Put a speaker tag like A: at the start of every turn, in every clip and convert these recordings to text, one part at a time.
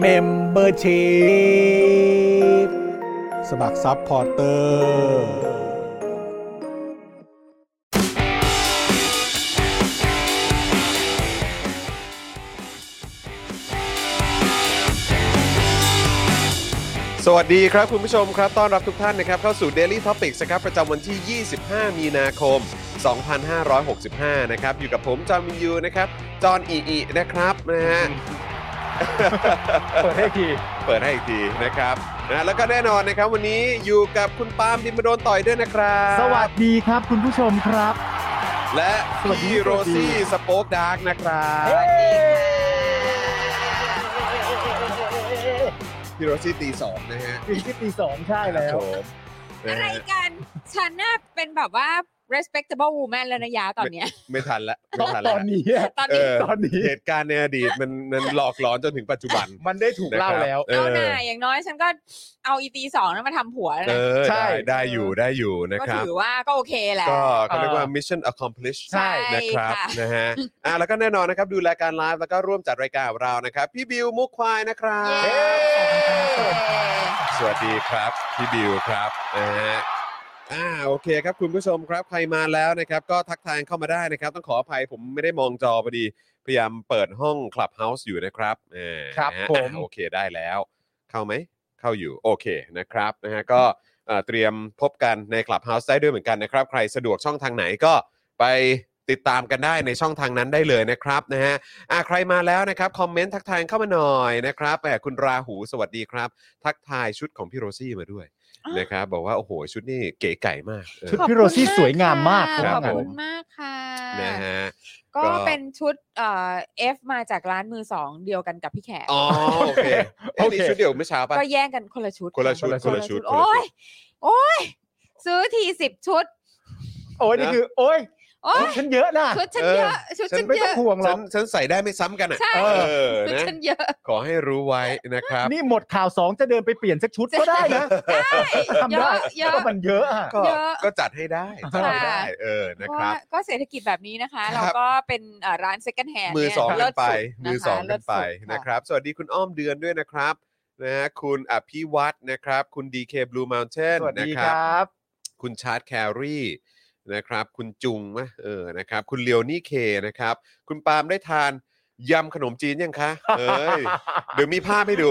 A: เมมเบอร์ชีพสมัครซัพพอร์เตอร์
B: สวัสดีครับ คุณผู้ชมครับ ต้อนรับทุกท่านนะครับ เข้าสู่ Daily Topics นะครับ ประจำวันที่ 25 มีนาคม 2565 นะครับ อยู่กับผมจอมยูนะครับ จอนอีอีนะครับนะ ฮะ
C: เปิดให้ที
B: เปิดให้อีกทีนะครับนะแล้วก็แน่นอนนะครับ วันนี้อยู่กับคุณปาล์มดิมโดนต่อยด้วยนะครับ
C: สวัสดีครับคุณผู้ชมครับ
B: และ
C: สวัสดี
B: พี่
C: สวัสดี
B: โรซี่สป็อคดาร์กนะครับพี่โรซี่ตีสองนะฮะ
C: ปีที่ปีสองใช่
B: ครั
C: แล้
B: บ
C: ว
B: ผมนะ
D: อะไร
B: ฮะ
D: กัน ฉันน่ะเป็นแบบว่า respectable woman แล้วนะยาตอนเนี้ย
B: ไม่ทันละไม่ทัน
C: ต
B: ละ
C: อนนี้อะ
D: ตอน
B: เอ
D: นี้
B: อ
C: ตอนนี้
B: เหตุการณ์ในอดีตมันมันหลอกหลอนจนถึงปัจจุบัน
C: มันได้ถูก
B: นะ
C: เล่า
B: ครับ
C: แล้ว
B: เอ
D: เอา
B: อ
D: หน่าอย่างน้อยฉันก็เอาอีตีสองนั้นมาทำผัวแล้ว
B: เอ
D: นะ
B: อ
C: ใช่
B: ได้ได้อยู่ได้อยู่นะ
D: ก็
B: ครับ
D: ถือว่าก็โอเคแหละ
B: ก็เขาเรียกว่า mission accomplished
D: ใช่
B: นะครับ
D: ค่ะ
B: นะฮะอ่ะแล้วก็แน่นอนนะครับ ดูรายการไลฟ์แล้วก็ร่วมจัดรายการกับเรานะครับ พี่บิวมุกควายนะครับ
D: เย้
B: สวัสดีครับ พี่บิวครับนะฮะอ่าโอเคครับคุณผู้ชมครับใครมาแล้วนะครับ ก็ทักทายเข้ามาได้นะครับ ต้องขออภัยผมไม่ได้มองจอพอดี พยายามเปิดห้องคลับเฮาส์อยู่นะครับเออ
C: ครับ
B: นะฮะ
C: ผม
B: อ่ะโอเคได้แล้ว เข้าไหม เข้าอยู่โอเคนะครับนะฮะก็เอ่อเตรียมพบกันในคลับเฮาส์ได้ด้วยเหมือนกันนะครับ ใครสะดวกช่องทางไหนก็ไปติดตามกันได้ในช่องทางนั้นได้เลยนะครับนะฮะอ่ะใครมาแล้วนะครับ คอมเมนต์ทักทายเข้ามาหน่อยนะครับแหมคุณราหูสวัสดีครับ ทักทายชุดของพี่โรซี่มาด้วย
D: อ้าว
B: นะครับ บอกว่า โอ้โห ชุดนี่เก๋ไก่มากเออ
C: ชุด พี่โรซี่สวยงามมาก
D: ขอบ
B: ครับผ
D: คุ
B: ม
D: ณมากค่ะ
B: นะฮะ
D: ก็
B: ก็
D: เป็นชุดเอ่อฟมาจากร้านมือสองเดียวกันกับพี่แขก
B: อ๋อโอเค
C: โอ
B: เอ้ย
C: เค
B: นี่ชุดเดียวเมื่อเช้าป่ะ
D: ก็แย่งกันคนละชุด
B: คนละชุดคนละชุดคนละชุด
D: โอ้ยโอ้ยซื้อทีสิบชุด
C: โอ้ยนี่คือ โอ้ย
D: โอ้ย
C: ฉันเยอะนะ
D: ชุดฉันเยอะชุด
B: ฉั
D: ฉั
B: น
D: น
B: ไม่
D: เย
B: ต้อ
D: อะ
B: ง
C: ห่วงหร
B: ฉั
C: อก
B: นฉันใส่ได้ไม่ซ้ำกันอ่ะ
D: ใช่
B: เออ
D: ชุด
B: นะ
D: ฉันเยอะ
B: ขอให้รู้ไว้นะครับ
C: นี่หมดข่าวสองจะเดินไปเปลี่ยนสักชุดก็ได้นะ
D: ใช่
C: ทำได้
D: เยอะ
C: ก็มันเยอะอะ
B: ก็
D: เยอะ
B: ก็จัดให้ได้จัดให้ได้
D: ค่ะ
B: เออ นะ
D: เพ
B: ครั
D: ราะว่า
B: บ
D: ก็เศรษฐกิจแบบนี้นะคะ
B: ครับ
D: เราก็เป็นเอ่อร้าน second hand
B: มือสอง
D: เนี่
B: กั
D: ยเลิ
B: น
D: ศ
B: ไป
D: สุด
B: มือสอง
D: ะคะ
B: กันไป
D: เลิศสุด
B: นะครับ สวัสดีคุณอ้อมเดือนด้วยนะครับนะฮะคุณอภิวัตรนะครับ คุณ DK Blue Mountain
C: สวัส
B: นะ
C: ดี
B: ค
C: ครับ รับ
B: คุณชาร์ตแครีนะครับ คุณจุงมะเออนะครับ คุณเลียวนี่เคนะครับ คุณปาล์มได้ทานยำขนมจีนยังคะ เอ้ย เดี๋ยวมีภาพให้ดู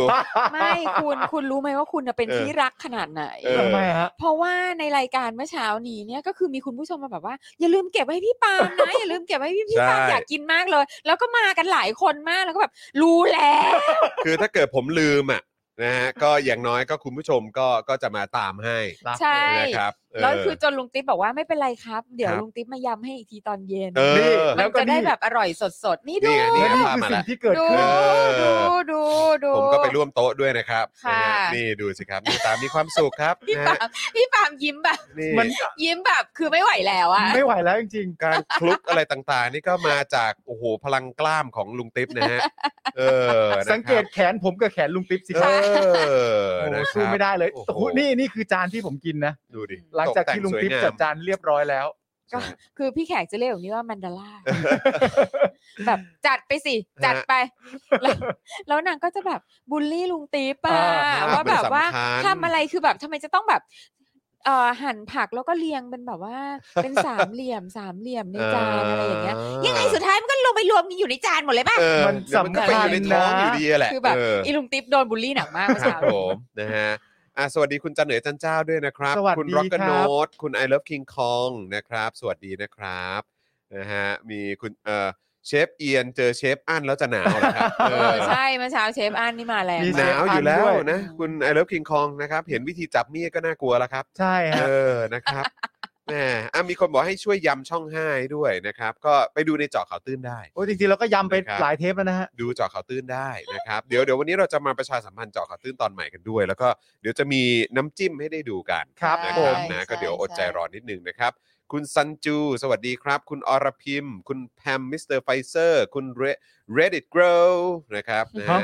D: ไม่คุณ คุณรู้ไหมว่าคุณน่ะเป็น
B: เออ
D: ที่รักขนาดไหน
B: เออ
C: ทำไมฮะ
D: เพราะว่าในรายการเมื่อเช้านี้เนี่ยก็คือมีคุณผู้ชมมาแบบว่า อย่าลืมเก็บไว้ให้พี่ปาล์ม นะ อย่าลืมเก็บไว้ให้พี่พี่ปาล์ม
B: ใช่
D: อยากกินมากเลย แล้วก็มากันหลายคนมากแล้วก็แบบรู้แล้ว
B: คือถ้าเกิดผมลืมอ่ะนะฮะ ก็อย่างน้อยก็คุณผู้ชมก็ก็จะมาตามให้
D: ใช่
B: นะครับเออ
D: แล้วคือจนลุงติ๊บบอกว่าไม่เป็นไรครับ เดี๋ยว
B: ครับ
D: ลุงติ๊บมายำให้อีกทีตอนเย็น
B: เอ
C: นี่
B: อ
C: แล้
D: มัน
C: วก็
D: จะได้
C: นี่
D: แบบอร่อยสดๆนี่ดู
B: นี่ไงนี่ไง
C: และนี่
B: ภาพ
C: คือ
B: มา
C: สิ่
B: ละ
C: งที่เกิด
D: ดู
C: ขึ้น
B: เอ
D: ดู
B: อ
D: ดูดู
B: ผมก็ไปร่วมโต๊ะด้วยนะครับ
D: ค่ะ
B: นะฮะนี่ดูสิครับนี่ตามมีความสุขครับ
D: พี่
B: นะ
D: ปา
B: ฮะ
D: ล์มพี่ปาล์มยิ้มแบบ
B: นี่
C: มัน
D: ยิ้มแบบคือไม่ไหวแล้วอะ
C: ไม่ไหวแล้วจริง
B: การคลุกอะไรต่างๆ นี่ก็มาจากโอ้โหพลังกล้ามของลุงติ๊บนะฮะเออนะครับ
C: ๆ สังเกตแขนผมกับแขนลุงปิ๊บสิค
B: เออ
C: รับโอ้โห
B: นะค
C: สู้
B: รับ
C: ไม่ได้เลย
B: โอ้โห
C: โอ้โหนี่นี่คือจานที่ผมกินนะ
B: ดูดิ
C: หลังจากที่ลุงติ๊บจัด
B: ตกแต่งสวยงาม
C: จานเรียบร้อยแล้ว
D: ก็คือพี่แขกจะเรียกแบบนี้ว่ามันดาร่าแบบจัดไปสิ จัดไป แล้วแล้วนางก็จะแบบบูลลี่ลุงตีป่ะ
C: อ่า
D: ว่าแบบว่า
B: ภพมันสำคัญ
D: ทำอะไรคือแบบทำไมจะต้องแบบเอ่อหั่นผักแล้วก็เรียงเป็นแบบว่า เป็นสามเหลี่ยมสามเหลี่ยมในจานอะไรอย่างเงี้ยยังไงสุดท้ายมันก็ลงไปรวมกันอยู่ในจานหมดเลยป่ะ
B: เออ
C: มัน
B: เดี๋ยวก็ไปอยู่ใน
C: สำคัญ
B: ท้องอ
C: นะ
B: ยู่ดีอะแหละ
D: คือแบบ
B: เออ
D: อีลุงติ๊บโดนบูลลี่หนักมากเมื่อ
B: ครั
D: เช้า
B: บผมนะฮะ อ่ะสวัสดีคุณจันเหนือจันเจ้าด้วยนะครับ
C: สวัสดี
B: คุณร็อกก
C: ค
B: โน
C: รับ
B: ดคุณ I love King Kong นะครับ สวัสดีนะครับนะฮะมีคุณเอ่อเชฟเอียนเจอเชฟอั้นแล้วจะหนาวนะครับเอ
D: เอ
B: อ
D: อใช่เมื่อเช้าเชฟอันนี่มาแล้ว
C: มี
B: ห
C: เช
B: นา
C: ฟ
B: วอยู่แล้ว
C: อั้นด้วย
B: นะ คุณ I love King Kong นะครับ เห็นวิธีจับมีดก็น่ากลัวแล้วครับ
C: ใช่
B: เอ
C: ฮะ
B: อ นะครับแหมอ่ะมีคนบอกให้ช่วยย้ำช่องห้าให้ด้วยนะครับ ก็ไปดูในเจาะข่าวตื้นได้
C: โอ้ยจริงๆเราก็ย้ำไป
B: นะครับ
C: หลายเทปแล้วนะฮะ
B: ดูเจาะข่าวตื้นได้นะครับ เดี๋ยวเดี๋ยววันนี้เราจะมาประชาสัมพันธ์เจาะข่าวตื้นตอนใหม่กันด้วย แล้วก็เดี๋ยวจะมีน้ำจิ้มให้ได้ดูกัน
C: ครับ
B: นะค
C: ผ
B: รับ
C: ม
B: นะ
D: ใช่
B: ก็เดี๋ยวอดใจ
D: ใช่
B: รอนิดนึงนะครับ คุณซันจู สวัสดีครับ คุณอรพิมพ์ คุณแพมมิสเตอร์ไฟเซอร์คุณ Re- Reddit Grow นะครับนะฮะ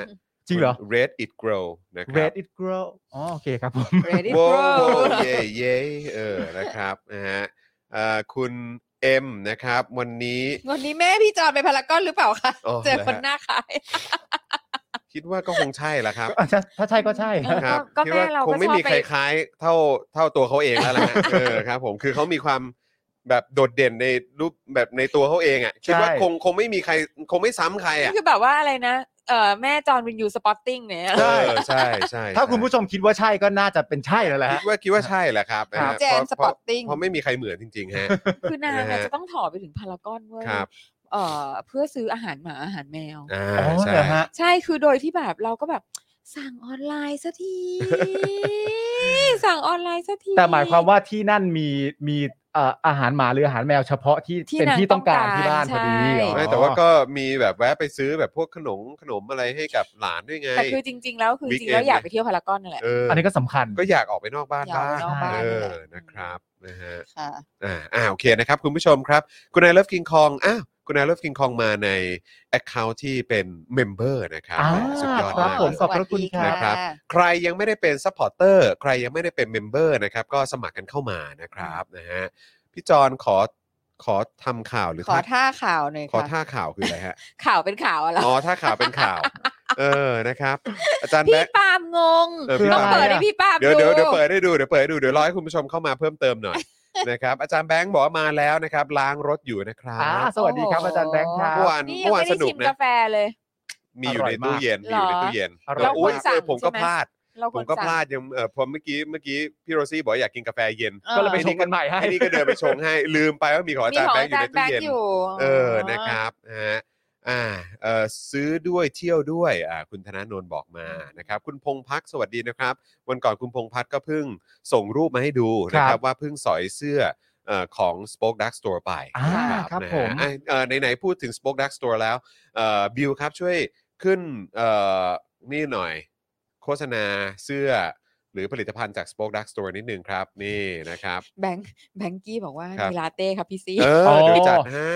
C: จริงเหรอ
B: Reddit Grow นะครับ
C: Red it grow อ๋อโอเคครับผม
D: Ready
B: โว้ว
D: Pro
B: เย่เย่เออนะครับนะฮะเอ่อคุณเอ็มนะครับ วันนี้
D: วันนี้แม่พี่จอนไปพารากอนหรือเปล่าคะ
B: อ๋อ
D: เจอคนห
B: นะฮะ
D: น้าคล้าย
B: คิดว่าก็คงใช่ละครับ
C: อ่ะถ้าถ้าใช่ก็ใช่
D: เออ
B: ครับ
D: ก็
B: คิด
D: แม่
B: ว่า
D: เรา
B: คง
D: ก็
B: ไม่
D: ชอบ
B: มี
D: ไป
B: ใครคล้ายเท่าเท่าตัวเขาเองแล้ว ล่ะฮะ เออครับ ผมคือเขามีความแบบโดดเด่นในรูปแบบในตัวเขาเองอ่ะคิดว่า
C: ใช่
B: คงคงไม่มีใครคงไม่ซ้ำใครอ่ะ
D: นี่คือแบบว่าอะไรนะ เอ่อแม่จอห์นวินยูสปอตติ้งเนี่ย
B: เออใช่ใช่
C: ถ้าคุณผู้ชมคิดว่าใช่ก็น่าจะเป็นใช่แล้วแหละ
B: คิ
C: ฮะ
B: ดว่าคิดว่าใช่แหละครับนะฮะ
D: เจมส์
B: เพราะ
D: Spotting
B: เพราะไม่มีใครเหมือนจริง ๆ ฮะ
D: คือนาง
B: นะ
D: อะ
B: ฮะ
D: จะต้องถอไปถึงพารากอนเว้ย
B: ครับ
D: เอ่อเพื่อซื้ออาหารหมาอาหารแมว
B: อ่า
C: อ๋อ
B: ใช่
C: เหรอฮะ
D: ใช่คือโดยที่แบบเราก็แบบสั่งออนไลน์สักที สั่งออนไลน์สักที
C: แต่หมายความว่าที่นั่นมีมีเอ่ออาหารหมาหรืออาหารแมวเฉพาะที่
D: ที่
C: เป็น
D: นาง
C: ที่ต้องการ
D: ต้องการ
C: ที่บ้านพอดี
D: ใช่
C: อ๋อ
B: ไม่แต่ว่าก็มีแบบแวะไปซื้อแบบพวกขนมขนมอะไรให้กับหลานด้วยไง
D: แต่คือจริง ๆ แล้วคือจริง
B: Weekend
D: ๆแล้วอยากไปเที่ยวพารากอนนั่นแหละ
B: เอออ
C: อันนี้ก็สำคัญ
B: ก็อยากออกไปนอกบ้าน
D: อยาก
B: บ้า
D: ออก
B: ง
D: ไปนอกบ้าน
B: เอ
D: นั่น
B: อนะค
D: แหละ
B: รับนะฮะ
D: ค่ะ
B: อ่าอ่าโอเคนะครับ คุณผู้ชมครับ คุณนายเลิฟกิงคองอ้าวคุณนายเลิฟกิงคองมาใน Account ที่เป็นเมมเบอร์นะครับ
C: อ่า
B: สุดยอด
C: ครั
B: มา
C: บ
B: ก
C: ผม
B: เลย
C: ขอบพระคุณครับ
B: นะครับ ใครยังไม่ได้เป็นซัพพอร์เตอร์ใครยังไม่ได้เป็นเมมเบอร์นะครับ ก็สมัครกันเข้ามานะครับนะฮะพี่จอนขอขอทำข่าวหรือ
D: ขอท่าข่าวหน่อย
B: ขอ
D: ค่ะ
B: ท่าข่าวคืออะไรฮะ
D: ข่าวเป็นข่าวอะไร
B: อ๋อถ้าข่าวเป็นข่าว เออนะครับ อาจารย์
D: พี่
B: แบ๊ก
D: ปาล์มงง
B: เออพี่
D: ต้อง
B: ปาล์ม
D: เปิดให้พี่ปาล์ม
B: เดี๋ยวเดี๋ยวเดี๋ยว
D: ดู
B: เปิดให้ดูเดี๋ยวเปิดให้ดูเดี๋ยวรอให้คุณผู้ชมเข้ามาเพิ่มเติมหน่อย นะครับอาจารย์แบงค์บอกว่ามาแล้วนะครับ ล้างรถอยู่นะครั
C: อ่า
B: บ
C: สวัสดีครับอาจารย์แบงค์ครั
B: เมื่อบ วาน
D: นี่ยั
B: เมื่
D: ง
B: อวาน
D: ไม่
B: ส
D: ได้
B: นุก
D: ชิม
B: นะ
D: กาแฟเลย
B: มีอยู่ใน
C: อร่อยมาก
B: ตู้เย็นมีอยู่ในตู้เย็น
C: อร่อย
B: แล้วอุ๊ย
D: มากเราควรสั่ง
B: เออผมก็
D: ใช่ไหม
B: พลาด
D: เรา
B: ผ
D: คว
B: ม
D: ร
B: ก็
D: สั่ง
B: พลาดยังเออผมเมื่อกี้เมื่อกี้พี่โรซี่บอกอยากกินกาแฟเย็น
D: ออ
C: ก็เลยไปชมกันใหม่ให้
B: ไอ้นี่ก็เดินไปชงให้ลืมไปว่ามีของอา
D: มี
B: จารย์
D: ของ
B: แบง
D: อา
B: ค์อยู่ใน
D: จารย์แบ
B: ตู้
D: ง
B: เย็น
D: ค์อยู่
B: เออนะครับนะฮะอ่าเออซื้อด้วยเที่ยวด้วยอ่าคุณธนาโนนบอกมานะครับ คุณพงพักสวัสดีนะครับ วันก่อนคุณพงพัฒน์ก็เพิ่งส่งรูปมาให้ดูนะค
C: ครั
B: รับบ ว่าเพิ่งสอยเสื้อเอ่อของ Spoke Dark Store ไป
C: อ่า
B: นะครับ
C: ครับ
B: นะ
C: ผม
B: ฮะอ่ะเอ่อไหนๆพูดถึง Spoke Dark Store แล้วเอ่อบิวครับช่วยขึ้นเอ่อนี่หน่อยโฆษณาเสื้อหรือผลิตภัณฑ์จาก Spoke Dark Store นิดนึงครับ นี่นะครับ
D: แบงค์แบงกี้บอกว่า
B: ครับ
D: มีลาเต้ครับพี่ซี
B: เออเดี๋ยวจัดให้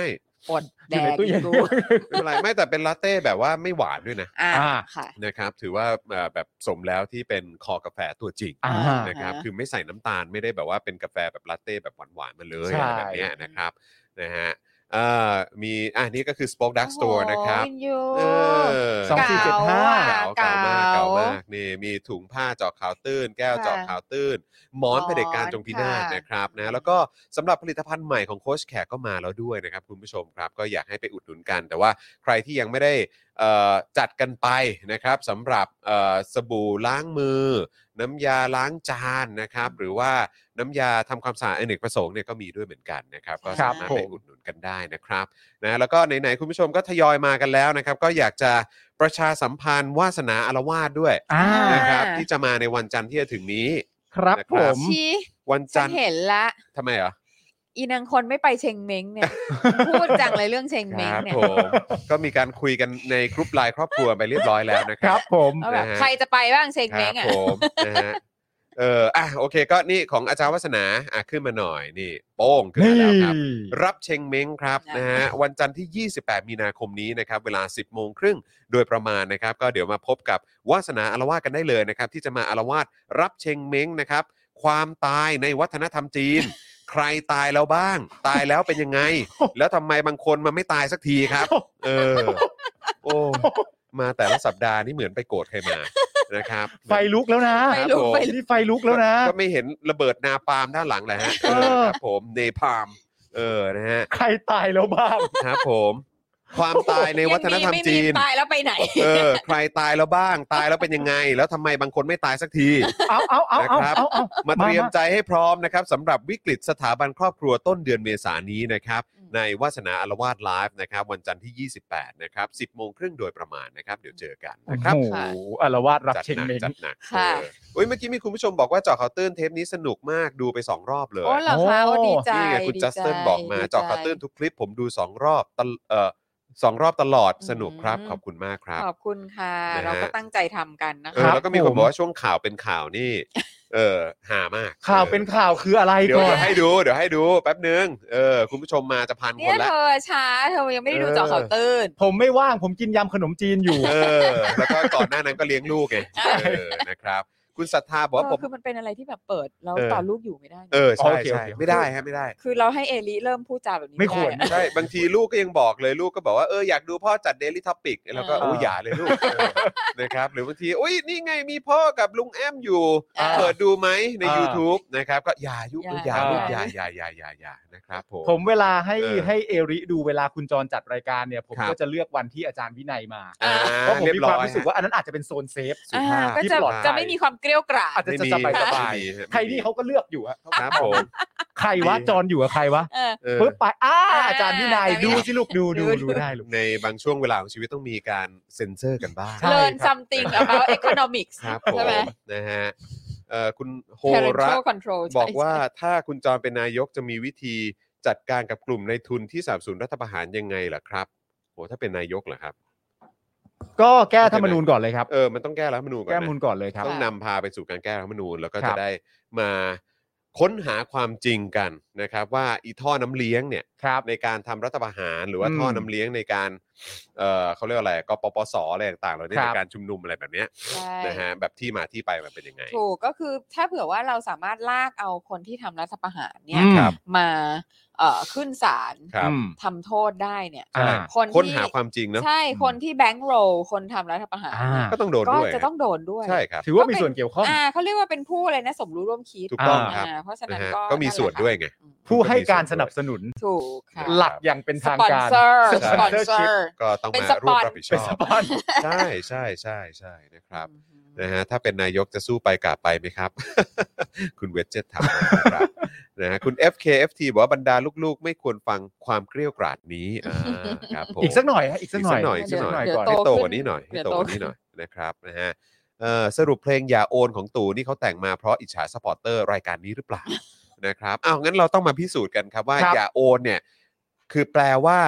D: ปด
C: อ
D: แด
C: ยู่ใน
D: ก
C: ตู้เย็น
D: ดู
B: ไม่เป็นไรไม่แต่เป็นลาเต้แบบว่าไม่หวานด้วยนะ
D: อ่า
C: อ่า
D: ค่ะ
B: นะครับ ถือว่าเอ่อแบบสมแล้วที่เป็นคอกาแฟตัวจริง
C: อ่า
B: นะครับ
D: อ่าฮะ
B: คือไม่ใส่น้ำตาลไม่ได้แบบว่าเป็นกาแฟแบบลาเต้แบบหวานๆมาเลย
C: ใช่
B: อะไรแบบเนี้ยนะครับนะฮะเอ่อมีอ่ะนี่ก็คือ Spoke Dark Store นะครับ
D: โอ้โหวินยู
B: เออ
C: สองสี่เจ็ดห้า
B: เก่าเก่ามาก
D: เก่า
B: เก่ามากนี่มีถุงผ้าเจาะขาวตื้น แก้วเจาะขาวตื้นหมอน
D: หมอน
B: เผด็จการจงพินาศ
D: ค่ะ
B: นะครับนะแล้วก็สำหรับผลิตภัณฑ์ใหม่ของโคชแขกก็มาแล้วด้วยนะครับคุณผู้ชมครับ ก็อยากให้ไปอุดหนุนกัน แต่ว่าใครที่ยังไม่ได้เอ่อจัดกันไปนะครับสำหรับเอ่อสบู่ล้างมือ น้ำยาล้างจานนะครับ หรือว่าน้ำยาทำความสะอาดอเนกประสงค์เนี่ยก็มีด้วยเหมือนกันนะครับ ก็
C: ครั
B: สา
C: บ
B: มารถ
C: ผม
B: ไปอุดหนุนกันได้นะครับนะแล้วก็ไหนๆคุณผู้ชมก็ทยอยมากันแล้วนะครับ ก็อยากจะประชาสัมพันธ์วาสนาอารวาสด้วย
C: อ่าน
B: นะครับ ที่จะมาในวันจันทร์ที่จะถึงนี้
C: ครับ
B: นะค
C: ผ
B: รับ
C: ม
D: ชี้
B: วัน
D: ฉั
B: จัน
D: น
B: ทร์
D: เห็นละ
B: ทำไมเหรอ
D: อีนางคนไม่ไปเชงเม้งเนี่ย พูดจังเลยเรื่องเชง
B: ค
D: เม้ง
B: รับ
D: เนี่ย
B: ผม ก็มีการคุยกันในกรุ๊ปไลน์ครอบครัวไปเรียบร้อยแล้วนะค
C: ค
B: รั
C: รับ บผม
D: เอาแบบ
B: นะฮะ
D: ใครจะไปบ้างเชง
B: ค
D: เม้
B: รั
D: ง
B: บ
D: อ่ะ
B: ผมนะฮะเอออ่ะโอเค ก็นี่ของอาจารย์วัฒนาอ่ะขึ้นมาหน่อยนี่ โป้งขึ้นมา
C: นี่
B: แล้วครับ รับเชงเม้งครับ
D: นะ
B: นะฮะวันจันทร์ที่ 28 มีนาคมนี้นะครับ เวลา 10 โมงครึ่งโดยประมาณนะครับ ก็เดี๋ยวมาพบกับวาสนาอารวาสกันได้เลยนะครับ ที่จะมาอารวาสรับเชงเม้งนะครับ ความตายในวัฒนธรรมจี น ใครตายแล้วบ้าง ตายแล้วเป็นยังไง แล้วทำไมบางคนมันไม่ตายสักทีครับ เออ โอ้มาแต่ละสัปดาห์นี่เหมือนไปโกรธใครมานะครับ
C: ไฟลุกแล้วนะ
D: ไฟ
B: ครั
D: ลุก
B: บผม
D: ไฟ
C: นี่ไฟลุกแล้วนะ
B: ก็ไม่เห็นระเบิดนาปาล์มด้านหลังแหละฮะ
C: เออ
B: ครับผมเนปาล์มเออนะฮะ
C: ใครตายแล้วบ้าง
B: ครับผม ความตายในวัฒนธรรม
D: ยัง
B: จีน
D: ไตายแล้วไปไหน
B: เออ ใครตายแล้วบ้าง ตายแล้วเป็นยังไง แล้วทำไมบางคนไม่ตายสักที
C: เอาเอาเอาเอา
B: นะครับ
C: เอาเอา
B: มาเตรียม
C: มามา
B: ใจให้พร้อมนะครับสำหรับวิกฤตสถาบันครอบครัวต้นเดือนเมษายนนี้นะครับ
D: อืม
B: ในวาสนาอารวาสไลฟ์นะครับ วันจันทร์ที่ 28 นะครับ 10โมงครึ่งโดยประมาณนะครับ เดี๋ยวเจอกันนะครับ
C: โอ้โหอารวาสรับ
B: จัด
C: เชง
B: หนัก
C: เมง
B: จัดหนัก
D: ค่ะ
B: เออเฮ้ยเมื่อกี้มีคุณผู้ชมบอกว่าเจาะข่าวตื้นเทปนี้สนุกมากดูไปสองรอบเลย
D: โอ้เหรอคะโอ้ดีใจ
B: นี่ไงคุณ
D: ดี
B: จัสติน
D: ใจ
B: บอกมา
D: ดีใจ
B: เจาะข่าวตื้นทุกคลิปผมดูสองรอบตลเอ่อสองรอบตลอดสนุกครับ
D: อืม
B: ขอบคุณมากครับ
D: ขอบคุณค่ะ
B: นะฮะ
D: เราก็ตั้งใจทำกันนะ
B: เออ
D: คะ
C: รับ
B: แล้วก็มีคน
C: ผม
B: บอกว่าช่วงข่าวเป็นข่าวนี่ เออหามาก
C: ข่าวเป็นข่าวคืออะไร
B: เดี๋ยว
C: ก่อน
B: ให้ดูเดี๋ยวให้ดูแป๊บนึงเออคุณผู้ชมมาจะพันค
D: เนี่
B: น
D: ย
B: ละ
D: เธอช้าเธอยังไม่ได้ดูเจอเขาวตื่น
C: ผมไม่ว่างผมกินยำขนมจีนอยู่
B: เออ แล้วก็ก่อนหน้านั้นก็เลี้ยงลูกไงเออนะครับ คุณศรัทธาบอกว่า
D: เออ
B: ผม
D: คือมันเป็นอะไรที่แบบเปิดแล้ว
B: เออ
D: ต่อลูกอยู่ไม่ได้นะ
B: เออใช่
C: โอเคโอ
B: ใช่
C: เค
B: ไม่ได้ฮะไม่ได้
D: คือเราให้เอลิเริ่มพูดจาแบบนี้
C: ไม่ควร
D: ด้อะ
B: ใช่ บางทีลูกก็ยังบอกเลยลูกก็บอกว่าเอออยากดูพ่อจัด Daily Topic แล้วก็
D: เออ
B: โอ้ยอย่าเลยลูกเอ อนะครับหรือบางทีอุ้ยนี่ไงมีพ่อกับลุงแอมอยู่
D: เออ
B: เปิดดูไหมใน
C: เออ
B: YouTube นะครับก็อย่ายุบลูก
D: อย่
B: อา
D: ย่า
B: ลูกอย่าอย่าอย่าอย่าอย่านะครับผม
C: ผมเวลาให้
B: เออ
C: ให้เอริดูเวลาคุณจรจัดรายการเนี่ย ผม
B: ครับ
C: ก็จะเลือกวันที่อาจารย์วินัยมา
B: อ่า
C: เพราะผม
B: เรียบร้
C: มี
B: อ
C: ความ
B: ย
C: รู้สึกว่าอันนั้นอาจจะเป็นโซนเซฟ
B: สุภาพ
D: ก็จะ
C: ที่ปลอดภัย
D: จะไม่มีความเกลี้ยวกรา
C: อาจ
D: ด
C: จะ
B: ไม่
C: จะ
B: มี
C: สบายสบาย
B: ไม่มี
C: ใครที่เขาก็เลือกอยู่อะ
B: ครับผม
C: ใครวะ
B: ดี
C: จรอยู่กับใครวะ
D: เออ
B: เออ
C: ปึ๊บไปอ้า
D: อ่า
C: อาจารย์วินัย
D: อาจาร
C: ดู
D: ย์วินัย
C: สิลูกดูดู
D: ดู
C: ดูได้ลูก
B: ในบางช่วงเวลาของชีวิตต้องมีการเซ็นเซอร์กันบ้าง
C: ใช่
D: เ e ิ r n
C: ครับ
D: something about economics
B: ครับผ
D: ใช่
B: ม
D: ไหม
B: นะฮะเอ่อคุณโฮระ
D: parental control ใช่
B: บอกว่า
D: ใช่
B: ถ้าคุณจอมเป็นนายกจะมีวิธีจัดการกับกลุ่มในทุนที่สนับสนุนรัฐประหารยังไงล่ะครับโหถ้าเป็นนายกเหรอครับ
C: ก็แก้ธรรมนูญก่อนเลยครับ
B: เออมันต้องแก้รัฐธรรมนูญก่อน
C: แก้
B: นะ
C: มูลก่อนเลยครับ
B: ต้องนำพาไปสู่การแก้รัฐธรรมนูญแล้วก็
C: ครั
B: จะ
C: บ
B: ได้มาค้นหาความจริงกันนะครับ ว่าอีท่อน้ำเลี้ยงเนี่ย
C: ครับ
B: ในการทำรัฐประหารหรือว่า
C: อืม
B: ท่อน้ำเลี้ยงในการเออเขาเรียกว่าอะไรกปปสอะไรต่างๆเหล่านี้
C: ครับ
B: ในการชุมนุมอะไรแบบเนี้ย
D: ใช่
B: นะฮะแบบที่มาที่ไปมันเป็นยังไง
D: ถูกก็คือถ้าเผื่อว่าเราสามารถลากเอาคนที่ทำรัฐประหารเนี่
C: อื
D: ย
C: ม
B: ครับ
D: มาเอ่อขึ้นศาล
B: ครับ
C: อืม
D: ทำโทษได้เนี่ย
C: อ่า
D: คน
B: ค้น
D: ที่
B: หาความจริงเนอะ
D: ใช่คนที่แบงค์โรลคนทำรัฐประหาร
C: อ่า
B: ก็ต้องโดน
D: ก็
B: ด้วย
D: จะต้องโดนด้วย
B: ใช่ครับ
C: ถือว่ามีส่วนเกี่ยวข้อง
D: อ่าเขาเรียกว่าเป็นผู้อะไรนะสมรู้ร่วมคิด
B: ถูกต้อง
C: อ่า
B: ครับ
D: เพราะฉะนั้น
B: นะฮะ
D: ก็
B: ก็มีส่วนด้วยไง
D: อืม
C: ผู้ให้การสนับสนุน
D: ถูกค่ะ
C: หลักอย่างเป็น
D: ส
C: ทาง
D: ปอน
C: การ
D: เซอร์ส
B: ใช่
D: ปอนเซอร์
B: ก็ต้อง
D: เป็น
B: มา
D: ส
B: ร่
D: ป
B: ว
D: อ
B: ม
D: น
B: รับผิดช
C: เป็น
B: อ
C: ส
B: บ
C: ปอน
B: ใช่ใช่ใช่ใช่นะครับ
D: อืม
B: นะฮะถ้าเป็นนายกจะสู้ไปกลับไปไหมครับ คุณเวจเจตถามมานะครับนะฮะคุณ FKFT บอกว่าบรรดาลูกๆ ไม่ควรฟังความเกลี้ยวกราดนี้อ่าครับผม
C: อีกสักหน่อยฮะอีกสักหน่อย
B: อีกสักหน่อย
D: เดี๋ยว
C: ก่อน
D: โต
B: ให้โต
D: ขึ้
B: กว่านี้หน่อยให้
D: เดี๋ยว
B: โต
D: โต
B: กว่านี้หน่อยนะครับนะฮะเอ่อสรุปเพลงอย่าโอนของตู่นี่เขาแต่งมาเพราะอิจฉาสปอร์เตอร์รายการนี้หรือเปล่า นะครับอ้าวงั้นเราต้องมาพิสูจน์กันครับว่า
C: ครับ
B: อย่าโอนเนี่ย คือแปลว่า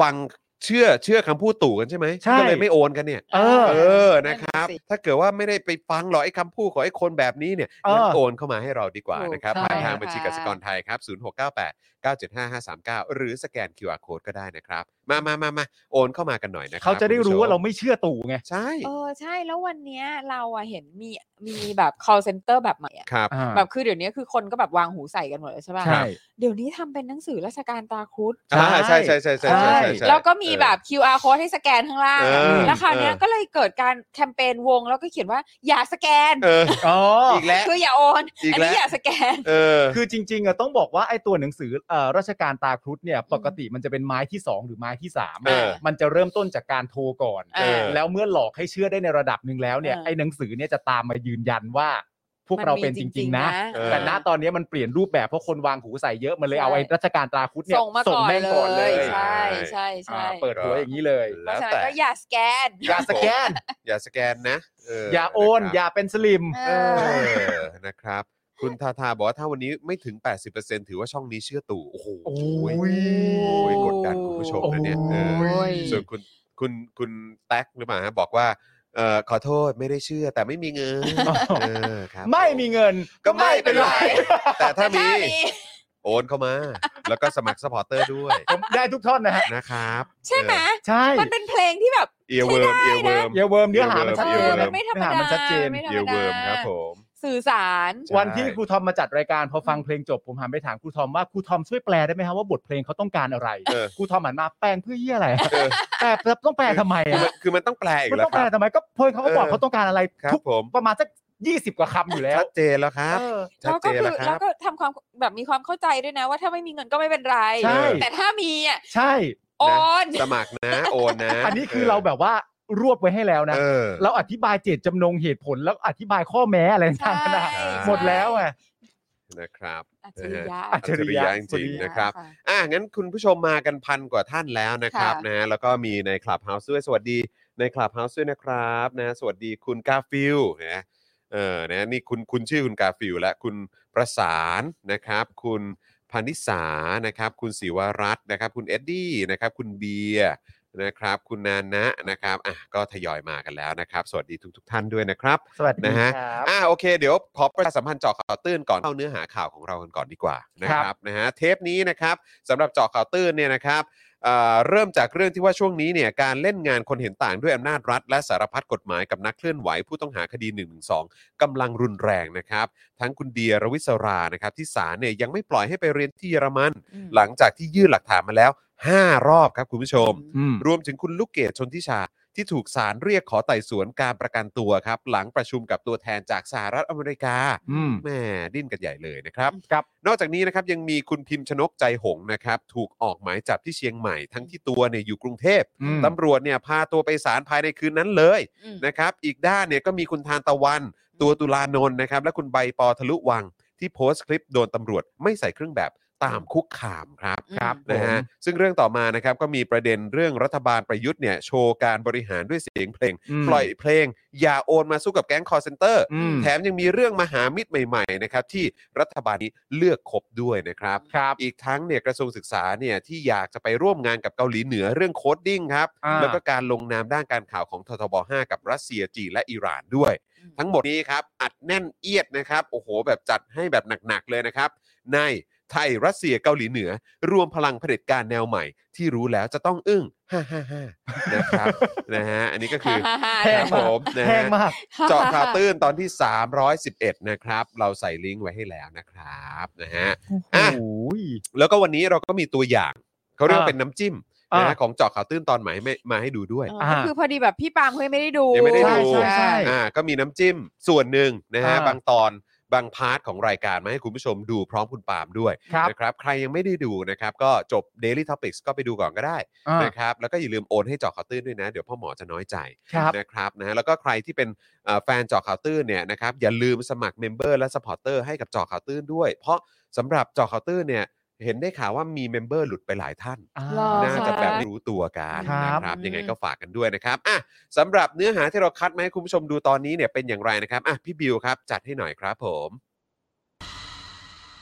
B: ฟังเชื่อเชื่อคำพูดตู่กันใช่ไหม
C: ใช่
B: ก็เลยไม่โอนกันเนี่ย
C: เออ
B: เออนะครับ
D: สิ
B: ถ้าเกิดว่าไม่ได้ไปฟังหรอกไอ้คำพูดของไอ้คนแบบนี้เนี่ย
C: เออ
B: งั้นโอนเข้ามาให้เราดีกว่า
D: ถูก
B: นะครับ
D: ใช่
B: ผ่านทางบัญชีก
D: ค่ะ
B: สิกรไทยครับ 0698 975 539 หรือสแกน QR Code ก็ได้นะครับ มามามามาโอนเข้ามากันหน่อยนะครับ
C: เขาจะได้รู้ว่าเรา
B: คุณผู้ช
C: ไม่เชื่อตู่ไง
B: มใช่
D: เออใช่แล้ววันเนี้ยเราอะเห็นมีมีแบบ call center แบบใหม่อะ
B: ครับ
D: แบบคือเดี๋ยวนี้คือคนก็แบบวางหูใส่กันหมดเลยใช่ป่ะ
C: ใช่
D: เดี๋ยวนี้ทำเป็นหนังสือราชการตาครุด
C: ใช่
B: อ่าใช่ใช่ใช่ใช่ใช่ใช่ใช่
D: แล้วก็มี
B: เออ
D: แบบ QR code ให้สแกนข้างล่าง
B: เออ
D: แล้วคราวเนี้ย
B: เออ
D: ก็เลยเกิดการแคมเปญวงแล้วก็เขียนว่าอย่าสแกน
B: เออ
C: อ๋อ
B: อีกแล้ว
D: คืออย่าโอน
B: อีก
D: อัน
B: แล้ว
D: นี้อย่าสแกน
B: เออ
C: คือจริงๆอะต้องบอกว่าไอ้ตัวหนังสือเอ่อราชการตาครุฑเนี่ยปกติมันจะเป็นไม้ที่ 2 หรือไม้ที่
B: เออ
C: 3 มันจะเริ่มต้นจากการโทรก่อน
D: เออ
C: แล้วเมื่อหลอกให้เชื่อได้ในระดับหนึ่งแล้วเนี่ย
D: เออ
C: ไอ้หนังสือเนี่ยจะตามมายืนยันว่า พวกเราเป็นจริง ๆ นะ
B: เออ
C: แต่ณตอนนี้มันเปลี่ยนรูปแบบเพราะคนวางหูใส่เยอะมันเลยเอาไอ้ราชการตาครุฑเนี่ย
D: ส่งมาก่อน
C: แม่ง
D: เล
C: ก่อนเลย ย
D: ใช่ใช่
C: อ่า
D: ใช่
C: เปิดหัวอย่างนี้เลย
D: เพ
B: แล้ว
D: ราะฉะนั้
B: แต่
D: นก็อย่าสแกน
C: อย่าสแกน
B: อย่าสแกนนะเ
C: อย่าโอน
B: นะครับ
C: อย่าเป็นสลิม
D: เอ
B: เอ
D: อ
B: อ นะครับ คุณทาทาบอกว่าถ้าวันนี้ไม่ถึง 80%ถือว่าช่องนี้เชื่อตู่ โอ้โห
C: โอ้ย
B: โอ้ยกดดันคุณผู้ชมนะเนี่ยเออ
D: โอ้ย
B: ส่วนคุณ คุณ คุณแท็กหรือเปล่าฮะบอกว่า เอ่อ ขอโทษไม่ได้เชื่อแต่ไม่มีเงิน เออ ครับ
C: ไม่มีเงิน
B: ก็ไม่เป็นไร แต่ถ้ามี
D: ถ้ามี
B: โอนเข้ามา แล้วก็สมัครสปอร์เตอร์ ด้วย
C: ผมได้ทุกท่อนนะฮะ
B: นะครับ
D: ใช่ไหม
C: ใช่
D: มันเป็นเพลงที่แบบ
B: เอียเวิร์ม เอียเวิร์ม
C: อย่าเวิร์มเนื้อหามันชัดเจน
B: เออมันไม่
D: ธรรมดา
C: เนื้อหชัดเจน
D: ไม่ธรรมดา
B: เอียเวิร์มครับผม
D: สื่อสาร
B: ใช่
C: วันที่ครูทอมมาจัดรายการพอฟังเพลงจบผมหันไปถามครูทอมว่าครูทอมช่วยแปลได้ไหมครับว่าบทเพลงเขาต้องการอะไร
B: เออ
C: ครูทอมหันมาแปลงเพื่อเยี่ยอะไร
B: เออ
C: แปลแต่ต้องแปลทำไม
B: คือ
C: อ่ะ
B: มันคือมันต้องแปลอีก
C: มัน
B: แล้
C: ต้อ
B: วค
C: งแปล
B: รับ
C: ทำไมก็เพลงเขาก็บอก
B: เออ
C: เขาต้องการอะไร
B: ครับ
C: ทุก
B: ผม
C: ประมาณสักยี่สิบกว่าคำอยู่แล้ว
B: ชัดเจนแล้วครับ
C: เออ
B: ชัด
D: แล้ว
B: เจ
D: ก็
B: น
D: คื
B: แล้ว
D: อ
B: ค
D: แล้
B: รับ
D: วก็ทำความแบบมีความเข้าใจด้วยนะว่าถ้าไม่มีเงินก็ไม่เป็นไร
C: ใช่
D: แต่ถ้ามีอ่ะ
C: ใช่
D: โอน
B: สมัคร นะ โอนนะ
C: อันนี้คือเราแบบว่ารวบไว้ให้แล้วนะ
B: เออ
C: เราอธิบายเจตจำนงเหตุผลแล้วอธิบายข้อแม้อะไรต่างๆนะ
D: ใช่
C: หมดแล้วอ่ะ
B: นะครับ
D: อัจฉริยะ
B: อัจฉริยะจ
C: อัจฉริ
B: ริง
C: ยะ
B: ๆนะครับ
D: ค่ะ
B: อ่ะงั้นคุณผู้ชมมากันพันกว่าท่านแล้วนะครับ
D: ค่ะ
B: นะฮะแล้วก็มีในคลับเฮาส์ด้วยสวัสดีในคลับเฮาส์ด้วยนะครับนะสวัสดีคุณกาฟิลนะเออนะนี่คุณคุณชื่อคุณกาฟิลและคุณประสานนะครับ คุณพานิสานะครับ คุณศิวรัตน์นะครับ คุณเอ็ดดี้นะครับ คุณเบียร์นะครับ คุณนานะนะครับอ่ะก็ทยอยมากันแล้วนะครับ สวัสดีทุก ๆ ท่านด้วยนะครับ
C: สวัสดี
B: นะฮะ
C: ครับ
B: อ่าโอเคเดี๋ยวขอประชาสัมพันธ์เจาะข่าวตื้นก่อนเข้าเนื้อหาข่าวของเรากันก่อนดีกว่านะค
C: ครั
B: รับบ นะฮะเทปนี้นะครับสำหรับเจาะข่าวตื้นเนี่ยนะครับเอ่อเริ่มจากเรื่องที่ว่าช่วงนี้เนี่ยการเล่นงานคนเห็นต่างด้วยอำนาจรัฐ และสารพัดกฎหมายกับนักเคลื่อนไหวผู้ต้องหาคดี1นึกำลังรุนแรงนะครับ ทั้งคุณเดียรวิศรานะครับที่ศาลเนี่ยยังไม่ปล่อยให้ไปเรียนที่เยอรมัน
D: อืม
B: หลังจากที่ยื่นหลักฐานมาแล้ว 5 รอบครับคุณผู้ชม
C: อืม
B: รวมถึงคุณลูกเกดชนทิชาที่ถูกศาลเรียกขอไต่สวนการประกันตัวครับ หลังประชุมกับตัวแทนจากสหรัฐอเมริกา
C: อืม
B: แหม่ดิ้นกันใหญ่เลยนะครับ
C: ครับ
B: นอกจากนี้นะครับยังมีคุณพิมพ์ชนกใจหงส์นะครับถูกออกหมายจับที่เชียงใหม่ทั้งที่ตัวเนี่ยอยู่กรุงเทพ
C: อืม
B: ตำรวจเนี่ยพาตัวไปศาลภายในคืนนั้นเลย
D: อืม
B: นะครับ อีกด้านเนี่ยก็มีคุณทานตะวัน ตัวตุลานนท์นะครับ และคุณใบปอทะลุวัง ที่โพสต์คลิปโดนตำรวจไม่ใส่เครื่องแบบตามคุกคามครับ
C: ครับ
B: นะฮะ
C: ผม
B: ซึ่งเรื่องต่อมานะครับก็มีประเด็นเรื่องรัฐบาลประยุทธ์เนี่ยโชว์การบริหารด้วยเสียงเพลง
C: อืม
B: ปล่อยเพลง อย่าโอนมาสู้กับแก๊งคอร์เซนเตอร์
C: อืม
B: แถมยังมีเรื่องมหามิตรใหม่ๆนะครับที่รัฐบาลนี้เลือกคบด้วยนะครับ
C: ครับ
B: อีกทั้งเนี่ยกระทรวงศึกษาเนี่ยที่อยากจะไปร่วมงานกับเกาหลีเหนือเรื่องโคดดิ้งครับ
C: อ่า
B: แล้วก็การลงนามด้านการข่าวของททบ 5 กับรัสเซียจีนและอิหร่านด้วย
D: อืม
B: ทั้งหมดนี้ครับ อัดแน่นเอียดนะครับ โอ้โห แบบจัดให้แบบหนัก ๆ เลยนะครับ ในไทยรัสเซียเกาหลีเหนือ รวมพลังเผด็จการแนวใหม่ ที่รู้แล้วจะต้องอึ้งฮ่าฮ่าฮ่านะครับ นะฮะอันนี้ก็คือ
D: ฮ่าฮ่า
B: ค
D: ฮ่า
B: รับผมนะ
C: แพ
B: ฮะ
C: งมาก
B: เจาะข่าวตื้นตอนที่ 311 นะครับ เราใส่ลิงก์ไว้ให้แล้วนะครับนะฮะ อ่ะ
C: โอ้ย
B: แล้วก็วันนี้เราก็มีตัวอย่าง เขาเรียกว่า
C: อ่า
B: เป็นน้ำจิ้ม
C: อ่าน
B: นะของเจาะข่าวตื้นตอนใหม่ให้มาให้ดูด้วย
D: เออก็คือพอดีแบบพี่ปาล์มเขายังไม่ได้ดู
B: ยังไม่ได้ดู
C: ใช่ใช่ใช่
B: อ่าก็มีน้ำจิ้มส่วนหนึ่งนะฮะ
C: อ่า
B: บางตอนบางพาร์ทของรายการมาให้คุณผู้ชมดูพร้อมคุณปาล์มด้วย
C: ครับ
B: นะครับ ใครยังไม่ได้ดูนะครับ ก็จบ Daily Topics ก็ไปดูก่อนก็ได้นะครับ แล้วก็อย่าลืมโอนให้เจาะข่าวตื้นด้วยนะ เดี๋ยวพ่อหมอจะน้อยใจ
C: ครับ
B: นะครับนะแล้วก็ใครที่เป็นเอ่อแฟนเจาะข่าวตื้นเนี่ยนะครับอย่าลืมสมัครเมมเบอร์และสปอร์เตอร์ให้กับเจาะข่าวตื้นด้วย เพราะสำหรับเจาะข่าวตื้นเนี่ยเห็นได้ข่าวว่ามีเมมเบอร์หลุดไปหลายท่าน
C: อ่า
D: รอ
B: น่าจะแบบไม่รู้ตัวกัน
C: ครั
B: นะ
C: บ
B: ครับ
D: อืม
B: ยังไงก็ฝากกันด้วยนะครับอ่ะสำหรับเนื้อหาที่เราคัดมาให้คุณผู้ชมดูตอนนี้เนี่ยเป็นอย่างไรนะครับอ่ะพี่บิวครับ จัดให้หน่อยครับผม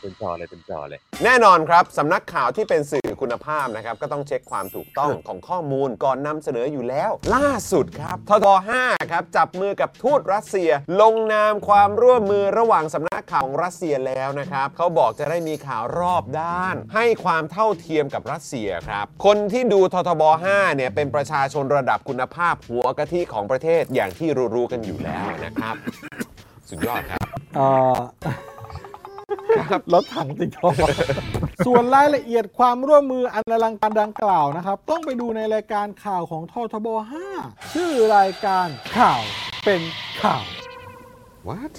B: เป็นจอเลยเป็นจอเลย แน่นอนครับสำนักข่าวที่เป็นสื่อคุณภาพนะครับ ก็ต้องเช็คความถูกต้องของข้อมูลก่อนนำเสนออยู่แล้ว ล่าสุดครับทท5ครับจับมือกับทูตรัสเซีย ลงนามความร่วมมือระหว่างสำนักข่าวของรัสเซียแล้วนะครับเขาบอกจะได้มีข่าวรอบด้าน ให้ความเท่าเทียมกับรัสเซียครับคนที่ดูททบ5เนี่ยเป็นประชาชนระดับคุณภาพหัวกะทิของประเทศอย่างที่รู้ๆกันอยู่แล้วนะครับ สุดยอดครับ
A: เอ่อรถถังติดคอ ส่วนรายละเอียดความร่วมมืออันอลังการดังกล่าวนะครับ ต้องไปดูในรายการข่าวของททบ 5 ชื่อรายการข่าวเป็นข่าว
B: what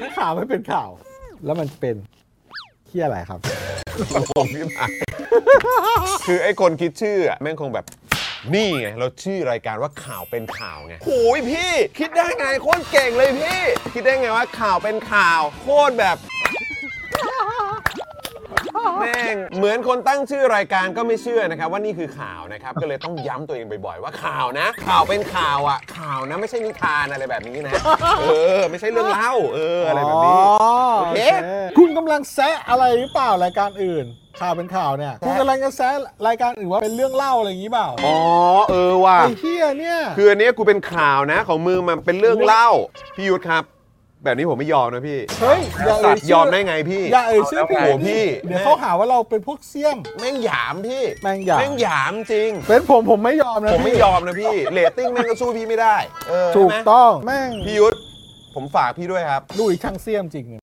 A: ถ้าข่าวไม่เป็นข่าว แล้วมันเป็นเที่ยอะไรครับ
B: ผมพี่มา คือไอ้คนคิดชื่ออะแม่งคงแบบ นี่ไง เราชื่อรายการว่าข่าวเป็นข่าวไงโอ้ยพี่ คิดได้ไงโคตรเก่งเลยพี่ คิดได้ไงว่าข่าวเป็นข่าว โคตรแบบ แม่งเหมือนคนตั้งชื่อรายการก็ไม่เชื่อนะครับ ว่านี่คือข่าวนะครับ ก็เลยต้องย้ำตัวเองบ่อยๆ ว่าข่าวนะ ข่าวเป็นข่าวอ่ะ ข่าวนะไม่ใช่นิทานอะไรแบบนี้นะ เออ ไม่ใช่เรื่องเล่า เออ อะไรแบบนี้
A: โอเค คุณกำลังแซะอะไรหรือเปล่ารายการอื่น ข่าวเป็นข่าวเนี่ย คุณกำลังจะแซะรายการอื่นว่าเป็นเรื่องเล่าอะไรอย่างนี้เปล่า
B: อ๋อ เออว่ะ
A: ไอ้เที่ยเนี่ย
B: คืออันเนี้ยกูเป็นข่าวนะ ของมือมันเป็นเรื่องเล่า พี่ยุทธครับ แบบนี้ผมไม่ยอมนะพี่
A: เฮ้ยอย่า
B: สั
A: เอ่
B: ต
A: ย
B: ว์
A: ชื่
B: ยอมได้ไงพี่
A: อย่าเอ่ยชื่อ
B: โอ้โหพี่
A: พี่เดี๋ยวเขาหาว่าเราเป็นพวกเสี่ยม
B: แม่งหยามพี่
A: แม่งหยาม
B: แม่งหยามจริง
A: เป็นผมผมไม่ยอมนะ
B: ผมไม่
A: พี่
B: ยอมนะพี่เรตติ้งแม่งก็สู้พี่ไม่ได้ เออ
A: ถูก
B: ใช่ไหม
A: ต้องแม่ง
B: พี่ยุทธผมฝากพี่ด้วยครับ
A: ดูอีกช่างเสี่ยมจริงเนี่ย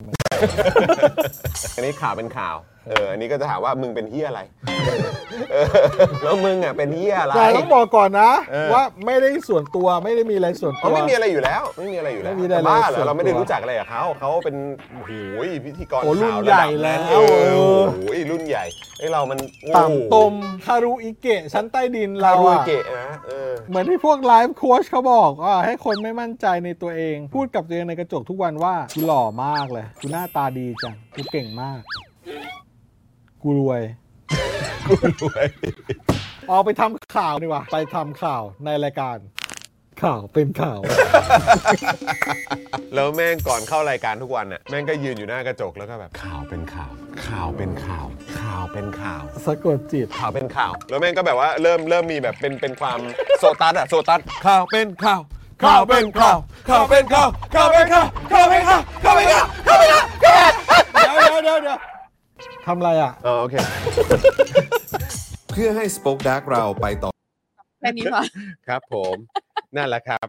B: อันนี้ข่าวเป็นข่าว เอออันนี้ก็จะถามว่ามึงเป็นเฮียอะไร เออแล้วมึงอ่ะเป็นเฮียอะไร
A: แต่ต้องบอกก่อนนะ
B: เออ
A: ว่าไม่ได้ส่วนตัวไม่ได้มีอะไรส่วน
B: เขา
A: ตัว
B: ไม่มีอะไรอยู่แล้ว ไม่มีอะไรอยู่แล้ว
A: ไม่มีอะไรเลย
B: บ้าเหร
A: ส่
B: อ
A: วน
B: เราไม่ได้
A: ตัว
B: รู้จักอะไรกับเขาเขาเป็นโอ้โหพิธีกร
A: โอ้รุ่น
B: ข่าว
A: ใหญ่
B: ระดับนั้น
A: แล้ว
B: เออ
A: เออ
B: โอ้โหรุ่นใหญ่ไอ้เรามันโอ้โห
A: ต่ำตมคารุอิเกะชั้นใต้ดินเรา
B: คารุ
A: อะ
B: เกะนะเออ
A: เหมือนที่พวกไลฟ์โค้ชเขาบอกว่าให้คนไม่มั่นใจในตัวเอง พูดกับตัวเองในกระจกทุกวันว่ากูหล่อมากเลยกูหน้าตาดีจังกูเก่งมากกูรวย ออกไปทำข่าวดีกว่า ไปทำข่าวในรายการ ข่าวเป็นข่าว
B: แล้วแม่งก่อนเข้ารายการทุกวันน่ะแม่งก็ยืนอยู่หน้ากระจกแล้วก็แบบข่าวเป็นข่าว ข่าวเป็นข่าว ข่าวเป็นข่าว
A: สะกดจิต
B: ข่าวเป็นข่าว แล้วแม่งก็แบบว่าเริ่มเริ่มมีแบบเป็นเป็นความโซตัสอะโซตัสข่าวเป็นข่าวข่าวเป็นข่าวข่าวเป็นข่าวข่าวเป็นข่าวข่าวเป็นข่าวข่าวเป็นข่าวข่าวเป็นข่าว
A: เดี๋ยวเดี๋ยวเดี๋ยวเดี๋ยวทำอะไรอ่ะ
B: อ๋อโอเค
E: เพื่อให้ Spoke Dark เราไปต่อ
D: แค่นี้พอ
B: ครับผมนั่นแหละครับ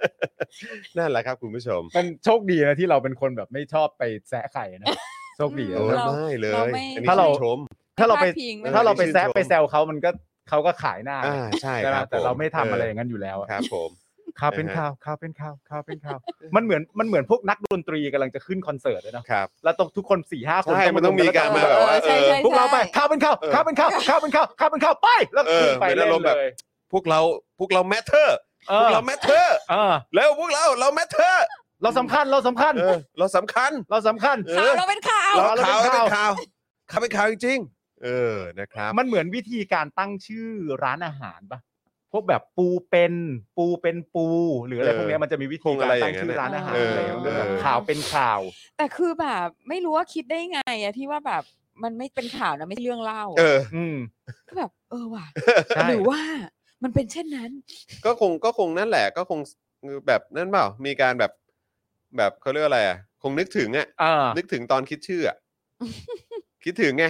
B: นั่นแหละครับคุณผู้ชม
C: มันโชคดีนะที่เราเป็นคนแบบไม่ชอบไปแซะไข่นะ โชคดีนะ
B: โอ้ย
D: เรา
B: ไม่เลย
D: เราไม่
B: อันนี้
C: ถ้าเรา
B: ชื่นชม
C: ถ้าเราไป
D: พลดพิงม่
C: ถ้าเราไปแซะ
B: ชื่นชม
C: ไปแซวเขามันก็เขาก็ขายหน้า
B: อ่าใช่
C: ใช่ไห
B: ค
C: ม
B: รับ
C: แต่
B: ผ
C: เราไม่ทำอะไรอย่างนั้นอยู่แล้วอะ
B: ครับผม
C: ข่าวเป็นข่าวข่าวเป็นข่าวข่าวเป็นข่าวมันเหมือนมันเหมือนพวกนักดนตรีกำลังจะขึ้นคอนเสิร์ตเลยเนอะ
B: ครับ
C: แล้วต้องทุกคนสี่ห้าคน
B: ใช่มันต้องมี
C: แล้ว
B: การมาแบบว่า
D: เออใช่ใช่
C: พวกเราไป
D: ใช่
C: ข่าวเป็นข่าว
B: เออ
C: ข่าวเป็นข่าวข่าวเป็นข่าวข่าวเป็นข่าวไปแล้ว
B: เออ
C: ขึ้นไป
B: เหมือน
C: เล่
B: อารม
C: น
B: ณ์แบบ
C: เลย
B: พวกเราพวกเราแมทเทอร์
C: เอ
B: พว
C: อก
B: เราแมทเทอร์
C: เออ
B: แล้วพวกเราเราแมทเทอร์
C: เราสำคัญเราสำคัญ
B: เออเราสำคัญ
C: เราสำคัญ
B: เอ
D: ข่า
B: อ
D: วเราเป็นข่าว
B: เรา
C: เรา
B: ข่าว
C: เป็
B: เรา
C: น
B: เป็น
C: ข่าว
B: ข่าวข่าวเป็นข่าวจริงๆเออนะครับ
C: มันเหมือนวิธีการตั้งชื่อร้านอาหารปะพวกแบบปูเป็นปูเป็นปู หรืออะไรพวกเนี้ยมันจะมีวิธีการตั้งชื่อร้านอาหารอะไรอย่างเงี้ยแบบข่าวเป็นข่าว
D: แต่คือแบบไม่รู้ว่าคิดได้ไงอะที่ว่าแบบมันไม่เป็นข่าวนะไม่ใช่เรื่องเล่า
B: เออ
C: อืม
D: ก็แบบ เออว่ะ
C: ใช่
D: หรือว่ามันเป็นเช่นนั้น
B: ก็คงก็คงนั่นแหละก็คงแบบนั่นเปล่า มีการแบบแบบเขาเรียกอะไรอ่ะ คงนึกถึงอ่ะ
C: เออ
B: นึกถึงตอนคิดชื่อ อ่ะ คิดถึงไง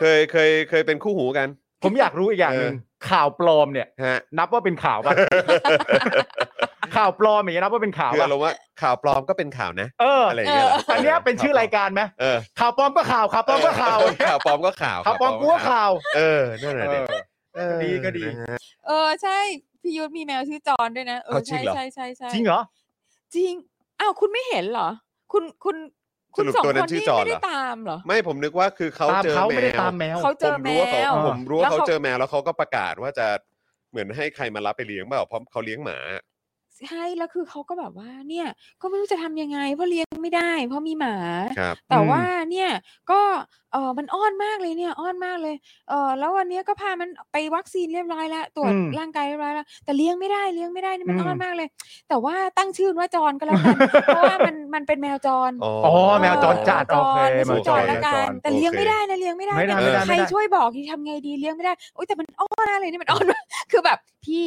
B: เคยเคยเคยเป็นคู่หูกัน
C: ผมอยากรู้อีกอย่างหนึ่งข่าวปลอมเนี่ย
B: ฮะ
C: นับว่าเป็นข่าวปะข่าวปลอมอย่างเงี้ยนับว่าเป็นข่าว
B: คือ
C: ปะ
B: อารมณ์ว่าข่าวปลอมก็เป็นข่าวนะ
C: เออ
B: อะไรอย่างเงี้ยเหร
C: อันเนี้ยเป็นชื่อรายการไหม
B: เออ
C: ข่าวปลอมก็ข่าวข่าวปลอมก็ข่าว
B: ข่าวปลอมก็ข่าว
C: ข่าวปลอมกูก็ข่าว
B: เออ นั่นแหละ
C: เอ
B: ดิ
C: อ
B: เออ
C: ดีก็ดี
B: นะฮะ
D: เออใช่พี่ยุทธมีแมวชื่อจอนด้วยนะเออ
B: เอาจริง
D: ใช่
B: เหรอ
D: ใช่ใช่ใช่
C: จริงเหรอ
D: จริงอ้าวคุณไม่เห็นเหรอ คุณคุณคุณ
B: สรุป
D: สอง
B: ตัวนั้
D: คน
B: นชื่
D: ที่
B: อจอน
D: ไม่
B: เหร
D: ได้
B: อ
D: ตามเหรอ
B: ไม่ผมนึกว่าคือเขา
C: ตาม
B: เจอ
C: เขา
B: แม
C: ไม่ได้
B: ว
C: ตามแมว
D: เขาเจอ
B: ผมรู้ว่าเขา
D: แมว
B: ผมรู้ว่า
D: แล้ว
B: เขา
D: เขา
B: เจอแมวแล้วเขาก็ประกาศว่าจะเหมือนให้ใครมารับไปเลี้ยงเปล่าเพราะเขาเลี้ยงหมา
D: ใช่แล้วคือเขาก็แบบว่าเนี่ย ก็ไม่รู้จะทำยังไง เพราะเลี้ยงไม่ได้ เพราะมีหมา
B: ครับ
D: แต่
C: อืม
D: ว่าเนี่ยก็เออมันอ้อนมากเลยเนี่ยอ้อนมากเลยเออแล้ววันเนี้ยก็พามันไปวัคซีนเรียบร้อยแล้วตรวจ
C: อืม
D: ร่างกายเรียบร้อยแล้วแต่เลี้ยงไม่ได้เลี้ยงไม่ได้นี่มัน
C: อืม
D: อ้อนมากเลย แต่ว่าตั้งชื่อว่าจอนก็แล้วกันเพราะว่ามันมันเป็นแมวจร
B: อ๋อ
C: อ๋อแมวจรจัด
D: จ
C: โอเค
D: ร
B: แม
D: ชื่
B: ว
D: อ
B: จร
D: จรละกัน
C: แมวจร
D: แต่เลี้ยง
B: โอเค
D: ไม่ได้นะเลี้ยงไม่ได้
C: ไม่ได้
D: นะ
C: ไม่ได้
D: ใคร
C: ไม่ได้
D: ช่วยบอกที่ทำไงดีเลี้ยงไม่ได้โอ้ยแต่มันอ้อนมากเลยเนี่ยมันอ้อนมากคือแบบพี่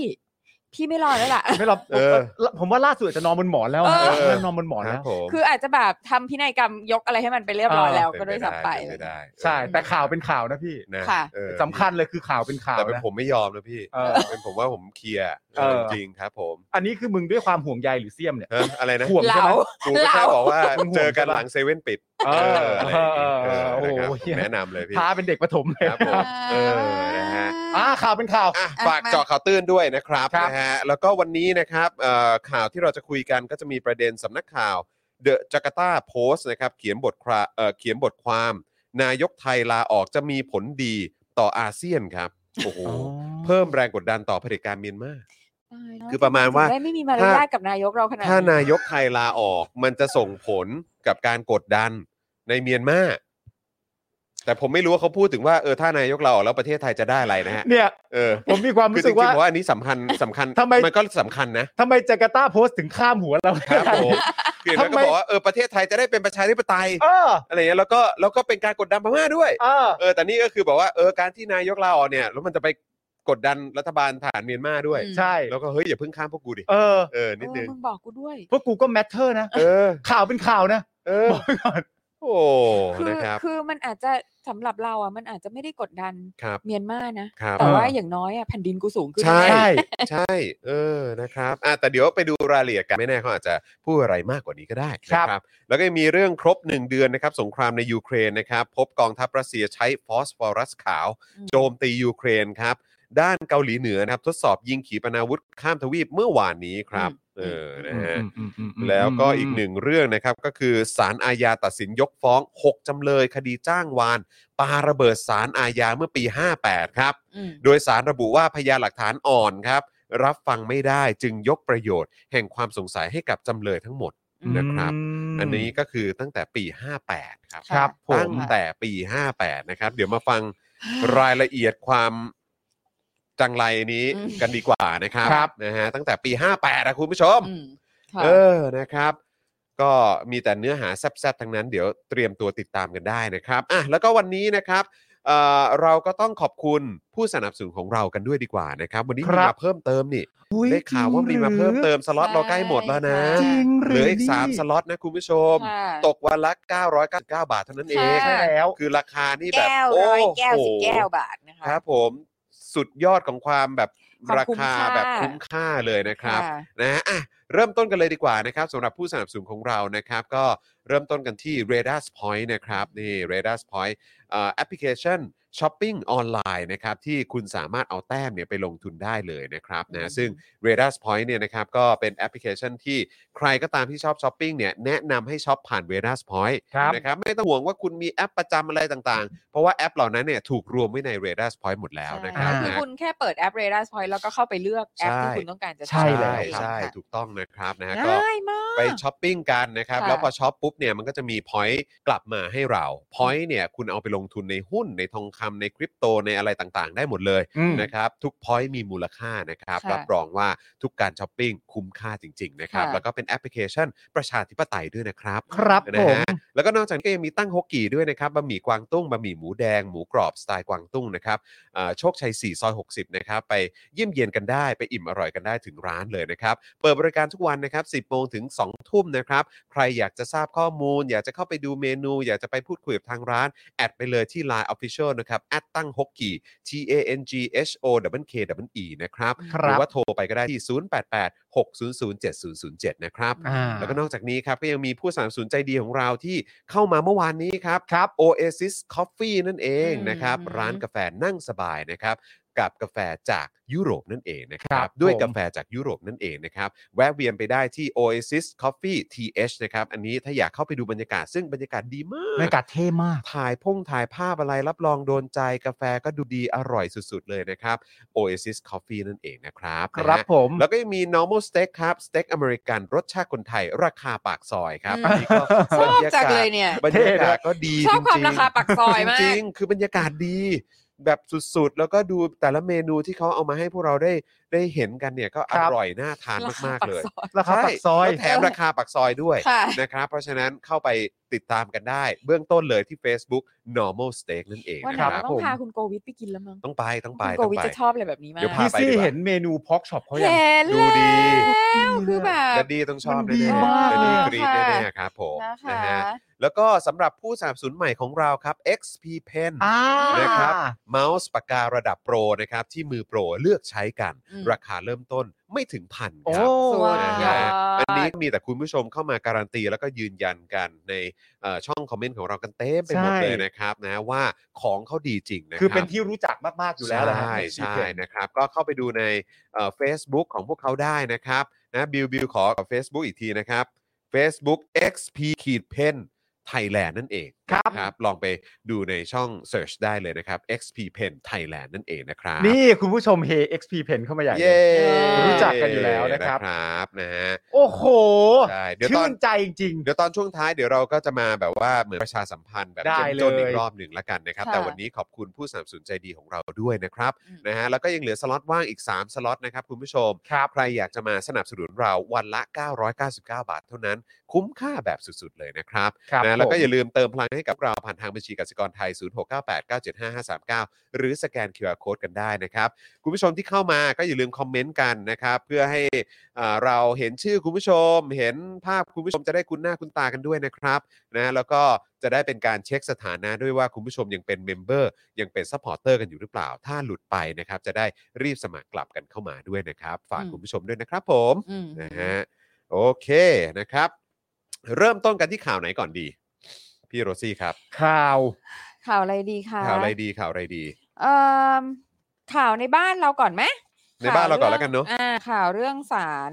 D: พี่ไม่รอดแล้วล่ะ
C: ไม่หรอก
B: เออ
C: ผมว่าล่าสุดอาจจะนอนบนหมอนแล้วอะ
D: เออ
C: เริ่มนอนบนหมอน
B: ครั
C: แล้
B: บ
C: ว
B: ผม
D: คืออาจจะแบบทำพินัยกรรมยกอะไรให้มันไปเรียบร้อย
C: อ่า
D: แล้วก็ด้วยซ้ำไป
B: เนด้
C: ใช่ แต่ข่าวเป็นข่าวนะพี่
B: นะ
D: ค่ะ
B: เออ
C: สำคัญเลยคือข่าวเป็นข่าว
B: แต่เป็น
C: นะ
B: ผมไม่ยอมนะพี่
C: เออ
B: เป็นผมว่าผมเคลียร์
C: เออ
B: จริงๆครับผม
C: อันนี้คือมึงด้วยความห่วงใยหรือเสียมเนี่ย
B: ฮะอะไรนะ
C: ห่วง
D: เห
C: ใช่
D: ลา
C: ไหม
B: กูก็แค่
D: เหลา
B: บอกว่า
C: ห่วง
B: เจอกัน
C: ใช่ปะ
B: หลังเซเว่นปิด
C: เออ
B: อะไรอย่างงี้เออนะค
C: เออ
B: รับ
C: โอ้โห
B: ผมแนะนำเลยพี่
C: พาเป็นเด็กประถมเลย
B: ครับผมเออนะฮะ
C: อ่าข่าวเป็นข่าว
B: อ่ะ
D: อ่ะ
B: ฝาก
D: มา
B: เจาะข่าวตื้นด้วยนะครับ
C: ครับ
B: นะฮะแล้วก็วันนี้นะครับเอ่อข่าวที่เราจะคุยกันก็จะมีประเด็นสำนักข่าว The Jakarta Post นะครับเขียนบทความเขียนบทความ นายกไทยลาออกจะมีผลดีต่ออาเซียนครับโอ้โห เพิ่มแรงกดดันต่อเผด็จการเมียนมา
D: ตายแล้ว
B: คือประมาณว่า
D: ถึงได้ไม่มีมารยาทกับนายกเราขนาด
B: ถ้า
D: นี้
B: นายกไทยลาออกมันจะส่งผลกับการกดดันในเมียนมาแต่ผมไม่รู้ว่าเขาพูดถึงว่าเออถ้านายกเราออกแล้วประเทศไทยจะได้อะไรนะฮะ
C: เนี่ย
B: เออ
C: ผมมีความ
B: คือ
C: รู้
B: จ
C: สึ
B: ริง
C: กว่า
B: ๆผมว่าอันนี้สำคัญ สำคัญ
C: ทำไม
B: มันก็สำคัญนะ
C: ทำไมจาการ์ตาโพสต์ถึงข้ามหัวเรา
B: ครับผมคือแล้วก็
C: ทำไม
B: บอกว่าเออประเทศไทยจะได้เป็นประชาธิปไตย
C: เออ
B: อะไรเงี้ยแล้วก็แล้วก็เป็นการกดดันพม่าด้วย
C: เออ
B: เออแต่นี่ก็คือบอกว่าเออการที่นายกลาออกเนี่ยแล้วมันจะไปกดดันรัฐบาลฐานเมียนมาด้วย
C: ใช่
B: แล้วก็เฮ้ยอย่าเพิ่งข้ามพวกกูดิ
C: เออ
B: เออนิด
D: เอ
B: นึ
D: อง มึงบอกกูด้วย
C: พวกกูก็แมทเทอร์นะ
B: เออ
C: ข่าวเป็นข่าวนะ
B: เออ
C: บอกไว้ก่อน
B: โอ้
D: คือ
B: นะครับ
D: คือมันอาจจะสำหรับเราอ่ะมันอาจจะไม่ได้กดดัน
B: ครับ
D: เมียนมานะครับ แต่
C: เออ
D: ว่าอย่างน้อยอ่ะแผ่นดินกูสูงขึ้น
B: ใช่
D: แน่
B: ใช่ เออนะครับอ่ะแต่เดี๋ยวไปดูรายละเอียดกันไม่แน่เขาอาจจะพูดอะไรมากกว่านี้ก็ได้
C: ครับ
B: นะครับ แล้วก็ยังมีเรื่องครบ 1 เดือนนะครับ สงครามในยูเครนนะครับ พบกองทัพรัสเซียใช้ฟอสฟอรัสขาว
D: อืม
B: โจมตียูเครนครับ ด้านเกาหลีเหนือนะครับ ทดสอบยิงขีปนาวุธข้ามทวีปเมื่อวานนี้ครับ เออนะฮะ แล้วก็อีกหนึ่งเรื่องนะครับก็คือสารอาญาตัดสินยกฟ้อง 6 จำเลยคดีจ้างวานปาระเบิดสารอาญาเมื่อปี 58 ครับ
D: อืม
B: โดยสารระบุว่าพยานหลักฐานอ่อนครับ รับฟังไม่ได้จึงยกประโยชน์ แห่งความสงสัยให้กับจำเลยทั้งหมด นะครับ
C: ม
B: อันนี้ก็คือตั้งแต่ปี 58 ครับ
C: ครับผ
B: ตั้
C: ม
B: งแต่ปี 58 นะครับ เดี๋ยวมาฟังรายละเอียดความจังไรนี้
D: อืม
B: กันดีกว่านะครับ
C: ครับ
B: นะฮะตั้งแต่ปี 58นะคุณผู้ชม
D: อืมค่ะ
B: เออ นะครับ ก็มีแต่เนื้อหาแซ่บๆ ทั้งนั้น เดี๋ยวเตรียมตัวติดตามกันได้นะครับ อ่ะ แล้วก็วันนี้นะครับเอ่อเราก็ต้องขอบคุณผู้สนับสนุนของเรากันด้วยดีกว่านะครับ วันนี้
C: ค
B: มี
C: รับ
B: มาเพิ่มเติมนี่
C: อุ๊ย
B: ได้ข่าวว่ามีมาเพิ่มเติมสล็อตเราใกล้หมดแล้วนะ
C: จริงห
B: เห
C: รื
B: ลื
C: อ
B: ออีก 3 สล็อตนะคุณผู้ชม
D: ค่ะ
B: ตกวันละ 999 บาทเท่านั้นเอง
D: ค่ะ
C: ใช่แล้ว
B: คือราคานี่แบบ
D: แก้วร้อยแก้ว
B: โอ้
D: สิบ
B: โห
D: แก้วบาทนะคะ
B: ครับผม สุดยอดของความแบบ
D: ความ
B: รา
D: คุ้ม
B: คา
D: ค่า
B: แบบคุ้มค่าเลยนะครับ
D: ค่ะ
B: นะฮะอ่ะเริ่มต้นกันเลยดีกว่านะครับสำหรับผู้สนับสนุนของเรานะครับ ก็เริ่มต้นกันที่ r a d a r Point นะครับนี่ r a d a r Point เอ่อแอปพลิเคชันช้อปปิ้งออนไลน์นะครับที่คุณสามารถเอาแต้มเนี่ยไปลงทุนได้เลยนะครับนะซึ่ง r a d a r Point เนี่ยนะครับก็เป็นแอปพลิเคชันที่ใครก็ตามที่ชอบช้อปปิ้งเนี่ยแนะนำให้ช้อปผ่าน r a d a r Point
C: ครับ
B: นะครับไม่ต้องห่วงว่าคุณมีแอปประจำอะไรต่างๆ เพราะว่าแอปเหล่านั้นเนี่ยถูกรวมไว้ใน r a d a r Point หมดแล้วนะครับ
D: คือ
B: นะ
D: คุณแค่เปิดแอป Radar Point แล้วก็เข้าไปเลือกแอปที่
B: ใช่
D: คุณต้องการจะ
C: ใช่แล้ว
D: ใช่
B: ใช่
D: ค่ะ
B: ถูกต้องนะครับนะฮะก็
D: ง่ายมาก
B: ไปช้อปปิ้งกันนะครับ
D: ค่ะ
B: แล้วพอช้อปปุ๊บเนี่ยมันก็จะมี point กลับมาให้เรา point เนี่ยคุณเอาไปลงทุนในหุ้นในทองคำในคริปโตในอะไรต่างๆ ได้หมดเลย
C: อืม
B: นะครับ ทุก point มีมูลค่านะครับ
D: ค่ะ
B: รับรองว่าทุกการช้อปปิ้งคุ้มค่าจริง ๆ นะครับ
D: ค่ะ
B: แล้วก็เป็นแอปพลิเคชันประชาธิปไตยด้วยนะครับ
C: ครับ
B: นะ
C: ผม
B: ฮะ แล้วก็นอกจากนี้ก็ยังมีตั้งฮกกี่ด้วยนะครับบะหมี่กวางตุ้งบะหมี่หมูแดงหมูกรอบสไตล์กวางตุ้งนะครับเอ่อโชคชัย 4 ซอย 60 นะครับ ไปเยี่ยมเยียนกันได้ไปอิ่มอร่อยกันได้ถึงร้านเลยนะครับ เปิดบริการทุกวันนะครับ 10 โมงถึง 2 ทุ่มนะครับ ใครอยากจะทราบข้อมูล อยากจะเข้าไปดูเมนู อยากจะไปพูดคุยกับทางร้าน แอดไปเลยที่ Line Official นะครับแอดตั้งฮกกี่ T A N G H O W K W E นะครับ
C: ค
B: หรื
C: รับ
B: อว่าโทรไปก็ได้ที่ 0886007007 นะครับ
C: อ่า
B: แล้วก็นอกจากนี้ครับก็ยังมีผู้สนับสนุนใจดีของเราที่เข้ามาเมื่อวานนี้ครับครับ Oasis Coffee นั่นเอง
D: อืม
B: นะครับ ร้านกาแฟนั่งสบายนะครับ กับกาแฟจากยุโรปนั่นเองนะค
C: ครั
B: รับบ ด้วย
C: ผม
B: กาแฟจากยุโรปนั่นเองนะครับ แวะเวียนไปได้ที่ Oasis Coffee TH นะครับ อันนี้ถ้าอยากเข้าไปดูบรรยากาศซึ่งบรรยากาศดีมาก
C: บรรยากาศเท่มาก
B: ถ่ายพงถ่ายภาพอะไรรับรองโดนใจกาแฟก็ดูดีอร่อยสุดๆเลยนะครับ Oasis Coffee นั่นเองนะครับ
C: ค
B: นะฮะ
C: รับผม
B: แล้วก็ยังมี normal steak ครับสเต็กอเมริกันรสชาติคนไทยราคาปากซอยครับ
D: อืม
B: อันนี้ก็
D: ชอ
B: บบรรยา
D: จัง
B: กา
D: เล
B: ศ
D: ยเนี่ย
B: บรรยากาศก็ดี
D: ชอบความ
B: จงๆ
D: ราคาปากซอยมาก
B: จริงๆคือบรรยากาศดี แบบสุดๆ แล้วก็ดูแต่ละเมนูที่เขาเอามาให้พวกเราได้ได้เห็นกันเนี่ยก็อ
C: ครับ
B: ร่อยน่าทานมากๆเลย
D: ร
C: รา
D: คปซอ
C: คาปากซอย
B: ใช่แล้วแถมราคาปากซอยด้วย
D: ค่ะ
B: นะครับเพราะฉะนั้นเข้าไปติดตามกันได้ เบื้องต้นเลยที่ Facebook normal steak นั่นเอง
D: วัน
B: นะค
D: ไหนเรา
B: รับ
D: ต้อง
C: ผม
D: พาคุณโกวิทไปกินแล้วมั้ง
B: ต้องไปต้องไป
D: คุณโก
B: ต้อง
D: วิท
B: ไป
D: จะชอบอะไรแบบนี้มาก
B: เดี๋ยวพา
C: พี่
B: ไป
C: ซี่เห็นเมนูพอกช็อปเขายัง
D: เห็น
B: ดู
D: แล้ว
B: ดี
D: คือแบบ
B: ดัดดี้ต้องชอบ
C: มัน
B: แน่
C: ดี
B: ๆ
D: มาก
B: ดัดดี้
D: เล
B: ก
D: ยอะ
B: รีด
D: ค่ะ
B: แน่ๆครับผม
D: นะคะ
B: นะฮะ แล้วก็สำหรับผู้สนับสนุนใหม่ของเราครับ XP Pen
C: า
B: นะครับ เมาส์ปากการะดับโปรนะครับ ที่มือโปรเลือกใช้กัน
D: อืม
B: ราคาเริ่มต้นไม่ถึงพัน
C: โอ้
B: ครับ
D: สวย
B: นะ
C: ยอ
B: ฮะ
C: ด
B: อันนี้ก็มีแต่คุณผู้ชมเข้ามาการันตี แล้วก็ยืนยันกันในเอ่อช่องคอมเมนต์ของเรากันเต็มไปหมด
C: ใช่
B: เลยนะครับนะว่าของเขาดีจริงนะ
C: คือ
B: ค
C: เป็
B: รั
C: น
B: บ
C: ที่รู้จักมาก ๆ อยู่แล้วแหละฮะ
B: ใช่ใช่
C: Secret
B: นะครับ ก็เข้าไปดูในเฟซบุ๊กของพวกเขาได้นะครับนะบิวบิวขอกับ Facebook อีกทีนะครับ Facebook XP ขีดเพน Thailand นั่นเอง
C: ครับ
B: นะครับ ลองไปดูในช่อง Search ได้เลยนะครับ XP Pen Thailand นั่นเองนะครับ
C: นี่คุณผู้ชมเฮ XP Pen เข้ามาใหญ่
B: เย้
C: รู้จักกันอยู่แล้วนะครับ
B: นะครับนะฮะ
C: โอ้โห
B: ใช่เดี๋ยวต
C: ชื่
B: อน
C: นใจจริง
B: เดี๋ยวตอนช่วงท้ายเดี๋ยวเราก็จะมาแบบว่าเหมือนประชาสัมพันธ์แบบ
C: ได้
B: เจ้มจน
C: เลย
B: อีกรอบหนึ่งละกันนะครับ
D: ค่ะ
B: แต่วันนี้ขอบคุณผู้สนับสนุนใจดีของเราด้วยนะครับ
D: อืม
B: นะฮะแล้วก็ยังเหลือสล็อตว่างอีก 3 สล็อตนะครับคุณผู้ชม
C: ครับ
B: ใครอยากจะมาสนับสนุนเราวันละ 999 บาทเท่านั้น คุ้มค่าแบบสุดๆเลยนะครับ
C: ครับ
B: นะแล้วก็
C: ผม
B: อย่าลืมเติมพลังให้ ให้กับเราผ่านทางบัญชีกสิกรไทย 0698975539 หรือสแกน QR Code กันได้นะครับ คุณผู้ชมที่เข้ามาก็อย่าลืมคอมเมนต์กันนะครับ เพื่อให้อ่าเราเห็นชื่อคุณผู้ชม เห็นภาพคุณผู้ชมจะได้คุ้นหน้าคุ้นตากันด้วยนะครับนะแล้วก็จะได้เป็นการเช็คสถานะด้วยว่าคุณผู้ชมยังเป็นเมมเบอร์ยังเป็นซัพพอร์เตอร์กันอยู่หรือเปล่า ถ้าหลุดไปนะครับ จะได้รีบสมัครกลับกันเข้ามาด้วยนะครับ ฝาก
D: อืม
B: คุณผู้ชมด้วยนะครับผม
D: อืม
B: นะฮะโอเคนะครับ เริ่มต้นกันที่ข่าวไหนก่อนดี พี่โรซี่ครับ
C: ข่าว
D: ข่าวอะไรดีคะ
B: ข่าวอะไรดีข่าวอะไรดี
D: เอ่มข่าวในบ้านเราก่อนไหม
B: ในบ้านเราก่อนแล้วกันเนอะ
D: อ่า ข่าวเรื่องศาล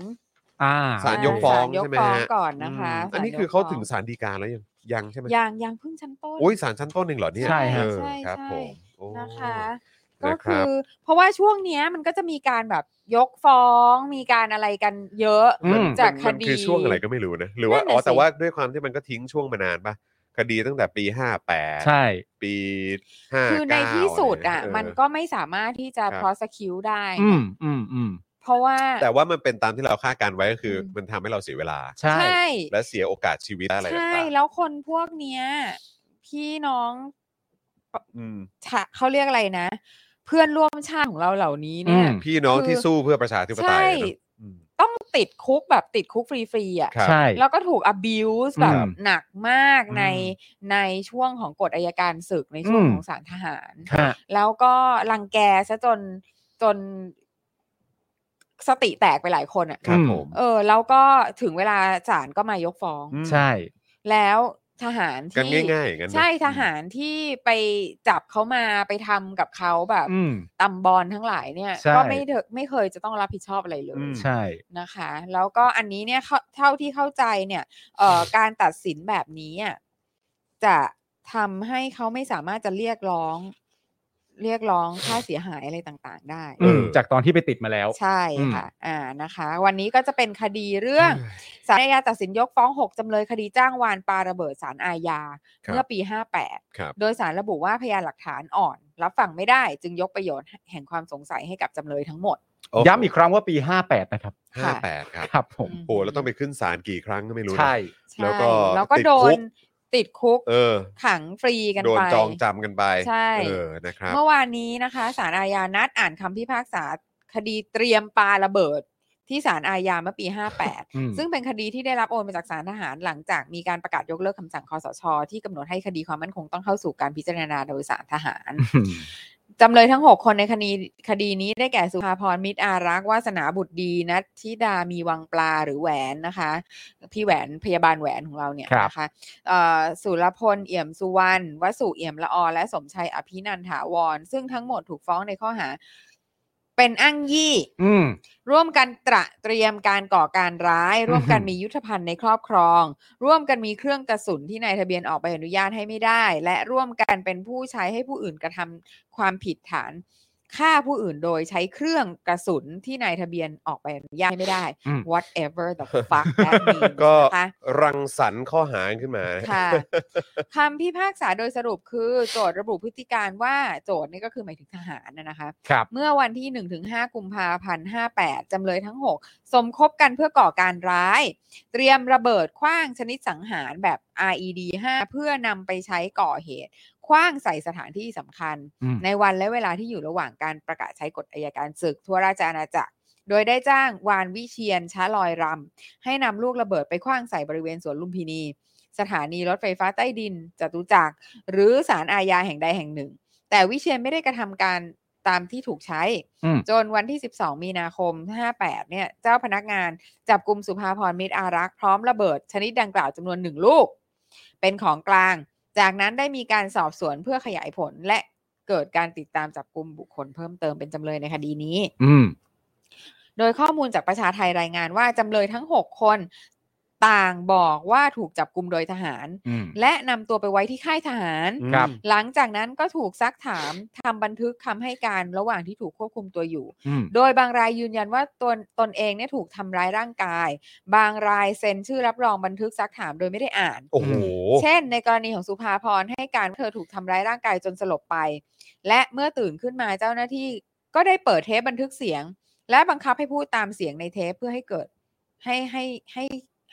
C: อ่า
B: ศาลยกฟ้อง
D: ศาลยก
B: ใช่ไหม
D: ฟ้อง
B: ฮะ
D: ก่อนนะคะ
C: อืม
D: ศล
B: อันนี้
D: ยก
B: คือเขา
D: ฟ้
B: ถึงสารดีกาแล้วยังยังใช่ไหม
D: ยังยังเพิ่งชั้นต้น
B: โอ้ยสารชั้นต้นเองเหรอเนี่ย
C: ใช่ฮะ
B: เออ
D: ใช่
B: ครับผ
D: ใช่
B: มโอ้
D: นะคะ
B: นะ
D: ก็
B: ครั
D: คื
B: บ
D: อ เพราะว่าช่วงเนี้ยมันก็จะมีการแบบยกฟ้องมีการอะไรกันเยอะ
C: อืม
B: มัน
D: จากค
B: มัน
D: ดี
B: คือช่วงอะไรก็ไม่รู้นะ หรือว่า
D: นั่นน่ะ
B: อ๋อแต่
D: สิ
B: ว่าด้วยความที่มันก็ทิ้งช่วงมานานปะคดีตั้งแต่ปี
C: ใช่
B: 58 ปี59
D: คือในที่สุดอ่ะ
B: เ
D: มันก็ไม่สามารถที่จะ
B: ครับ
D: prosecute ได้
C: อืมอืมอืม
D: เพราะว่า
B: แต่ว่ามันเป็นตามที่เราคาดการไว้ก็คืออ
D: ม
B: มันทำให้เราเสียเวลา
C: ใช่
D: ใช่
B: และเสียโอกาสชีวิตและอะไรต่า
D: ใช่
B: งๆ
D: แล้วคนพวกเนี้ย พี่น้อง
B: อืม
D: ชะเขาเรียกอะไรนะ เพื่อนร่วมชาติของเราเหล่านี้เนี่ย
C: อืม
B: พี่น้อง
D: คือ
B: ที่สู้เพื่อประชาธิปไต
D: ใช่
B: ยอะเนอะอืม
D: ต้องติดคุกแบบติดคุกฟรีๆอ่ะ
B: ครับ
C: ใช่
D: แล้วก็ถูก abuse แบบ
C: อืม
D: หนักมาก
C: อืม
D: ในในช่วงของกฎอายการศึกในช่วง
C: อืม
D: ของศาลทหาร
C: ฮะ
D: แล้วก็รังแกซะจนจนสติแตกไปหลายคนอ่ะ
B: ครับ
C: อืม
B: ผม
D: เออ แล้วก็ถึงเวลาศาลก็มายกฟ้อง
C: ใช่
D: แล้วทหาร
B: กัน
D: ที่
B: ง่ายๆอย่างนั้นเนอะ
D: ใช่ทหารที่ไปจับเขามาไปทำกับเขาแบบ
C: อืม
D: ตำบอลทั้งหลายเนี่ย
C: ใช่
D: ก็ไม่เถอะไม่เคยจะต้องรับผิดชอบอะไรเล
B: อื
D: ย
B: ม
C: ใช่
D: นะคะ แล้วก็อันนี้เนี่ยเข้าเท่าที่เข้าใจเนี่ยเอ่อการตัดสินแบบนี้อ่ะจะทำให้เขาไม่สามารถจะเรียกร้อง เรียกร้องค่าเสียหายอะไรต่างๆ ได้
C: อืม
B: เออ
C: จากตอนที่ไปติดมาแล้ว
D: ใช่
C: อืม
D: ค่ะ อ่านะคะ วันนี้ก็จะเป็นคดีเรื่อง ศาลอาญาตัดสินยกฟ้อง 6 จำเลยคดีจ้างวานปาระเบิดศาลอาญา
B: ครับ
D: เมื่อปี
B: ครับ
D: 58 โดยสารระบุว่าพยานหลักฐานอ่อน รับฟังไม่ได้จึงยกประโยชน์แห่งความสงสัยให้กับจำเลยทั้งหมด
C: ย้ำอีกครั้งว่าปี 58 นะครับ
B: ห้าแปดครับ
C: ครับผม
D: อืม
B: โหแล้วต้องไปขึ้นศาลกี่ครั้งก็ไม่รู้นะ
C: ใช่
D: ใช่
B: แล้วก็
D: แล้วก็
B: ติดคุก
D: โดนติดคุก
B: เออ
D: ขังฟรีกัน
B: โดน
D: ไป
B: จองจำกันไป
D: ใช่
B: เออนะครับ
D: เมื่อวานนี้นะคะศาลอาญานัดอ่านคำพิพากษาคดีเตรียมปาระเบิด ที่ศาลอาญาเมื่อปี
C: อืม
D: 58 ซึ่งเป็นคดีที่ได้รับโอนมาจากศาลทหารหลังจากมีการประกาศยกเลิกคำสั่งคอสช ที่กำหนดให้คดีความมั่นคงต้องเข้าสู่การพิจารณาโดยศาลทหาร
C: อืม
D: จำเลยทั้ง 6 คนในคดีคดีนี้ได้แก่สุภาพรมิตรอารักษ์วาสนาบุตรดีนัทธิดามีวังปลาหรือแหวนนะคะ พี่แหวนพยาบาลแหวนของเราเนี่ย
C: ครับ
D: นะคะเอ่อสุรพลเอี่ยมสุวรรณวสุเอี่ยมละออและสมชัยอภินันถาวร ซึ่งทั้งหมดถูกฟ้องในข้อหา เป็นอ้างยี่
C: อืม
D: ร่วมกันตระเตรียมการก่อการร้าย ร่วมกันมียุทธภัณฑ์ในครอบครอง ร่วมกันมีเครื่องกระสุนที่นายทะเบียนออกใบอนุญาตให้ไม่ได้ และร่วมกันเป็นผู้ใช้ให้ผู้อื่นกระทำความผิดฐานฆ่าผู้อื่นโดยใช้เครื่องกระสุนที่นายทะเบียนออกใบอนุญาตให้ไม่ได้
C: อืม
D: whatever the fuck that means
B: ก็
D: นะคะ
B: รังสรรค์ข้อหาขึ้นมา
D: ค่ะ คำพิพากษาโดยสรุปคือ โจทย์ระบุพฤติการว่าโจทย์นี่ก็คือหมายถึงทหารนะนะคะ
C: ครับ
D: เมื่อวันที่ 1-5 กุมภาพันธ์ 58 จำเลยทั้ง 6 สมคบกันเพื่อก่อการร้าย เตรียมระเบิดคว้างชนิดสังหารแบบ RED 5 เพื่อนำไปใช้ก่อเหตุคว้างใส่สถานที่สำคัญ
C: อืม
D: ในวันและเวลาที่อยู่ระหว่างการประกาศใช้กฎอายการศึก ทั่วราชอาณาจักร โดยได้จ้างวานวิเชียนช้าลอยรำ ให้นำลูกระเบิดไปคว้างใส่บริเวณสวนลุมพินี สถานีรถไฟฟ้าใต้ดินจตุจักร หรือศาลอาญาแห่งใดแห่งหนึ่ง แต่วิเชียนไม่ได้กระทำการตามที่ถูกใช้
C: อืม
D: จนวันที่ 12 มีนาคม 58 เนี่ย เจ้าพนักงานจับกลุ่มสุภาพรมิตรอารักษ์พร้อมระเบิดชนิดดังกล่าวจำนวนหนึ่งลูก เป็นของกลาง จากนั้นได้มีการสอบสวนเพื่อขยายผลและเกิดการติดตามจับกลุ่มบุคคลเพิ่มเติมเป็นจำเลยในคดีนี้
C: อืม
D: โดยข้อมูลจากประชาไทยรายงานว่าจำเลยทั้ง 6 คนต่างบอกว่าถูกจับกลุ่มโดยทหาร
C: อืม
D: และนำตัวไปไว้ที่ค่ายทหาร
C: ครับ
D: หลังจากนั้นก็ถูกซักถามทำบันทึกคำให้การระหว่างที่ถูกควบคุมตัวอยู่
C: อืม
D: โดยบางรายยืนยันว่าตนตนเองเนี่ยถูกทำร้ายร่างกาย บางรายเซ็นชื่อรับรองบันทึกซักถามโดยไม่ได้อ่าน
B: โอ้โห
D: เช่น ในกรณีของสุภาพรให้การว่าเธอถูกทำร้ายร่างกายจนสลบไป และเมื่อตื่นขึ้นมาเจ้าหน้าที่ก็ได้เปิดเทปบันทึกเสียง และบังคับให้พูดตามเสียงในเทปเพื่อให้เกิดให้ให้ให้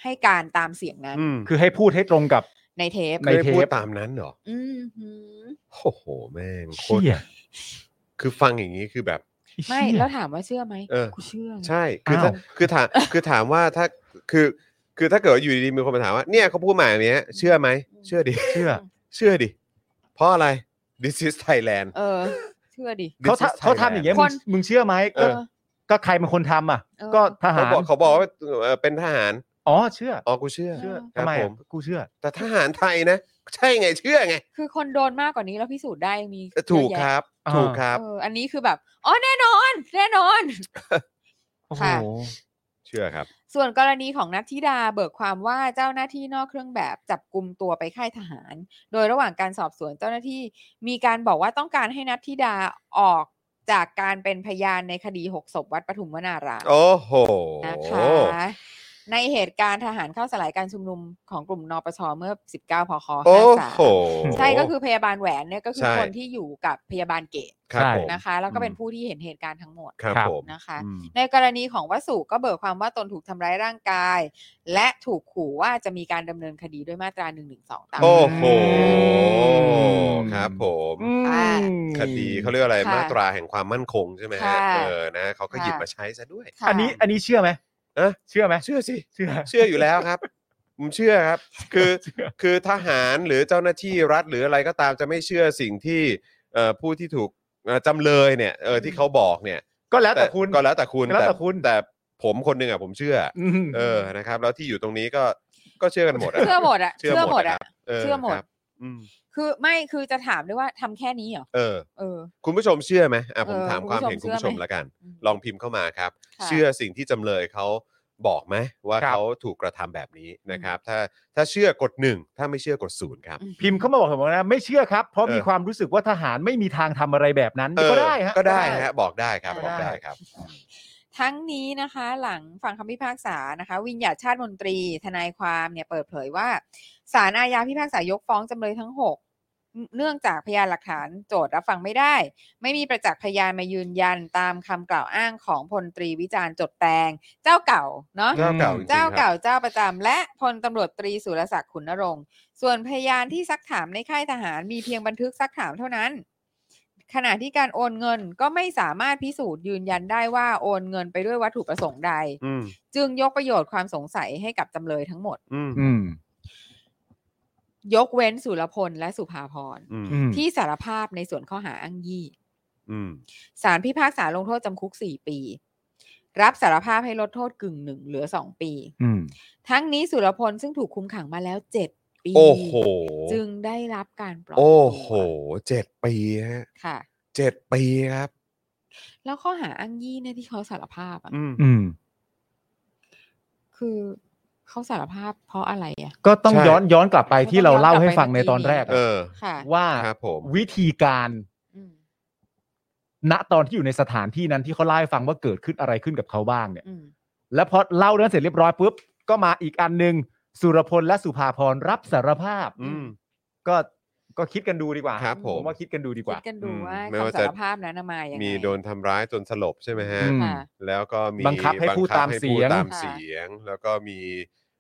D: ให้การตามเสียงนั้น
B: อืม
C: คือให้พูดให้ตรงกับ
D: ในเทป
C: ใน
B: ไม่ได้
C: เทป
B: พูดตามนั้นเหรอ
D: อืมหือ
B: โอ้โหแม่งโคต
C: เชี่ย
B: รคือฟังอย่างนี้คือแบบ
D: ไม่
C: เชี่ย
D: แล้วถามว่าเชื่อไหม
B: เออ
D: กูเชื่อไง
B: ใช่ คือถ้า
C: อ้าว
B: คือถาม คือถามว่าถ้า คือ คือถ้าเกิดว่าอยู่ดีๆมีคนมาถามว่า เนี่ยเขาพูดมาอย่างเนี้ย เชื่อไหม เชื่อดิ
C: เชื่อ
B: เชื่อดิ เพราะอะไร this is Thailand
D: เออ เชื่อดิ
B: This
C: เขา
B: is
C: ทำเขาทำอย่างเงี้ย
D: ค
C: มึ
D: น
C: งมึงเชื่อไหม
B: เอ
C: ก็
B: อ
C: ก็ใครเป็นคนทำอ่ะ
D: เออ
C: ก็ทหา
B: เขาบ
C: ร
B: อกเขาบอกว่าเอ่อเป็นทหาร
C: อ๋อเชื่อ
B: อ๋อ กูเชื่อ
C: เชื่อ
B: ครับ
C: ทำไม
B: ผ
C: อะ
B: ม
C: กูเชื่อ
B: แต่ทหารไทยนะ ใช่ไง เชื่อไง
D: คือคนโดนมากกว่านี้แล้วพิสูจน์ได้ยังมี
B: ถูก
D: เยอะ
B: ค
D: แยะ
B: รับ
C: อ่า
B: ถูกครับ
D: เอออันนี้คือแบบ อ๋อแน่นอน แน่น อน
C: โอ้โห
D: ค่ะ
B: เชื่อครับ
D: ส่วนกรณีของนัทธิดาเบิกความว่าเจ้าหน้าที่นอกเครื่องแบบจับกลุ่มตัวไปค่ายทหาร โดยระหว่างการสอบสวนเจ้าหน้าที่ มีการบอกว่าต้องการให้นัทธิดาออกจากการเป็นพยานในคดีหกศพวัดปทุมวนาราม
B: โอ้โห
D: นะคะในเหตุการณ์ทหารเข้าสลายการชุมนุมของกลุ่มนปชเมื่อ 19พค
B: โอ้โห
D: 53ใช่ก็คือพยาบาลแหวนเนี่ยก็คือ
B: ใช่
D: คนที่อยู่กับพยาบาลเกต
B: ครับผม
D: นะคะ แล้วก็เป็น
B: อืม
D: ผู้ที่เห็นเหตุการณ์ทั้งหมด
B: ครับผม
D: นะคะ
C: อืม
D: ในกรณีของวสุก็เบิกความว่าตนถูกทำร้ายร่างกาย และถูกขู่ว่าจะมีการดำเนินคดีด้วยมาตรา 112 ตาม
B: โอ้
D: กฎห
B: โห
D: มาย
C: ม
B: ครับผม
D: อ่า
B: คดีเขาเรียกอะไร
D: ค่ะ
B: มาตราแห่งความมั่นคงใช่ไหมฮะ
D: ค่ะ
B: เออนะเขาก็หยิบมาใช้ซะด้วย
D: ค่ะ
C: อันนี้อันนี้เชื่อไหม
B: เอ๊ะ
C: เชื่อไหม
B: เชื่อสิ
C: เชื่อ
B: เชื่ออยู่แล้วครับ ผมเชื่อครับ คือ
C: เชื่อ
B: คือทหารหรือเจ้าหน้าที่รัฐหรืออะไรก็ตามจะไม่เชื่อสิ่งที่เอ่อผู้ที่ถูกเอ่อจำเลยเนี่ยเออที่เขาบอกเนี่ย
C: ก็แล้วแต่คุณ
B: ก็แล้วแต่คุณ
C: แล้วแต่คุณ
B: แต่ผมคนหนึ่งอ่ะผมเชื่ออ
C: อืม
B: เออนะครับ แล้วที่อยู่ตรงนี้ก็ก็เชื่อกันหมดะ
D: เชื่อหมดอะ
B: เชื่อหมด
D: อะ
B: อะ
D: เชื่อหมด
B: ครับอืม
D: คือไม่คือจะถามด้วยว่าทำแค่นี้เหรอ
B: เออ
D: เออ
B: คุณผู้ชมเชื่อไหมอ่ะผม
D: เออ
B: ถามความเห็น
D: คุ
B: คุณ
D: ณผู้
B: ผู้ช
D: ชม
B: ม
D: เชื่อไหม
B: ละกัน
D: อืม
B: ลองพิมพ์เข้ามาครับ
D: ค่ะ
B: เชื่อสิ่งที่จำเลยเขาบอกไหมว่า
C: ครับ
B: เขาถูกกระทำแบบนี้นะครับ ถ้าถ้าเชื่อกดหนึ่งถ้าไม่เชื่อกดศูนย์ครับ
D: อืม
C: พิมพ์เขามาบอกผมว่านะไม่เชื่อครับ เพราะ
B: เออ
C: มีความรู้สึกว่าทหารไม่มีทางทำอะไรแบบนั้นก็ได้ฮะ
B: เออก็ได้ฮะบอกได้ครับ
D: ก็
B: บ
D: ได้
B: อกได้ครับ
D: ทั้งนี้นะคะหลังฟังคำพิพากษานะคะ วิญญาณชาติมนตรี ทนายความเนี่ยเปิดเผยว่าศาลอาญาพิพากษายกฟ้องจำเลยทั้ง 6 เนื่องจากพยานหลักฐานโจทย์รับฟังไม่ได้ ไม่มีประจักษ์พยานมายืนยันตามคำกล่าวอ้างของพลตรีวิจารณ์จดแปลง เจ้าเก่าเนาะ
B: เจ้าเก่าจริงๆ
D: เจ้า
B: ครั
D: เก่า
B: บ
D: เจ้าประจำและพลตำรวจตรีสุรศักดิ์ขุนนรงค์ ส่วนพยานที่ซักถามในค่ายทหารมีเพียงบันทึกซักถามเท่านั้น ขณะที่การโอนเงินก็ไม่สามารถพิสูจน์ยืนยันได้ว่าโอนเงินไปด้วยวัตถุประสงค์ใด
B: อืม
D: จึงยกประโยชน์ความสงสัยให้กับจำเลยทั้งหมด
B: อืม
C: อืม
D: ยกเว้นสุรพลและสุภาพร
B: อืม
C: อืม
D: ที่สารภาพในส่วนข้อหาอ้างยี่
B: อืม
D: สารพิพากษาลงโทษจำคุก 4 ปี รับสารภาพให้ลดโทษกึ่งหนึ่งเหลือ 2 ปี
C: อืม
D: ทั้งนี้สุรพลซึ่งถูกคุมขังมาแล้ว 7 ปี
B: โอ้โห
D: จึงได้รับการปล่อย
B: โอ้
D: ตั
B: โห
D: ว
B: เจ็ดปีฮะ
D: ค่ะ
B: เจ็ดปีครับ
D: แล้วข้อหาอ้างยี่เนี่ยที่เขาสารภาพอะ
B: อืม
C: อืม
D: คือเขาสารภาพเพราะอะไรอะ
C: ก็ต้อง
B: ใช่
C: ย้อนย้อนกลับไปที่เราเล่าให้ฟังในตอนแรก
B: เอ
C: อะ
B: อ
D: ค่ะ
C: ว่า
B: ครับผม
C: วิธีการ
D: อืม
C: ณตอนที่อยู่ในสถานที่นั้นที่เขาเล่าให้ฟังว่าเกิดขึ้นอะไรขึ้นกับเขาบ้างเนี่ย
D: อืม
C: แล้วพอเล่าเรื่องเสร็จเรียบร้อยปุ๊บก็มาอีกอันหนึ่งสุรพลและสุภาพรรับสารภาพ
B: อืม
C: ก็ก็คิดกันดูดีกว่า
B: ครับผม
C: ว่าคิดกันดูดีก
D: คิ
C: ว่า
D: ดกันดู
B: อืม
D: ว่า
B: ไม่ว่า
D: คำ
B: จะ
D: สารภาพนั้นน่ะมายังไง
B: มีโดนทำร้ายจนสลบใช่ไหมฮะ
C: อืม
D: ค่ะ
B: แล้วก็มี
C: บังคับให้พูดตามเสียง
B: บัคับให้พูดตาม
D: ค่ะ
B: เสียง แล้วก็มี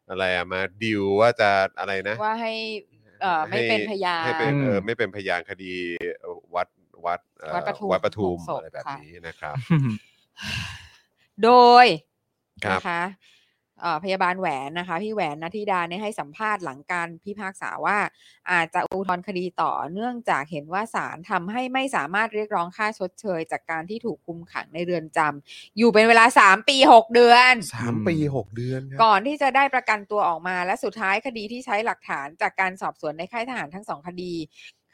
B: อะไรอะมาดิวว่าจะอะไรนะ
D: ว่าให้ เอ่อไม่เป็นพยาน
B: ให้เป็นเออ
C: ม
B: ไม่เป็นพยานคดีวัดวัดเอ่อ
D: วัดปทุม
B: วัดปทุม
D: ศพ
B: อะไรแบบ
D: ค่ะ
B: นี้นะครับ
D: โดย
B: ครับ
D: นะคะเอ่อพยาบาลแหวนนะคะ พี่แหวนนาธิดาเนี่ยให้สัมภาษณ์หลังการพิพากษาว่า อาจจะอุทธรณ์คดีต่อเนื่องจากเห็นว่าศาลทำให้ไม่สามารถเรียกร้องค่าชดเชย จากการที่ถูกคุมขังในเรือนจำอยู่เป็นเวลา 3 ปี 6 เดือน
B: สามปีหกเดือนครั
D: ก่อนที่จะได้ประกันตัวออกมาและสุดท้ายคดีที่ใช้หลักฐานจากการสอบสวนในค่ายทหารทั้งสองคดี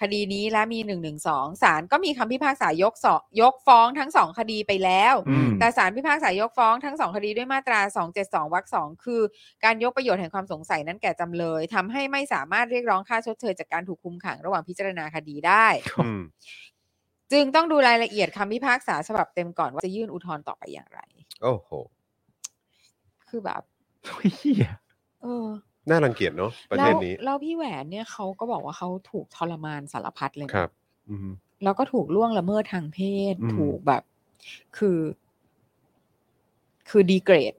D: คดีนี้และมี 1 1 2ศาลก็มีคำพิพากษายกสองยกฟ้องทั้งสองคดีไปแล้ว
C: อืม
D: แต่ศาลพิพากษายกฟ้องทั้งสองคดีด้วยมาตรา 272วรรคสองคือ การยกประโยชน์แห่งความสงสัยนั้นแก่จำเลยทำให้ไม่สามารถเรียกร้องค่าชดเชยจากการถูกคุมขังระหว่างพิจารณาคดีได้
B: อืม
D: จึงต้องดูรายละเอียดคำพิพากษาฉบับเต็มก่อนว่าจะยื่นอุทธรณ์ต่อไปอย่างไร
B: โอ้โห
D: คือแบบ
C: เหี้ย
D: เออ
B: น่ารังเกียจเนาะประเทศนี้
D: แล้วแล้วพี่แหวนเนี่ยเขาก็บอกว่าเขาถูกทรมานสารพัดเลยนะครับ
B: อืม
D: แล้วก็ถูกล่วงละเมิดทางเพศ
B: อืม
D: ถูกแบบ คือ คือดีเกรด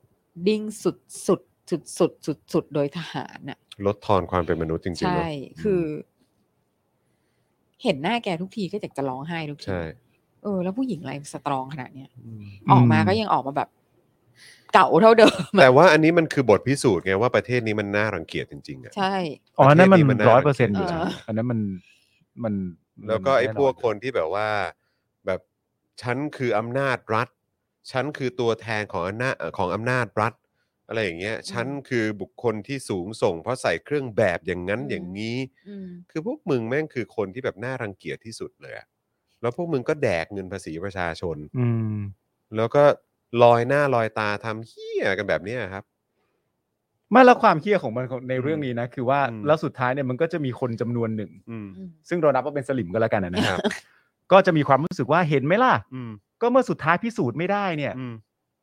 D: ดิ้งสุดสุดสุดสุดสุดสุดโดยทหารน่ะ
B: ลดทอนความเป็นมนุษย์จริงๆ
D: ใช่
B: เนอะ
D: คืออเห็นหน้าแกทุกทีก็อยากจะร้องไห้ทุกที
B: ใช่
D: เออ แล้วผู้หญิงอะไรสตรองขนาดเนี้ย
B: อืม
D: ออกมาก็ยังออกมาแบบ เก่าเท่าเดิม
B: แต่ว่าอันนี้มันคือบทพิสูจน์ไงว่าประเทศนี้มันน่ารังเกียจจริงๆอะ
D: ใช่
B: อ๋
C: อ๋
B: อ
C: อ
B: อั
C: อั
B: น
C: น
B: นั้
C: นั้น น
B: มั
C: มัน น
B: ร้อ
C: ร้อย ย
B: เปอร์
C: เปอร์
B: เซ็น
C: เซ็น
B: ต์
C: ต์
B: อ
C: อยู่ยู่
B: แล้
C: แล้ว วอันนั้นมันมัน
B: แล้วก็ไอ้พวกคนที่แบบว่าแบบฉันคืออำนาจรัฐฉันคือตัวแทนของอำนาจเอ่อของอำนาจรัฐ อะไรอย่างเงี้ยฉันคือบุคคลที่สูงส่ง เพราะใส่เครื่องแบบอย่างนั้น
D: อืม
B: อย่างนี้
D: อืม
B: คือพวกมึงแม่งคือคนที่แบบน่ารังเกียจที่สุดเลยอะแล้วพวกมึงก็แดกเงินภาษีประชาชน
C: อืม
B: แล้วก็ลอยหน้าลอยตาทำเฮี้ยกันแบบเนี้ยครับ
C: ไม่แล้วความเครียดของมันของในเรื่องนี้นะ คือว่า
B: อืม
C: แล้วสุดท้ายเนี่ยมันก็จะมีคนจำนวนหนึ่ง
B: อืม
D: อืม
C: ซึ่งเรานับว่าเป็นสลิมก็แล้วกันนะ
B: ค
C: ค
B: รั
C: รับ บ ก็จะมีความรู้สึกว่าเห็นไหมล่ะ
B: อืม
C: ก็เมื่อสุดท้ายพิสูจน์ไม่ได้เนี่ย
B: อืม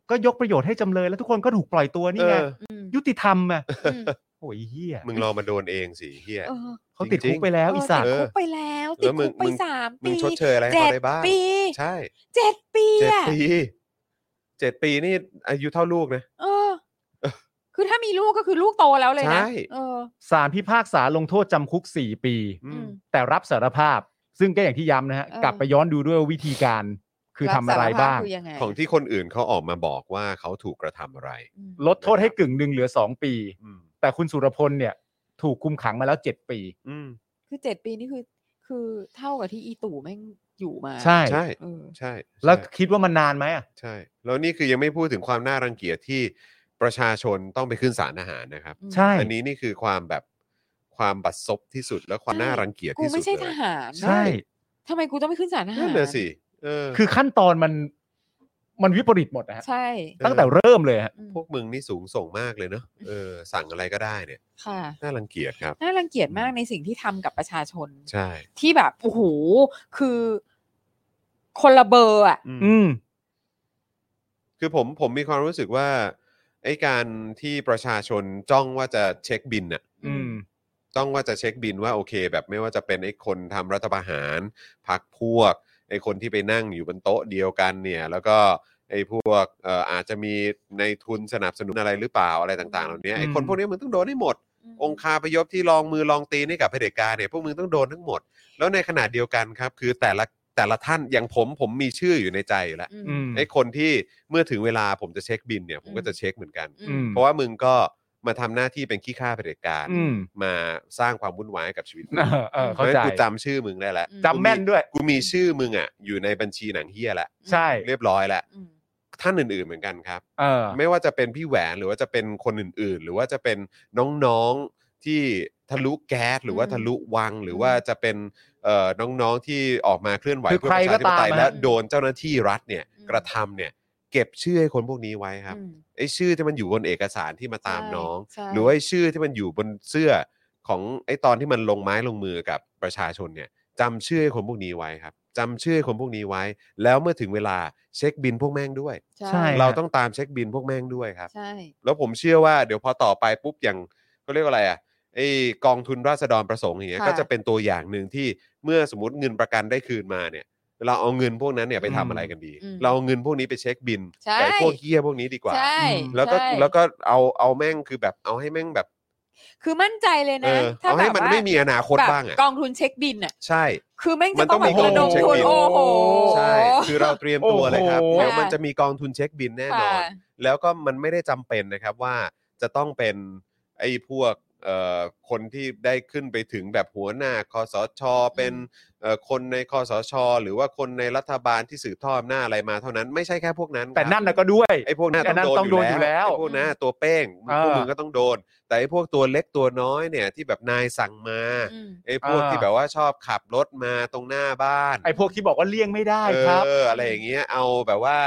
C: ก็ยกประโยชน์ให้จำเลยแล้วทุกคนก็ถูกปล่อยตัวนี่ไง
B: เออ
D: อืม
C: ยุติธรรมอ่ะ
D: อืม
C: โอ้ยเฮีย
B: มึงลองมาโดนเองสิเฮี้ย
D: เออ
C: เขาติดคุกไปแล้วอีสัต
D: เอ
C: ว์
D: อติดคุกไปแล้ว
B: เออ
D: ติด
B: มึง
D: คุกไป
B: มึง
D: สาม
B: มึง
D: ปี
B: ชดเชยอะไรให้
D: เจ็
B: เขา
D: ด
B: ได้บ้าง
D: ปี
B: ใช่
D: เจ็ดปี
B: เจ็ด
D: อะ
B: ปีเจ็ดปีนี่อายุเท่าลูกนะ
D: เออ คือถ้ามีลูกก็คือลูกโตแล้วเลยนะ
B: ใช่
D: เออ
C: สารพิพากษาลงโทษจำคุก 4 ปี
B: อืม
C: แต่รับสารภาพ ซึ่งก็อย่างที่ย้ำนะฮะ
D: เออ
C: กลับไปย้อนดูด้วยว่าวิธีการ คือทำอะไรบ้าง
D: สภพคือยังไง
B: ของที่คนอื่นเขาออกมาบอกว่าเขาถูกกระทำอะไร
D: อืม
C: ลดโทษให้กึ่งหนึ่งเหลือ 2 ปี
B: อืม
C: แต่คุณสุรพลเนี่ย ถูกคุมขังมาแล้ว 7 ปี
B: อืม
D: คือเจ็ดปีนี่คือ คือเท่ากับที่อีตู่แม่งอยู่มา
C: ใช่
B: ใช่
D: เออ
B: ใช่
C: แล้ว
B: ใช่
C: คิดว่ามันนานไหมอ่ะ
B: ใช่ แล้วนี่คือยังไม่พูดถึงความน่ารังเกียจที่ประชาชนต้องไปขึ้นศาลอาหารนะครับ
D: อืม
C: ใช่
B: อันนี้นี่คือความแบบความบัดซบที่สุดและความ
D: ใช่
B: น่ารังเกียจ
D: กู
B: ที่สุด
D: ไม่ใช่
B: เล
D: ท
B: ย
D: หารนะ
C: ใช่
D: ทำไมกูต้องไปขึ้นศาลทหาร
B: นั่นน่ะสิเออ
C: คือขั้นตอนมันมันวิปริตหมดนะฮะ
D: ใช่
C: ตั้งแต่เริ่มเลยฮะ
D: อืม
B: พวกมึงนี่สูงส่งมากเลยเนอะเออ สั่งอะไรก็ได้เนี่ย
D: ค่ะ
B: น่ารังเกียจครับ
D: น่ารังเกียจมากในสิ่งที่ทำกับประชาชน
B: ใช่
D: ที่แบบโอ้โหคือคนละเบอร์อ่ะ
B: อืม
C: อืม
B: คือผมผมมีความรู้สึกว่าไอ้การที่ประชาชนจ้องว่าจะเช็คบินน่ะ
C: อืม
B: จ้องว่าจะเช็คบินว่าโอเค แบบไม่ว่าจะเป็นไอ้คนทำรัฐประหารพักพวกไอ้คนที่ไปนั่งอยู่บนโต๊ะเดียวกันเนี่ย แล้วก็ไอ้พวกเอ่ออาจจะมีในทุนสนับสนุนอะไรหรือเปล่าอะไรต่างๆเหล่านี้ไอ้คน
C: อืม
B: พวกนี้มึงต้องโดนให้หมด
D: ม
B: องคาพยพที่ลองมือลองตีนให้กับเผด็จการเนี่ยพวกมึงต้องโดนทั้งหมด แล้วในขณะเดียวกันครับ คือแต่ละแต่ละท่านอย่างผมผมมีชื่ออยู่ในใจอยู่แล้ว
C: อืม
B: ไอ้คนที่เมื่อถึงเวลาผมจะเช็คบินเนี่ยผมก็จะเช็คเหมือนกัน
D: อืม
B: เพราะว่ามึงก็มาทำหน้าที่เป็นขี้ข้าเผด็จการ
C: อืม
B: มาสร้างความวุ่นวายให้กับชีวิตกู
C: เออเออเข้า
B: พ
C: ใจ
B: ระฉะนั้นกูจำชื่อมึงได้แล้ว
C: จำแม่นด้วย
B: กูมีชื่อมึงอ่ะอยู่ในบัญชีหนังเฮียแล้ว
C: ใช่
B: เรียบร้อยแล้ว
D: อืม
B: ท่านอื่นๆเหมือนกันครับ
C: เออ
B: ไม่ว่าจะเป็นพี่แหวนหรือว่าจะเป็นคนอื่นๆ หรือว่าจะเป็นน้องๆที่ทะลุแก๊สหรือว่าทะลุวัง หรือว่าจะเป็นเอ่อน้องๆที่ออกมาเคลื่อนไหว
C: คือ
B: เพื่อ
C: ใค
B: ป
C: ร
B: ระชาธิ
C: ก็
B: ปไตย
C: ตามอะ
B: และโดนเจ้าหน้าที่รัฐเนี่ย
D: อืม
B: กระทำเนี่ยเก็บชื่อให้คนพวกนี้ไว้ครับ
D: อืม
B: ไอ้ชื่อที่มันอยู่บนเอกสารที่มาตามน้อง
D: ใช่
B: หรือว่าไอ้ชื่อที่มันอยู่บนเสื้อของไอ้ตอนที่มันลงไม้ลงมือกับประชาชนเนี่ยจำชื่อให้คนพวกนี้ไว้ครับจำชื่อให้คนพวกนี้ไว้ แล้วเมื่อถึงเวลาเช็คบินพวกแม่งด้วย
C: ใช่
D: ใช่
B: เราต้องตามเช็คบินพวกแม่งด้วยครับ
D: ใช่
B: แล้วผมเชื่อว่าเดี๋ยวพอต่อไปปุ๊บอย่างเขาเรียกว่าอะไรอ่ะไอ้กองทุนราษฎรประสงค์อย่างเงี้ย
D: ค่ะ
B: ก็จะเป็นตัวอย่างหนึ่งที่เมื่อสมมติเงินประกันได้คืนมาเนี่ย เราเอาเงินพวกนั้นเนี่ยไปทำ
C: อืม
B: อะไรกันดี
D: อืม
B: เราเอาเงินพวกนี้ไปเช็คบิน
D: ใช่
B: กับไอ้พวกเฮี้ยพวกนี้ดีกว่า
D: ใช่
B: แล้วก็
D: ใช่
B: แล้วก็เอาเอาแม่งคือแบบเอาให้แม่งแบบ
D: คือมั่นใจเลย
B: เอ
D: นะ
B: อ
D: ถ้า
B: เอาให้
D: แบบ
B: มัน
D: ว่า
B: ไม่มีอนาคต
D: แบบ
B: บ้างอ่ะ
D: กองทุนเช็คบินอ่ะ
B: ใช่
D: คือแม่ง
B: มั
D: จะ
B: นต้
D: ต้
B: อ
D: อง ง
B: มี
D: แบบกระดม
B: กองทุนเช็ค
D: ทุ
B: บิ
D: น
B: น
D: โอ้โห
B: ใช่คือเราเตรียมตัวเลยครับ
C: โอ้โห
B: เดี๋ยวมันจะมีกองทุนเช็คบินแน่นอน
D: ค่ะ
B: แล้วก็มันไม่ได้จำเป็นนะครับว่าจะต้องเป็นไอ้พวกเอ่อคนที่ได้ขึ้นไปถึงแบบหัวหน้าคอสช เป็นเอ่อคนในคอสช หรือว่าคนในรัฐบาลที่สืบทอดอำนาจอะไรมาเท่านั้นไม่ใช่แค่พวกนั้นครับ
C: แต่นั่นนะก็ด้วย
B: ไอ้พวกนั้น
C: แต่นั่น
B: ต้องโดนอยู่แล้ว
C: ต้อง
B: ไอ้พ
C: โดนอยู่แล้ว
B: วกนั้นตัวเป้ง
C: เออ
B: พวกมึงก็ต้องโดน แต่ไอ้พวกตัวเล็กตัวน้อยเนี่ยที่แบบนายสั่งมา
D: อืม
B: ไอ้พวก
C: อ่า
B: ที่แบบว่าชอบขับรถมาตรงหน้าบ้าน
C: ไอ้พวกที่บอกว่าเลี่ยงไม่ได้ครับ
B: เอออะไรอย่างเงี้ยเอาแบบว่า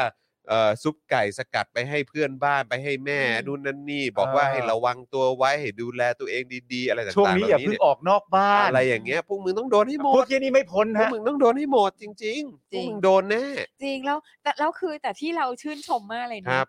B: เอ่อซุปไก่สกัดไปให้เพื่อนบ้านไปให้แม่
D: อืม
B: นู่นนั่นนี่ บอกว่า
C: เออ
B: ให้ระวังตัวไว้ให้ดูแลตัวเองดีๆ อะไรต่างๆ
C: ช่วงนี้อย่า
B: เหล่
C: เพิ่ง
B: เย
C: ออกนอกบ้าน
B: อะไรอย่างเงี้ยพวกมึงต้องโดนให้หม
C: พวก
B: ด
C: ที่นี่ไม่พ้น
B: พวก
C: ฮะ
B: มึงต้องโดนให้หมดจริงๆพ
D: จริ
B: วก
D: ง
B: มึงโดนแน่
D: จริงแล้วแต่แล้วคือแต่ที่เราชื่นชมมากเลย
B: ครั
D: นะ
B: บ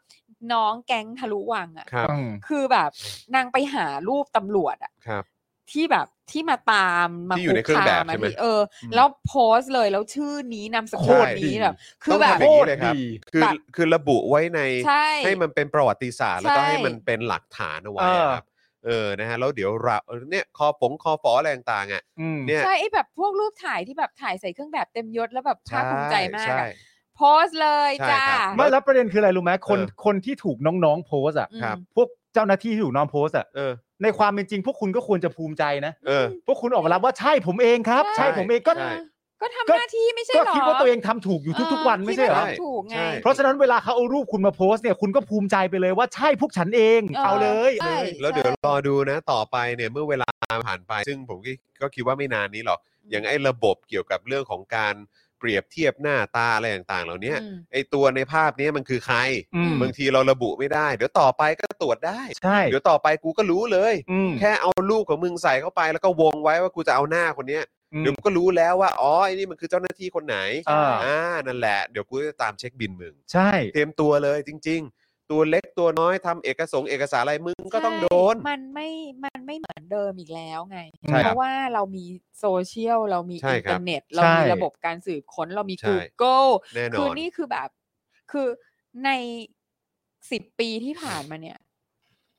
D: น้องแก๊งทะลุวังอ่ะ
B: ครับ
D: คือแบบนางไปหารูปตำรวจอ่ะ
B: ครับ
D: ที่แบบที่มาตามมา
B: ที่อยู่ในเครื่องแบบใช่ไหม
D: คุกคาาที่เอออ
B: ม
D: แล้วโพสต์เลยแล้วชื่อนี้นามสกุล
B: ใช่
D: นี้แบบ คื
B: ต้
D: อ
B: อง
D: แบบ
B: ทำย่างนี้เลยครับ
C: โคตรดี
B: คือ
D: แบบ
B: คือระบุไว้ใน
D: ใช่
B: ให้มันเป็นประวัติศาสตร์แล้วก็
D: ใช่
B: ให้มันเป็นหลักฐานเอาไว้อะ
C: เออ
B: ครับ เออนะฮะแล้วเดี๋ยวเราเออเนี่ยคอปงคอฟออะไรต่างๆอ่ะ
C: อืม
B: เนี่ย
D: ใช่ไอ้แบบพวกรูปถ่ายที่แบบถ่ายใส่เครื่องแบบเต็มยศแล้วแบบภาคภูมิใจมาก
B: ใช่
D: อะโพสต์เลย
B: ใช่
D: จ้า
B: ครับ
C: ไม่แล้วประเด็นคืออะไรรู้ไหมคน
B: เออ
C: คนที่ถูกน้องๆโพสต์อ่ะ
D: อืม
B: ครับ
C: พวกเจ้าหน้าที่ที่ถูกน้องโพสต์อ่ะ
B: เออ
C: ในความเป็นจริง พวกคุณก็ควรจะภูมิใจนะ
B: เออ
C: พวกคุณออกมารับว่าใช่ผมเองครับ
D: ใช่
C: ใช่ผมเองก็
B: ใช่
D: ก็ทำ
C: ก็
D: หน้าที่ไม่ใช่
C: ก็
D: หรอ
C: คิดว่าตัวเองทำถูกอยู่ทุกๆวันไม่ใช่เหรอ
D: คิดว่าทำถูกไง
B: ใช่
C: เพราะฉะนั้นเวลาเขาเอารูปคุณมาโพสต์เนี่ยคุณก็ภูมิใจไปเลยว่าใช่พวกฉันเอง
D: เออ
C: เอาเลย
D: ใช่
B: แล้วเดี๋ยวรอดูนะต่อไปเนี่ยเมื่อเวลาผ่านไป ซึ่งผมก็ก็คิดว่าไม่นานนี้หรอก อย่างไอ้ระบบเกี่ยวกับเรื่องของการเปรียบเทียบหน้าตาอะไรต่างๆ เหล่านี้
D: อืม
B: ไอ้ตัวในภาพเนี้มันคือใคร
C: อืม
B: บางทีเราระบุไม่ได้ เดี๋ยวต่อไปก็ตรวจได้
C: ใช่
B: เดี๋ยวต่อไปกูก็รู้เลย
C: อืม
B: แค่เอารูปของมึงใส่เข้าไปแล้วก็วงไว้ว่ากูจะเอาหน้าคนเนี้ย
C: อืม
B: เดี๋ยวกูก็รู้แล้วว่าอ๋อไอ้นี่มันคือเจ้าหน้าที่คนไหน
C: อ่า
B: อ่านั่นแหละเดี๋ยวกูจะตามเช็คบินมึง
C: ใช่
B: เตรียมตัวเลยจริง ๆ ตัวเล็กตัวน้อยทำเอกสงค์เอกสารอะไรมึงก็ต้องโดน
D: ใช่มันไม่มันไม่เหมือนเดิมอีกแล้วไง
B: ใช่
D: เพ
B: ครับ
D: ราะว่าเรามีโซเชียล เรามี
B: ใช่
D: อิน
B: ครับ
D: เทอร์เน็ต เรามีระบบการสืบค้นเรามี
B: ใช่
D: Google
B: แน่น
D: คืออน นี่คือแบบคือในสิบปีที่ผ่านมาเนี่ย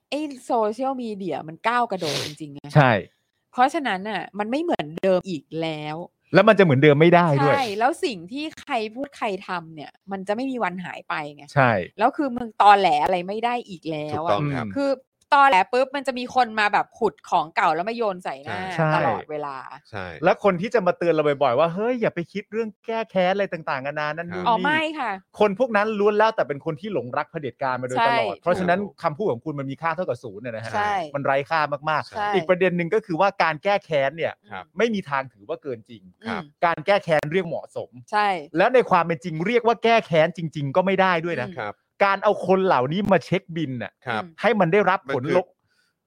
D: ไอ้โซเชียลมีเดียมันก้าวกระโดดจริงๆนะ
C: ใช่
D: เพราะฉะนั้นน่ะ มันไม่เหมือนเดิมอีกแล้ว
C: แล้วมันจะเหมือนเดิมไม่ได้ด้วย
D: แล้วสิ่งที่ใครพูดใครทำเนี่ย มันจะไม่มีวันหายไปไง
C: ใช่
D: แล้วคือมึงตอแหลอะไรไม่ได้อีกแล้
B: ถูก
D: วอะ
B: ต้องครับ
C: ม
D: คือตอแหลปุ๊บมันจะมีคนมาแบบขุดของเก่าแล้วมาโยนใส่หน้า
C: ใช่
D: ตลอดเวลา
B: ใช่
C: แล้วคนที่จะมาเตือนเราบ่อยๆว่า เฮ้ย อย่าไปคิดเรื่องแก้แค้นอะไรต่างๆนานานั่นนู่น
D: อ๋อ
C: นี่
D: ไม่ค่ะ
C: คนพวกนั้นล้วนแล้วแต่เป็นคนที่หลงรักเผด็จการมาโดยตลอด
D: ใช่
C: เพราะฉะนั้นคำพูดของคุณมันมีค่าเท่ากับศูนย์เนี่ยนะฮะ
D: ใช่
C: มันไร้ค่ามาก
D: ใช่
C: ๆ อีกประเด็นหนึ่งก็คือว่าการแก้แค้นเนี่ย
B: ครับ
C: ไม่มีทางถือว่าเกินจริง
D: อืม
C: การแก้แค้นเรียกเหมาะสม
D: ใช่
C: และในความเป็นจริงเรียกว่าแก้แค้นจริง ๆ ก็ไม่ได้ด้วยนะ
D: อืม
B: ครับ
C: การเอาคนเหล่านี้มาเช็คบินน่ะ
B: ครับ
D: อืม
C: ให้มันได้รับ
B: มัน
C: ผล
B: คือ
C: ลบ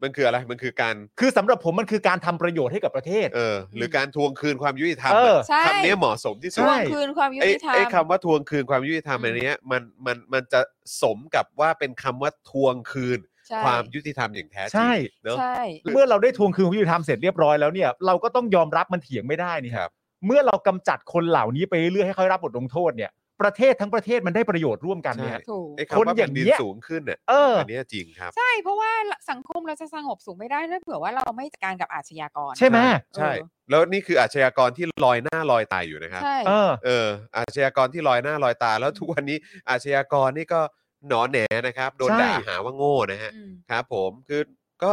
B: มันคืออะไรมันคือการ
C: คือสำหรับผมมันคือการทำประโยชน์ให้กับประเทศ
B: เออหรือการทวงคืนความยุติธรรม
C: เออ
D: ใช่
B: คำนี้เหมาะสมที่
D: ท
B: สุด
D: วงคืนความยุ
B: ไอ้
D: ติธรรม
B: ไอ้คำว่าทวงคืนความยุติธรรม
D: อืม
B: อันเนี้ยมันมันมันจะสมกับว่าเป็นคำว่าทวงคืน
D: ใช่
B: ความยุติธรรมอย่างแท้จ
C: ใช่
B: ริงเนอะ
D: ใช่
C: เมื่อเราได้ทวงคืนความยุติธรรมเสร็จเรียบร้อยแล้วเนี่ยเราก็ต้องยอมรับมันเถียงไม่ได้นี่
B: ครับ
C: เมื่อเรากำจัดคนเหล่านี้ไปเรื่อยๆให้เขาได้รับบทลงโทษเนี่ยประเทศทั้งประเทศมันได้ประโยชน์ร่วมกันเนี่ย
D: ถูก
B: ไอ้
C: คน
B: คำว่า
C: อ
B: แผ่
C: ย่าง
B: น
C: เงี้
B: ดิ
C: ย
B: นสูงขึ้นเนี่ย
C: เอออั
B: นเนี้ยจริงครับ
D: ใช่ เพราะว่าสังคมเราจะสงบสุขไม่ได้ถ้าเผื่อว่าเราไม่จัดการกับอาชญากร
C: ใช่ไหม
B: ใช่
D: เออ
B: แล้วนี่คืออาชญากรที่ลอยหน้าลอยตายอยู่นะครับ
D: ใช่
C: เออ
B: เอออาชญากรที่ลอยหน้าลอยตา แล้วทุกวันนี้อาชญากรนี่ก็หนอนแหนนะครับ โดน
C: ใช่
B: ด่าหาว่าโง่นะฮะ
D: อืม
B: ครับผมคือก็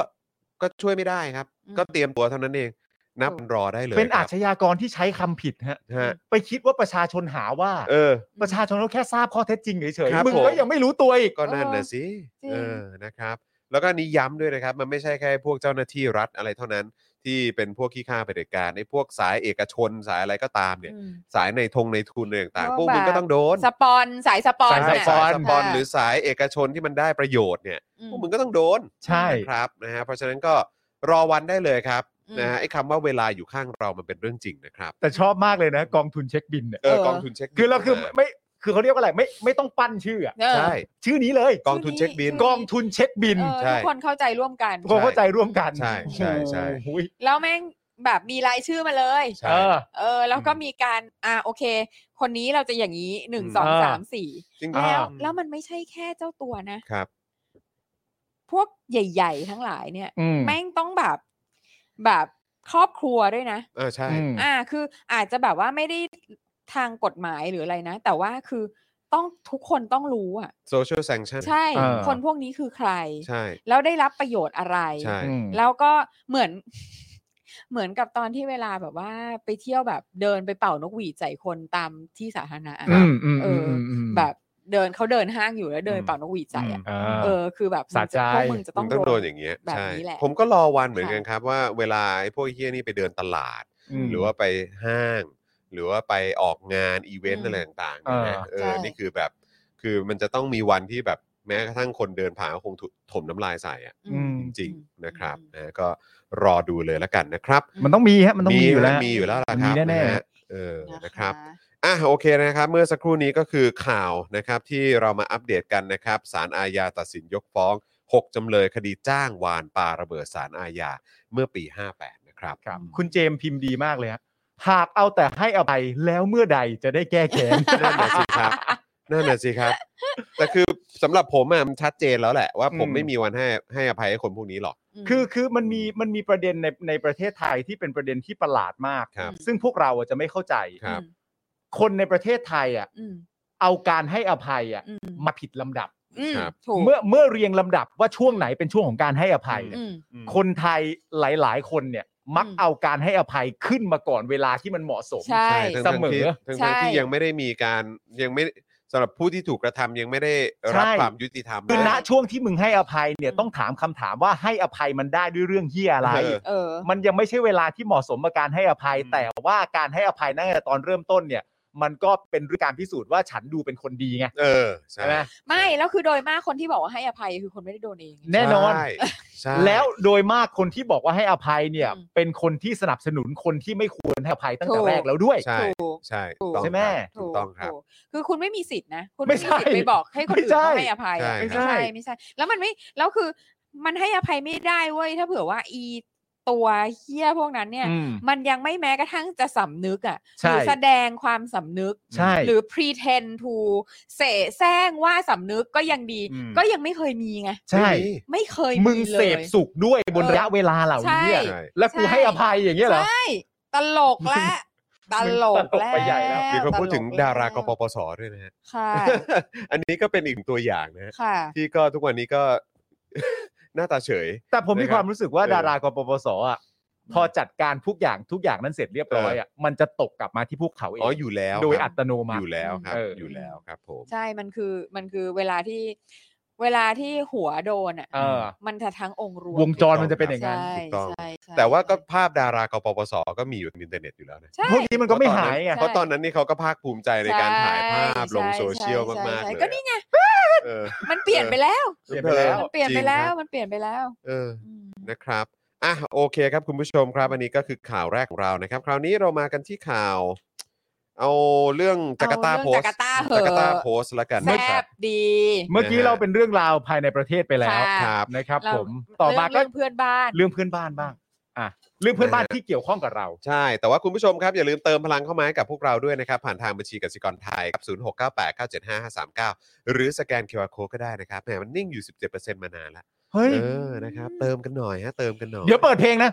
B: ก็ช่วยไม่ได้ครับ
D: อืม
B: ก็เตรียมตัวเท่านั้นเอง นับรอได้เลย
C: เป็นอา
B: ค
C: ช
B: รับ
C: ญากรที่ใช้คำผิดฮะ
B: ฮะ
C: ไปคิดว่าประชาชนหาว่า
B: เออ
C: ประชาชนเขาแค่ทราบข้อเท็จจริงเฉย
B: ครับ
C: ๆมึง
B: ผม
C: ก็ยังไม่รู้ตัวอีก
B: ก็นั่นนะ
D: เออ
B: สิ
D: จริง
B: เออนะครับ แล้วก็อันนี้ย้ำด้วยนะครับ มันไม่ใช่แค่พวกเจ้าหน้าที่รัฐอะไรเท่านั้น ที่เป็นพวกขี้ข้าเผด็จการในพวกสายเอกชนสายอะไรก็ตามเนี่ย
D: อืม
B: สายในทงในทุนอะไรต่าง
D: พว
B: ๆ
D: ก
B: พวกมึง
D: แบบ
B: ก็ต้องโดน
D: สปอนสายสปอ
B: สาน ย
C: สาย
B: สปอน
C: สาย
B: สปอนหรือสายเอกชนที่มันได้ประโยชน์เนี่ยพวกมึงก็ต้องโดน
C: ใช่
B: นะครับนะฮะเพราะฉะนั้นก็รอวันได้เลยครับนะฮะไอ้คำว่าเวลาอยู่ข้างเรามันเป็นเรื่องจริงนะครับ
C: แต่ชอบมากเลยนะ กองทุนเช็คบินเนี่ย
B: เออกองทุนเช็คบิน
C: คือเราคือ
B: ม
C: ไม่คือเขาเรียกว่าอะไรไม่ไม่ต้องปั้นชื่ออะ
D: เออ
B: ใช่
C: ชื่อนี้เลย
B: กองทุนเช็คบิน
C: กองทุนเช็คบิน
D: เออ
B: ใช่
D: ทุกคนเข้าใจร่วมกัน
C: ทุกคนเข้าใจร่วมกัน
B: ใช่ใช่ใช่
C: โอ้โห
D: แล้วแม่งแบบมีรายชื่อมาเลย
B: ใช่
C: เออ
D: เออแล้วก็
B: อืม
D: มีการอ่าโอเค คนนี้เราจะอย่างนี้หนึ่ง
B: อืม
D: สอง
C: อ่า
D: สามสี่
B: จริง
C: อ่า
D: แล้วแล้วมันไม่ใช่แค่เจ้าตัวนะ
B: ครับ
D: พวกใหญ่ ๆ ทั้งหลายเนี่ย
C: อืม
D: แม่งต้องแบบแบบครอบครัวด้วยนะ
B: เออใช่
C: อืม
D: อ่าคืออาจจะแบบว่าไม่ได้ทางกฎหมายหรืออะไรนะ แต่ว่าคือต้องทุกคนต้องรู้อ่ะ
B: social sanction
D: ใช่
C: อ่า
D: คนพวกนี้คือใคร
B: ใช่
D: แล้วได้รับประโยชน์อะไร
B: ใช่
C: อืม
D: แล้วก็เหมือน เหมือนกับตอนที่เวลาแบบว่า ไปเที่ยวแบบเดินไปเป่านกหวีดใส่คนตามที่สาธารณะอะ
C: อืมอืม
D: เอออื
C: มม
D: แบบเดินเขาเดินห้างอยู่แล้วเดินเป่านกหวีดใส่อะ
C: อืมอ่า
D: เออคือแบบ
C: สะใจ
D: พวกมึงจะต้
B: มึ
D: อง
B: งต้อง
D: โด
B: โด
D: น
B: นอย่างเงี้ย
D: แบบ
B: ใช่
D: นี้แหละ
B: ผมก็รอวันเหมือน
D: ค่ะ
B: กันครับว่าเวลาไอ้พวกเฮี้ยนี่ไปเดินตลาด
C: อืม
B: หรือว่าไปห้าง หรือว่าไปออกงานอีเวนต์
D: อืม
B: อะไรต่างๆเนี่ยนะ
C: อ่า
B: เอ
D: ใช่
B: อนี่คือแบบ คือมันจะต้องมีวันที่แบบแม้กระทั่งคนเดินผ่านก็คงถูกถมน้ำลายใส่อะ
D: อืม
B: จริง
D: อืม
B: ๆนะครับ
D: อืม
B: นะก็รอดูเลยละกันนะครับ
C: มันต้องมีฮะมันต้องมีอยู่แล้ว
B: มีอยู่แล้วล่ะ
C: มัน
B: ค
C: มี
B: รับ
C: แน่ๆ
B: ะฮะเออนะครับ
D: นะคะ
B: อ่ะโอเคนะครับ เมื่อสักครู่นี้ก็คือข่าวนะครับที่เรามาอัปเดตกันนะครับสารอาญาตัดสินยกฟ้อง 6 จำเลยคดีจ้างวานปาระเบิดสารอาญาเมื่อปี 58 นะครับ
C: ครับคุณเจมส์พิมพ์ดีม ากเลยฮะหากเอาแต่ให้อภัยแล้วเมื่อใดจะได้แก้แค้น
B: นั่นแหละสิครับ นั่นแหะสิครับ แต่คือสำหรับผมอะมันชัดเจนแล้วแหละว่าผม
C: อืม
B: ไม่มีวันให้ให้อภัยให้คนพวกนี้หรอก
D: ม
C: คือคือมันมีมันมีประเด็นในในประเทศไทยที่เป็นประเด็นที่ประหลาดมาก
B: ครับ
C: ซึ่งพวกเราอะจะไม่เข้าใจ
B: ครับ
C: คนในประเทศไทยอ่ะ
D: อืม
C: เอาการให้อภัยอ่ะ
D: อืม
C: มาผิดลำดับ
D: อืม
B: ครับ
D: ถูก
C: เมื่อเมื่อเรียงลำดับว่าช่วงไหนเป็นช่วงของการให้อภัยเนี่ย
D: อืม
C: คนไทยหลาย ๆ คนเนี่ย มัก
D: อืม
C: เอาการให้อภัยขึ้นมาก่อนเวลาที่มันเหมาะสม
D: ใช่
B: ทั้ง
C: เส
B: ทั้ง
C: มอ
B: ที่ทั้ง
D: ใช่
B: ทั้งที่ยังไม่ได้มีการยังไม่สำหรับผู้ที่ถูกกระทำยังไม่ได้รับ
C: ใช่
B: ความยุติธรรม
C: คือณ
B: นะ
C: ช่วงที่มึงให้อภัยเนี่ย
D: อืม
C: ต้องถามคำถามว่าให้อภัยมันได้ด้วยเรื่องเฮียอะไร
B: เออ
D: เออ
C: มันยังไม่ใช่เวลาที่เหมาะสมกับการให้อภัย แต่ว่าการให้อภัยตั้งแต่ตอนเริ่มต้นเนี่ย มันก็เป็นเรื่องการพิสูจน์ว่าฉันดูเป็นคนดีไง
B: เออใช่
C: ใช่ไหม
D: ไม่แล้วคือโดยมากคนที่บอกว่าให้อภัยคือคนไม่ได้โดนเอง
C: แน่นอน
B: ใช่ใช่
C: แล้วโดยมากคนที่บอกว่าให้อภัยเนี่ย
D: อืม
C: เป็นคนที่สนับสนุนคนที่ไม่ควรให้อภัยตั้งแต่
D: ถูก
C: แรกแล้วด้วย
B: ใช่
D: ถูก
B: ใช่
D: ถูก
B: ต้อง
C: ใช่ไหม
B: ครับถู
D: ถู
B: ก
D: ก
B: ต้องครับ
D: ถูกคือคุณไม่มีสิทธินะ คุณ
C: ไม่
D: ไม่
C: ใช่
D: มีสิทธิ์ไปบอกให้คนอื่น
C: ไม่ใช่
D: เขาให้อภัย
B: ใช่
D: อะไม่ใช่ไม่ใช่ แล้วมันไม่แล้วคือมันให้อภัยไม่ได้เว้ยถ้าเผื่อว่าอีตัวเฮี้ยพวกนั้นเนี่ย มันยังไม่แม้กระทั่งจะสำนึกอ่ะห
C: ใช่
D: รือแสดงความสำนึก
C: ใช่
D: หรือ pretend to เสแสร้งว่าสำนึกก็ยังดี
C: อืม
D: ก็ยังไม่เคยมีไง
C: ใช่
B: ไม่มี
D: ไม่เคย
C: มึง
D: ล
C: เส
D: ย
C: พสุขด้วยบนระยะเวลาเหล่านี้อะ
B: ใช่
C: แล้วกูให้อภัยอย่างเงี้ยเหรอ
D: ใช่ ตลกและ ตลก
C: ตลก
D: แล้ว
C: ไปใหญ่แล้ว
B: มีคนพูดถึง
D: ตลกแล้ว
B: ดารากปปสด้วยนะฮะ
D: ค่ะ
B: อันนี้ก็เป็นอีกหนึ่งตัวอย่างนะฮะ
D: ค่ะ
B: ที่ก็ทุกวันนี้ก็ หน้าตาเฉย
C: แต่ผมมี
B: นะครับ
C: ความรู้สึกว่า
B: เออ
C: ดารากปปสอ่ะพอจัดการทุกอย่างทุกอย่างนั้นเสร็จเรียบร้อยอ่ะมันจะตกกลับมาที่พวกเขาเอง
B: อ๋ออยู่แล้ว
C: โดย
B: ครับ
C: อัตโนมั
B: อ
C: ติ
B: ยู่แล้วครับ
C: เออ
B: อ
C: อ
B: ยู่แล้วครับผม
D: ใช่ มันคือ มันคือเวลาที่ เวลาที่หัวโดนอ่ะ
C: เออ
D: มันจะทั้งองค์รวม
C: วงจรมันจะเป็นอย่างนั้น
D: ใช่
B: ถูกต้อง
D: ใช่ใช่
B: แต่ว่าก็ภาพดารากปปสก็มีอยู่ในอินเทอร์เน็ตอยู่แล้วนะ
D: ใช่
C: พวกนี้มันก็ไม่หายไง
D: ใช่
B: เพราะตอนนั้นนี่เขาก็ภาคภูมิใจในการถ่ายภาพลงโซเชียลมากๆเลย
D: ก็นี่ไง
B: เออ
D: มันเปลี่ยนไปแล้ว
C: เปลี่ยนไปแล้ว
D: มันเปลี่ยนไปแล้ว มันเปลี่ยนไปแล้ว
B: เออ
D: อืม
B: นะครับอ่ะโอเคครับคุณผู้ชมครับอันนี้ก็คือข่าวแรกของเรานะครับ คราวนี้เรามากันที่ข่าว เอาเรื่องจาการ์ตา
D: เอา
B: โพ
D: เรื่
B: ส
D: องจาการ์ตาเหอะ
B: จาการ์ตาโพสละกัน
D: แซ
B: นะค
D: บ
B: รับ
D: ดี
C: เมื่อกี้
B: นะฮะ
C: เราเป็นเรื่องราวภายในประเทศไปแล้ว
D: ค่ะครับ
C: นะครับ
D: เรา
C: ผมต่อมาก็
D: เรื่องเพื่อนบ้าน
C: เรื่องเพื่อนบ้านบ้างอ่ะเรื่องเพื่อนบ้านที่เกี่ยวข้องกับเรา
B: ใช่ แต่ว่าคุณผู้ชมครับ อย่าลืมเติมพลังเข้ามาให้กับพวกเราด้วยนะครับ ผ่านทางบัญชีกสิกรไทยครับ 0698975539 หรือสแกน QR Code ก็ได้นะครับแหมมันนิ่งอยู่ 17%มานานแล้ว
C: เฮ้ย
B: เออนะครับเติมกันหน่อยฮะเติมกันหน่อย
C: เดี๋ยวเปิดเพลงนะ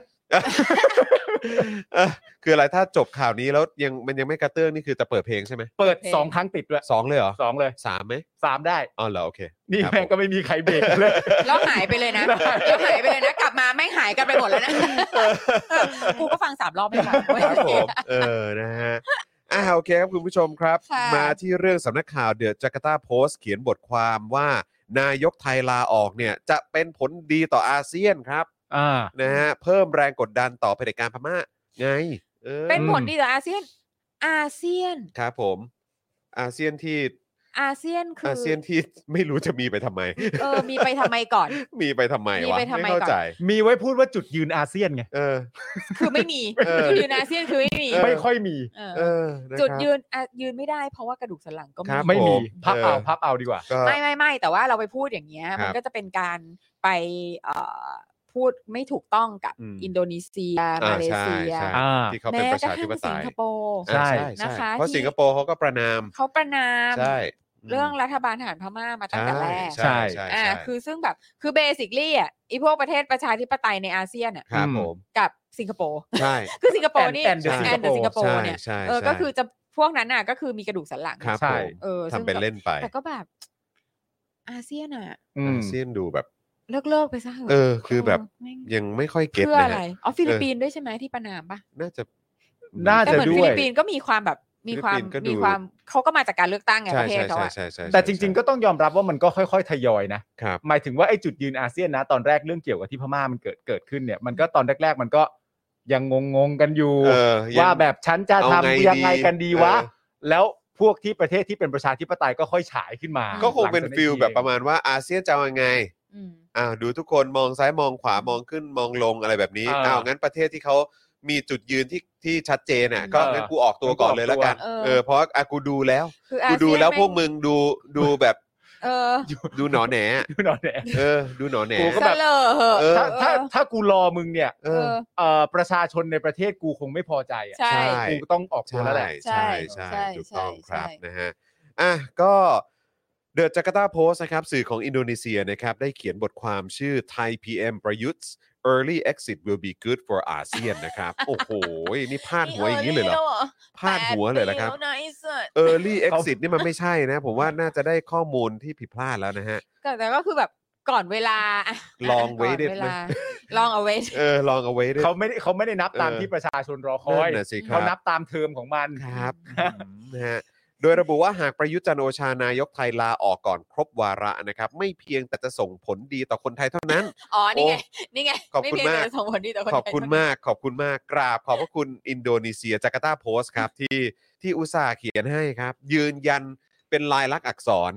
B: เออคืออะไรถ้าจบข่าวนี้แล้วยังมันยังไม่กระเตื้องนี่คือจะเปิดเพลงใช่ไหม
C: เปิด
D: เปิดเพลง
C: สองครั้งติดด้วย
B: สองเลยเหรอ
C: สองเลย
B: สามไหม
C: สามได้
B: อ๋อเหรอโอเค
C: นี่
B: ครับ
C: แม่งก็ไม่มีใครเบรกเลย
D: แล้วหายไปเลยนะ แล้วหายไปเลยนะ กลับมาแม่งหายกันไปหมดแล้วนะ กูก็ฟังสามรอบไม่ทั นเว้ย
B: ครับผมเออนะฮะอ่าโอเคครับคุณผู้ชมครับ
D: ค่ะ
B: มาที่เรื่องสำนักข่าวเดอะจาการ์ตาโพสเขียนบทความว่า นายกไทยลาออกเนี่ย จะเป็นผลดีต่ออาเซียนครับ
C: อ่า
B: นะฮะเพิ่มแรงกดดันต่อเผด็จการพม่าไงออ
D: เป็นผลดีต่ออาเซียน อาเซียน
B: ครับผม อาเซียนที่
D: อาเซียนคือ
B: อา
D: อา
B: เซียนที่ ไม่รู้จะมีไปทำไม
D: เออ มีไปทำไมก่อน
B: มีไปทำไม
D: มี
B: วะ
D: ไปทำไม
B: ไม่เข้า
D: ก่อน
B: ใจ
C: มีไว้พูดว่าจุดยืนอาเซียนไง
B: เออ
D: คือไม่มี
B: เออ
D: จุดยืนอาเซียนคือไม่มี
B: เออ
C: ไม่ค่อยมี
D: เออ
B: เออนะครับ
D: จุดยืนอ่ะยืนไม่ได้เพราะว่ากระดูกสันหลังก็ไม
B: ครับ
C: ไม่
D: มี
C: มี
B: ผม
C: พับ
B: เออ
C: เอาพับเอาดีกว่า
B: ก็
D: ไม่ไม่ไม่แต่ว่าเราไปพูดอย่างเงี้ย
B: ครับ
D: มันก็จะเป็นการไปเอ่อพูดไม่ถูกต้องกับ
B: อืม
D: อินโดนีเซีย
B: อ่
D: มาเล
B: ใช่
D: เซีย
B: ใช่
C: อ่า
B: ที่เขาเป็น
D: แม้
B: ประ
D: กระ
B: ชาธิ
D: ทั่ง
B: ปไต
D: สิง
B: ย
D: คโปร์
C: ใช่
D: นะคะ
B: เพราะสิงคโปร์เขาก็ประนาม
D: เขาประนาม
B: ใช่
D: เรื่องรัฐบาลทหารพม่ามาตั้งแต่แรก
B: ใช่ใช่
D: อ่า
B: ใช่
D: คือซึ่งแบบ คือเบสิคลี่อ่ะไอีพวกประเทศประชาธิปไตยในอาเซียนอ่ะ
B: ครับผม
D: กับสิงคโปร์
B: ใช่
D: คือสิงคโปร์นี่
C: And- and the
D: แอนเด
C: Singapore
D: สิง
B: ใช่
D: คโปร์เนี่ย
B: ใช่
D: เออ
B: ใช่
D: ก็คือจะพวกนั้นน่ะ ก็คือมีกระดูกสันหลัง
B: ครับ
C: ใช่
B: ผม
D: เออซึ่ง
B: ทำเป็น
D: แบบ
B: เล่นไป
D: แต่ก็แบบ อาเซียนอ่ะ
C: อืม
B: อาเซียนดูแบบ
D: เลิกเลิกๆไปซะถะ
B: เออคือแบบ
D: เม่ง
B: ยังไม่ค่อยเก็ต
D: เพื่อ
B: นะ
D: อะไร
B: ฮะ
D: อ๋อฟิลิป
B: เออ
D: ปินส์ด้วยใช่ไหมที่ประนามปะ
B: น่าจะ
C: น่า
D: แต่เหมือน
C: ด้วย
D: ฟิลิปปินส์ก็มีความแบบมีความ
B: ฟิลิปปินส์ก็ดู
D: มีความเขาก็มาจากการเลือกตั้งไงป
B: ใช่
D: ระเทศ
B: ใช่
D: เขา
B: ใช่
D: อ่ะ
B: ใช่ใช่
C: แต่จริง ๆ ก็ต้องยอมรับว่ามันก็ค่อย ๆ ทยอยนะ
B: ครับ
C: หมายถึงว่าไอ้จุดยืนอาเซียนนะ ตอนแรกเรื่องเกี่ยวกับที่พม่ามันเกิดเกิดขึ้นเนี่ย มันก็ตอนแรก ๆ มันก็ยังงงๆกันอยู่
B: เออยัง
C: ว่าแบบฉันจะ
B: เอาไงดี
C: ทำยังไงกันดีวะ
B: เออ
C: แล้วพวกที่ประเทศที่เป็นประชาธิปไตยก็ค่อยฉายขึ้นมา
B: ก็คงเป็น
C: หลัจา
B: ฟิลแบบประมาณว่าอาเซียนจะเอายังไง
D: อืม
B: อ่าดูทุกคนมองซ้ายมองขวามองขึ้นมองลงอะไรแบบนี้อ้าวงั้นประเทศที่เขามีจุดยืนที่ที่ชัดเจนอ่ะ ก็งั้นกูออกตัวก่อนเลยแล้วกันเออเพราะอ่ะกูดูแล้ว
D: คืออา
B: กู
D: เซียน
B: ดูแล้ว
D: แม่
B: พวกมึงดูดูแบบ
D: เออ
B: ดูหนอแหนอะ
C: ดูหน่อยแหละ
B: เออ ดูหนอแหน
C: กูก็
D: เส
C: แบบ
D: ลอเหอะ
B: เออ
C: ถ้าถ้า
D: เออ
C: ถ้ากูรอมึงเนี่ย
B: เออ
D: เออ
C: เอ่อประชาชนในประเทศกูคงไม่พอใจอ่ะ
D: ใช่
B: ใช่
C: กูก็ต้องออกตัว
B: ใช่
C: แล้วแหละ
B: ใช่
D: ใช่
B: ใช่
D: ใช่
B: ถูกต้องค
D: ใช่
B: รับ
D: ใช่
B: นะฮะ อ่ะก็เดอะจาการ์ตาโพสนะครับสื่อของอินโดนีเซียนะครับได้เขียนบทความชื่อ Thai PM ประยุทธ์ Early exit will be good for ASEAN นะครับ โอ้โห นี่พาดหัวอย่างนี้เลยเหรอ พาดหัวเลยนะครับ
F: แปดปีแวนไอ้สัส
B: Early exit นี่มันไม่ใช่นะ ผมว่าน่าจะได้ข้อมูลที่ผิดพลาดแล้วนะฮะ
D: ก็แต่ก็คือแบบก่อนเวลาะ
B: Long
D: ก่น
B: waited
D: ว
B: ไหม
D: ลาลองเอาไว้
B: เออ ลองเอาไว้ด้วย
C: เขาไม่ได้เขาไม่ได้นับตามที่ประชาชนรอคอย
B: นั่นนะสิครั
C: เขานับตามเทอมของมัน
B: ครับอืมนะฮะโดยระบุว่าหากประยุทธ์จันทร์โอชานายกไทยลาออกก่อนครบวาระนะครับ ไม่เพียงแต่จะส่งผลดีต่อคนไทยเท่านั้น
D: อ๋อ นี่ไง
B: โอ้
D: นี่ไง
B: ขอบคุณ
D: ไเพียง
B: มา
D: แต่
B: ก
D: ส่งผลดีต่อคน
B: ขอบคุณ
D: ไทย
B: มาก ขอบคุณมาก กราบขอบพระคุณอินโดนีเซียจาการ์ตาโพสต์ครับ ที่ที่อุตส่าห์เขียนให้ครับ ยืนยันเป็นลายลักษณ์อักษร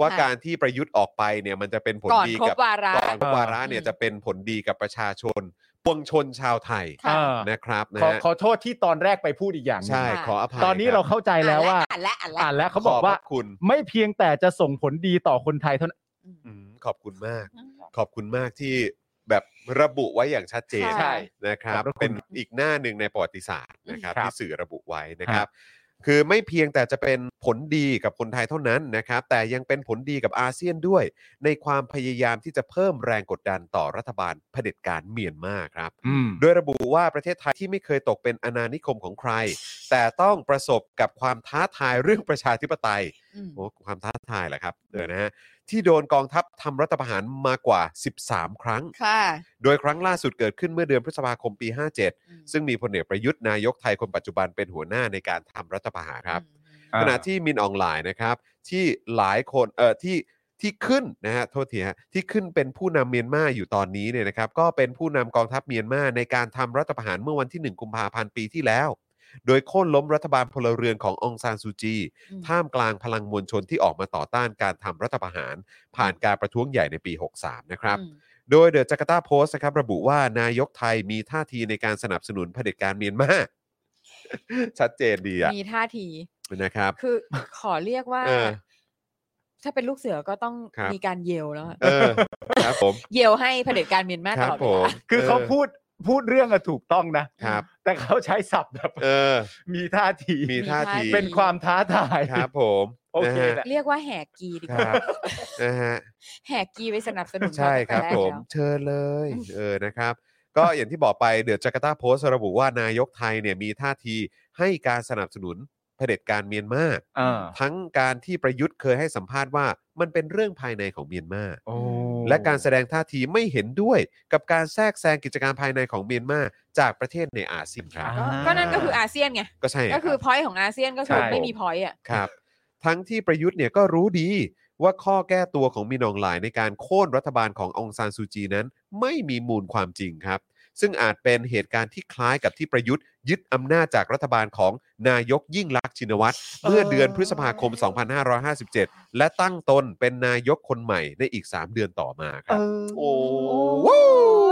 B: ว่า
D: ค่ะ
B: การที่ประยุทธ์ออกไปเนี่ยมันจะเป็นผล
D: ก่อน
B: ดี
D: ครบ
B: กับ
D: วาระ
B: ก่อนครบวาระเนี่ย
D: อืม
B: จะเป็นผลดีกับประชาชนปวงชนชาวไทย
D: ค่ะ
C: อ่า
B: นะครับนะ
C: ขอ
B: ฮะ
C: ขอโทษที่ตอนแรกไปพูดอีกอย่างหนึ่ง
B: ใช่ขออภัย
C: ตอนนี้เราเข้าใจแล้วว่า
D: อ่านและอ่านและ
C: อ่านแล้วเขาบอกว่า
B: ขพระคุณ
C: ไม่เพียงแต่จะส่งผลดีต่อคนไทยเท่านั้น
B: อืมขอบคุณมาก ขอบคุณมากที่แบบระบุไว้อย่างชัดเจน
D: ใช่
B: นะครับ
C: ขอบพระคุณ
B: เป็นอีกหน้าหนึ่งในประวัติศาสตร์นะครับ
C: ครับ
B: ที่สื่อระบุไว้นะครับ คือไม่เพียงแต่จะเป็นผลดีกับคนไทยเท่านั้นนะครับ แต่ยังเป็นผลดีกับอาเซียนด้วย ในความพยายามที่จะเพิ่มแรงกดดันต่อรัฐบาลเผด็จการเมียนมาครับ โดยระบุว่าประเทศไทยที่ไม่เคยตกเป็นอาณานิคมของใคร แต่ต้องประสบกับความท้าทายเรื่องประชาธิปไตย โอ้ความท้าทายแหละครับเออนะฮะที่โดนกองทัพทำรัฐประหารมากว่า 13 ครั้ง
D: ค่ะ
B: โดยครั้งล่าสุดเกิดขึ้นเมื่อเดือนพฤษภาคมปี 57
D: อืม
B: ซึ่งมีพลเอกประยุทธ์นายกไทยคนปัจจุบันเป็นหัวหน้าในการทำรัฐประหารครับ
C: อ่า
B: ขณะที่มินออนไลน์นะครับ ที่หลายคนเอ่อที่ที่ขึ้นนะฮะโทษทีฮะที่ขึ้นเป็นผู้นำเมียนมาอยู่ตอนนี้เนี่ยนะครับ ก็เป็นผู้นำกองทัพเมียนมาในการทำรัฐประหารเมื่อวันที่ 1 กุมภาพันธ์ปีที่แล้ว โดยโค่นล้มรัฐบาลพลเรือนขององซานซูจี
D: อืม
B: ท่ามกลางพลังมวลชนที่ออกมาต่อต้านการทำรัฐประหาร ผ่านการประท้วงใหญ่ในปี 63 นะครับ
D: อืม
B: โดยเดอะจาการ์ตาโพสต์นะครับระบุว่านายกไทยมีท่าทีในการสนับสนุนเผด็จการเมียนมา ชัดเจนดีอะ
D: มีท่าที
B: นะครับ
D: คือขอเรียกว่า
B: เออ
D: ถ้าเป็นลูกเสือก็ต้อง
B: ครับ
D: มีการเยลแล้วอะ
B: เออครับผม
D: เยลให้เผด็จการเมียนมา
B: ค
D: ต
B: รับ
D: ลอด
B: ผ
D: เว
B: ม
D: ลา
C: คือเขาพูดพูดเรื่องอะถูกต้องนะ
B: ครับ
C: แต่เขาใช้ศัพท์แบบ
B: เออ
C: มีท่าที
B: มีท่าที
C: เป็นความท้าทาย
B: ครับผม
C: โอ
B: นะ
C: เค
B: ฮะ
C: แหละ
D: เรียกว่าแหกกีดีก
B: ค
D: ว่า
B: รับนะฮะ
D: แหกกีไปสนับสนุน
B: ใช่
D: เขา
B: ค
D: ตั้งแต่
B: รับ
D: แก
B: ผม
D: แล้ว
B: เชิญเลยเออนะครับ ก็อย่างที่บอกไปเดือดจาการ์ตาโพสระบุว่านายกไทยเนี่ยมีท่าทีให้การสนับสนุนเผด็จการเมียนมา
C: อ่า
B: ทั้งการที่ประยุทธ์เคยให้สัมภาษณ์ว่ามันเป็นเรื่องภายในของเมียนมา
C: โอ้
B: และการแสดงท่าทีไม่เห็นด้วยกับการแทรกแซงกิจการภายในของเมียนมาจากประเทศในอาเซียนครับ
D: ก็ก็นั่นก็คืออาเซียนไง
B: ก็ใช่
D: ก็
B: ค
D: คื
B: รั
D: อบ พอยต์ของอาเซียนก็คือ
B: ใช่
D: ไม่มีพอยต์อ่ะ
B: ครับ ทั้งที่ประยุทธ์เนี่ยก็รู้ดีว่าข้อแก้ตัวของมินอองหลายในการโค่นรัฐบาลขององซานซูจีนั้น ไม่มีมูลความจริงครับ ซึ่งอาจเป็นเหตุการณ์ที่คล้ายกับที่ประยุทธ์ ยึดอำนาจจากรัฐบาลของนายกยิ่งลักษณ์ชินวัตรเมื่อเดือนพฤษภาคม 2557 และตั้งตนเป็นนายกคนใหม่ในอีก 3 เดือนต่อมาค
C: เอ
B: รับ
C: อ
B: โอ้โห
D: โอ้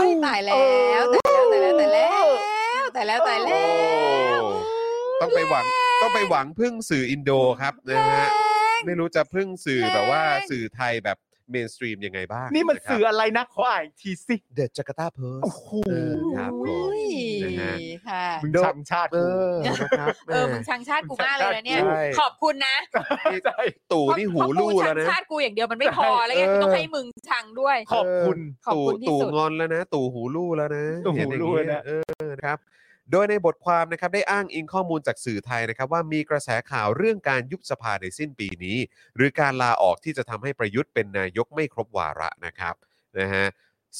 D: ยตายแล้วตายแล้วตายแล้วตายแล้วตายแล้วตายแล้ว
B: โอ้ต้องไปหวังต้องไปหวังพึ่งสื่ออินโดครับนะฮะ ไม่รู้จะพึ่งสื่อแบบว่าสื่อไทยแบบเมนสตรีมยังไงบ้าง
C: นี่มันสื่ออะไรนะขออ่านอีกทีสิ
B: เดอะจาการ์ตาเพิร์
C: โอ้โห
B: เออครับผม
D: อุ้ย
B: นะฮะ
D: ค่ะ
C: มึงชังชาติ
B: เออนะครับ
D: เออมึงชังชาติกูมากเลยนะเนี่ย
B: ใช่
D: ขอบคุณนะ
C: ใช่
B: ตู่นี่หูลู่
D: เพ
B: แล้ว
D: ราะกูชั
B: นะ
D: งชาติกูอย่างเดียวมันไม่พอแล้วไง
B: เออ
D: กูต้องให้มึงชังด้วย
C: ขอบคุณ
D: ขอบ
B: ตู่
D: คุณที่
B: ตู่
D: สุด
B: งอนแล้วนะ ตู่หูลู่แล้วนะ
C: ตู่หูลู่
B: เห็นอย่าง
C: นะ
B: เงี้ยเออนะครับ โดยในบทความนะครับได้อ้างอิงข้อมูลจากสื่อไทยนะครับ ว่ามีกระแสข่าวเรื่องการยุบสภาในสิ้นปีนี้ หรือการลาออกที่จะทำให้ประยุทธ์เป็นนายกไม่ครบวาระนะครับนะฮะ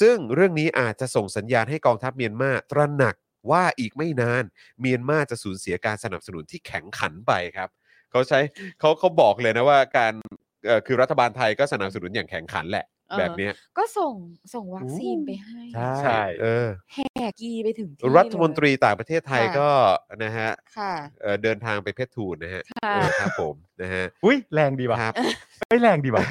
B: ซึ่งเรื่องนี้อาจจะส่งสัญญาณให้กองทัพเมียนมาตระหนักว่าอีกไม่นาน เมียนมาจะสูญเสียการสนับสนุนที่แข็งขันไปครับ เขาใช้เขาเขาบอกเลยนะว่าการเอ่อคือรัฐบาลไทยก็สนับสนุนอย่างแข็งขันแหละ
D: เออ
B: แบบเนี้ย
D: ก็ส่งส่งวัคซีนไปให้
C: ใช่
B: เออ
D: แหกกีไปถึงที่
B: รัฐมนตรีต่างประเทศไทยก็นะฮะ
D: ค่ะ
B: เอ่อเดินทางไปเพชรทูลนะฮะ
D: ค่ะ
B: เออครับผมนะ ฮะ
C: อุ้ยแรงดีว่ะ
B: ครับ
C: ไม่แรงดีว่ะ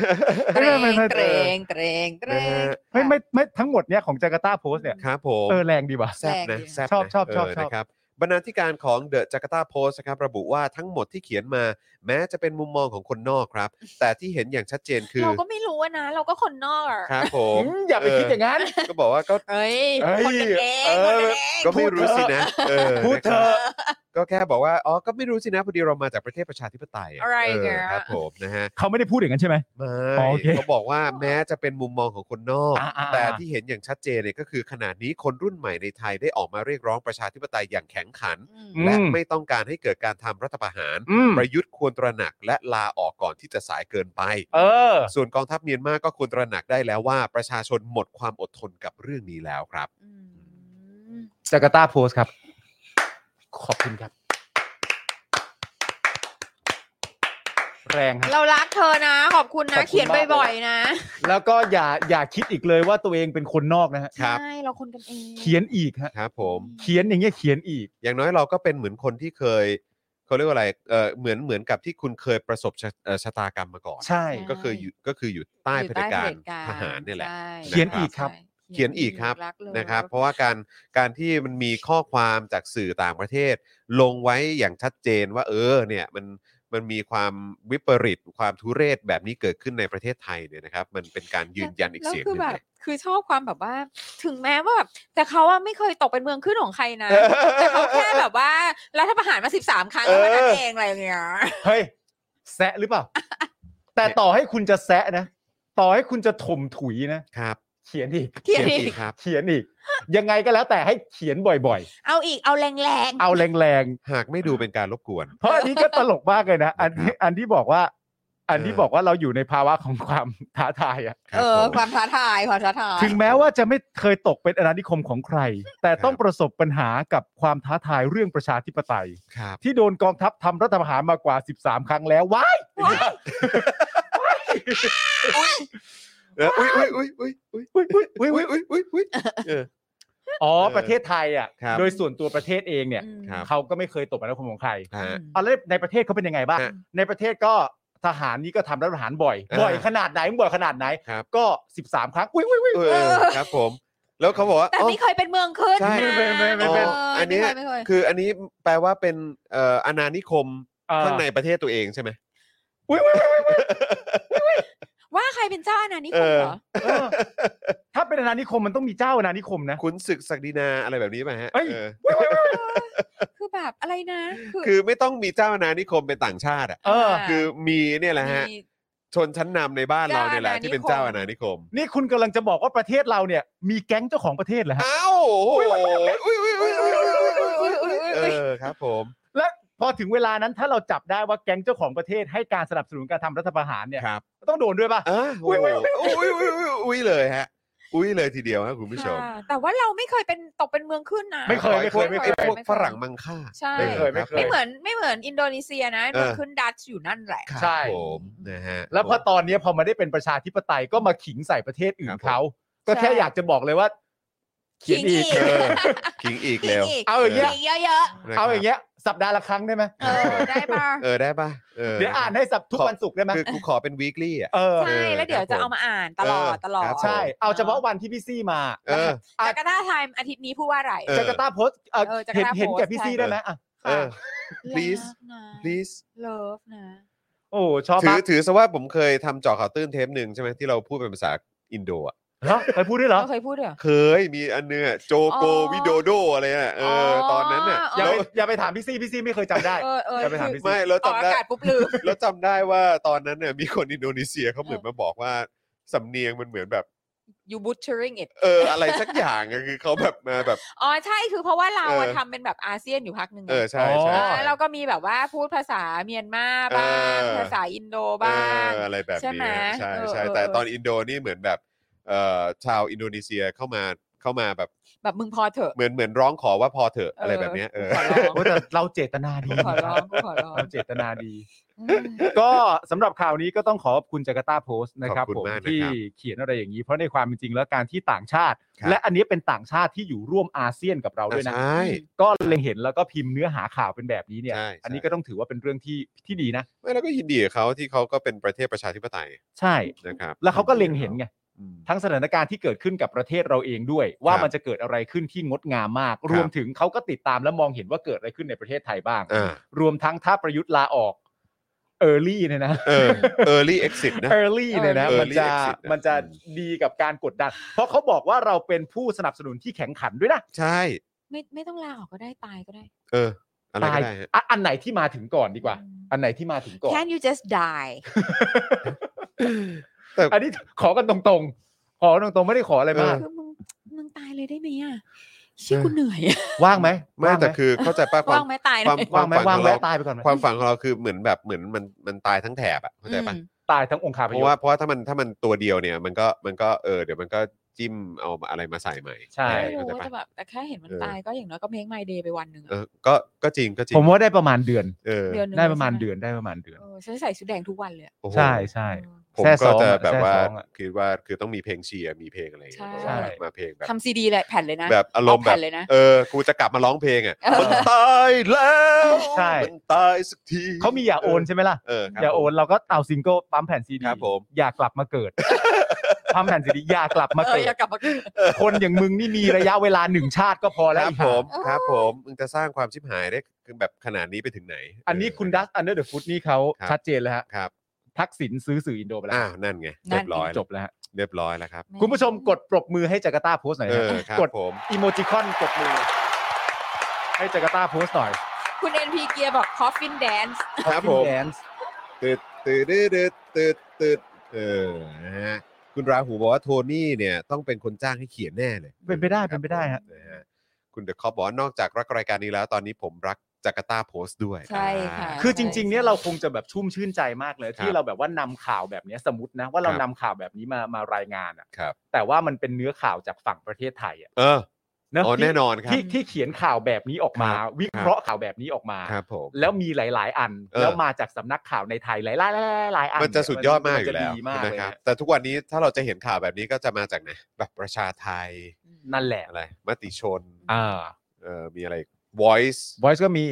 D: เต
C: เอ
D: ร
C: อไม่
D: ง
C: ไม่
D: เตรงเตรงเตร
B: นะฮะ
D: ง
C: ไม่ไม่ไม่ทั้งหมดเนี่ยของจาการ์ตาโพสเนี่ย
B: ครับผม
C: เออแรงดีว่ะ
B: แซ่บนะ
D: แซ่บ
B: แซ่บนะ
D: ดี
C: ชอบชอบชอบชอบ
B: เนะครับบรรณาธิการของเดอะจาการ์ตาโพสนะครับระบุว่าทั้งหมดที่เขียนมา แม้จะเป็นมุมมองของคนนอก ครับ แต่ที่เห็นอย่างชัดเจนคือ
D: เราก็ไม่รู้อะนะ เราก็คนนอกอะ
B: ครับ ผม
C: อืมอย่าไปคิดอย่างนั้น
B: ก็บอกว่าก็
D: เอ้ย
C: เอ้ย
D: คนกันเอง
C: เออ
D: คนกันเอง
B: ก็ไม่รู้สินะเออ
C: พูดเถอะ
B: นะครับ ก็แค่บอกว่าอ๋อก็ไม่รู้สินะพอดีเรามาจากประเทศประชาธิปไตยอะ
D: All right,
B: เออ
D: girl
B: ครับผมนะฮะ
C: เขาไม่ได้พูดอย่างนั้นใช่ไหม
B: ไม่
C: อ๋อโอเค
B: เขาบอกว่าแม้จะเป็นมุมมองของคนนอก
C: อ่าอ่าอ่า
B: แต่ที่เห็นอย่างชัดเจนเนี่ยก็คือขนาดนี้คนรุ่นใหม่ในไทยได้ออกมาเรียกร้องประชาธิปไตยอย่างแข็งขัน
D: อืม
C: อื
B: และไม่ต้องการให้เกิดการทำรัฐประหาร
C: อืม
B: ประยุทธ์ควรตระหนักและลาออกก่อนที่จะสายเกินไป
C: เออ
B: ส่วนกองทัพเมียนมาก็ควรตระหนักได้แล้วว่าประชาชนหมดความอดทนกับเรื่องนี้แล้วครับ
D: อืม
C: จาการ์ตาโพสต์ครับ ขอบคุณครับ แรงฮะ
D: เรารักเธอนะ ขอบคุณ
C: ข
D: นะ
C: อบคุณ
D: เขียน
C: มากเลย
D: บ่อยๆนะ
C: แล้วก็อย่าอย่าคิดอีกเลยว่าตัวเองเป็นคนนอกนะฮะ
B: ครับ
D: ใช่เราคนกันเอง
C: เขียนอีกฮะ
B: ครับผม
C: เขียนอย่างเงี้ยเขียนอีก
B: อย่างน้อยเราก็เป็นเหมือนคนที่เคยเขาเรียกว่าอะไรเออเหมือนเหมือนกับที่คุณเคยประสบชะเอ่อชะตากรรมมาก่อน
C: ใช่
B: ก็คืออยู่ก็คืออยู่ใต้
D: อยู่
B: เผด็จการทหารเนี่ยแหละ
D: ใช่
C: เขียนอีกครับ
B: เขียนอีกครับ
D: กเลย
B: นะครับ เพราะว่าการการที่มันมีข้อความจากสื่อต่างประเทศ ลงไว้อย่างชัดเจนว่าเออเนี่ยมันมันมีความวิปริตความทุเรศแบบนี้เกิดขึ้นในประเทศไทยเนี่ยนะครับ มันเป็นการยืนยันอีก
D: แล้ว
B: เสียงห
D: คือ
B: นึ่ง
D: แบ
B: เล
D: บ
B: ย
D: คือชอบความแบบว่า ถึงแม้ว่าแบบแต่เขาอะไม่เคยตกเป็นเมืองขึ้นของใครนะ แต่เขาแค่แบบว่ารัฐประหารมาสิบสามครั้งแล้วมันนั่นเองอะไรอย่างเงี้ย
C: เฮ้ย แซะหรือเปล่า แต่ต่อให้คุณจะแซะนะ ต่อให้คุณจะถมถุยนะ
B: ครับ
C: เขียนอีก
D: เขียน
B: เขียน
D: อี
B: อี
D: ก
B: กครับ
C: เขียนอีก ยังไงก็แล้วแต่ให้เขียนบ่อย
D: เอาอีกเอาแรง
C: ๆ เอาแรง
B: หากไม่ดูเป็นการรบกวน
C: ๆ เพราะอันนี้ก็ตลกมากเลยนะ อันที่อันที่บอกว่า อันที่บอกว่าเราอยู่ในภาวะของความท้าทายอะ
B: ค
D: ๆ
B: รับ
D: เออ
B: ผม
D: ความท้าทายความท้าทาย
C: ถึงแม้ว่าจะไม่เคยตกเป็นอาณานิคมของใคร แต่ต้องประสบปัญหากับความท้าทายเรื่องประชาธิปไตย
B: ครับ
C: ที่โดนกองทัพทำรัฐประหารมากว่า 13 ครั้งแล้วว้าย
D: ว้าย
B: เอออุ้ยอุ้ยอุ้ยอุ้ยอุ้ย
C: อุ๊ยอุ๊ยอุ๊ย
B: อุ้
C: อุ๊
B: ย
C: ย
B: อุ้ยอุ้ยอุ้ย
C: อ๋อ
B: เออ
C: ประเทศไทยอ่ะ
B: ครับ
C: โดยส่วนตัวประเทศเองเนี่ย
D: อืม
B: ครับ
C: เขาก็ไม่เคยตกเป็นอาณานิคมของใคร
B: ฮะ
C: เอาแล้วในประเทศเขาเป็นยังไงบ้าง
B: ฮะ
C: ในประเทศก็ทหารนี่ก็ทำรัฐประหารบ่อย
B: เออ
C: บ่อยขนาดไหนบ่อยขนาดไหน
B: ครับ
C: ก็ 13 ครั้งอุ้ยอุ้ยอุ้ย
B: เออครับผม แล้วเขาบอกว่า
D: แต่
B: อ๋อ
D: ไม่เคยเป็นเมืองขึ้น
B: ใช่
D: นะ
C: ไม่ไม่ไม่ไม่
D: เ
B: อันเนี้ย
D: ไม่เคยไม่เคย
B: คืออันนี้แปลว่าเป็นเอ่ออาณานิคม
C: เออ
B: ข้างในประเทศตัวเองใช่ไหม
C: อุ้ยอุ้ยอุ๊ยอุ๊ย
D: ว่าใครเป็นเจ้าอาณานิค
B: เอ
D: ม
B: อ
D: เหรอ
C: เออ ถ้าเป็นอาณานิคมมันต้องมีเจ้าอาณานิคมนะ
B: ขุนศึกศักดินาอะไรแบบนี้ป่ะฮะ
C: เอ้ย
B: เออ
C: อุ๊ยอุ๊ยอุ๊ยอุ๊ย
D: คือแบบอะไรนะ
B: คือไม่ต้องมีเจ้าอาณานิคมเป็นต่างชาติอ่ะ
C: เออ
B: คือมีเนี่ยแหละฮะ
D: มี
B: ชนชั้นนำในบ้านเราเนี่ยแหละที่เป็นเจ้าอาณานิคม
C: นี่คุณกำลังจะบอกว่าประเทศเราเนี่ย มีแก๊งเจ้าของประเทศเหรอฮะ
B: อ้าวโอ้โหอุ๊ยอุ๊ยอุ๊ยอุ๊ยอุ๊ยอุ๊ยอุ๊ยอุ๊ย
D: อุ๊ยอุ๊ยอุ๊ยอุ๊ย
B: เออครับผม
C: และพอถึงเวลานั้นถ้าเราจับได้ว่าแก๊งเจ้าของประเทศให้การสนับสนุนการทำรัฐประหารเนี่ย
B: ครับ
C: ต้องโดนด้วยป่ะ
B: อ่ะโอ้โหอุ๊ยอุ๊ยอุ๊ยอุ๊ยเลยฮะ อุ๊ยเลยทีเดียวฮะคุณผู้ชม
D: ค่ะแต่ว่าเราไม่เคยเป็นตกเป็นเมืองขึ้นนะ
C: ไม่เคยไม่เคยไม่เคย
B: พวกฝรั่งมังค่า
D: ใช่
B: ออ
C: ไม่เคยไม่
B: รับ
C: เคย
B: ผ
D: ไม่เหมือนไม่เหมือนอินโดนีเซียนะ
B: เออ
D: มันขึ้นดัตช์อยู่นั่นแหละ
B: ครับ
C: ใช่
B: ผมนะฮะ
C: แล้วพอตอนเนี้ยพอมาได้เป็นประชาธิปไตยก็มาขิงใส่ประเทศอื่
B: ครั
C: น
B: บผม
C: เขา ก็แค่
D: ใช่
C: อยากจะบอกเลยว่า เขียนอีก
B: เออขิงอีกเร็ว
C: เอาอย่างเงี้ย
D: เยอะเยอะ
B: นะ
C: เอาอย่าง
B: ครับ
C: เงี้ย สัปดาห์ละครั้งได้ไหม
D: ๆเออได้ป่ะ
B: เออได้ป่ะเออ
C: เดี๋ยวอ่านให้สับทุกวันศุกร์ได้ไหม
B: คือกูขอเป็น weekly อ่ะ
C: เออ
D: ใช่แล้วเดี๋ยวจะเอามาอ่านตลอด
B: เออ
D: ตลอ
B: ครั
D: ด
B: บ
C: ใช่ เอาเฉพาะวันที่พี่ซี่มา
B: เออ
D: จาการ์ตาไทม์อาทิตย์นี้พูดว่าอะไร
B: เออ
C: จาการ์ตาโพสต์เอ่อ
D: เออจากา
C: เห็น
D: ร์ตาโพสต์
C: เห็นแก่พี่ซี่ได้ไหมอ่ะ
B: เออ please
D: รักนะ
B: please
D: love นะ
C: โอ้ชอบ
B: ถื
C: มา
B: อก ถือซะว่าผมเคยทำเจอข่าวตื้นเทปหนึ่งใช่ไหมที่เราพูดเป็นภาษาอินโดอ่ะ
C: เหรอเคยพูดด้วยเหรอ
D: เราเคยพูดเหรอ
B: เคยมีอันเนื้อะโจโก
D: อ๋อ
B: วิโดโดอะไรน่ะเอออ
D: อ
B: ตอนนั้นน่ะ
C: อย่า
B: แล้ว
C: ไปอย่าไปถามพี่ซี่พี่ซี่ไม่เคยจำได้
D: เออเออ
C: อย่าไปถามพี่
B: ไม่แล้ว
D: ออ
B: จำ
D: กอา
B: ได้
D: กาศปุ๊บลืม
B: แล้วจำได้ว่าตอนนั้นเนี่ยมีคนอินโดนีเซียเขาเหมือนมาบอกว่าสำเนียงมันเหมือนแบบ
D: you butchering it
B: เอออะไรสักอย่างอะคือเขาแบบมาแบบ
D: อ๋อใช่คือเพราะว่าเราอะ
B: เออ
D: ทำเป็นแบบอาเซียนอยู่พักหนึ่งไง
B: เออใช่ใช่
C: อ๋อ
D: อ่า
B: ใช่
D: เราก็มีแบบว่าพูดภาษาเมียนมาบ้าง
B: เออ
D: ภาษาอินโดบ้าง
B: เอออะไรแบบ
D: ใช่ไหม
B: นี้ใช่
D: เออ
B: ใช่
D: เออ
B: แต่ตอนอินโดนี่เหมือนแบบเอ่อชาวอินโดนีเซียเข้ามาเข้ามาแบบ
D: แบบมึงพอเถอะ
B: เหมือนเหมือนร้องขอว่าพอเถอะอะไรแบบเนี้ยเออ
D: ขอร้อง
C: โอ้แต่เราเจตนาดี
D: ขอร้องขอร้อง
C: เราเจตนาดี
D: อืม
C: ก็สำหรับข่าวนี้ก็ต้องขอขอบคุณจาการ์ตาโพสต์นะครับ
B: ขอบคุ
C: ผ
B: ณ
C: ม
B: มากนะครับ
C: ที่เขียนอะไรอย่างนี้ เพราะในความเป็นจริงแล้วการที่ต่างชาติ
B: ครับ
C: และอันนี้เป็นต่างชาติที่อยู่ร่วมอาเซียนกับเราด้วยนะ
B: ใช่
C: ก็เล็งเห็นแล้วก็พิมพ์เนื้อหาข่าวเป็นแบบนี้เนี่ย
B: ใช่
C: อันนี้ก็ต้องถือว่าเป็นเรื่องที่ที่ดีนะ
B: ไม่แล้วก็ยินดีกับเขาที่เขาก็เป็นประเทศประชาธิปไตย
C: ใช่
B: นะครับ
C: แล้วเขาก็เล็งเห็นไง
B: อืม
C: ทั้งสถานการณ์ที่เกิดขึ้นกับประเทศเราเองด้วย ว่า
B: ครับ
C: มันจะเกิดอะไรขึ้นที่งดงามมาก รวมถึงเขาก็ติดตามและมองเห็นว่าเกิดอะไรขึ้นในประเทศไทยบ้าง
B: อ่า
C: รวมทั้งถ้าประยุทธ์ลาออกเออร์ลี่เนี่ยนะ
B: เออ early exit นะ
C: เออร์ลี่เนี่ยนะ
B: Early
C: มันจะ
B: exit นะ
C: มันจะดีกับการกดดัน เพราะเขาบอกว่าเราเป็นผู้สนับสนุนที่แข็งขันด้วยนะ
B: ใช่
D: ไม่ไม่ต้องลาออกก็ได้ตายก็ได้
B: เออ อะไร
C: ตาย
B: ก็ได้ฮะ
C: อ่ะอันไหนที่มาถึงก่อนดีกว่า อันไหนที่มาถึงก่อน
D: Can you just die
B: แต่
C: อันนี้ขอกันตรงๆ ขอตรงๆไม่ได้ขออะไรมาก
D: คือมึงมึงตายเลยได้ไหมอ่ะเชี่ยกูเหนื่อยอะ
C: ว่างไหม
B: ไม่
C: ว่างห
B: แต่คือเข้าใจป้าควา
D: ว่าม งไหมตายห
B: ค
D: น่
B: วา
D: อ
B: ม
D: ย
C: ว่างไห
B: ค
C: ม
B: วามฝันของ
C: ว่างไหม
B: เรา
C: ตายไปก่อนไหม
B: ความฝันของเราคือเหมือนแบบเหมือนมันมันตายทั้งแถบอ่ะเข้าใจปะ
D: อืม
C: ตายทั้งองค์คาพ
B: เพ
C: ย
B: ราะว่า
C: พ
B: เพราะว่าถ้ามันถ้ามันตัวเดียวเนี่ยมันก็มันก็เออเดี๋ยวมันก็จิ้มเอาอะไรมาใส่ใหม่
C: ใช่
D: ไม่
B: เข้าใจ
D: รู้
B: ปะ
D: แต่แบบแต่แค่เห็นมัน
B: เออ
D: ตายก็อย่างน้อยก็เม k ไมเดย์ไปวันหนึ่งอะ
B: เออก็ก็จริงก็จริง
C: ผมว่าได้ประมาณเดือน
B: เออ
D: เดือนหนึง
C: ได้ประมาณ
D: ใช่ห
C: เดือนได้ประมาณเดือน
D: เออฉันใส่ชุดแดงทุกวันเลยอะ
B: โอ้โห
C: ใช่ใช่
D: เออ
B: ผม
C: แทร่ซ้
B: ก็
C: อง
B: จะ
C: อะ
B: แบบ
C: แทร่
B: ว่า
C: ซ้องอะ
B: คิดว่าคือต้องมีเพลงเชียร์มีเพลงอะไรอย่างเงี้ย
D: ใช่
B: มาเพลงแบบ
D: ทำซีดีเลยแผ่นเลยนะ
B: แบบอารมณ์
D: เแผ่
B: แบบ
D: นเลยนะ
B: เออ กูจะกลับมาร้องเพลงอ่ะ
D: เออ
B: มันตายแล้ว
C: ใช่
B: มันตายสักที
C: เขามีอย่าโอนใช่ไหมล่ะ
B: เออครับ
C: อย่าโอน
B: ผม
C: เราก็เอาซิงเกิลปั๊มแผ่นซีดี
B: ครับผม
C: อย่ากลับมาเกิดปั๊มแผ่นซีดีอย่ากลับมา
D: เออ
C: เกิด
D: อยากกลับมาเกิด
C: คนอย่างมึงนี่มีระยะเวลาหนึ่งชาติก็พอ
B: ค
C: แล้ว
B: รับ
C: อี
B: ผ
C: ห่าม
B: ครับผมมึงจะสร้างความชิบหายได้คือแบบขนาดนี้ไปถึงไหน
C: อันนี้คุณดัสอันเดอร์เดอะฟุตนี่เขา
B: ครับ
C: ชัดเจนแล้วฮะ
B: ครับ
C: ทักษิณซื้อสื่ออินโดไปแล้ว
B: อ้าวนั่นไง
D: นั่
B: เรีย
D: น
B: บร้อย
C: จบแล้วฮะ
B: เรียบร้อยแล้วครับ
C: คุณผู้ชมกดปรบมือให้จาการ์ตาโพสต์หน่อย
B: เอ
C: นะ
B: อ
C: ฮะ
B: ครับ
C: กด
B: ผม
C: อีโมจิคอนกดมือ ให้จาการ์ตาโพสต์หน่อย
D: คุณเอ็นพีเกียร์บอกคอฟฟินแดนซ์
B: ครับผม
C: แดนซ์
B: ตืดตืดตืดตืดตืดเออนะฮะคุณราหูบอกว่าโทนี่เนี่ยต้องเป็นคนจ้างให้เขียนแน่เลย
C: เป็นไปได้
B: ค
C: เป็
B: รับ
C: นไปได้ฮะ
B: ผมนฮคุณเดอะคอบอกว่านอกจากรักรายการนี้แล้ว ตอนนี้ผมรักจาการ์ตาโพสต์ด้วย
D: ใช่ค่ะ
B: า
C: คือจริงๆ เนี่ยเราคงจะแบบชุ่มชื่นใจมากเลย
B: ครั
C: ที่
B: บ
C: เราแบบว่านำข่าวแบบเนี้ยสมมตินะว่าเรา
B: ครับ
C: นำข่าวแบบนี้มามารายงานอ่ะ
B: ครับ
C: แต่ว่ามันเป็นเนื้อข่าวจากฝั่งประเทศไทยอ่ะ
B: เออ
C: เนะ
B: อ๋อ
C: ที่
B: แน่นอนครับ
C: ที่ที่เขียนข่าวแบบนี้ออกมา
B: ครับ
C: วิเคราะห์ข่าวแบบนี้ออกมา
B: ครับผม
C: แล้วมีหลาย ๆ อัน
B: เออ
C: แล้วมาจากสำนักข่าวในไทยหลายๆๆๆๆอัน
B: มันจะสุดยอดมากอน
C: จะ
B: ยู่แล้ว
C: ดีมาก
B: นะ
C: เลย
B: ครับแต่ทุกวันนี้ถ้าเราจะเห็นข่าวแบบนี้ก็จะมาจากไหนแบบประชาไทย
C: นั่นแหละ
B: อะไรมติชน
C: อ่า
B: เอ่อมีอะไรอีก voice
C: voice ก็มี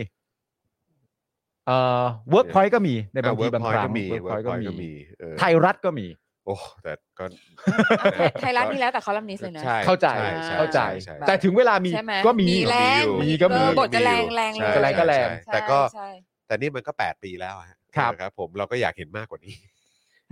C: เอ่อ work point ก็มีในบาง
B: เวิ
C: ที
B: ร์ก
C: บาง
B: พอย
C: ครั้ง
B: ก็มี
C: work
B: เวิร์กพอย
C: point ก็
B: ก็
C: มี
B: มีเออ
C: ไทยรัฐก็มี
B: โอ้แต่ก็
D: ไทยรัฐนี่แล้วแต่คอลัมนิสต์เลยนะ
B: ช่
C: เข้าใจ
B: ช่ช่
C: เข้าใจ
B: ช่
D: ใช่
C: แต่ถึงเวลามี
D: ใช่ไหม
C: ก็มี
D: มีแรง
B: อยู่
C: มีก็มี
D: เออ
B: มี
D: บทจะแรง
B: อยู่
D: แรงๆเล
B: ใช่
D: ย
C: จะแรงก็แรง
B: ใช่
D: ใช่
B: แต่ก็
D: ใช่
B: แต่นี่มันก็ 8 ปีแล้วอะฮะ
C: ครับ
B: ครับ ผมเราก็อยากเห็นมากกว่านี้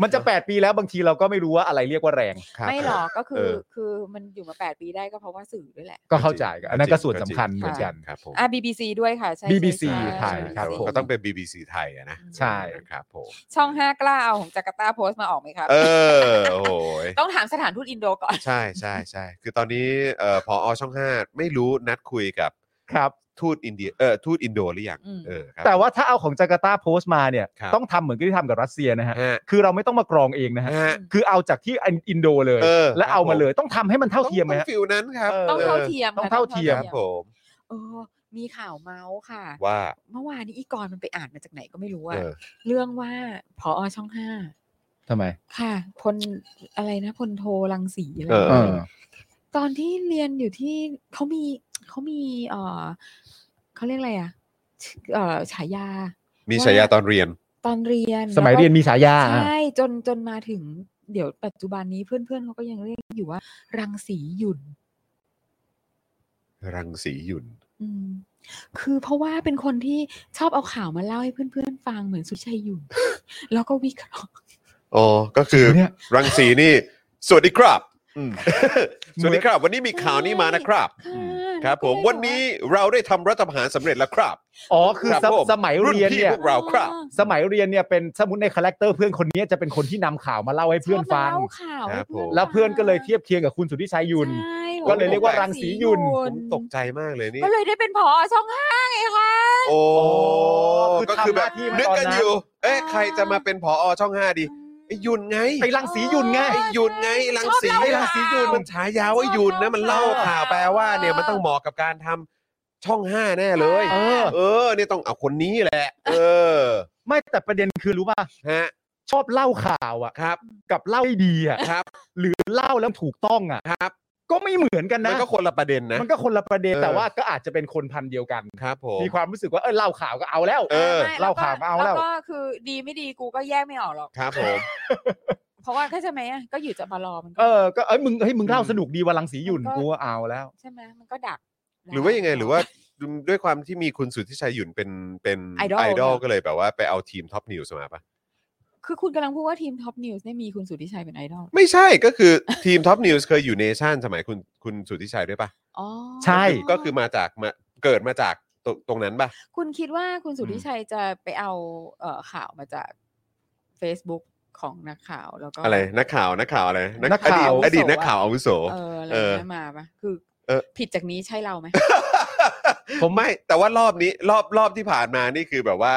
C: มันจะ 8 ปีแล้วบางทีเราก็ไม่รู้ว่าอะไรเรียกว่าแรง
B: คบ
D: ไม่หรอกก็คื
B: เอ
D: อ
B: อ
D: คือมันอยู่มาแปดปีได้ก็เพราะว่าสื่อด้วยแหละ
C: ก็เข้าใจกันอันนั้นก็ส่วน
B: จริ
C: สำ
B: ง
C: คัญ
B: จริง
C: เหมือนกัน
B: ครับผม
D: อ่ะ BBC ด้วยค่ะ ใช่ใช่
C: BBC
D: ใช่
C: ไทยครับผม
B: ก็ต้องเป็น BBC ไทยอะนะ
C: ใช่
B: นะครับผม
D: ช่องห้ากล้าเอาของจาการ์ตาโพสต์มาออกไหมครับ
B: เออโอ้ย
D: ต้องถามสถานทูตอินโดก่อน
B: ใช่ใช่ใช่คือตอนนี้เอ่อพออช่องห้าไม่รู้นัดคุยกับ
C: ครับ
B: ทูตอินเดียเออทูตอินโดหรือยัง
D: อืม
B: เออครับ
C: แต่ว่าถ้าเอาของจาการ์ตาโพสต์มาเนี่ย
B: ครับ
C: ต้องทำเหมือนกับที่ทำกับรัสเซียนะฮะ
B: ฮะ
C: คือเราไม่ต้องมากรองเองนะฮะ
B: ฮะ
C: คือเอาจากที่อินโดเลย
B: เออ
C: และเอา
B: ครั
C: มา
B: บผม
C: เลยต้องทำให้มันเท่าเทียมไหม
B: ต้อง
C: ฮะ
B: ต้องฟิลนั้นครับ
C: เออ
D: ต้องเท่าเทียม
C: ต้อง
D: ค่ะ
C: เท่าเทียม
B: ครับผม
D: เออ มีข่าวเมาส์ค่ะ
B: ว่า
D: เมื่อวานนี้อีกรมันไปอ่านมาจากไหนก็ไม่รู้อะ
B: เออ
D: เรื่องว่าพอช่องห้า
C: ทำไม
D: ค่ะพลอะไรนะพลโทรังสีอะไร
B: เออ
C: เอ
B: เอ
C: อ
B: อ
D: ตอนที่เรียนอยู่ที่เขามีเขามีเออเขาเรียกอะไรอะเออฉายา
B: มีฉายาตอนเรียน
D: ตอนเรียน
C: สมัย
D: แล้วก็
C: เรียนมีฉายา
D: ใช่จนจนมาถึงเดี๋ยวปัจจุบันนี้เพื่อนๆเขาก็ยังเรียกอยู่ว่า รังสีหยุ่น
B: รังสีหยุ่น
D: อืม คือเพราะว่าเป็นคนที่ชอบเอาข่าวมาเล่าให้เพื่อนๆฟังเหมือนสุชัยหยุ่น แล้วก็วิเคราะห์
B: อ๋อ ก็คือ
C: เนี่ย
B: รังสีนี่ สวัสดีครับอืม สวัสดีครับ วันนี้มีข่าวนี้มานะครับ
D: ค่ะ
B: ครับผม
D: แล้วก็เลย
B: วันนี้เราได้ทำรัฐประหารสำเร็จแล้วครับ
C: อ๋อคือ
B: ครับ
C: ส
B: ผม
C: สมัย
B: รุ่น
C: เรียน
B: พี่
C: เนี่ย
B: พวกเราครับ
C: สมัยเรียนเนี่ยเป็นสมมติในคาแรคเตอร์เพื่อนคนนี้จะเป็นคนที่นำข่าวมาเล่าให้เพื่อน
D: ชบมา
C: ฟัง
D: เล่าข่าวให้
B: ครับผม
C: แล้วเพื่อนก็เลยเทียบเคียงกับคุณสุทธิชัยยุน
D: ใช่
C: ก็เลยเรียกว่ารังสีหยุ่น
B: ผมตกใจมากเลยนี่
D: ก็เลยได้เป็นผอช่องห้าไงคะ
B: โอ้
C: คือ
B: ก็คือแบบ
C: ทำหน้าที่มา
B: นึก
C: ตอน
B: กัน
C: นั้น
B: อยู่ เอ๊ะ
D: อ่า
B: ใครจะมาเป็นผอช่องห้าดีไอ้ยุนไง
C: ไอ้รังสียุนไง
B: ไอ้ยุนไงรังสี
D: ชอบ
B: ไอ้
D: เล่า
B: รังสียุน
D: ข่าว
B: มันฉายาว่ายุนนะมันเล่าข่าวแปลว่าเนี่ยมันต้องเหมาะกับการทำช่องห้าแน่เลย
D: เออ
B: เออเนี่ยต้องเอาคนนี้แหละ เออ
C: ไม่แต่ประเด็นคือรู้ป่ะ
B: ฮะ
C: ชอบเล่าข่าวอ่ะ
B: ครับ
C: กับเล่าไม่ดีอ่ะ
B: ครับ
C: หรือเล่าแล้วถูกต้องอ่ะ
B: ครับ
C: ก็ไม่เหมือนกัน
B: มัน
C: นะ
B: ก็คนละประเด็นนะ
C: มันก็คนละประเด็น
B: เออ
C: แต่ว่าก็อาจจะเป็นคนพันธุ์เดียวกัน
B: ครับผม
C: มีความรู้สึกว่าเออเล่าข่าวก็เอาแล้ว
B: เออ
D: ไม่
C: เล่าข่าวมาเอาแล้ว
D: แล้วก็คือดีไม่ดีกูก็แยกไม่ออกหรอก
B: ครับผม
D: เพราะว่าก็ใช่ไหมอะก็อยู่จะมารอมันก็
C: เออก็เอ้ยมึงเฮ้ยมึงเล่าสนุกดีวันรังสีหยุ่นกูว่าเอาแล้ว
D: ใช่ไหมมันก็ดัก
B: หรือว่ายังไง
D: ดัก
B: หรือว่าด้วยความที่มีคุณสุทธิชัยหยุ่นเป็นเป็น
D: ไอดอล
B: ก็เลยแบบว่าไปเอาทีมท็อปนิวส์มาปะ
D: คือคุณกำลังพูดว่าทีมท็อปนิวส์เนี่ยมีคุณสุทธิชัยเป็นไอดอล
B: ไม่ใช่ก็คือทีมท็อปนิวส์เคยอยู่เนชั่นสมัยคุณคุณสุทธิชัยด้วยปะ
D: อ๋อ
C: ใช่
B: ก็คือมาจากมาเกิดมาจาก ตรงตรงนั้นปะ
D: คุณคิดว่าคุณสุทธิ
B: อืม
D: ชัยจะไปเอาเอ่อข่าวมาจาก Facebook ของนักข่าวแล้วก็
B: อะไรนักข่าวนักข่าวอะไร
C: นักข่าว
B: อดีตอดีตนักข่าวอาวุโส
D: เอออะไร
B: เออ
D: ไม่มาปะคือ
B: เออ
D: ผิดจากนี้ใช่เราไหม
B: ผมไม่แต่ว่ารอบนี้รอบรอบที่ผ่านมานี่คือแบบว่า